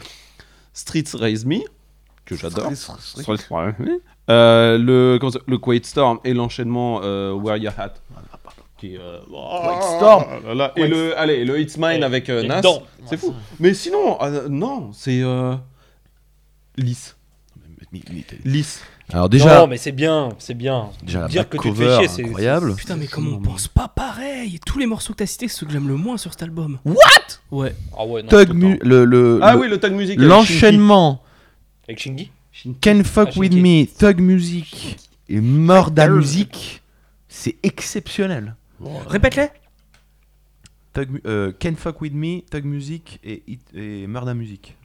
B: Streets Raise Me que j'adore. Streets Raise Me. Euh, le comment ça- le Quiet Storm et l'enchaînement euh, Wear Your Hat. Qui, euh,
E: Storm.
B: ah là là, et le, allez, et le It's Mine
G: Et-
B: avec euh,
G: et
B: Nas.
G: dedans.
B: C'est fou. Mais sinon, euh, non, c'est euh, lisse. Lisse.
E: Alors
G: Non,
E: déjà,
G: mais c'est bien, c'est bien.
E: déjà
G: dire
E: la
G: que
E: que
G: tu te fais
E: cover
G: chier, c'est-
E: incroyable.
A: Putain, mais comment on pense pas pareil Tous les morceaux que t'as cités, ceux que j'aime le moins sur cet album. What Ouais.
G: Ah ouais, non.
E: Tug
G: tout le
E: Mu-
G: temps.
E: le le
B: Ah
E: Euh, le-
B: oui, le tag music. avec
E: l'enchaînement
G: Avec Shingi
E: Can Fuck
G: Ah,
E: With
G: Shinki.
E: Me, Thug Music et Morda Music, c'est exceptionnel.
A: Répète-les
E: Thug Mu- euh, Can Fuck With Me, Thug Music et, It- et Murda Music.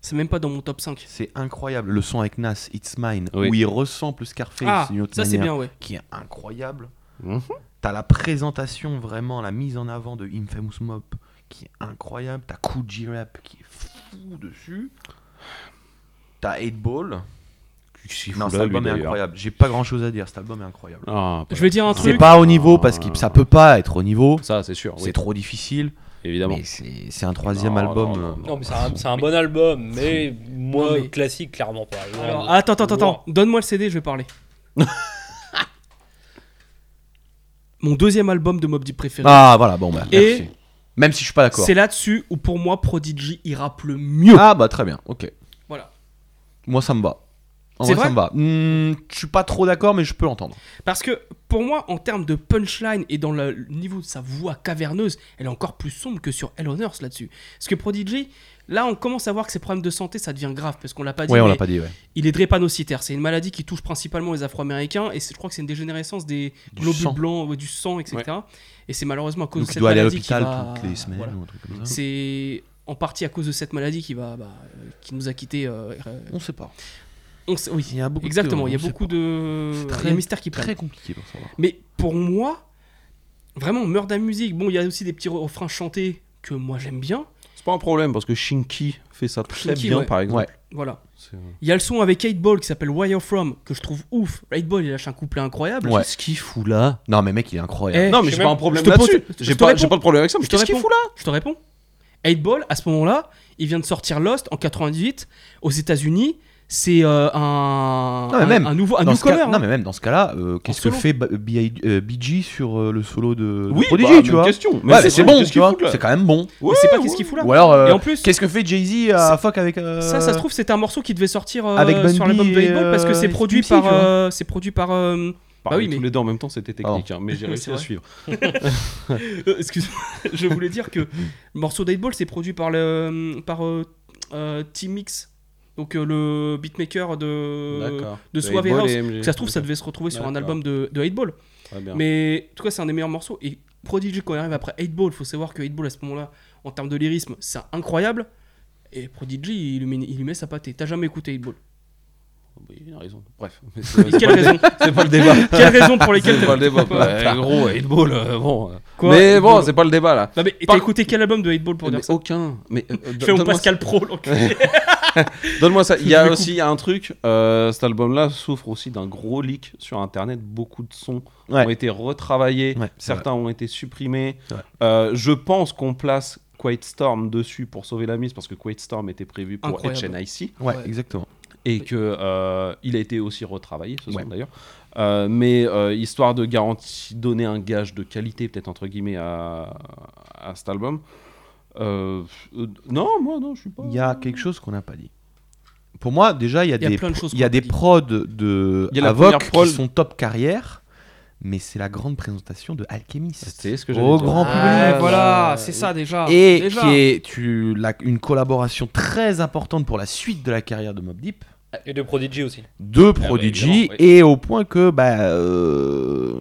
A: C'est même pas dans mon top 5.
E: C'est incroyable. Le son avec Nas, It's Mine,
B: Oui.
E: où il ressemble Scarface
A: Ah,
E: d'une autre
A: ça c'est
E: manière,
A: bien, ouais.
E: qui est incroyable.
B: Mhm.
E: T'as la présentation, vraiment, la mise en avant de Infamous Mop, qui est incroyable. T'as Coogee Rap, qui est fou dessus. T'as 8 Ball.
B: Kiki.
E: Non, cet
B: Là,
E: album
B: lui,
E: est
B: d'ailleurs.
E: incroyable. J'ai pas grand chose à dire. Cet album est incroyable.
B: Ah,
A: Je vais dire un
E: C'est
A: truc.
E: pas au niveau parce que ça peut pas être au niveau.
B: ça, c'est sûr.
E: C'est
B: Oui,
E: trop difficile.
B: évidemment.
E: Mais c'est c'est un troisième
B: Non,
E: album.
B: non, non,
E: euh,
G: Non, mais c'est un, c'est un bon album, mais moi,
A: Non, mais-
G: classique, clairement pas. Loin
A: Alors,
G: de-
A: attends, attends, attends,
G: loin.
A: attends. Donne-moi le CD, je vais parler. Mon deuxième album de Mob Deep préféré.
E: Ah voilà, bon bah.
A: Et-
E: merci. Même si je suis pas d'accord.
A: c'est là-dessus où pour moi Prodigy il rappe le mieux.
E: Ah bah très bien, ok.
A: Voilà.
E: Moi ça me va. En
A: C'est
E: vrai,
A: vrai
E: ça me va. Hmm, je suis pas trop d'accord, mais je peux l'entendre.
A: Parce que pour moi, en termes de punchline et dans le niveau de sa voix caverneuse, elle est encore plus sombre que sur Hell on Earth là-dessus. Parce que Prodigy, là on commence à voir que ses problèmes de santé ça devient grave parce qu'on l'a pas dit.
E: Ouais, on
A: mais
E: l'a pas dit, ouais.
A: Il est drépanocytaire, c'est une maladie qui touche principalement les Afro-Américains et c'est- je crois que c'est une dégénérescence des
E: Du
A: globules
E: sang.
A: blancs, ouais, du sang, etc. Et c'est malheureusement à cause
E: Donc
A: de
E: il
A: cette
E: doit aller à
A: maladie qui
E: l'hôpital
A: va-
E: toutes les semaines
A: voilà.
E: ou un truc comme ça.
A: C'est en partie à cause de cette maladie qui va, bah, euh, qui nous a quittés. euh, euh,
E: On sait pas.
A: on sait- oui,
E: Il y a beaucoup de
A: exactement.
E: théories,
A: Il y a
E: on sait
A: beaucoup
E: pas.
A: de
E: C'est
A: il y a
E: très-
A: un mystère qui plane.
E: Très compliqué pour savoir.
A: Mais pour moi, vraiment, Murda Music. Bon, il y a aussi des petits refrains chantés que moi j'aime bien.
B: C'est pas un problème parce que Shinki fait ça très
A: Shinki,
B: bien,
A: ouais.
B: par exemple.
A: Voilà.
B: C'est-
A: Il y a le son avec 8 Ball qui s'appelle Why You're From que je trouve ouf. 8 Ball il lâche un couplet incroyable.
E: Ouais.
B: Qu'est-ce qu'il fout là
E: Non mais mec, il est incroyable.
A: Eh,
B: Non,
G: je
B: mais
G: sais
B: j'ai pas
G: même-
B: un problème
A: je te pose-
B: là-dessus.
A: je
B: J'ai
A: te
B: pas,
A: réponds.
B: j'ai pas de problème avec ça. Mais
A: Je te
B: qu'est-ce qu'il
A: réponds.
B: fout là
A: Je te réponds. Eightball, à ce moment-là, il vient de sortir Lost en 98 aux États-Unis. C'est euh, un,
E: Non, mais
A: un-
E: même
A: un nouveau Eh, un hein.
E: dans
A: new
E: ce cas-
A: color.
E: Non, mais même dans ce cas-là, euh, qu'est-ce que
A: solo.
E: fait B- B.I. euh, BG sur euh, le solo de, de
B: Oui,
E: Prodigy,
B: bah,
E: tu
B: même
E: vois
B: question. Mais
E: Ouais,
B: c'est
E: mais c'est
B: vrai,
E: bon,
B: qu'est-ce
E: tu
B: qu'ils
E: vois,
B: foutent, là
E: c'est quand même bon.
A: Mais c'est pas qu'est-ce qu'il fout là.
E: Ou alors, euh,
A: Et en plus-
E: qu'est-ce que fait Jay-Z à
A: Ça-
E: fuck avec. euh,
A: Ça, ça se trouve, c'était un morceau qui devait sortir euh,
E: avec Bun
A: sur l'album
E: B
A: de
E: et,
A: Eightball parce que c'est
E: euh,
A: produit,
E: Slim City,
A: par,
E: tu vois.
A: euh, c'est produit par. euh, Bah oui,
B: Parler
A: mais.
B: tous les deux en même temps, c'était technique,
E: Pardon.
B: hein, mais j'ai réussi
A: C'est
B: à
A: vrai.
B: suivre.
A: Euh, Excuse-moi, je voulais dire que le morceau d'Eightball, c'est produit par, le, par euh, euh, Team Mix, donc euh, le beatmaker de, de Suave House. Ça se trouve, ça devait se retrouver sur un
B: D'accord.
A: album de, de 8 Ball. Mais en tout cas, c'est un des meilleurs morceaux. Et Prodigy, quand il arrive après 8 Ball, faut savoir que 8 Ball, à ce moment-là, en termes de lyrisme, c'est incroyable. Et Prodigy, il lui met, il lui met sa pâtée. T'as jamais écouté 8 Ball
B: Il a raison. Bref.
A: Et Quelle raison
B: C'est pas le débat.
A: Quelle raison pour lesquelles t'as-
B: C'est pas le débat.
A: t'as pas-
B: bah, Gros, Hitball, euh, bon. euh.
A: Quoi,
B: Mais
A: 8
B: bon,
A: Ball
B: c'est pas le débat là.
A: Non, mais t'as
B: Par-
A: écouté quel album de 8 Ball pour
B: Mais
A: dire ça
B: aucun. Mais euh,
A: Je fais mon
B: donne-moi
A: Pascal Pro, l'enculé.
B: Donne-moi ça. Il y
A: Je
B: a
A: coupe.
B: aussi il y a un truc. euh, cet album-là souffre aussi d'un gros leak sur Internet. Beaucoup de sons
E: Ouais.
B: ont été retravaillés.
E: Ouais, c'est
B: certains ont été supprimés.
E: Ouais.
B: Euh, je pense qu'on place Quiet Storm dessus pour sauver la mise parce que Quiet Storm était prévu pour
A: Incroyable.
B: HNIC
E: Ouais,
A: Ouais.
E: exactement.
B: et que euh, il a été aussi retravaillé ce son
E: Ouais.
B: d'ailleurs. Euh, mais euh, histoire de garantir, donner un gage de qualité peut-être entre guillemets à, à cet album. Euh, euh, non, moi non, je suis pas.
E: Il y a quelque chose qu'on n'a pas dit. Pour moi, déjà, il y a
A: Il y a
E: des,
A: plein de
E: pro-
A: choses
E: il y a
A: qu'on n'a
E: des
A: pas dit.
E: prods de
B: Il y a la
E: Avoc
B: première prod.
E: qui sont top carrière, mais c'est la grande présentation de Alchemist.
B: C'est ce que j'allais
E: Au
B: dire.
E: grand public.
A: Ah, Ouais, voilà, c'est ça déjà.
E: et
A: Déjà.
E: qui est tu- la- une collaboration très importante pour la suite de la carrière de Mob Deep,
G: Et de Prodigy aussi.
E: de
B: bah,
E: Prodigy,
B: évidemment,
E: et au point que bah, euh,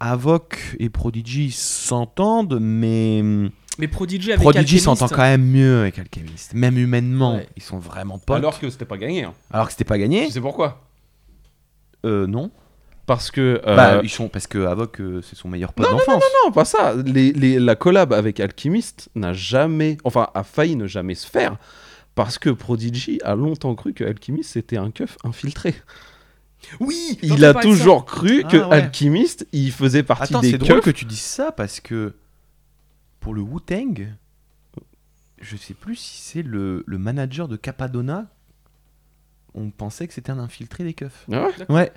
E: Avoc et Prodigy s'entendent, mais hum,
A: Mais Prodigy avec
E: Prodigy
A: Alchemist,
E: s'entend quand même mieux avec Alchemist, même humainement,
A: Ouais.
E: ils sont vraiment potes, alors,
B: Alors que c'était pas gagné. hein.
E: que c'était pas gagné.
B: Tu sais pourquoi
E: Euh, non,
B: Parce que euh,
E: bah, ils sont parce que Avoc euh, c'est son meilleur pote d'enfance.
B: non, pas ça. Les- les- la collab avec Alchemist n'a jamais, enfin, a failli ne jamais se faire parce que Prodigy a longtemps cru que Alchemist c'était un keuf infiltré.
A: Oui,
B: Il a toujours cru que
E: Ah ouais.
B: Alchemist, il faisait partie
E: Attends,
B: des
E: c'est drôle
B: keufs.
E: que tu dises ça parce que pour le Wu Tang, je sais plus si c'est le, le manager de Capadonna. On pensait que c'était un infiltré des keufs.
B: Ah ouais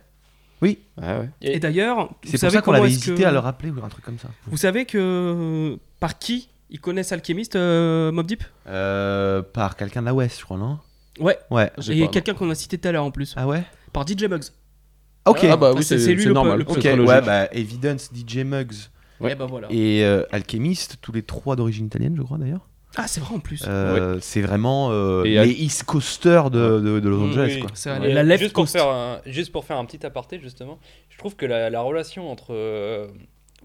E: Ouais,
B: Ah ouais.
A: Et d'ailleurs, vous
E: c'est pour
A: savez
E: ça qu'on
A: comment
E: avait
A: est-ce
E: hésité
A: que-
E: à le rappeler ou un truc comme ça.
A: Vous savez que euh, par qui ils connaissent Alchemist, euh, Mob
G: Ah,
A: Deep
E: Euh, par quelqu'un de la West, je crois, non
A: Ouais,
E: Ouais.
B: J'ai
A: et
B: pas,
A: quelqu'un qu'on a cité tout à l'heure en plus,
E: Ah ouais
A: par DJ Muggs.
E: Ok,
B: Ah bah oui,
A: C'est-
B: c'est
A: c'est lui
B: c'est
A: le-
B: normal.
A: le-
B: c'est
E: ok,
B: logique.
E: ouais, bah Evidence, DJ Muggs
B: Ouais.
A: Eh ben voilà.
E: et euh, Alchemist, tous les trois d'origine italienne, je crois d'ailleurs.
A: Ah, c'est vrai en plus.
E: Euh, C'est vraiment euh,
B: Et
E: les
B: Al-
E: East Coasters de, de, de Los
G: Mm,
E: Angeles,
G: oui.
E: quoi.
A: C'est
G: Et
A: la Left
G: juste, pour
A: Coast.
G: faire un, juste pour faire un petit aparté, justement, je trouve que la, la relation entre euh,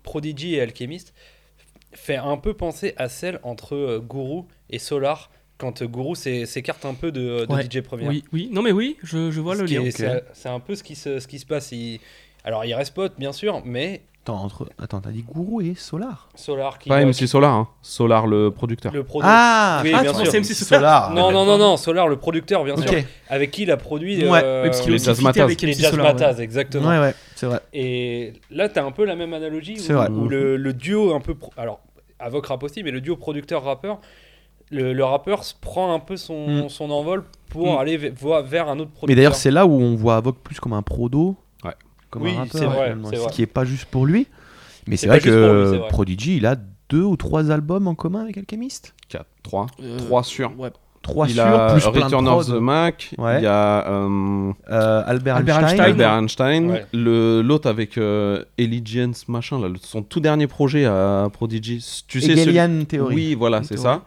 G: Prodigy et Alchemist fait un peu penser à celle entre euh, Guru et Solar, quand euh, Guru s'é- s'écarte un peu de, de
A: Ouais,
G: DJ Premier.
A: Oui, oui, non mais oui, je, je vois
G: Ce
A: le
G: qui
A: lien. Ah,
G: est- C'est c'est un peu ce qui se, ce qui se passe. Il- alors, il reste pote, bien sûr, mais
E: Attends, entre... Attends, t'as dit Gourou et Solar
G: Solar qui.
B: Pas MC Solar, hein. Solar le producteur.
G: le produit.
E: Ah,
G: Oui,
E: ah,
G: bien
E: tu
G: sûr.
E: pensais
A: MC
E: Solar.
G: non, non, non, non, Solar, le producteur, bien sûr,
E: Ok.
G: avec qui il a produit.
E: Ouais,
G: euh,
A: Oui, parce qu'il est
B: les
A: aussi
B: Jazz
A: fité
B: Matas.
A: avec
G: les
A: MC
G: Jazz
A: Solar, ouais.
G: Matas, exactement.
E: Ouais, ouais, c'est vrai.
G: Et là, t'as un peu la même analogie
E: C'est
G: où,
E: vrai.
G: où le, le duo un peu. pro- Alors, Avoc rap aussi, mais le duo producteur-rappeur, le, le rappeur se prend un peu son,
E: Mm.
G: son envol pour
A: Mm.
G: aller ve- voir vers un autre producteur.
E: Mais d'ailleurs, c'est là où on voit Avoc plus comme un prodo.
B: Ouais.
E: Comme
G: Oui,
E: un
G: c'est
E: rappeur,
G: vrai,
E: finalement,
G: c'est
E: ce
G: vrai.
E: qui est pas juste pour lui. Mais
G: C'est
E: c'est
G: pas
E: vrai
G: juste pour lui,
E: que
G: c'est vrai.
E: Prodigy, il a deux ou trois albums en commun avec Alchemist.
B: 4, 3.
A: Euh,
B: 3 sur.
A: ouais.
E: Trois
B: il
E: sur,
B: a
E: plus plein de
B: Return of the
E: prod.
B: Mac,
E: Ouais.
B: il y a euh,
E: Euh, Albert,
A: Albert
E: Einstein.
A: Einstein.
B: Albert Einstein,
G: Ouais.
B: le- l'autre avec euh, Allegiance, machin, là, le- son tout dernier projet à Prodigy. Tu sais, celui-
E: Hegelian Theory.
B: Oui, voilà,
A: Une
B: c'est
A: théorie.
B: ça.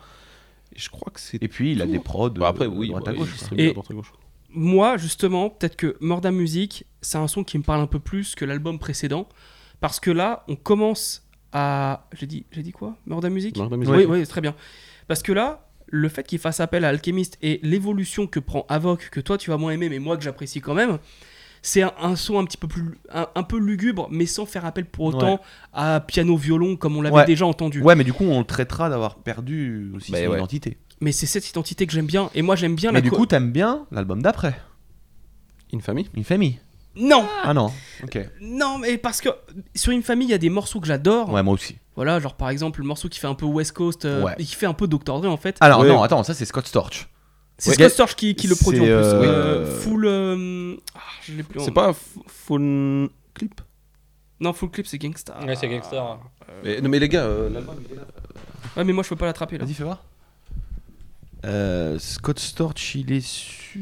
B: Et je crois que c'est.
E: Et puis, il a
B: tout.
E: des prods
B: Bah, après, oui,
E: droite
B: bah,
E: à
B: il
E: gauche. quoi.
B: distribue
A: Et-
B: à droite à gauche.
A: Moi, justement, peut-être que Morda Music, c'est un son qui me parle un peu plus que l'album précédent. Parce que là, on commence à. J'ai dit, j'ai dit quoi Morda Music
B: Morda
A: Oui,
B: Music.
A: oui, très bien. Parce que là, le fait qu'il fasse appel à Alchemist et l'évolution que prend Avoc, que toi tu vas moins aimer, mais moi que j'apprécie quand même, c'est un, un son un petit peu plus. Un, un peu lugubre, mais sans faire appel pour autant à piano-violon comme on l'avait
E: Ouais.
A: déjà entendu.
E: Ouais, mais du coup, on le traitera d'avoir perdu aussi
B: Bah,
E: son
B: ouais.
E: identité.
A: Mais c'est cette identité que j'aime bien. Et moi, j'aime bien
E: Mais
A: la
E: du
A: co-
E: coup, t'aimes bien l'album d'après,
B: Une famille
E: Une famille.
A: Non
E: Ah non, ok.
A: Non, mais parce que sur une famille, il y a des morceaux que j'adore.
E: Ouais, moi aussi.
A: Voilà, genre par exemple, le morceau qui fait un peu West Coast, euh,
E: Ouais.
A: et qui fait un peu Dr. Dre en fait.
E: Alors non, attends, ça c'est Scott Storch.
A: C'est
E: Ouais.
A: Scott Storch qui, qui le produit en plus.
E: C'est, euh,
A: Euh, full. euh, ah, je l'ai plus en-
B: C'est pas f- Full Clip
A: Non, full clip, c'est Gangsta.
G: Ouais, c'est Gangstar.
B: mais, Non, mais les gars, euh, l'album, il est là.
A: Ouais, mais moi, je peux pas l'attraper là.
E: Vas-y, fais voir. Euh, Scott Storch, il est sur.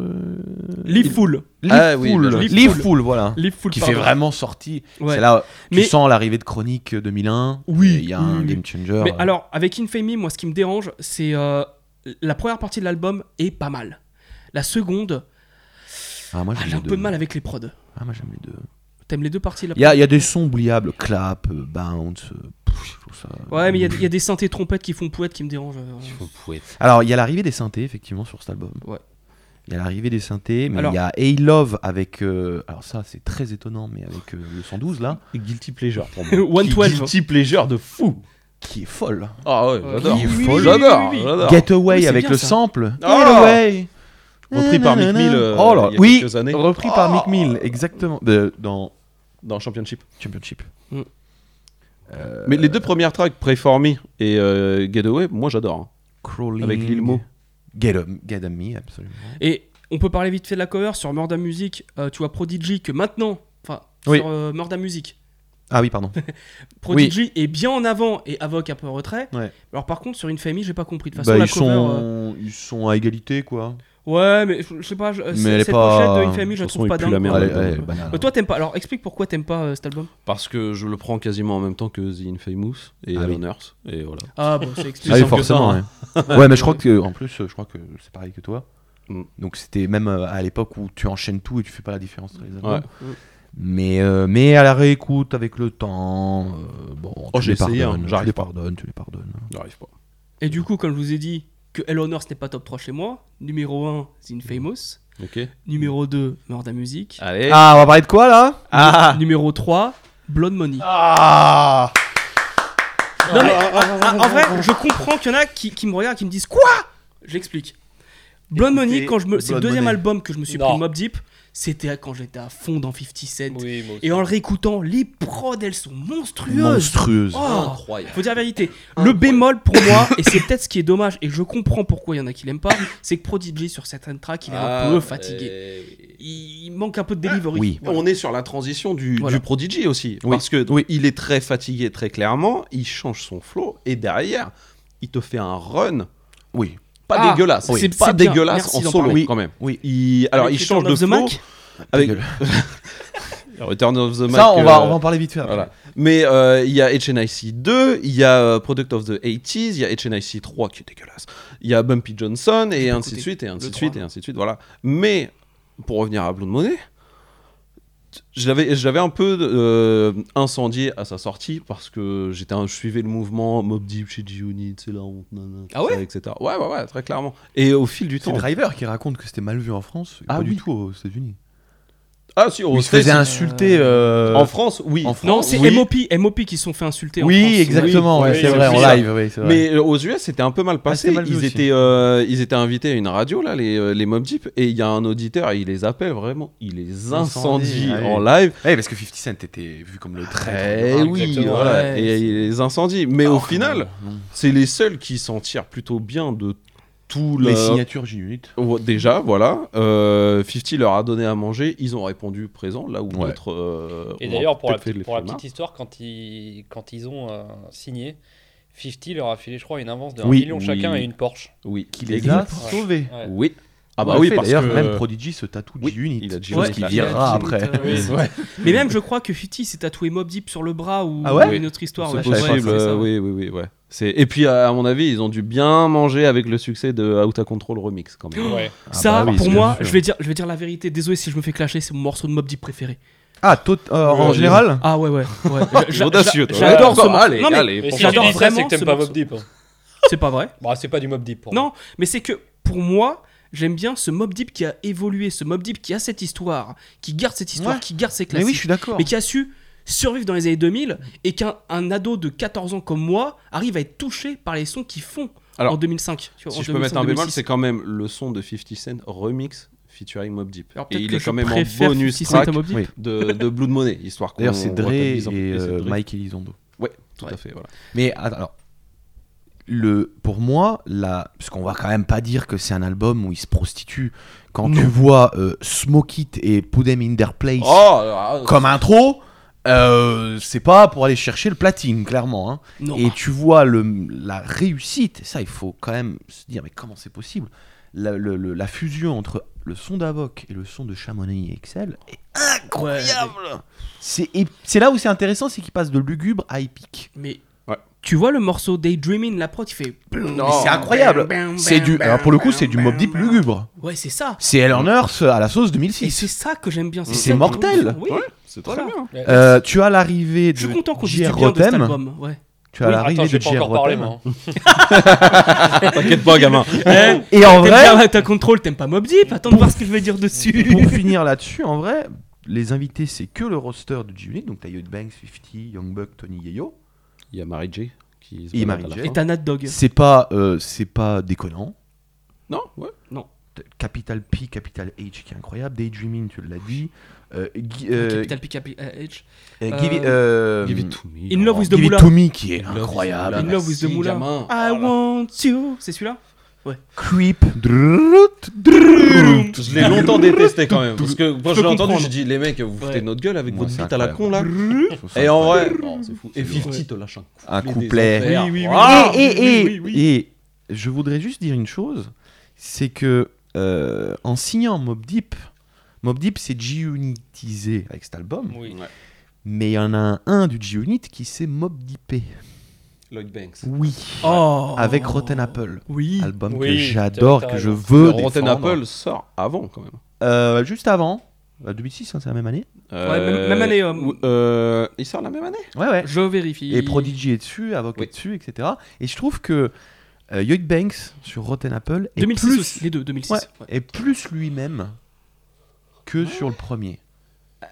E: euh,
A: Leaf
E: il-
A: Full.
E: Ah
B: Ah oui,
E: oui,
B: bien
A: joué.
E: Leaf Fool, voilà.
A: Leaf Full,
E: Qui
A: pardon.
E: fait vraiment sortie.
A: Ouais.
E: C'est là, tu
A: Mais-
E: sens l'arrivée de Chronique 2001.
A: Oui,
E: et Il y a
A: oui,
E: un
A: oui.
E: game changer.
A: Mais alors, avec Infamy, moi, ce qui me dérange, c'est euh, la première partie de l'album est pas mal. La seconde,
E: ah, moi,
A: ah,
E: j'aime
A: j'ai un
E: les
A: peu
E: deux.
A: de mal avec les prods.
E: Ah, moi, j'aime les deux.
A: T'aimes les deux parties là
E: Il y a, il y a des sons oubliables. Clap, euh, bounce. euh, pff, je trouve ça-
A: Ouais, mais il y a- il y, a des synthés trompettes qui font pouette qui me dérangent. euh,
E: Alors, il y a l'arrivée des synthés, effectivement, sur cet album.
A: Ouais.
E: Il y a l'arrivée des synthés, mais
A: Alors-
E: il y a Hey Love avec. euh, alors, ça, c'est très étonnant, mais avec euh, le 112, là,
B: Guilty Pleasure pour moi.
A: 112.
B: Guilty Pleasure de fou.
E: qui est folle.
B: Ah ouais,
A: Ouais.
B: j'adore.
A: Oui, oui,
B: Folle.
A: oui,
B: J'adore,
A: oui, oui, oui.
B: j'adore.
E: Get Away
A: Oui, c'est
E: avec
A: bien,
E: le
A: ça.
E: sample.
B: Ah
E: Get Away.
B: Repris par Mick Mill, euh,
E: Oh là,
B: il y a
E: oui,
B: quelques années. Oh. Ah.
E: repris par Mick Mill, exactement. De- dans
B: Dans Championship.
E: Championship.
A: Mm.
E: Euh,
B: Mais les deux premières tracks, Pray For Me et euh, Get Away, moi j'adore. hein.
E: Crawling.
B: Avec Lil Mo.
E: Get, Up- Get On Me, absolument.
A: Et on peut parler vite fait de la cover sur Murda Music. euh, tu vois Prodigy que maintenant, enfin,
E: Oui.
A: sur euh, Murda Music,
E: Ah oui, pardon.
A: Prodigy est bien en avant et Avoc un peu en retrait.
E: Ouais.
A: Alors par contre, sur une famille, j'ai pas compris. De toute façon,
E: Bah,
A: la
E: ils,
A: cover. euh,
E: sont, ils sont à égalité, quoi.
A: Ouais, mais je je sais pas. je- euh,
E: Mais elle est
A: cette
E: pas-
A: pochette de une famille, je la
B: De toute
A: trouve
B: façon,
A: pas
B: il pue la
A: dingue.
B: merde,
A: quoi.
E: Allez,
B: ouais,
E: allez,
B: ouais.
E: banane.
A: Euh, toi, t'aimes pas. Alors explique pourquoi t'aimes pas euh, cet album.
B: Parce que je le prends quasiment en même temps que The Infamous et
E: Ah oui.
B: The Nurse. Et voilà.
A: Ah bon, c'est
E: Ah
B: Ah oui,
E: oui,
A: expliqué.
B: simple que
E: forcément.
B: ça,
E: ouais. Ouais, mais je crois que en plus, euh, je crois que c'est pareil que toi.
B: Mm.
E: Donc c'était même euh, à l'époque où tu enchaînes tout et tu fais pas la différence entre les albums.
A: Ouais. Mm.
E: Mais euh, mais à la réécoute avec le temps, euh, bon,
B: Oh,
E: tu
B: j'ai
E: les
B: essayé, hein,
E: pardonnes, tu
B: j'arrive
E: les
B: pas.
E: pardonnes, tu les pardonnes.
B: J'arrive pas.
A: Et du coup, comme je vous ai dit, que Hell on Earth n'est pas top 3 chez moi. Numéro 1, The Infamous.
B: Ok.
A: Numéro 2, Murda Music.
B: Allez.
E: Ah, on va parler de quoi là Ah
A: Numéro 3, Blood Money.
E: Ah
A: Non, mais, en- en- en vrai, je comprends qu'il y en a qui, qui me regardent qui me disent Quoi J'explique. Blood
E: Écoutez,
A: Money, quand je me... c'est le
E: Blood
A: deuxième
E: Money.
A: album que je me suis
G: Non.
A: pris de Mob Deep, c'était à- quand j'étais à fond dans 50 Cent.
G: Oui, moi aussi.
A: Et en le réécoutant, les prods, elles sont monstrueuses.
E: Monstrueuse.
A: Oh,
B: Incroyable.
A: faut dire la vérité. Le bémol pour moi, et c'est peut-être ce qui est dommage, et je comprends pourquoi il y en a qui l'aiment pas, c'est que Prodigy sur certaines tracks, il est
B: Ah,
A: un peu fatigué. Il il manque un peu de delivery.
E: Ah, euh, Oui.
A: Voilà.
B: On est sur la transition du,
A: Voilà.
B: du Prodigy aussi.
E: Oui.
B: Parce que donc,
E: Oui.
B: il est très fatigué très clairement, il change son flow et derrière, il te fait un run
E: Oui.
B: pas
A: Ah,
B: dégueulasse.
A: oui.
B: C'est
A: C'est
B: pas
A: bien.
B: dégueulasse
A: Merci
B: en
A: d'en
B: solo
A: parler.
B: quand même.
E: Oui.
B: Il- alors
A: Avec
B: il change
A: Return
B: de
A: of the
B: flow
A: Mac
B: avec
E: Dégueulasse.
B: Return of the Mac.
E: Ça, on va,
B: euh,
E: on va en parler vite fait. après.
B: Voilà. Mais euh, il y a HNIC 2, il y a euh, Product of the 80s, il y a HNIC 3 qui est dégueulasse, il y a Bumpy Johnson, et ainsi de
A: écouté
B: suite, et ainsi
A: le
B: de suite,
A: 3,
B: et ainsi de suite, voilà. Mais, pour revenir à Blood Money, je l'avais je l'avais un peu euh, incendié à sa sortie parce que j'étais un- je suivais le mouvement Mob Deep chez G-Unit, c'est la honte, nanana, tout
A: Ah ouais
B: ça, etc. Ouais, ouais, ouais, très clairement. Et au fil du
E: C'est
B: temps.
E: Driver qui raconte que c'était mal vu en France, et
B: Ah
E: pas
B: oui.
E: du tout aux États-Unis.
B: Ah, si, au
E: Il se faisait
B: States,
E: insulter. euh,
B: En France, oui.
E: en
A: Non,
E: France,
A: c'est
E: oui.
A: MOP, MOP qui se sont fait insulter. en
E: Oui,
A: France.
E: exactement,
B: Oui,
E: ouais,
B: oui,
E: c'est
B: oui,
E: vrai,
B: oui,
E: en
B: ça.
E: live. oui, c'est vrai.
B: Mais euh, aux US, c'était un peu mal passé.
E: Ah, c'était mal vu
B: ils,
E: aussi.
B: étaient, euh, ils étaient invités à une radio, là, les, euh, les Mob Deep, et il y a un auditeur, et il les appelle vraiment, il les incendie
E: Incendie, ah oui.
B: en live.
E: Eh, parce que 50 Cent était vu comme le
B: Eh
E: traître.
B: oui,
G: exactement.
B: voilà,
A: Ouais,
B: et
A: c'est-
B: il les incendie. Mais au
E: Alors que
B: final,
E: Ah, oh, non, non.
B: c'est les seuls qui s'en tirent plutôt bien de tout
E: les
B: le.
E: signatures G-Unit.
B: Ouais, Déjà, voilà, euh, 50 leur a donné à manger, ils ont répondu présent, là où
E: Ouais.
B: d'autres. euh,
G: Et
B: ont
G: d'ailleurs, pour, la,
B: peut-être fait
G: petite-
B: les
G: pour la
B: flemmards.
G: petite histoire, quand ils, quand ils ont euh, signé, 50 leur a filé, je crois, une avance de 1
E: Oui,
G: million
B: oui.
G: chacun et une Porsche.
B: Oui,
E: Qui les a
B: Exact.
E: sauvés.
G: Ouais.
B: Oui. Ah bah
E: En
B: oui,
E: fait,
B: parce
E: d'ailleurs,
B: que-
E: même Prodigy se tatoue
B: Oui,
E: G-Unit.
B: il a G-Unit,
E: Chose
B: il
E: qui
B: a
E: virera
A: G-Unit,
E: après.
A: euh, oui.
E: Ouais.
A: Mais même, je crois que Fifty s'est tatoué Mob Deep sur le bras ou
E: Ah ouais
A: ou une autre histoire.
B: C'est
A: ouais.
E: savais pas
B: possible,
A: Ouais, c'est ça,
B: euh,
A: ouais.
B: oui, oui, oui, ouais. C'est... Et puis, à à mon avis, ils ont dû bien manger avec le succès de Out of Control Remix, quand
A: Oh,
B: même.
G: Ouais.
E: Ah
A: Ça,
E: bah oui,
A: pour
E: c'est
A: moi,
E: sûr.
A: je vais, dire, je vais dire la vérité. Désolé si je me fais clasher, c'est mon morceau de Mob Deep préféré.
E: Ah, tot- euh, en
B: Ouais,
E: général
A: Ah ouais, ouais. ouais. J'a- j'a-
B: Audacieux, toi.
A: j'adore
B: Ouais,
A: ce
B: encore,
A: morceau.
B: allez,
A: Non, mais-
B: allez,
G: Mais si tu
A: j'adore
G: dis ça, c'est
A: vraiment
G: que t'aimes
A: ce
G: pas
A: morceau.
G: Mob Deep. hein.
A: C'est pas vrai.
G: Bah, c'est pas du Mob Deep pour moi.
A: Non, mais c'est que pour moi, j'aime bien ce Mob Deep qui a évolué, ce Mob Deep qui a cette histoire, qui garde cette histoire,
E: Ouais.
A: qui garde ses
E: Mais
A: classiques,
E: oui, je suis d'accord.
A: mais qui a su survivre dans les années 2000 et qu'un un ado de 14 ans comme moi arrive à être touché par les sons qu'ils font
B: Alors,
A: en 2005. tu vois, en
B: Si je peux mettre un
A: 2005,
B: bémol,
A: 2006.
B: c'est quand même le son de 50 Cent remix featuring Mob Deep.
A: Alors,
B: et
A: peut-être
B: il
A: que
B: est
A: je
B: quand même en
A: préfère
B: bonus
A: 50
B: track
A: à Mobb Deep.
E: Oui.
B: de, de Blue de Money, histoire qu'on
E: D'ailleurs, c'est Dre et
B: rentabilise un peu plus, c'est
E: euh,
B: Dre.
E: Mike Elizondo.
B: Ouais, tout
A: Ouais.
B: à fait. Voilà.
E: Mais att- alors, le, pour moi, là, parce qu'on va quand même pas dire que c'est un album où il se prostitue. Quand tu vois euh, Smoke It et Put Them in Their Place
B: Oh, ah,
E: comme intro, euh, c'est pas pour aller chercher le platine, clairement. hein.
A: Non.
E: Et tu vois le, la réussite, et ça, il faut quand même se dire, mais comment c'est possible la, le- le- la fusion entre le son d'Avoc et le son de Chamonix et Excel est incroyable C'est et c'est là où c'est intéressant, c'est qu'il passe de lugubre à épique.
A: Mais
B: Ouais.
A: tu vois le morceau Daydreaming, la prod, il fait.
E: Mais c'est incroyable C'est du, alors pour le coup, c'est du Mob Deep lugubre.
A: Ouais, c'est ça.
E: C'est Hell on Earth à la sauce
A: Et c'est
E: 2006.
A: ça que j'aime bien.
E: Mais
A: ça
E: c'est
A: que-
E: mortel.
A: Oui.
B: c'est très
A: Voilà.
B: bien.
E: Euh, tu as l'arrivée de
A: Je suis content qu'on dise
E: J.R.
A: du bien de cet
E: Rotem.
A: album. Ouais.
E: Tu as
G: Oui,
E: l'arrivée
G: attends, j'ai
E: de
G: pas
E: J.R.
G: encore parlé,
E: Rotem.
G: moi. hein.
B: T'inquiète pas, gamin.
E: Et en
A: Eh, T'aimes
E: vrai,
A: bien ta contrôle, t'aimes pas Mob Deep Attends de voir ce que je vais dire dessus.
E: pour finir là-dessus, en vrai, les invités, c'est que le roster de Jimmy. Donc, t'as Yod Banks, 50, Young Buck, Tony Yayo.
B: Il y a Mary J. Qui se
E: Et
B: balade
E: Mary
B: à la
E: J.
B: fin.
A: Et t'as Nat Dog.
E: C'est pas, euh, c'est pas déconnant.
B: Non, ouais.
E: Capital P, Capital H qui est incroyable. Daydreaming, tu l'as dit. Euh, Gi- euh,
A: Capital P, Capital H.
E: euh, give it,
A: euh,
E: euh,
B: Give it to me.
A: In Love with the
E: Give it
A: Moula.
E: to me qui est
B: Love is
E: incroyable.
A: In Love with the
B: Merci,
A: Moula.
B: gamin.
E: Ah,
A: I want you. C'est celui-là
E: Creep. Drrrrut, drrrrut.
B: Je l'ai longtemps détesté quand même. Parce que quand
A: Je peux
B: je l'ai entendu,
A: comprendre.
B: j'ai dit les mecs, vous foutez
A: Ouais.
B: notre gueule avec
E: Moi,
B: votre
E: c'est
B: beat à la con là.
E: incroyable.
B: Et en vrai, oh, c'est fou. Et
E: C'est
B: 50
A: lourd.
B: te lâche un
E: Un
B: couplet.
E: couplet.
B: des enfers.
A: Oui, oui, oui.
B: Ah
E: et, et- et-
A: oui, oui, oui.
E: et je voudrais juste dire une chose, c'est que euh, en signant Mob Deep, Mob Deep s'est G-unitisé avec cet album,
G: Oui.
E: mais il y en a un du G-unit qui s'est Mob Deepé.
B: Lloyd Banks.
E: Oui.
A: Oh
E: Avec Rotten Apple,
A: Oui.
E: album que
G: Oui,
E: j'adore,
G: t'as-
E: que
G: t'as
E: je
G: raison.
E: veux
B: Rotten
E: défendre.
B: Apple sort avant quand même.
E: Euh, juste avant, euh, 2006, hein, c'est la même année.
A: même- même année, euh,
B: ou- euh, il sort la même année
E: Ouais ouais.
A: Je vérifie.
E: Et Prodigy est dessus, Avoc
B: Oui.
E: est dessus, etc. Et je trouve que euh, Lloyd Banks sur Rotten Apple est
A: 2006
E: plus
A: aussi. Les deux, 2006.
E: Ouais,
A: ouais.
E: et plus lui-même que sur le premier,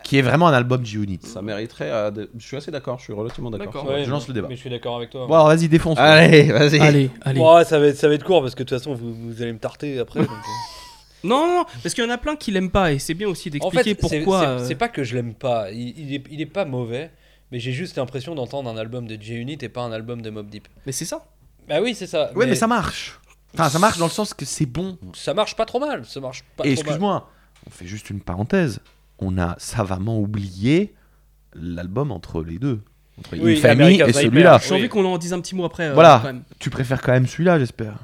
E: qui est vraiment un album G-Unit.
B: Ça mériterait. à des- Je suis assez d'accord, je suis relativement d'accord.
A: D'accord.
G: Ouais,
E: je lance le débat.
G: Mais je suis d'accord avec toi. hein.
E: Bon, alors vas-y, défonce.
K: vas-y.
A: Allez, allez.
G: Ouais, ça va être, ça va être court parce que de toute façon, vous, vous allez me tarter après. donc, euh.
A: Non, non, non, parce qu'il y en a plein qui l'aiment pas et c'est bien aussi
G: En
A: d'expliquer
G: fait, c'est-
A: pourquoi.
G: c'est-
A: euh,
G: C'est pas que je l'aime pas. Il, il est, il est pas mauvais, mais j'ai juste l'impression d'entendre un album de J-Unit et pas un album de Mob Deep.
A: Mais c'est ça.
G: Bah oui, c'est ça.
E: Ouais, mais... ça marche. Enfin, ça marche dans le sens que c'est bon.
G: ça marche pas trop mal. Ça marche pas
E: et
G: trop mal.
E: excuse-moi, on fait juste une parenthèse. On a savamment oublié l'album entre les deux. Entre
G: Oui,
E: Une famille
G: American
E: et
G: Sniper.
E: celui-là.
A: J'ai
G: Oui.
A: envie qu'on en dise un petit mot après. euh,
E: Voilà.
A: quand même.
E: Tu préfères quand même celui-là, j'espère.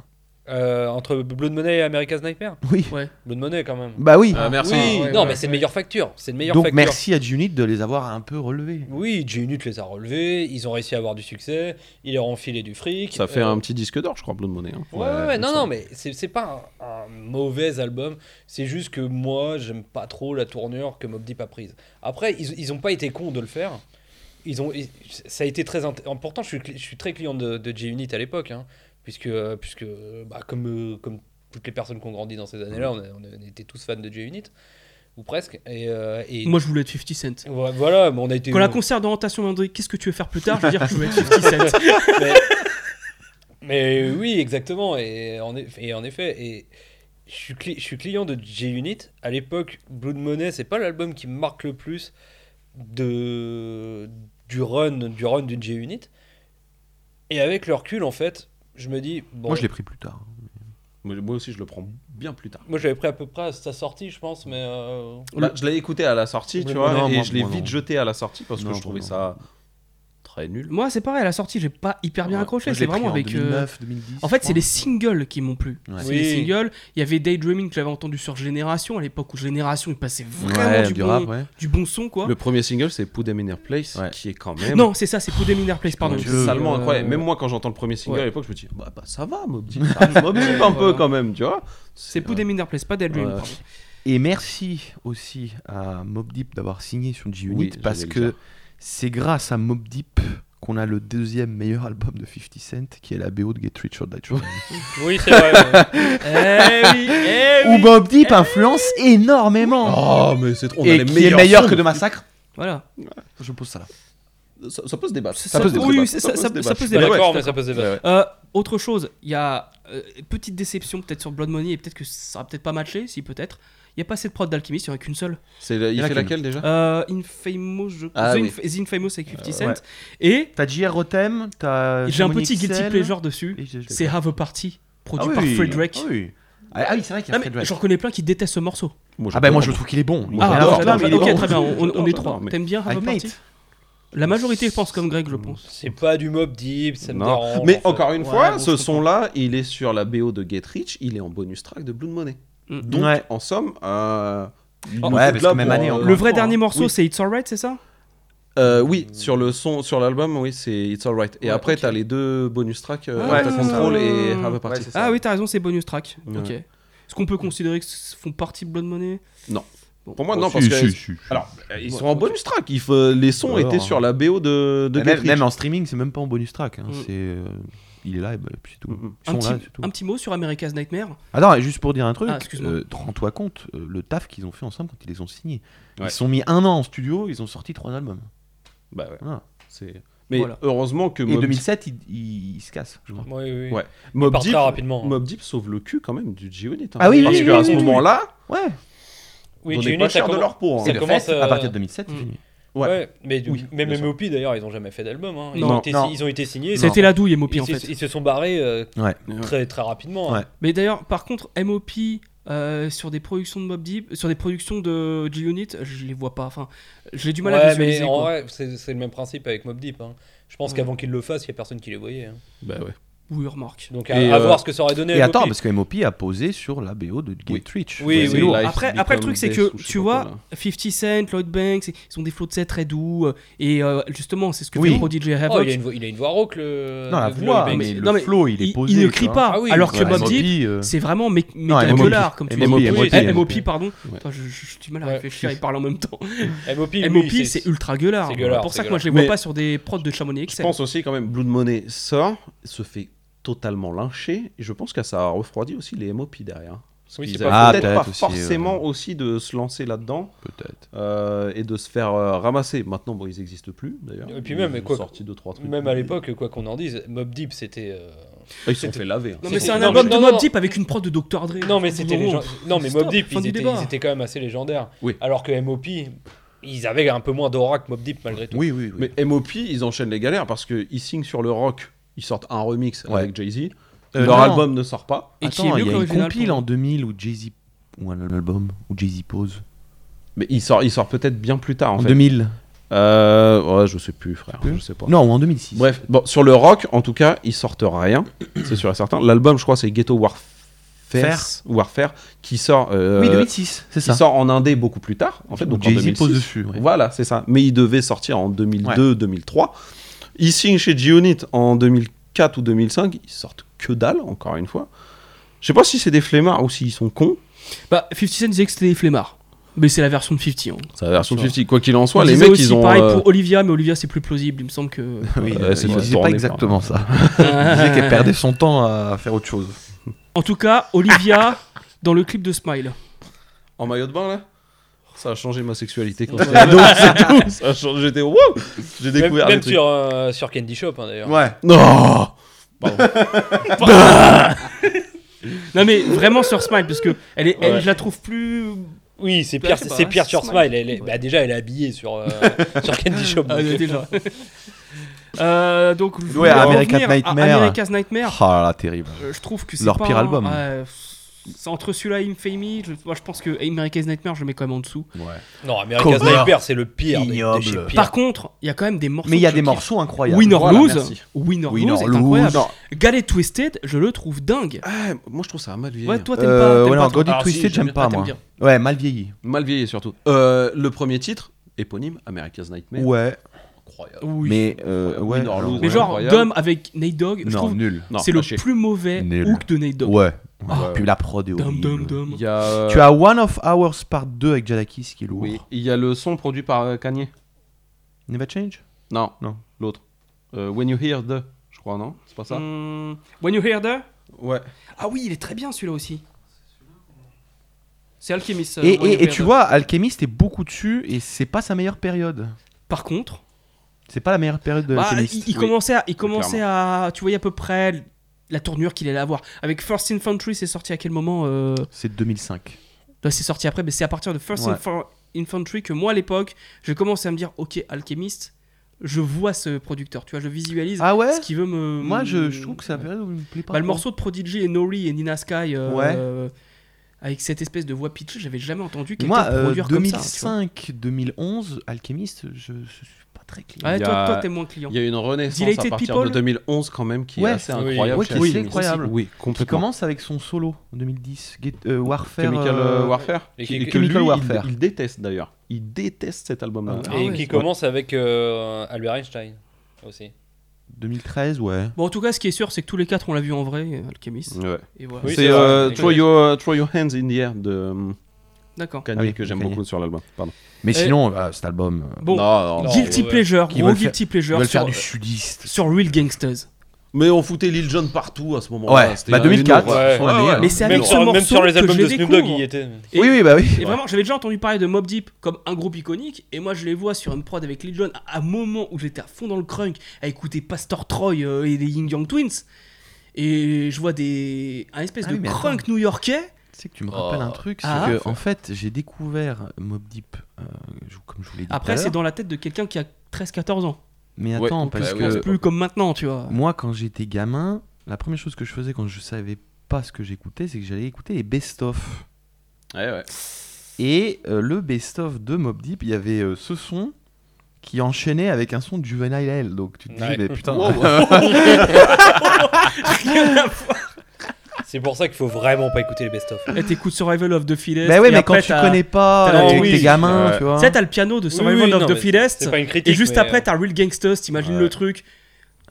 G: Euh, entre Blood Money et America's Nightmare
E: Oui.
A: Ouais. Euh,
G: Blood Money, quand même.
E: Bah oui.
B: Ah, merci.
A: Oui. Ouais,
G: non,
A: ouais,
G: mais c'est
A: ouais.
G: de meilleure facture. C'est de meilleure
E: Donc
G: facture.
E: merci à G-Unit de les avoir un peu relevés.
G: Oui, J-Unit les a relevés. Ils ont réussi à avoir du succès. Ils leur ont filé du fric.
B: Ça fait
G: euh,
B: un petit disque d'or, je crois, Blood Money. hein.
G: Ouais, ouais, ouais, non, non, mais c'est c'est pas un, un mauvais album. C'est juste que moi, j'aime pas trop la tournure que Mob Deep a prise. Après, ils, ils ont pas été cons de le faire. Ils ont, ils- ça a été très. int- Pourtant, je suis, cli- je suis très client de, de J-Unit à l'époque, hein, puisque, euh, puisque euh, bah, comme, euh, comme toutes les personnes qui ont grandi dans ces années-là, on, a- on a- on était tous fans de J-Unit, ou presque. Et, euh, et-
A: Moi, je voulais être 50 Cent.
G: Ouais, voilà, mais on a été.
A: Quand la concert d'orientation m'a demandé qu'est-ce que tu veux faire plus tard, je vais dire que je veux être 50 Cent.
G: mais, mais oui, exactement. Et en, eff- et en effet, et je suis, cli- je suis client de J-Unit. À l'époque, Blood Money, c'est pas l'album qui me marque le plus de, du run du run du J-Unit. Et avec le recul, en fait, je me dis. Bon,
E: Moi, je l'ai pris plus tard.
B: Mais Moi aussi, je le prends bien plus tard.
G: moi, j'avais pris à peu près à sa sortie, je pense, mais. euh,
B: Bah, je l'ai écouté à la sortie, tu
E: Oui,
B: vois,
E: non,
B: et
E: moi-
B: je l'ai
E: moi,
B: vite
E: non.
B: jeté à la sortie parce
E: Non,
B: que je trouvais
E: moi,
B: ça très nul.
A: Moi, c'est pareil, à la sortie, j'ai pas hyper Ah, bien
E: Ouais.
A: accroché.
E: Moi, je
A: C'est
E: l'ai pris
A: vraiment
E: en
A: avec. euh,
E: 2009, 2010,
A: En fait,
E: je
A: c'est les
E: crois.
A: singles qui m'ont plu.
E: Hein Ouais.
A: C'est
G: Oui.
A: les singles. Il y avait Daydreaming que j'avais entendu sur Génération, à l'époque où Génération, il passait vraiment
E: Ouais,
A: du,
E: du
A: bon,
E: rap, ouais.
A: du bon son, quoi.
B: Le premier single, c'est Put Them in Their Place,
E: Ouais.
B: qui est quand même.
A: Non, c'est ça, c'est Put Them in Their Place, pardon.
E: Mon Dieu.
B: Salement
A: Euh,
B: incroyable. Même moi, quand j'entends le premier single
A: ouais.
B: à l'époque, je me dis, bah, bah, ça va, Mob Deep, ça va, Mobb Deep, un peu
A: Voilà.
B: quand même, tu vois. Euh,
A: C'est Put Them in Their Place, pas Daydreaming.
B: Ouais.
A: pardon.
E: Et merci aussi à Mob Deep d'avoir signé sur G-Unit
B: Oui, j'allais
E: parce
B: le
E: que
B: dire.
E: c'est grâce à Mob Deep qu'on a le deuxième meilleur album de 50 Cent qui est la BO de Get Rich or Die Trying.
G: Oui, c'est vrai. ouais.
A: eh oui, eh
E: Où
A: oui.
E: Mob Deep influence énormément
B: Oh, mais c'est trop. On a
E: et
B: les
E: qui est
B: meilleurs
E: meilleur
B: sons.
E: que de Massacre.
A: Voilà.
E: Je pose ça là.
B: ça, ça peut se débattre.
A: Ça peut se débattre. Oui, ça- ça- ça peut se débattre.
G: D'accord, mais ça peut se débattre.
A: Euh, autre chose, il y a euh, petite déception peut-être sur Blood Money et peut-être que ça aura peut-être pas matché, si peut-être. Il n'y a pas assez de prod d'Alchemist, il n'y en a qu'une seule.
L: C'est la- il fait laquelle déjà
A: Euh, Infamous, je
L: Ah,
A: The,
L: oui.
A: Inf- The Infamous avec 50 Cent.
E: ouais.
A: Et
E: T'as JR Rotem, t'as.
A: j'ai un
E: Simon
A: petit guilty
E: Ixel.
A: pleasure dessus.
E: Et je- je-
A: C'est Have a Party,
E: Ah
A: produit
E: oui,
A: par
E: oui.
A: Fred Drake.
E: Ah oui, Ah- ah oui, c'est vrai qu'il y
A: Non,
E: a
A: mais
E: Fred Drake.
A: J'en connais plein qui détestent ce morceau.
E: Ah ben moi je trouve qu'il est bon. Il
A: Ah,
E: a
A: alors,
E: l'air là,
A: j'adore,
E: mais il est
A: j'adore. ok,
E: bon.
A: très bien, on, on est
B: j'adore,
A: trois.
B: mais-
A: T'aimes bien Have a
E: Avec
A: Party
E: Nate.
A: La majorité pense comme Greg, je pense.
G: C'est pas du Mob Deep, ça me
B: Non.
G: dérange.
B: Mais
G: en fait.
B: encore une
E: Ouais,
B: fois,
E: bon, je
B: ce
E: comprends.
B: son-là, il est sur la BO de Get Rich, il est en bonus track de Blue Money.
A: Mm.
B: Donc,
E: Ouais.
B: en somme, euh, il nous
E: ouais,
B: fait
E: parce
B: de la
E: que même
B: pour,
E: année,
B: euh,
E: encore.
A: Le vrai dernier
B: Oui.
A: morceau, c'est It's Alright, c'est ça
B: Euh, oui, sur le son, sur l'album, oui, c'est It's Alright. Et
A: Ouais,
B: après,
A: ok.
B: t'as les deux bonus tracks, euh,
A: Ouais,
B: Out of
A: c'est ça.
B: Control et Have a
A: Ouais,
B: Party.
A: Ah oui, t'as raison, c'est bonus track.
B: Ouais.
A: Ok. Est-ce qu'on peut considérer que ce font partie de Blood Money
B: Pour moi, non, parce que alors euh, ils sont en bonus track. Il faut- Les sons
E: Alors,
B: étaient sur la BO de, de
E: Mais
B: Get
E: même,
B: Rich.
E: même en streaming, c'est même pas en bonus track. hein.
A: Mm.
E: C'est, euh, il est là et bah, puis c'est tout.
B: Mm, mm.
E: Ils
A: un
E: sont
A: petit,
E: là, c'est tout.
A: un petit mot sur America's Nightmare.
E: Attends, et juste pour dire un truc,
A: Ah, excuse-moi.
E: euh, rends-toi compte euh, le taf qu'ils ont fait ensemble quand ils les ont signés.
B: Ouais.
E: Ils se sont mis un an en studio, ils ont sorti trois albums.
B: Bah ouais,
E: Voilà.
B: c'est- Mais
A: Voilà.
B: heureusement que
E: Et
B: Mob,
E: 2007, ils, ils- ils se cassent. je crois.
G: Oui, oui.
B: Ouais.
G: Il
B: Mob
G: part
B: Deep,
G: très rapidement.
B: Mob Deep sauve le cul quand même du G-Unit. hein.
E: Ah oui, oui,
B: parce
E: oui,
B: qu'à
E: oui,
B: ce
E: oui, oui.
B: moment-là,
E: Ouais.
G: Oui,
B: on
G: G-Unit,
B: n'est pas
G: ça
B: cher de
G: commence-
B: leur peau. hein.
G: Ça
E: Et le
G: commence,
E: fait, à
G: euh,
E: partir de 2007, c'est
A: Mm.
E: fini.
B: Ouais.
G: Ouais, mais du-
B: Oui,
G: même
B: bien sûr.
G: MOP d'ailleurs, ils ont jamais fait d'album. hein. Ils,
A: Non.
G: ont été,
E: Non.
G: ils ont été signés. ils
A: C'était la douille,
G: ont-
A: MOP
G: ils,
A: en
G: se-
A: fait.
G: ils se sont barrés euh,
E: Ouais.
G: très très rapidement.
E: Ouais.
G: hein.
A: Mais d'ailleurs, par contre, MOP euh, sur des productions de Mob Deep, sur des productions de G-Unit, je les vois pas. Enfin, j'ai du mal à
G: Ouais,
A: visualiser.
G: mais en
A: quoi.
G: vrai, c'est c'est le même principe avec Mob Deep. hein. Je pense
B: Mm.
A: Ouais.
G: qu'avant qu'ils le fassent, il n'y a personne qui les voyait. hein.
B: Bah ouais.
A: Oui, remarque.
G: Donc à,
B: Et,
G: à
B: euh,
G: voir ce que ça aurait donné.
E: Et
G: à
E: attends,
G: MOP.
E: parce que MOP a posé sur la BO de Get Rich.
G: Oui,
E: C'est
G: oui.
E: lourd.
B: Life
A: Après, après, le truc, c'est
B: Become
A: que
B: Death, ou je
A: tu
B: sais pas
A: vois,
B: quoi, là.
A: 50 Cent, Lloyd Banks, ils ont des flots de set très doux. euh, Et euh, justement, c'est ce que
E: Oui.
A: fait Prodigy et Havoc.
G: Oh, il, a une voix, il a une voix rauque, le.
E: Non, la
G: le- le
E: voix,
G: Banks.
E: mais le
A: Non, mais
E: flow, il est
A: il-
E: posé.
A: il ne
E: tu
A: crie
E: vois.
A: pas,
G: Ah oui,
A: alors
G: oui,
A: que
G: ouais,
A: Mob Deep,
E: euh,
A: c'est vraiment mé-
E: Non,
A: métagueulard, comme tu dis.
E: MOP,
B: Oui,
E: MOP,
A: Eh,
E: MOP.
A: MOP, pardon.
B: Ouais.
A: Attends, je, je- j'ai du mal à
G: Ouais.
A: réfléchir, ils parlent en même temps.
G: MOP, oui,
A: MOP, c'est ultra gueulard.
G: c'est
A: C'est
G: gueulard,
A: pour
G: c'est
A: ça que moi, je les
B: gueulard.
A: vois pas sur des prods de Chamonix
B: Je
A: Excel.
B: pense aussi quand même, Blood Money sort, se fait totalement lyncher, et je pense que ça a refroidi aussi les MOP derrière. Parce
G: Oui,
B: qu'ils
G: c'est
B: avaient
E: pas faux.
B: peut-être
E: Ah,
B: pas
E: peut-être aussi,
B: forcément aussi de se lancer là-dedans
E: Peut-être.
B: euh, et de se faire euh, ramasser. Maintenant, bon, ils n'existent plus d'ailleurs.
G: Et puis même,
B: ils ont
G: quoi-
B: sorti deux, trois trucs.
G: Même à l'époque, quoi qu'on en dise, Mob Deep, c'était. euh,
B: Ah, ils se sont fait laver. hein.
A: Non,
G: C'est-
A: mais c'est un
G: non,
A: album
G: mais-
A: de
G: non,
A: Mob
G: non.
A: Deep avec une prod de Dr. Dre.
G: Non, mais c'était les gens. Non, mais Mob
A: Stop,
G: Deep,
A: fin
G: ils
A: du
G: étaient,
A: débat.
G: ils étaient quand même assez légendaires.
B: Oui.
G: Alors que MOP, ils avaient un peu moins d'aura que Mob Deep malgré tout.
E: Oui, oui, oui.
B: Mais MOP, ils enchaînent les galères parce qu'ils signent sur le rock, ils sortent un remix
E: Ouais.
B: avec Jay-Z,
E: Euh,
B: leur
E: non.
B: album ne sort pas.
A: Et qui est
E: Attends,
A: mieux
E: il
A: que
E: y a une
A: l'original,
E: compile
A: pour
E: en 2000 où Jay-Z ou un album où Jay-Z pose
B: Mais il sort, il sort peut-être bien plus tard en,
E: en,
B: fait.
E: 2000
B: Euh, ouais, je sais plus, frère.
E: Plus
B: Je sais pas.
E: non ou en 2006
B: Bref, bon, sur le rock, en tout cas, ils sortent rien, c'est sûr et certain. L'album, je crois, c'est Ghetto Warfare,
E: Faire.
B: Warfare, qui sort, euh,
E: oui 2006 c'est
B: qui
E: ça
B: sort en indé beaucoup plus tard, en fait, donc en
E: Jay-Z
B: 2006.
E: pose dessus ouais.
B: Voilà, c'est ça. Mais il devait sortir en 2002-2003. Ils signent chez G-Unit en 2004 ou 2005. Ils sortent que dalle, encore une fois. Je sais pas si c'est des flemmards ou s'ils sont cons.
A: Bah, 50 Cent disait que c'était les flemmards. Mais c'est la version de 50. hein.
B: C'est la version
A: Sûr.
B: 50. Quoi qu'il en soit,
A: On
B: les
A: disait
B: mecs,
A: aussi
B: ils ont.
A: Pareil
B: euh,
A: pour Olivia, mais Olivia, c'est plus plausible, il me semble que.
E: oui,
B: Ouais,
E: euh,
B: c'est
E: il
B: pas
E: disait
B: tourné,
E: pas
B: quoi.
E: exactement ça. il disait qu'elle perdait son temps à faire autre chose.
A: En tout cas, Olivia dans le clip de Smile.
B: En maillot de bain, là Ça a changé ma sexualité quand
A: Ouais.
B: j'étais ado, c'est tout. Ça a changé. J'étais. Wow J'ai
G: Même,
B: découvert
G: même
B: des trucs.
G: sur, euh, sur Candy Shop, hein, d'ailleurs.
E: Ouais.
B: Non
A: Non, mais vraiment sur Smile, parce que elle est, elle,
G: Ouais.
A: je la trouve plus.
G: Oui, c'est
A: Bah,
G: pire,
A: je sais
G: c'est
A: pas,
G: pire sur
A: Smile.
G: Smile. Elle est- bah, déjà, elle est habillée sur, euh, sur Candy Shop.
A: Ah,
G: donc.
A: déjà. Euh, donc, je
E: Ouais,
A: voulais
E: America's
A: revenir à
E: Nightmare.
A: America's Nightmare.
E: Ah là là, terrible.
A: Euh, je trouve que c'est
E: Leur
A: pas
E: pire
A: un-
E: album.
A: ouais, c'est entre celui-là et Infamy. Je, moi, je pense que America's Nightmare, je le mets quand même en dessous.
G: Non, American
E: Cover.
G: Sniper, c'est le pire. des- des
E: Ignoble.
G: chez pire.
A: Par contre, il y a quand même des morceaux.
E: Mais il y a
A: que
E: des
A: je kiffe.
E: morceaux incroyables.
A: Win or
B: Voilà,
A: Lose.
B: merci.
A: Win or
E: Win
A: Lose
E: or
A: est incroyable.
E: Lose.
A: Galet Twisted, je le trouve dingue.
B: Ah, moi, je trouve ça a mal vieilli. hein.
A: Ouais, toi, t'aimes
E: Euh,
A: pas.
E: ouais,
A: t'aimes
E: non,
A: pas trop.
E: Godly
B: Ah, si,
E: Twisted,
B: j'aime
E: j'aime
B: bien.
E: pas
A: Ah, t'aimes
E: moi.
A: bien.
E: Ouais, mal vieilli.
B: Mal vieilli, surtout. Euh, le premier titre, éponyme, America's Nightmare.
E: Ouais.
B: Incroyable.
A: Oui.
E: Mais euh, ouais.
B: Win or
E: alors-
B: Lose,
A: Mais
B: ouais,
A: genre,
B: incroyable.
A: Dom avec Nate Dogg, je
E: Non,
A: trouve
E: nul.
B: Non,
A: c'est le
B: lâché.
A: plus mauvais
E: Nul.
A: hook de Nate Dogg.
E: Ouais.
A: Ah.
E: Puis la prod est
A: Dom,
E: horrible.
A: Dom, Dom.
B: Il y a, euh,
E: Tu as One of Hours Part 2 avec Jadakis qui est lourd.
B: oui, il y a le son produit par euh, Kanye.
E: Never Change
B: Non,
E: Non.
B: l'autre. Euh, When You Hear The, je crois, non C'est pas ça
A: Hmm, When You Hear The
B: Ouais.
A: Ah oui, il est très bien celui-là aussi. C'est Alchemist. euh,
E: Et,
A: When You
E: et, et
A: Hear
E: tu
A: The.
E: vois, Alchemist est beaucoup dessus et c'est pas sa meilleure période.
A: Par contre,
E: C'est pas la meilleure période de la
A: Bah,
E: playlist.
A: il, il commençait, à, il commençait à. Tu voyais à peu près la tournure qu'il allait avoir. Avec First Infantry, c'est sorti à quel moment euh,
E: C'est 2005.
A: Là, c'est sorti après, mais c'est à partir de First
E: Ouais.
A: Infa- Infantry que moi, à l'époque, je commençais à me dire Ok, Alchemist, je vois ce producteur, tu vois, je visualise
E: Ah ouais
A: ce qu'il veut me.
E: Moi, je, je
A: me-
E: trouve que c'est la période où il me plaît pas.
A: Bah, le
E: trop.
A: morceau de Prodigy et Nori et Nina Sky, euh,
E: Ouais.
A: euh, avec cette espèce de voix pitchée, j'avais jamais entendu
E: Mais
A: quelqu'un
E: Moi, euh,
A: produire comme ça. tu vois.
E: 2005, 2011, Alchemist, je, je suis pas très client.
A: Ouais,
B: Il y
A: Ah, toi-
B: a-
A: toi, t'es moins client.
B: Il y a une renaissance
A: Dilated
B: à partir
A: People
B: de 2011 quand même qui
E: Ouais.
B: est assez
G: Oui.
B: incroyable.
E: Ouais,
B: chez
E: qui est
B: Alchemist.
E: incroyable.
B: Oui,
E: Qui
B: complètement.
E: commence avec son solo en 2010, Get- euh, Warfare.
B: Chemical
E: euh,
B: euh, Warfare.
G: Et
B: qui-
G: qui-
B: que
E: Chemical
B: lui, il-
E: Warfare.
B: Il, déteste d'ailleurs. Il déteste cet album-là.
A: Ah
G: et
A: ouais,
G: qui
A: c'est-
G: commence avec euh, Albert Einstein aussi.
E: 2013, ouais.
A: Bon, en tout cas, ce qui est sûr, c'est que tous les quatre, on l'a vu en vrai, euh, Alchemist.
E: Mm.
B: Ouais.
A: Et voilà.
G: Oui,
B: c'est
G: c'est
B: euh,
G: vrai.
B: throw, Your, throw Your Hands in the Air de euh,
A: D'accord.
B: Kanye
E: Ah oui,
B: que j'aime
E: Kanye.
B: beaucoup sur l'album. Pardon.
E: Mais
A: Et-
E: sinon, euh, cet album. euh,
A: Bon,
B: Non, non.
G: Non.
A: Guilty
G: ouais.
A: Pleasure,
E: Ils
A: gros
E: veulent faire-
A: Guilty
E: ils
A: Pleasure
E: veulent
A: sur, euh,
E: faire du sudiste.
A: sur Real Gangsters.
B: Mais on foutait Lil Jon partout à ce moment-là.
A: euh,
E: Ouais,
B: C'était
E: bah
B: un
E: 2004,
B: énorme-
G: ouais.
E: son année,
B: Ouais, ouais.
E: euh,
A: Mais c'est avec
G: Même
A: ce
G: sur, même
A: morceau
G: sur les
A: que
G: albums
A: je
G: de
A: les
G: Snoop Dogg,
A: découvre.
G: il y était.
A: Et-
E: Oui, oui, bah oui.
A: Et vraiment, j'avais déjà entendu parler de Mob Deep comme un groupe iconique, et moi je les vois sur une prod avec Lil Jon à un moment où j'étais à fond dans le crunk à écouter Pastor Troy euh, et les Ying Yang Twins, et je vois des un espèce
E: Ah
A: de
E: oui, mais
A: crunk new-yorkais.
E: Tu sais que tu me rappelles un truc, c'est
A: Ah.
E: que en fait, j'ai découvert Mob Deep, euh, je- comme je vous l'ai dit.
A: Après,
E: tout à
A: c'est
E: l'heure.
A: dans la tête de quelqu'un qui a 13-14 ans,
E: Mais
B: Ouais,
E: attends,
B: donc,
E: parce
B: euh,
E: que
B: ouais.
A: plus comme maintenant, tu vois.
E: moi, quand j'étais gamin, la première chose que je faisais quand je savais pas ce que j'écoutais, c'est que j'allais écouter les best-of.
B: Ouais, ouais.
E: Et euh, le best-of de Mob Deep, il y avait euh, ce son qui enchaînait avec un son de Juvenile Hell. Donc tu te dis,
G: Ouais.
E: mais putain,
G: C'est pour ça qu'il faut vraiment pas écouter les best-of.
A: Et t'écoutes Survival of the Fittest.
E: Bah ouais,
A: et
E: mais quand
A: après,
E: tu
A: t'as-
E: connais pas,
A: t'as la
E: euh,
A: musique.
E: que t'es gamin,
B: Ouais.
E: tu vois.
A: Tu sais, t'as le piano de Survival
G: Oui, oui,
A: of
G: non,
A: the
G: mais
A: Fittest.
G: C'est pas une critique.
A: Et juste
G: mais,
A: après,
G: euh,
A: t'as Real Gangsters, t'imagines le truc.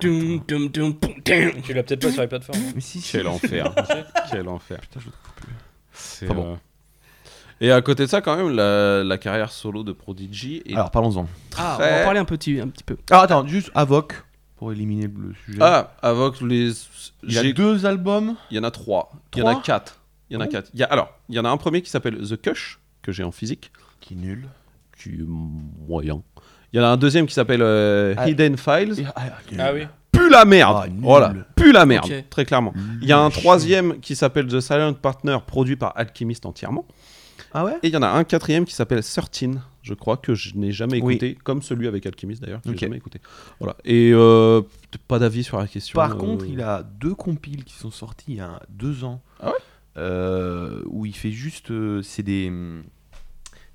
A: Dum, dum, dum, pum, dum.
G: tu l'as peut-être pas sur les plateformes. hein.
E: Mais si, si.
B: Quel enfer. Quel enfer.
E: Putain, je trouve plus.
B: C'est,
E: Enfin bon.
B: euh, Et à côté de ça, quand même, la, la carrière solo de Prodigy est
E: Alors parlons-en.
A: Ah, on va
B: Très-
A: en parler un petit, un petit peu.
E: Ah, attends, juste Avoc, pour éliminer le sujet.
B: Ah, avec les.
E: il y a
B: j'ai-
E: deux albums.
B: Il y en a trois. Il y en a
E: Trois
B: quatre. Il y en
E: Ah
B: a
E: bon
B: quatre. Il y a- alors, il y en a un premier qui s'appelle The Cush, que j'ai en physique,
E: Qui nul.
B: qui est moyen. Il y en a un deuxième qui s'appelle euh,
E: Ah.
B: Hidden Files.
G: Ah oui.
B: Pue la merde
E: Ah, nul.
B: Voilà, pue la merde,
A: Ok.
B: très clairement. Il y a un troisième qui s'appelle The Silent Partner, produit par Alchemist entièrement.
E: Ah ouais
B: Et il y en a un quatrième qui s'appelle 13, je crois, que je n'ai jamais
E: Oui.
B: écouté, comme celui avec Alchemist d'ailleurs, que
E: Ok.
B: j'ai jamais écouté. Voilà. Et euh, pas d'avis sur la question.
E: Par
B: euh,
E: contre, il a deux compiles qui sont sortis il y a deux ans.
B: Ah ouais
E: Euh, Où il fait juste. euh, c'est des. hum,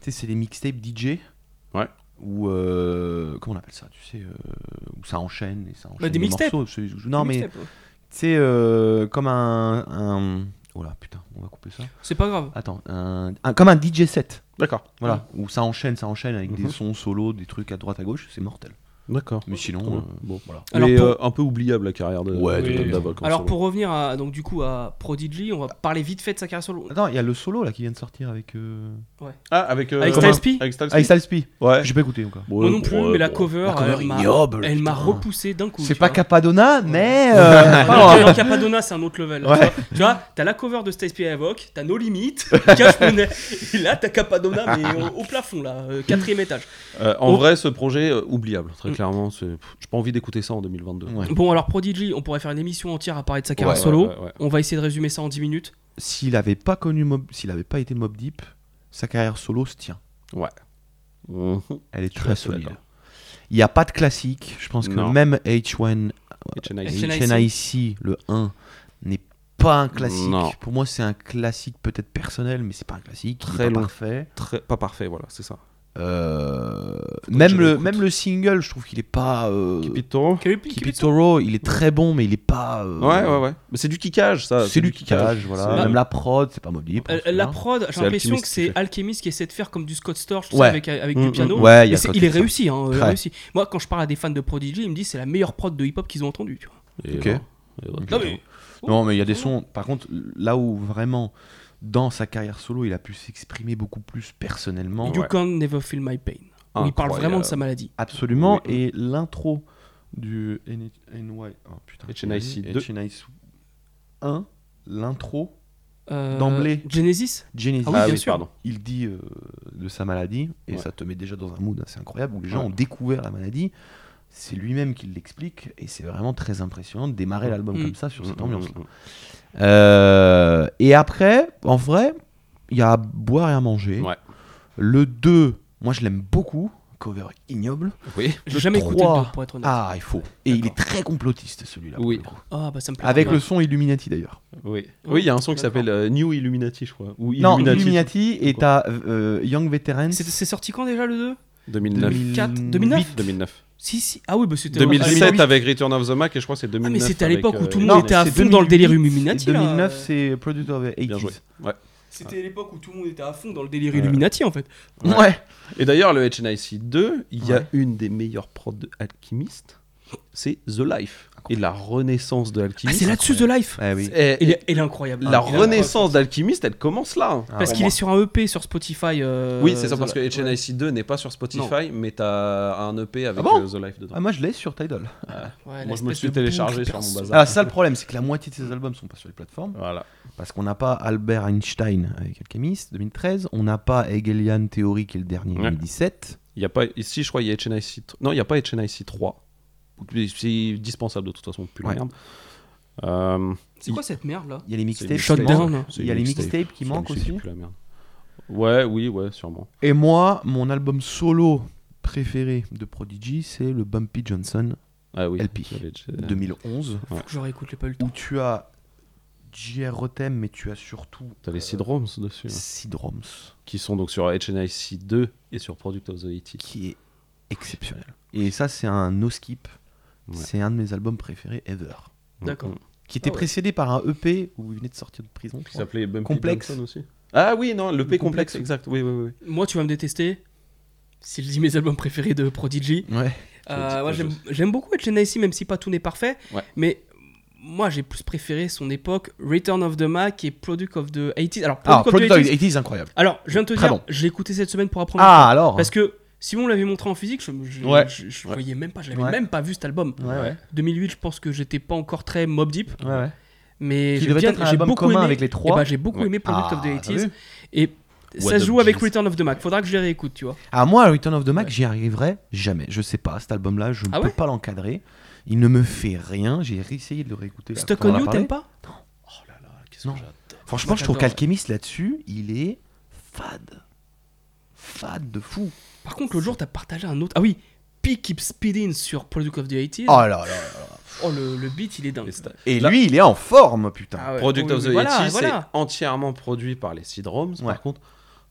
E: Tu sais, c'est des mixtapes DJ.
B: Ouais.
E: Ou. euh, comment on appelle ça Tu sais. euh, où ça enchaîne et ça enchaîne.
A: des
E: les
A: mixtapes.
E: morceaux. C'est- Non, mais.
A: Mixtape, ouais.
E: Tu sais, euh, comme un. un... Oh là, putain, on va couper ça.
A: C'est pas grave.
E: Attends, un- un- comme un DJ set.
B: D'accord,
E: Voilà, où ça enchaîne, ça enchaîne avec des
B: Mhm.
E: sons solo, des trucs à droite à gauche, c'est mortel.
B: d'accord.
E: Mais sinon,
B: Trop bien.
E: euh,
B: Bon.
E: voilà.
A: Alors,
B: mais
A: pour-
B: euh, un peu oubliable la carrière de,
E: Ouais,
B: de
G: oui,
B: Tom
G: oui.
B: Davoc en
A: Alors
B: solo.
A: pour revenir à, donc du coup à Prodigy, on va parler vite fait de sa carrière solo.
E: Attends, il y a le solo là qui vient de sortir avec euh...
B: Ah, avec, euh,
A: Avec
B: comment-
A: Styles P
B: Avec Styles P
E: avec Styles P.
B: Ouais.
E: J'ai pas écouté encore.
B: Ouais,
A: Moi non
B: bon,
A: plus,
B: ouais,
A: mais la
B: bon.
A: cover,
E: euh, La cover
A: elle m'a-
E: ignoble,
A: elle m'a
E: putain.
A: repoussé d'un coup.
E: C'est
A: tu
E: pas
A: vois.
E: Capadonna, mais euh, pas loin.
A: Non, Capadonna, c'est un autre level.
E: Ouais.
A: Tu vois, t'as la cover de Stace P. Avoc, t'as No Limit, Cash Money, et là t'as Capadonna, mais au, au plafond, là, euh, quatrième étage.
B: Euh, en
A: Oh.
B: vrai, ce projet, euh, oubliable, très
A: Mm.
B: clairement. c'est- pff, J'ai pas envie d'écouter ça en 2022.
E: Ouais.
A: Bon, alors Prodigy, on pourrait faire une émission entière à parler de sa carrière
B: Ouais,
A: solo.
B: ouais, ouais.
A: On va essayer de résumer ça en 10 minutes.
E: S'il avait pas connu Mob, s'il avait pas été Mob Deep, sa carrière solo se tient.
B: Mhm.
E: Elle est
B: suis
E: très
B: assez
E: solide.
B: d'accord.
E: Il n'y a pas de classique. Je pense que
B: Non.
E: même H1
B: HNIC.
A: HNIC.
E: HNIC, le 1, n'est pas un classique.
B: Non.
E: Pour moi, c'est un classique peut-être personnel, mais c'est pas un classique. il est
B: Très
E: pas
B: long.
E: parfait.
B: Très- pas parfait, voilà, c'est ça.
E: Euh,
B: que je
E: même, le,
B: l'écoute.
E: même le single, je trouve qu'il est pas. Euh,
B: Keep
E: Keep
B: it raw.
E: It Thorough, il est très bon, mais il est pas. euh,
B: Ouais, ouais, ouais. Mais c'est du kickage, ça.
E: C'est du kickage,
B: C'est-
E: voilà.
A: Bah,
E: Même la prod, c'est pas Mob Deep,
A: Euh,
E: hein,
A: la
E: celui-là.
A: prod, j'ai
B: C'est
A: l'impression
B: Alchemist
A: que
B: qui
A: c'est
B: fait.
A: Alchemist qui essaie de faire comme du Scott Storch tu
E: Ouais.
A: sais, avec, avec
B: Mm,
A: du
B: mm,
A: piano.
E: ouais, Ah, il y a
A: Et c'est-
E: Scott
A: il est
E: Storch.
A: réussi, hein, il est
E: Ouais.
A: réussi. Moi, quand je parle à des fans de Prodigy, ils me disent c'est la meilleure prod de hip-hop qu'ils ont entendue. tu vois.
B: Et
E: Ok.
B: voilà. Et voilà.
A: Non, mais-
E: Non, mais il y a des sons. Par contre, là où vraiment, dans sa carrière solo, il a pu s'exprimer beaucoup plus personnellement.
A: You Can Never Feel My Pain. Où il parle
B: Incroyable.
A: vraiment de sa maladie.
E: Absolument.
B: Oui.
E: Et l'intro du NY. Oh putain.
B: HNIC deux.
E: HNIC 1, l'intro,
A: Euh,
E: D'emblée.
A: Genesis
E: Genesis.
A: Ah oui,
B: Ah
A: bien
B: oui,
A: sûr.
B: pardon.
E: il dit euh, de sa maladie, et
B: Ouais.
E: ça te met déjà dans un mood assez incroyable où les gens
B: Ouais.
E: ont découvert la maladie. C'est lui-même qui l'explique et c'est vraiment très impressionnant de démarrer l'album
A: Mm.
E: comme ça sur cette
B: Mm, mm,
E: ambiance.
B: mm,
E: Euh, et après, en vrai, il y a à boire et à manger.
B: Ouais.
E: Le 2, moi je l'aime beaucoup. Cover ignoble.
B: Oui.
A: J'ai jamais écouté le
E: trois.
A: deux, pour être honnête. Ah,
E: Ah, il faut. Et il est très complotiste celui-là. pour
B: Oui.
E: le coup.
A: bah ça me plaît.
E: Avec
A: Ouais.
E: le son Illuminati d'ailleurs.
B: Oui, oui, il y a un son qui
A: D'accord.
B: s'appelle euh, New Illuminati, je crois. Ou
E: Non,
B: Illuminati.
E: Illuminati et
B: quoi.
E: t'as euh, Young Veterans.
A: C'est c'est sorti quand déjà le 2
B: 2009.
A: 4 2009
B: 2009.
A: Si, si. Ah oui, bah c'était.
B: 2007 avec Return of the Mac et je crois que c'est
A: Ah,
B: 2009.
A: mais c'était à
B: avec,
A: l'époque où
B: euh,
A: tout le
E: non,
A: monde était à
E: c'est
A: fond dans le
E: 2008,
A: délire
E: Et
A: Illuminati. là.
E: 2009, c'est Product of the 80s.
B: Bien joué. Ouais.
A: C'était l'époque où tout le monde était à fond dans le délire Illuminati en fait.
B: Ouais.
E: ouais.
B: Et d'ailleurs, le HNIC 2, il y a
E: Ouais.
B: une des meilleures prods de Alchemist, c'est The Life et la renaissance de
A: Ah,
B: Alchemist.
A: c'est là-dessus The Life.
E: Ouais, Eh oui.
B: Et-
A: Il est, il est incroyable.
B: la
A: Il est incroyable.
B: renaissance d'Alchemist, elle commence là. hein,
A: Parce
B: pour
A: qu'il
B: moi.
A: est sur un EP sur Spotify. euh,
B: Oui, c'est ça, parce que
A: voilà. Ouais.
B: HNIC 2 n'est pas sur Spotify, mais t'as un EP avec
E: Ah bon
B: euh, The Life dedans.
E: Ah, moi je l'ai sur Tidal.
A: Ouais,
B: Moi, je me le
A: l'espèce
B: suis
A: de
B: téléchargé
A: boucle
B: sur mon
A: perso.
B: bazar.
E: Ah, ça le problème, c'est que la moitié de ces albums sont pas sur les plateformes.
B: Voilà.
E: Parce qu'on n'a pas Albert Einstein euh, avec Alchemist 2013. On n'a pas Hegelian Theory qui est le dernier
B: Ouais.
E: 2017.
B: Il y a pas ici, je crois, il y a HNIC. tr- Non, il y a pas HNIC 3. C'est dispensable de toute façon, plus
E: Ouais.
B: merde. Euh,
A: C'est quoi cette merde là
E: Il y a les
B: C'est
E: mixtapes. qui
B: Shutdown.
E: manquent.
A: Shutdown.
B: c'est
E: Il y a
B: une
E: les
B: mixtape.
E: mixtapes qui
B: Ça,
E: manquent
B: je sais
E: aussi.
B: plus la merde. Ouais, oui, ouais, sûrement.
E: Et moi, mon album solo préféré de Prodigy, c'est le Bumpy Johnson
B: Ah oui.
E: LP.
B: j'avais déjà-
E: 2011,
A: Faut que je réécoute, j'ai pas eu le
E: où
A: temps.
E: tu as J.R. Rotem, mais tu as surtout
B: T'as les Sidroms dessus, hein,
E: Sidroms,
B: qui sont donc sur HNIC 2 et sur Product of the 80.
E: qui est exceptionnel. Et ça, c'est un no skip.
B: Ouais.
E: C'est un de mes albums préférés ever.
A: D'accord.
B: Mm.
E: Qui était
A: Ah ouais.
E: précédé par un EP où vous venez de sortir de prison. je
B: Qui
E: crois.
B: s'appelait Bumpy
E: Complexe.
B: Johnson aussi. Ah oui, non, le P complexe,
E: complexe.
B: exact. Oui, oui, oui.
A: Moi, tu vas me détester. C'est l'un de mes albums préférés de Prodigy.
E: Ouais.
A: Euh,
B: Prodigy,
A: moi,
B: je
A: j'aime-
B: sais.
A: j'aime beaucoup HNIC, même si pas tout n'est parfait.
B: Ouais.
A: Mais moi, j'ai plus préféré son époque Return of the Mac et Product of the 80s. Alors,
E: Alors,
A: Product of the
E: Ah, Product of
A: 80s,
E: the 80s, incroyable.
A: Alors, je viens de te
E: Très
A: dire,
E: bon.
A: je l'ai écouté cette semaine pour apprendre.
E: Ah, alors
A: Parce que si on me l'avait montré en physique, je, je,
E: Ouais.
A: je- je
B: Ouais.
A: voyais même pas, je l'avais
E: Ouais.
A: même pas vu cet album.
E: Ouais, ouais.
A: 2008, je pense que j'étais pas encore très mob deep,
E: ouais, ouais.
A: mais
E: Qui
A: j'ai
E: devrait
A: bien-
E: être un
A: j'ai
E: album
A: beaucoup
E: commun
A: aimé-
E: avec les
A: eh
E: trois.
A: ben, j'ai beaucoup
B: Ouais.
A: aimé Product of the
E: Ah, t'as
A: 80s
E: vu
A: et
B: What
A: ça
B: the
A: se joue avec
B: Jesus.
A: Return of the Mac. Faudra que je les réécoute, tu vois.
E: Ah, moi, Return of the Mac, j'y arriverai jamais. Je sais pas, cet album-là, je ne
A: Ah
E: peux
A: ouais
E: pas l'encadrer. Il ne me fait rien. J'ai essayé de le réécouter. là,
A: Stuck
E: quand on en
A: on
E: a
A: You,
E: parlé.
A: t'aimes pas
E: Non. Franchement,
A: Moi,
E: je trouve
A: j'adore,
E: qu'Alchemist là-dessus, il est fade. Fade de fou.
A: Par contre, l'autre jour, t'as partagé un autre. Ah oui, P Keep Speeding sur Product of the 80s.
B: Ah.
E: Oh là là. là.
A: Oh, le, le beat, il est dingue.
B: Et c'était-
E: Et
B: Là-
E: lui, il est en forme, putain.
A: Ah ouais.
B: Product
A: Oui,
B: of the
A: oui, voilà,
B: 80,
A: voilà.
B: c'est entièrement produit par les Sidroms.
E: Ouais.
B: Par contre,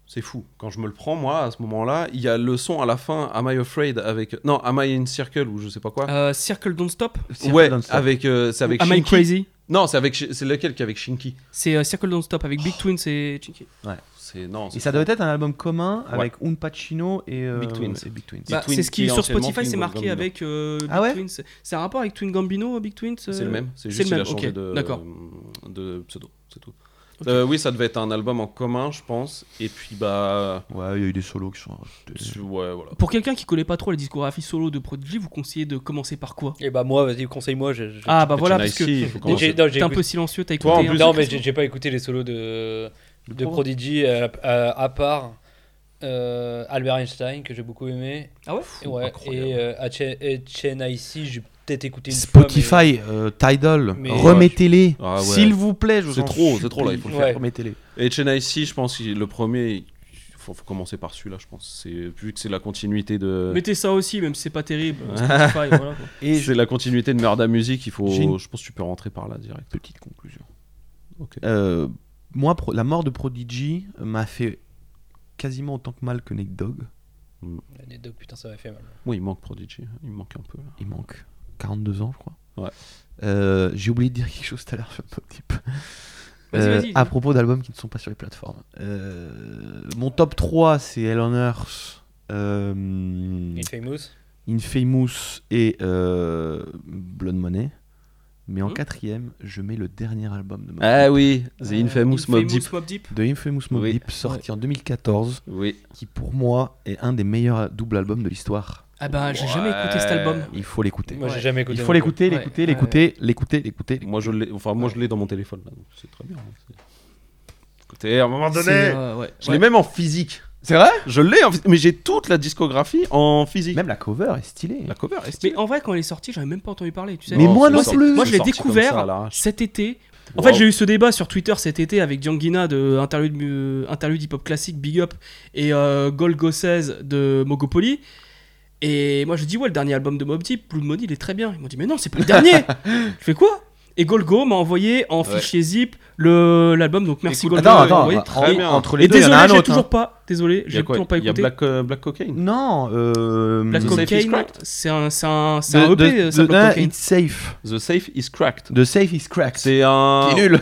B: c'est fou. Quand je me le prends, moi, à ce moment-là, il y a le son à la fin, Am I Afraid avec. Non, Am I in Circle ou je sais pas quoi.
A: Euh, Circle Don't Stop.
E: Circle
B: ouais,
E: Don't Stop.
B: avec. euh, c'est avec
A: Am I
B: Shinky.
A: Crazy
B: Non, c'est avec. Shi- C'est lequel qui est avec Shinky
A: C'est euh, Circle Don't Stop avec Big Twins et Chinky.
B: C'est non.
E: Et
B: c'est-
E: ça doit être un album commun avec Un Pacino et euh,
B: Big Twins.
E: et Big Twins.
A: Bah,
B: Twins
A: c'est ce qui
B: qui est
A: sur
B: anciennement
A: Spotify
B: Twin
A: c'est marqué
B: Gambino.
A: avec euh, Big
E: Ah ouais
A: Twins. C'est un rapport avec Twin Gambino, Big Twins. euh,
B: C'est le même, c'est
A: c'est
B: juste
A: le
B: qu'il a
A: même,
B: changé
A: ok,
B: de,
A: d'accord.
B: de pseudo, c'est tout.
A: Ok.
B: Euh, oui, ça devait être un album en commun, je pense. Et puis, bah.
E: Ouais, il y a eu des solos qui sont rajoutés.
A: Euh.
B: tu- Ouais, voilà.
A: Pour quelqu'un qui connaît pas trop la discographie solo de Prodigy, vous conseillez de commencer par quoi
G: Et bah moi, vas-y, conseille-moi. j'ai- j'ai-
A: Ah bah voilà
B: Chennai
A: parce que
B: Sea, il faut
G: j'ai-
B: commencer.
G: non, j'ai
A: t'es un
G: écouté-
A: peu silencieux, t'as écouté.
B: Toi, en
A: un
B: plus,
A: peu
G: Non,
A: de
G: mais
A: Chris
G: j'ai j'ai pas écouté les solos de, de
E: Pro.
G: Prodigy euh, à, à- à part euh, Albert Einstein que j'ai beaucoup aimé.
A: Ah ouais
G: Et ouais,
B: incroyable.
G: et euh, HNIC, j'ai peut-être écouté une fois.
E: Spotify, euh, Tidal,
G: mais-
E: remettez-les.
B: Ah ouais.
E: S'il vous plaît, je vous
B: C'est
E: en
B: trop, c'est trop, là, il
E: supplie,
B: faut
G: le faire. Ouais.
E: Remettez-les.
B: Et Chennai-Ci, je pense que le premier, il faut, faut commencer par celui-là, je pense. C'est vu que c'est la continuité de,
A: Mettez ça aussi, même si c'est pas terrible. Spotify, voilà, quoi.
E: Et
B: c'est la continuité de Murda Music, il faut,
E: J'ai une-
B: je pense, que tu peux rentrer par là direct.
E: petite conclusion.
B: Ok.
E: Euh, moi, Pro- la mort de Prodigy euh, m'a fait quasiment autant que mal que Nate Dogg.
G: Les deux, putain, ça m'a fait mal.
B: Moi, il manque Prodigy, il me manque un peu. là.
E: Il manque 42 ans, je crois.
B: Ouais.
E: Euh, J'ai oublié de dire quelque chose tout à l'heure sur Top Tip.
A: Vas-y,
E: Euh,
A: vas-y, dis-le.
E: à propos d'albums qui ne sont pas sur les plateformes. Euh, mon top 3, c'est Hell on Earth, euh,
G: Infamous.
E: Infamous et euh, Blood Money. Mais en
A: Hmm.
E: quatrième, je mets le dernier album de, Mobb
B: Ah oui, The
A: Euh,
B: Infamous Mob Deep.
A: Mobb Deep.
E: Deep, de Infamous Mob
B: Oui.
E: Deep, sorti en 2014,
B: Oui.
E: qui pour moi est un des meilleurs double albums de l'histoire.
A: Ah bah j'ai jamais écouté cet
B: Ouais.
A: album.
E: Il faut l'écouter.
G: Moi,
A: Ouais.
G: j'ai jamais écouté.
E: Il
G: non
E: faut
G: plus.
E: l'écouter,
A: Ouais.
E: l'écouter,
A: Ouais.
E: l'écouter, l'écouter, l'écouter, l'écouter.
B: Moi, je l'ai, enfin, moi, je l'ai dans mon téléphone là, donc c'est très bien. hein. C'est- Écoutez, à un moment
A: C'est,
B: donné,
A: euh, ouais,
B: je
A: ouais.
B: l'ai même en physique.
E: C'est vrai
B: Je l'ai, en phys- mais j'ai toute la discographie en physique.
E: Même la cover est stylée.
B: La cover est stylée. Oh,
A: Mais en vrai, quand elle est sortie, j'avais même pas entendu parler, tu sais.
E: Mais moi non
A: c'est-
E: plus.
A: Moi, je l'ai
B: Sorti comme
A: découvert
B: ça, à l'arrache.
A: cet été. En
B: Wow.
A: fait, j'ai eu ce débat sur Twitter cet été avec Djanguina de Interlude, euh, Interlude Hip Hop Classique, Big Up, et euh, Gold Go 16 de Mogopoli. Et moi, je dis, ouais, le dernier album de Mob Deep, Blood Money, il est très bien. Ils m'ont dit, mais non, c'est pas le dernier Je fais quoi Et Golgo m'a envoyé en
M: Ouais.
A: fichier zip le- l'album, donc merci Golgo.
E: attends,
A: de m'avoir
E: attends,
A: envoyé.
E: attends,
B: Très
A: et,
B: bien.
E: Entre les
A: et
E: deux, il y en a
A: désolé,
E: un
A: j'ai
E: autre.
A: toujours
E: hein.
A: pas. Désolé,
B: Il y a
A: j'ai
B: quoi
A: toujours pas
B: Il y a
A: écouté.
B: Black, euh, Black Cocaine.
E: Non, euh...
A: Black
B: The Safe is
A: Cocaine,
B: Cracked.
A: c'est un, c'est un, c'est un
E: de-
A: EP,
E: de-
A: ça, euh,
E: de-
A: Black
E: de-
A: Cocaine.
E: It's Safe.
B: The Safe is Cracked.
E: The Safe is Cracked.
B: C'est un.
E: Qui est nul.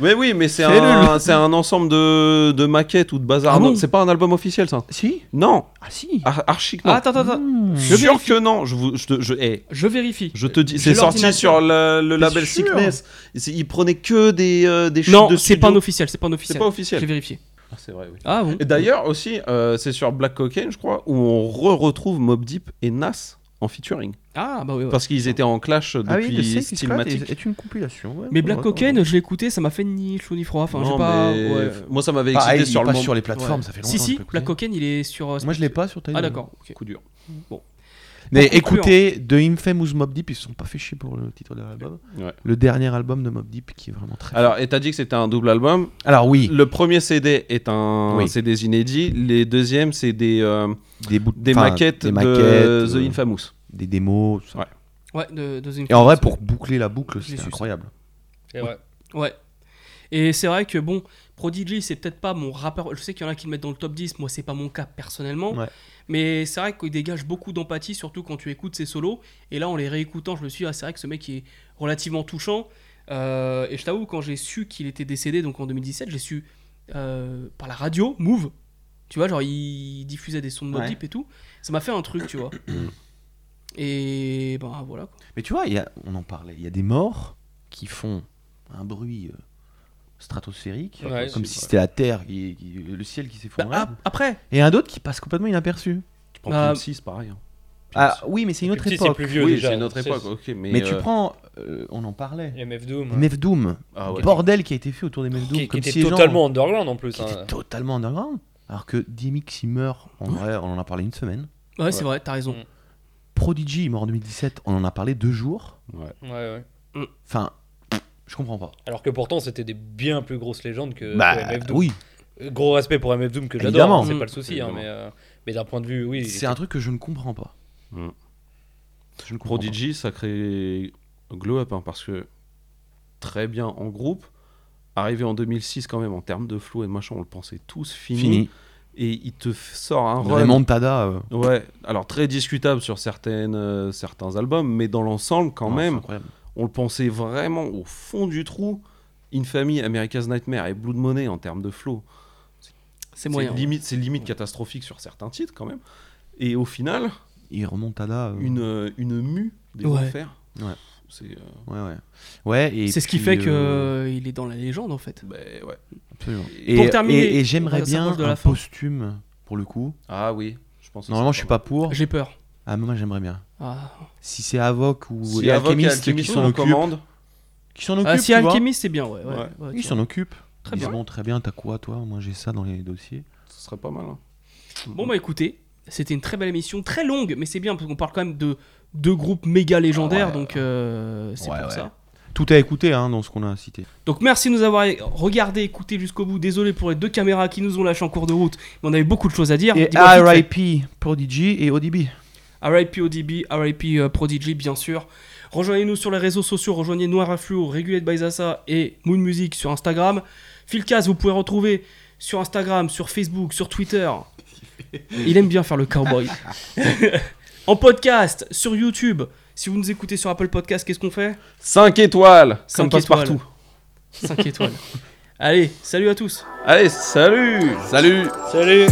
B: Mais oui, mais c'est
E: C'est
B: un, c'est un ensemble de, de maquettes ou de bazar.
A: Ah
B: Non,
A: bon
B: c'est pas un album officiel, ça.
E: si
B: Non,
E: Ah si
B: ar- archi que non.
A: Ah, attends, attends, attends.
B: je suis sûr que non. Je, vous, je, te, je, eh,
A: Je vérifie.
B: je te dis,
A: J'ai
B: c'est sorti
A: l'ordinateur.
B: sur le, le label
E: sûr
B: Sickness. Ils il prenaient que des, euh, des shoots de
A: Non, c'est pas un
B: studio.
A: officiel, c'est pas un
B: C'est
A: officiel.
B: pas
A: J'ai
B: officiel.
A: vérifié.
B: Ah, c'est vrai, oui.
A: Ah bon
B: Et d'ailleurs aussi, euh, c'est sur Black Cocaine, je crois, où on re-retrouve Mob Deep et Nas en featuring.
A: Ah bah oui. ouais.
B: Parce qu'ils étaient en clash depuis
E: Ah oui, The Safe is Cracked
B: Stillmatic.
E: est, est une compilation. ouais.
A: Mais Black
E: Ouais, ouais.
A: Cocaine, je l'ai écouté, ça m'a fait ni chaud ni froid. Enfin, j'ai
B: Non,
A: pas.
B: mais
A: ouais.
B: Moi, ça m'avait
E: Pareil,
B: excité
E: Bah, il
B: sur le
E: passe
B: moment.
E: sur les plateformes, ça fait longtemps.
A: Si, si,
E: que je l'ai pas
A: Black
E: écouté.
A: Cocaine, il est sur. euh,
E: Moi je l'ai pas sur Tidal.
A: Ah d'accord, ok.
B: Coup dur.
E: Mais
A: Pour conclure.
E: écoutez, de Infamous Mob Deep, ils se sont pas fait chier pour le titre de l'album.
B: Ouais.
E: Le dernier album de Mob Deep qui est vraiment très.
B: Alors, et t'as dit que c'était un double album.
E: Alors oui,
B: Le premier CD est un,
E: Oui.
B: c'est des inédits. Les deuxièmes, c'est des euh,
E: des bouts,
B: des
E: enfin,
B: maquettes
E: des
B: de
E: maquettes,
B: The
E: euh,
B: Infamous.
E: des démos. tout ça.
B: Ouais.
A: Ouais, de, de The
E: Et en vrai,
A: Infamous,
E: pour boucler la boucle,
A: J'ai su
E: c'est
A: ça.
E: incroyable.
G: Et ouais.
A: Ouais. Et c'est vrai que bon, Prodigy, c'est peut-être pas mon rappeur. Je sais qu'il y en a qui le mettent dans le top 10, moi c'est pas mon cas personnellement.
E: Ouais.
A: Mais c'est vrai qu'il dégage beaucoup d'empathie, surtout quand tu écoutes ses solos. Et là, en les réécoutant, je me suis dit, ah, c'est vrai que ce mec il est relativement touchant. Euh, et je t'avoue, quand j'ai su qu'il était décédé, donc en 2017, j'ai su euh, par la radio, Move. Tu vois, genre il diffusait des sons de Mobb
E: Ouais.
A: Deep et tout. Ça m'a fait un truc, tu vois. et ben voilà. quoi.
E: Mais tu vois, il y a- on en parlait, il y a des morts qui font un bruit euh, stratosphérique,
G: Ouais,
E: comme
G: c'est
E: si
G: vrai.
E: c'était la terre, qui- qui- le ciel qui s'effondrait.
A: Bah, ap- après,
E: Et un d'autre qui passe complètement inaperçu.
B: Tu prends
A: Euh,
B: Pimp 6, pareil. hein.
E: Ah oui, mais c'est une autre
G: Petit,
E: époque.
G: C'est plus vieux
B: Oui,
G: déjà.
B: c'est notre
G: C'est-
B: époque. Ok, mais,
E: Mais tu
B: euh,
E: prends, euh, on en parlait,
G: MF Doom.
E: MF Doom,
B: Ah ouais.
E: bordel qui a été fait autour des MF Doom,
G: Qui, qui
E: comme
G: était
E: si les gens-
G: totalement underground en plus.
E: qui était
G: hein.
E: totalement underground. Alors que DMX il meurt, en vrai, on en a parlé une semaine.
A: ouais, c'est vrai, t'as raison.
E: Prodigy il meurt en 2017, on en a parlé deux jours.
G: Ouais, ouais.
E: Enfin, je comprends pas.
G: Alors que pourtant, c'était des bien plus grosses légendes que,
E: bah
G: que MF Doom.
E: oui,
G: Gros respect pour MF Doom que j'adore,
E: Évidemment.
G: hein, c'est
A: Mm.
G: pas le souci, hein,
B: Évidemment.
G: mais, euh, mais d'un point de vue, oui.
E: c'est un truc que je ne comprends pas.
B: Hmm.
E: Je ne comprends pas.
B: Prodigy, ça crée Glow Up hein, parce que très bien en groupe. Arrivé en 2006 quand même en termes de flow et de machin, on le pensait tous fini.
E: Fini.
B: Et il te f- sort un run.
E: Vraiment Tada. euh,
B: Ouais. Alors très discutable sur certaines euh, certains albums, mais dans l'ensemble quand
E: non, c'est
B: même.
E: incroyable.
B: On le pensait vraiment au fond du trou. Infamy, America's Nightmare et Blood Money en termes de flow.
A: C'est
B: C'est
A: moyen.
B: limite, c'est limite catastrophique sur certains titres quand même. Et au final,
E: Il remonte Tada. euh,
B: une, euh, une mue des
A: Ouais.
B: enfers.
E: Ouais.
B: C'est, euh,
E: Ouais, ouais. Ouais, et
A: C'est ce qui
E: puis,
A: fait
E: euh,
A: que il est dans la légende en fait.
B: ben, ouais.
E: absolument.
B: Et-
E: Et,
A: Pour terminer,
E: et- et
A: on
E: j'aimerais
A: va-
E: bien
A: s'approche de la
E: un
A: fin.
E: posthume pour le coup.
B: Ah oui, je pense. que
E: Normalement, je
B: c'est
E: suis pas pour.
A: J'ai peur.
E: Ah, moi, j'aimerais bien.
A: Ah.
E: Si c'est Avoc ou
B: Si
E: les
B: Avoc et
E: alchimistes
B: Alchemist
E: qui
B: nous
E: s'en
B: le
E: occupent,
B: commandent,
E: qui s'en
A: Ah,
E: occupent,
A: si
E: tu vois.
A: Alchemist, c'est bien, ouais. ouais,
B: Ouais.
A: ouais, tu vois.
E: ils s'en occupent.
A: Très
E: ils
A: bien.
E: disent, bon, très bien, t'as quoi, toi Moi, j'ai ça dans les dossiers.
B: ce serait pas mal. hein.
A: Bon, bah écoutez, c'était une très belle émission, très longue, mais c'est bien parce qu'on parle quand même de deux groupes méga légendaires,
E: Ah ouais.
A: donc euh, c'est
E: Ouais,
A: pour
E: ouais.
A: ça.
E: Tout à écouter hein, dans ce qu'on a cité.
A: Donc merci de nous avoir regardé, écouté jusqu'au bout. Désolé pour les deux caméras qui nous ont lâché en cours de route, mais on avait beaucoup de choses à dire.
E: Et
A: Dis-moi vite fait.
E: RIP, Prodigy et ODB.
A: RIP ODB, RIP euh, Prodigy, bien sûr. Rejoignez-nous sur les réseaux sociaux, rejoignez Noir à Fluo, Regulate by Zaza et Moon Music sur Instagram. Filcaz, vous pouvez retrouver sur Instagram, sur Facebook, sur Twitter. Il aime bien faire le cowboy. en podcast, sur YouTube. Si vous nous écoutez sur Apple Podcast, qu'est-ce qu'on fait
B: 5 étoiles,
A: Cinq
B: comme passe
A: étoiles.
B: partout.
A: 5 étoiles. Allez, salut à tous
B: Allez, salut Salut
G: Salut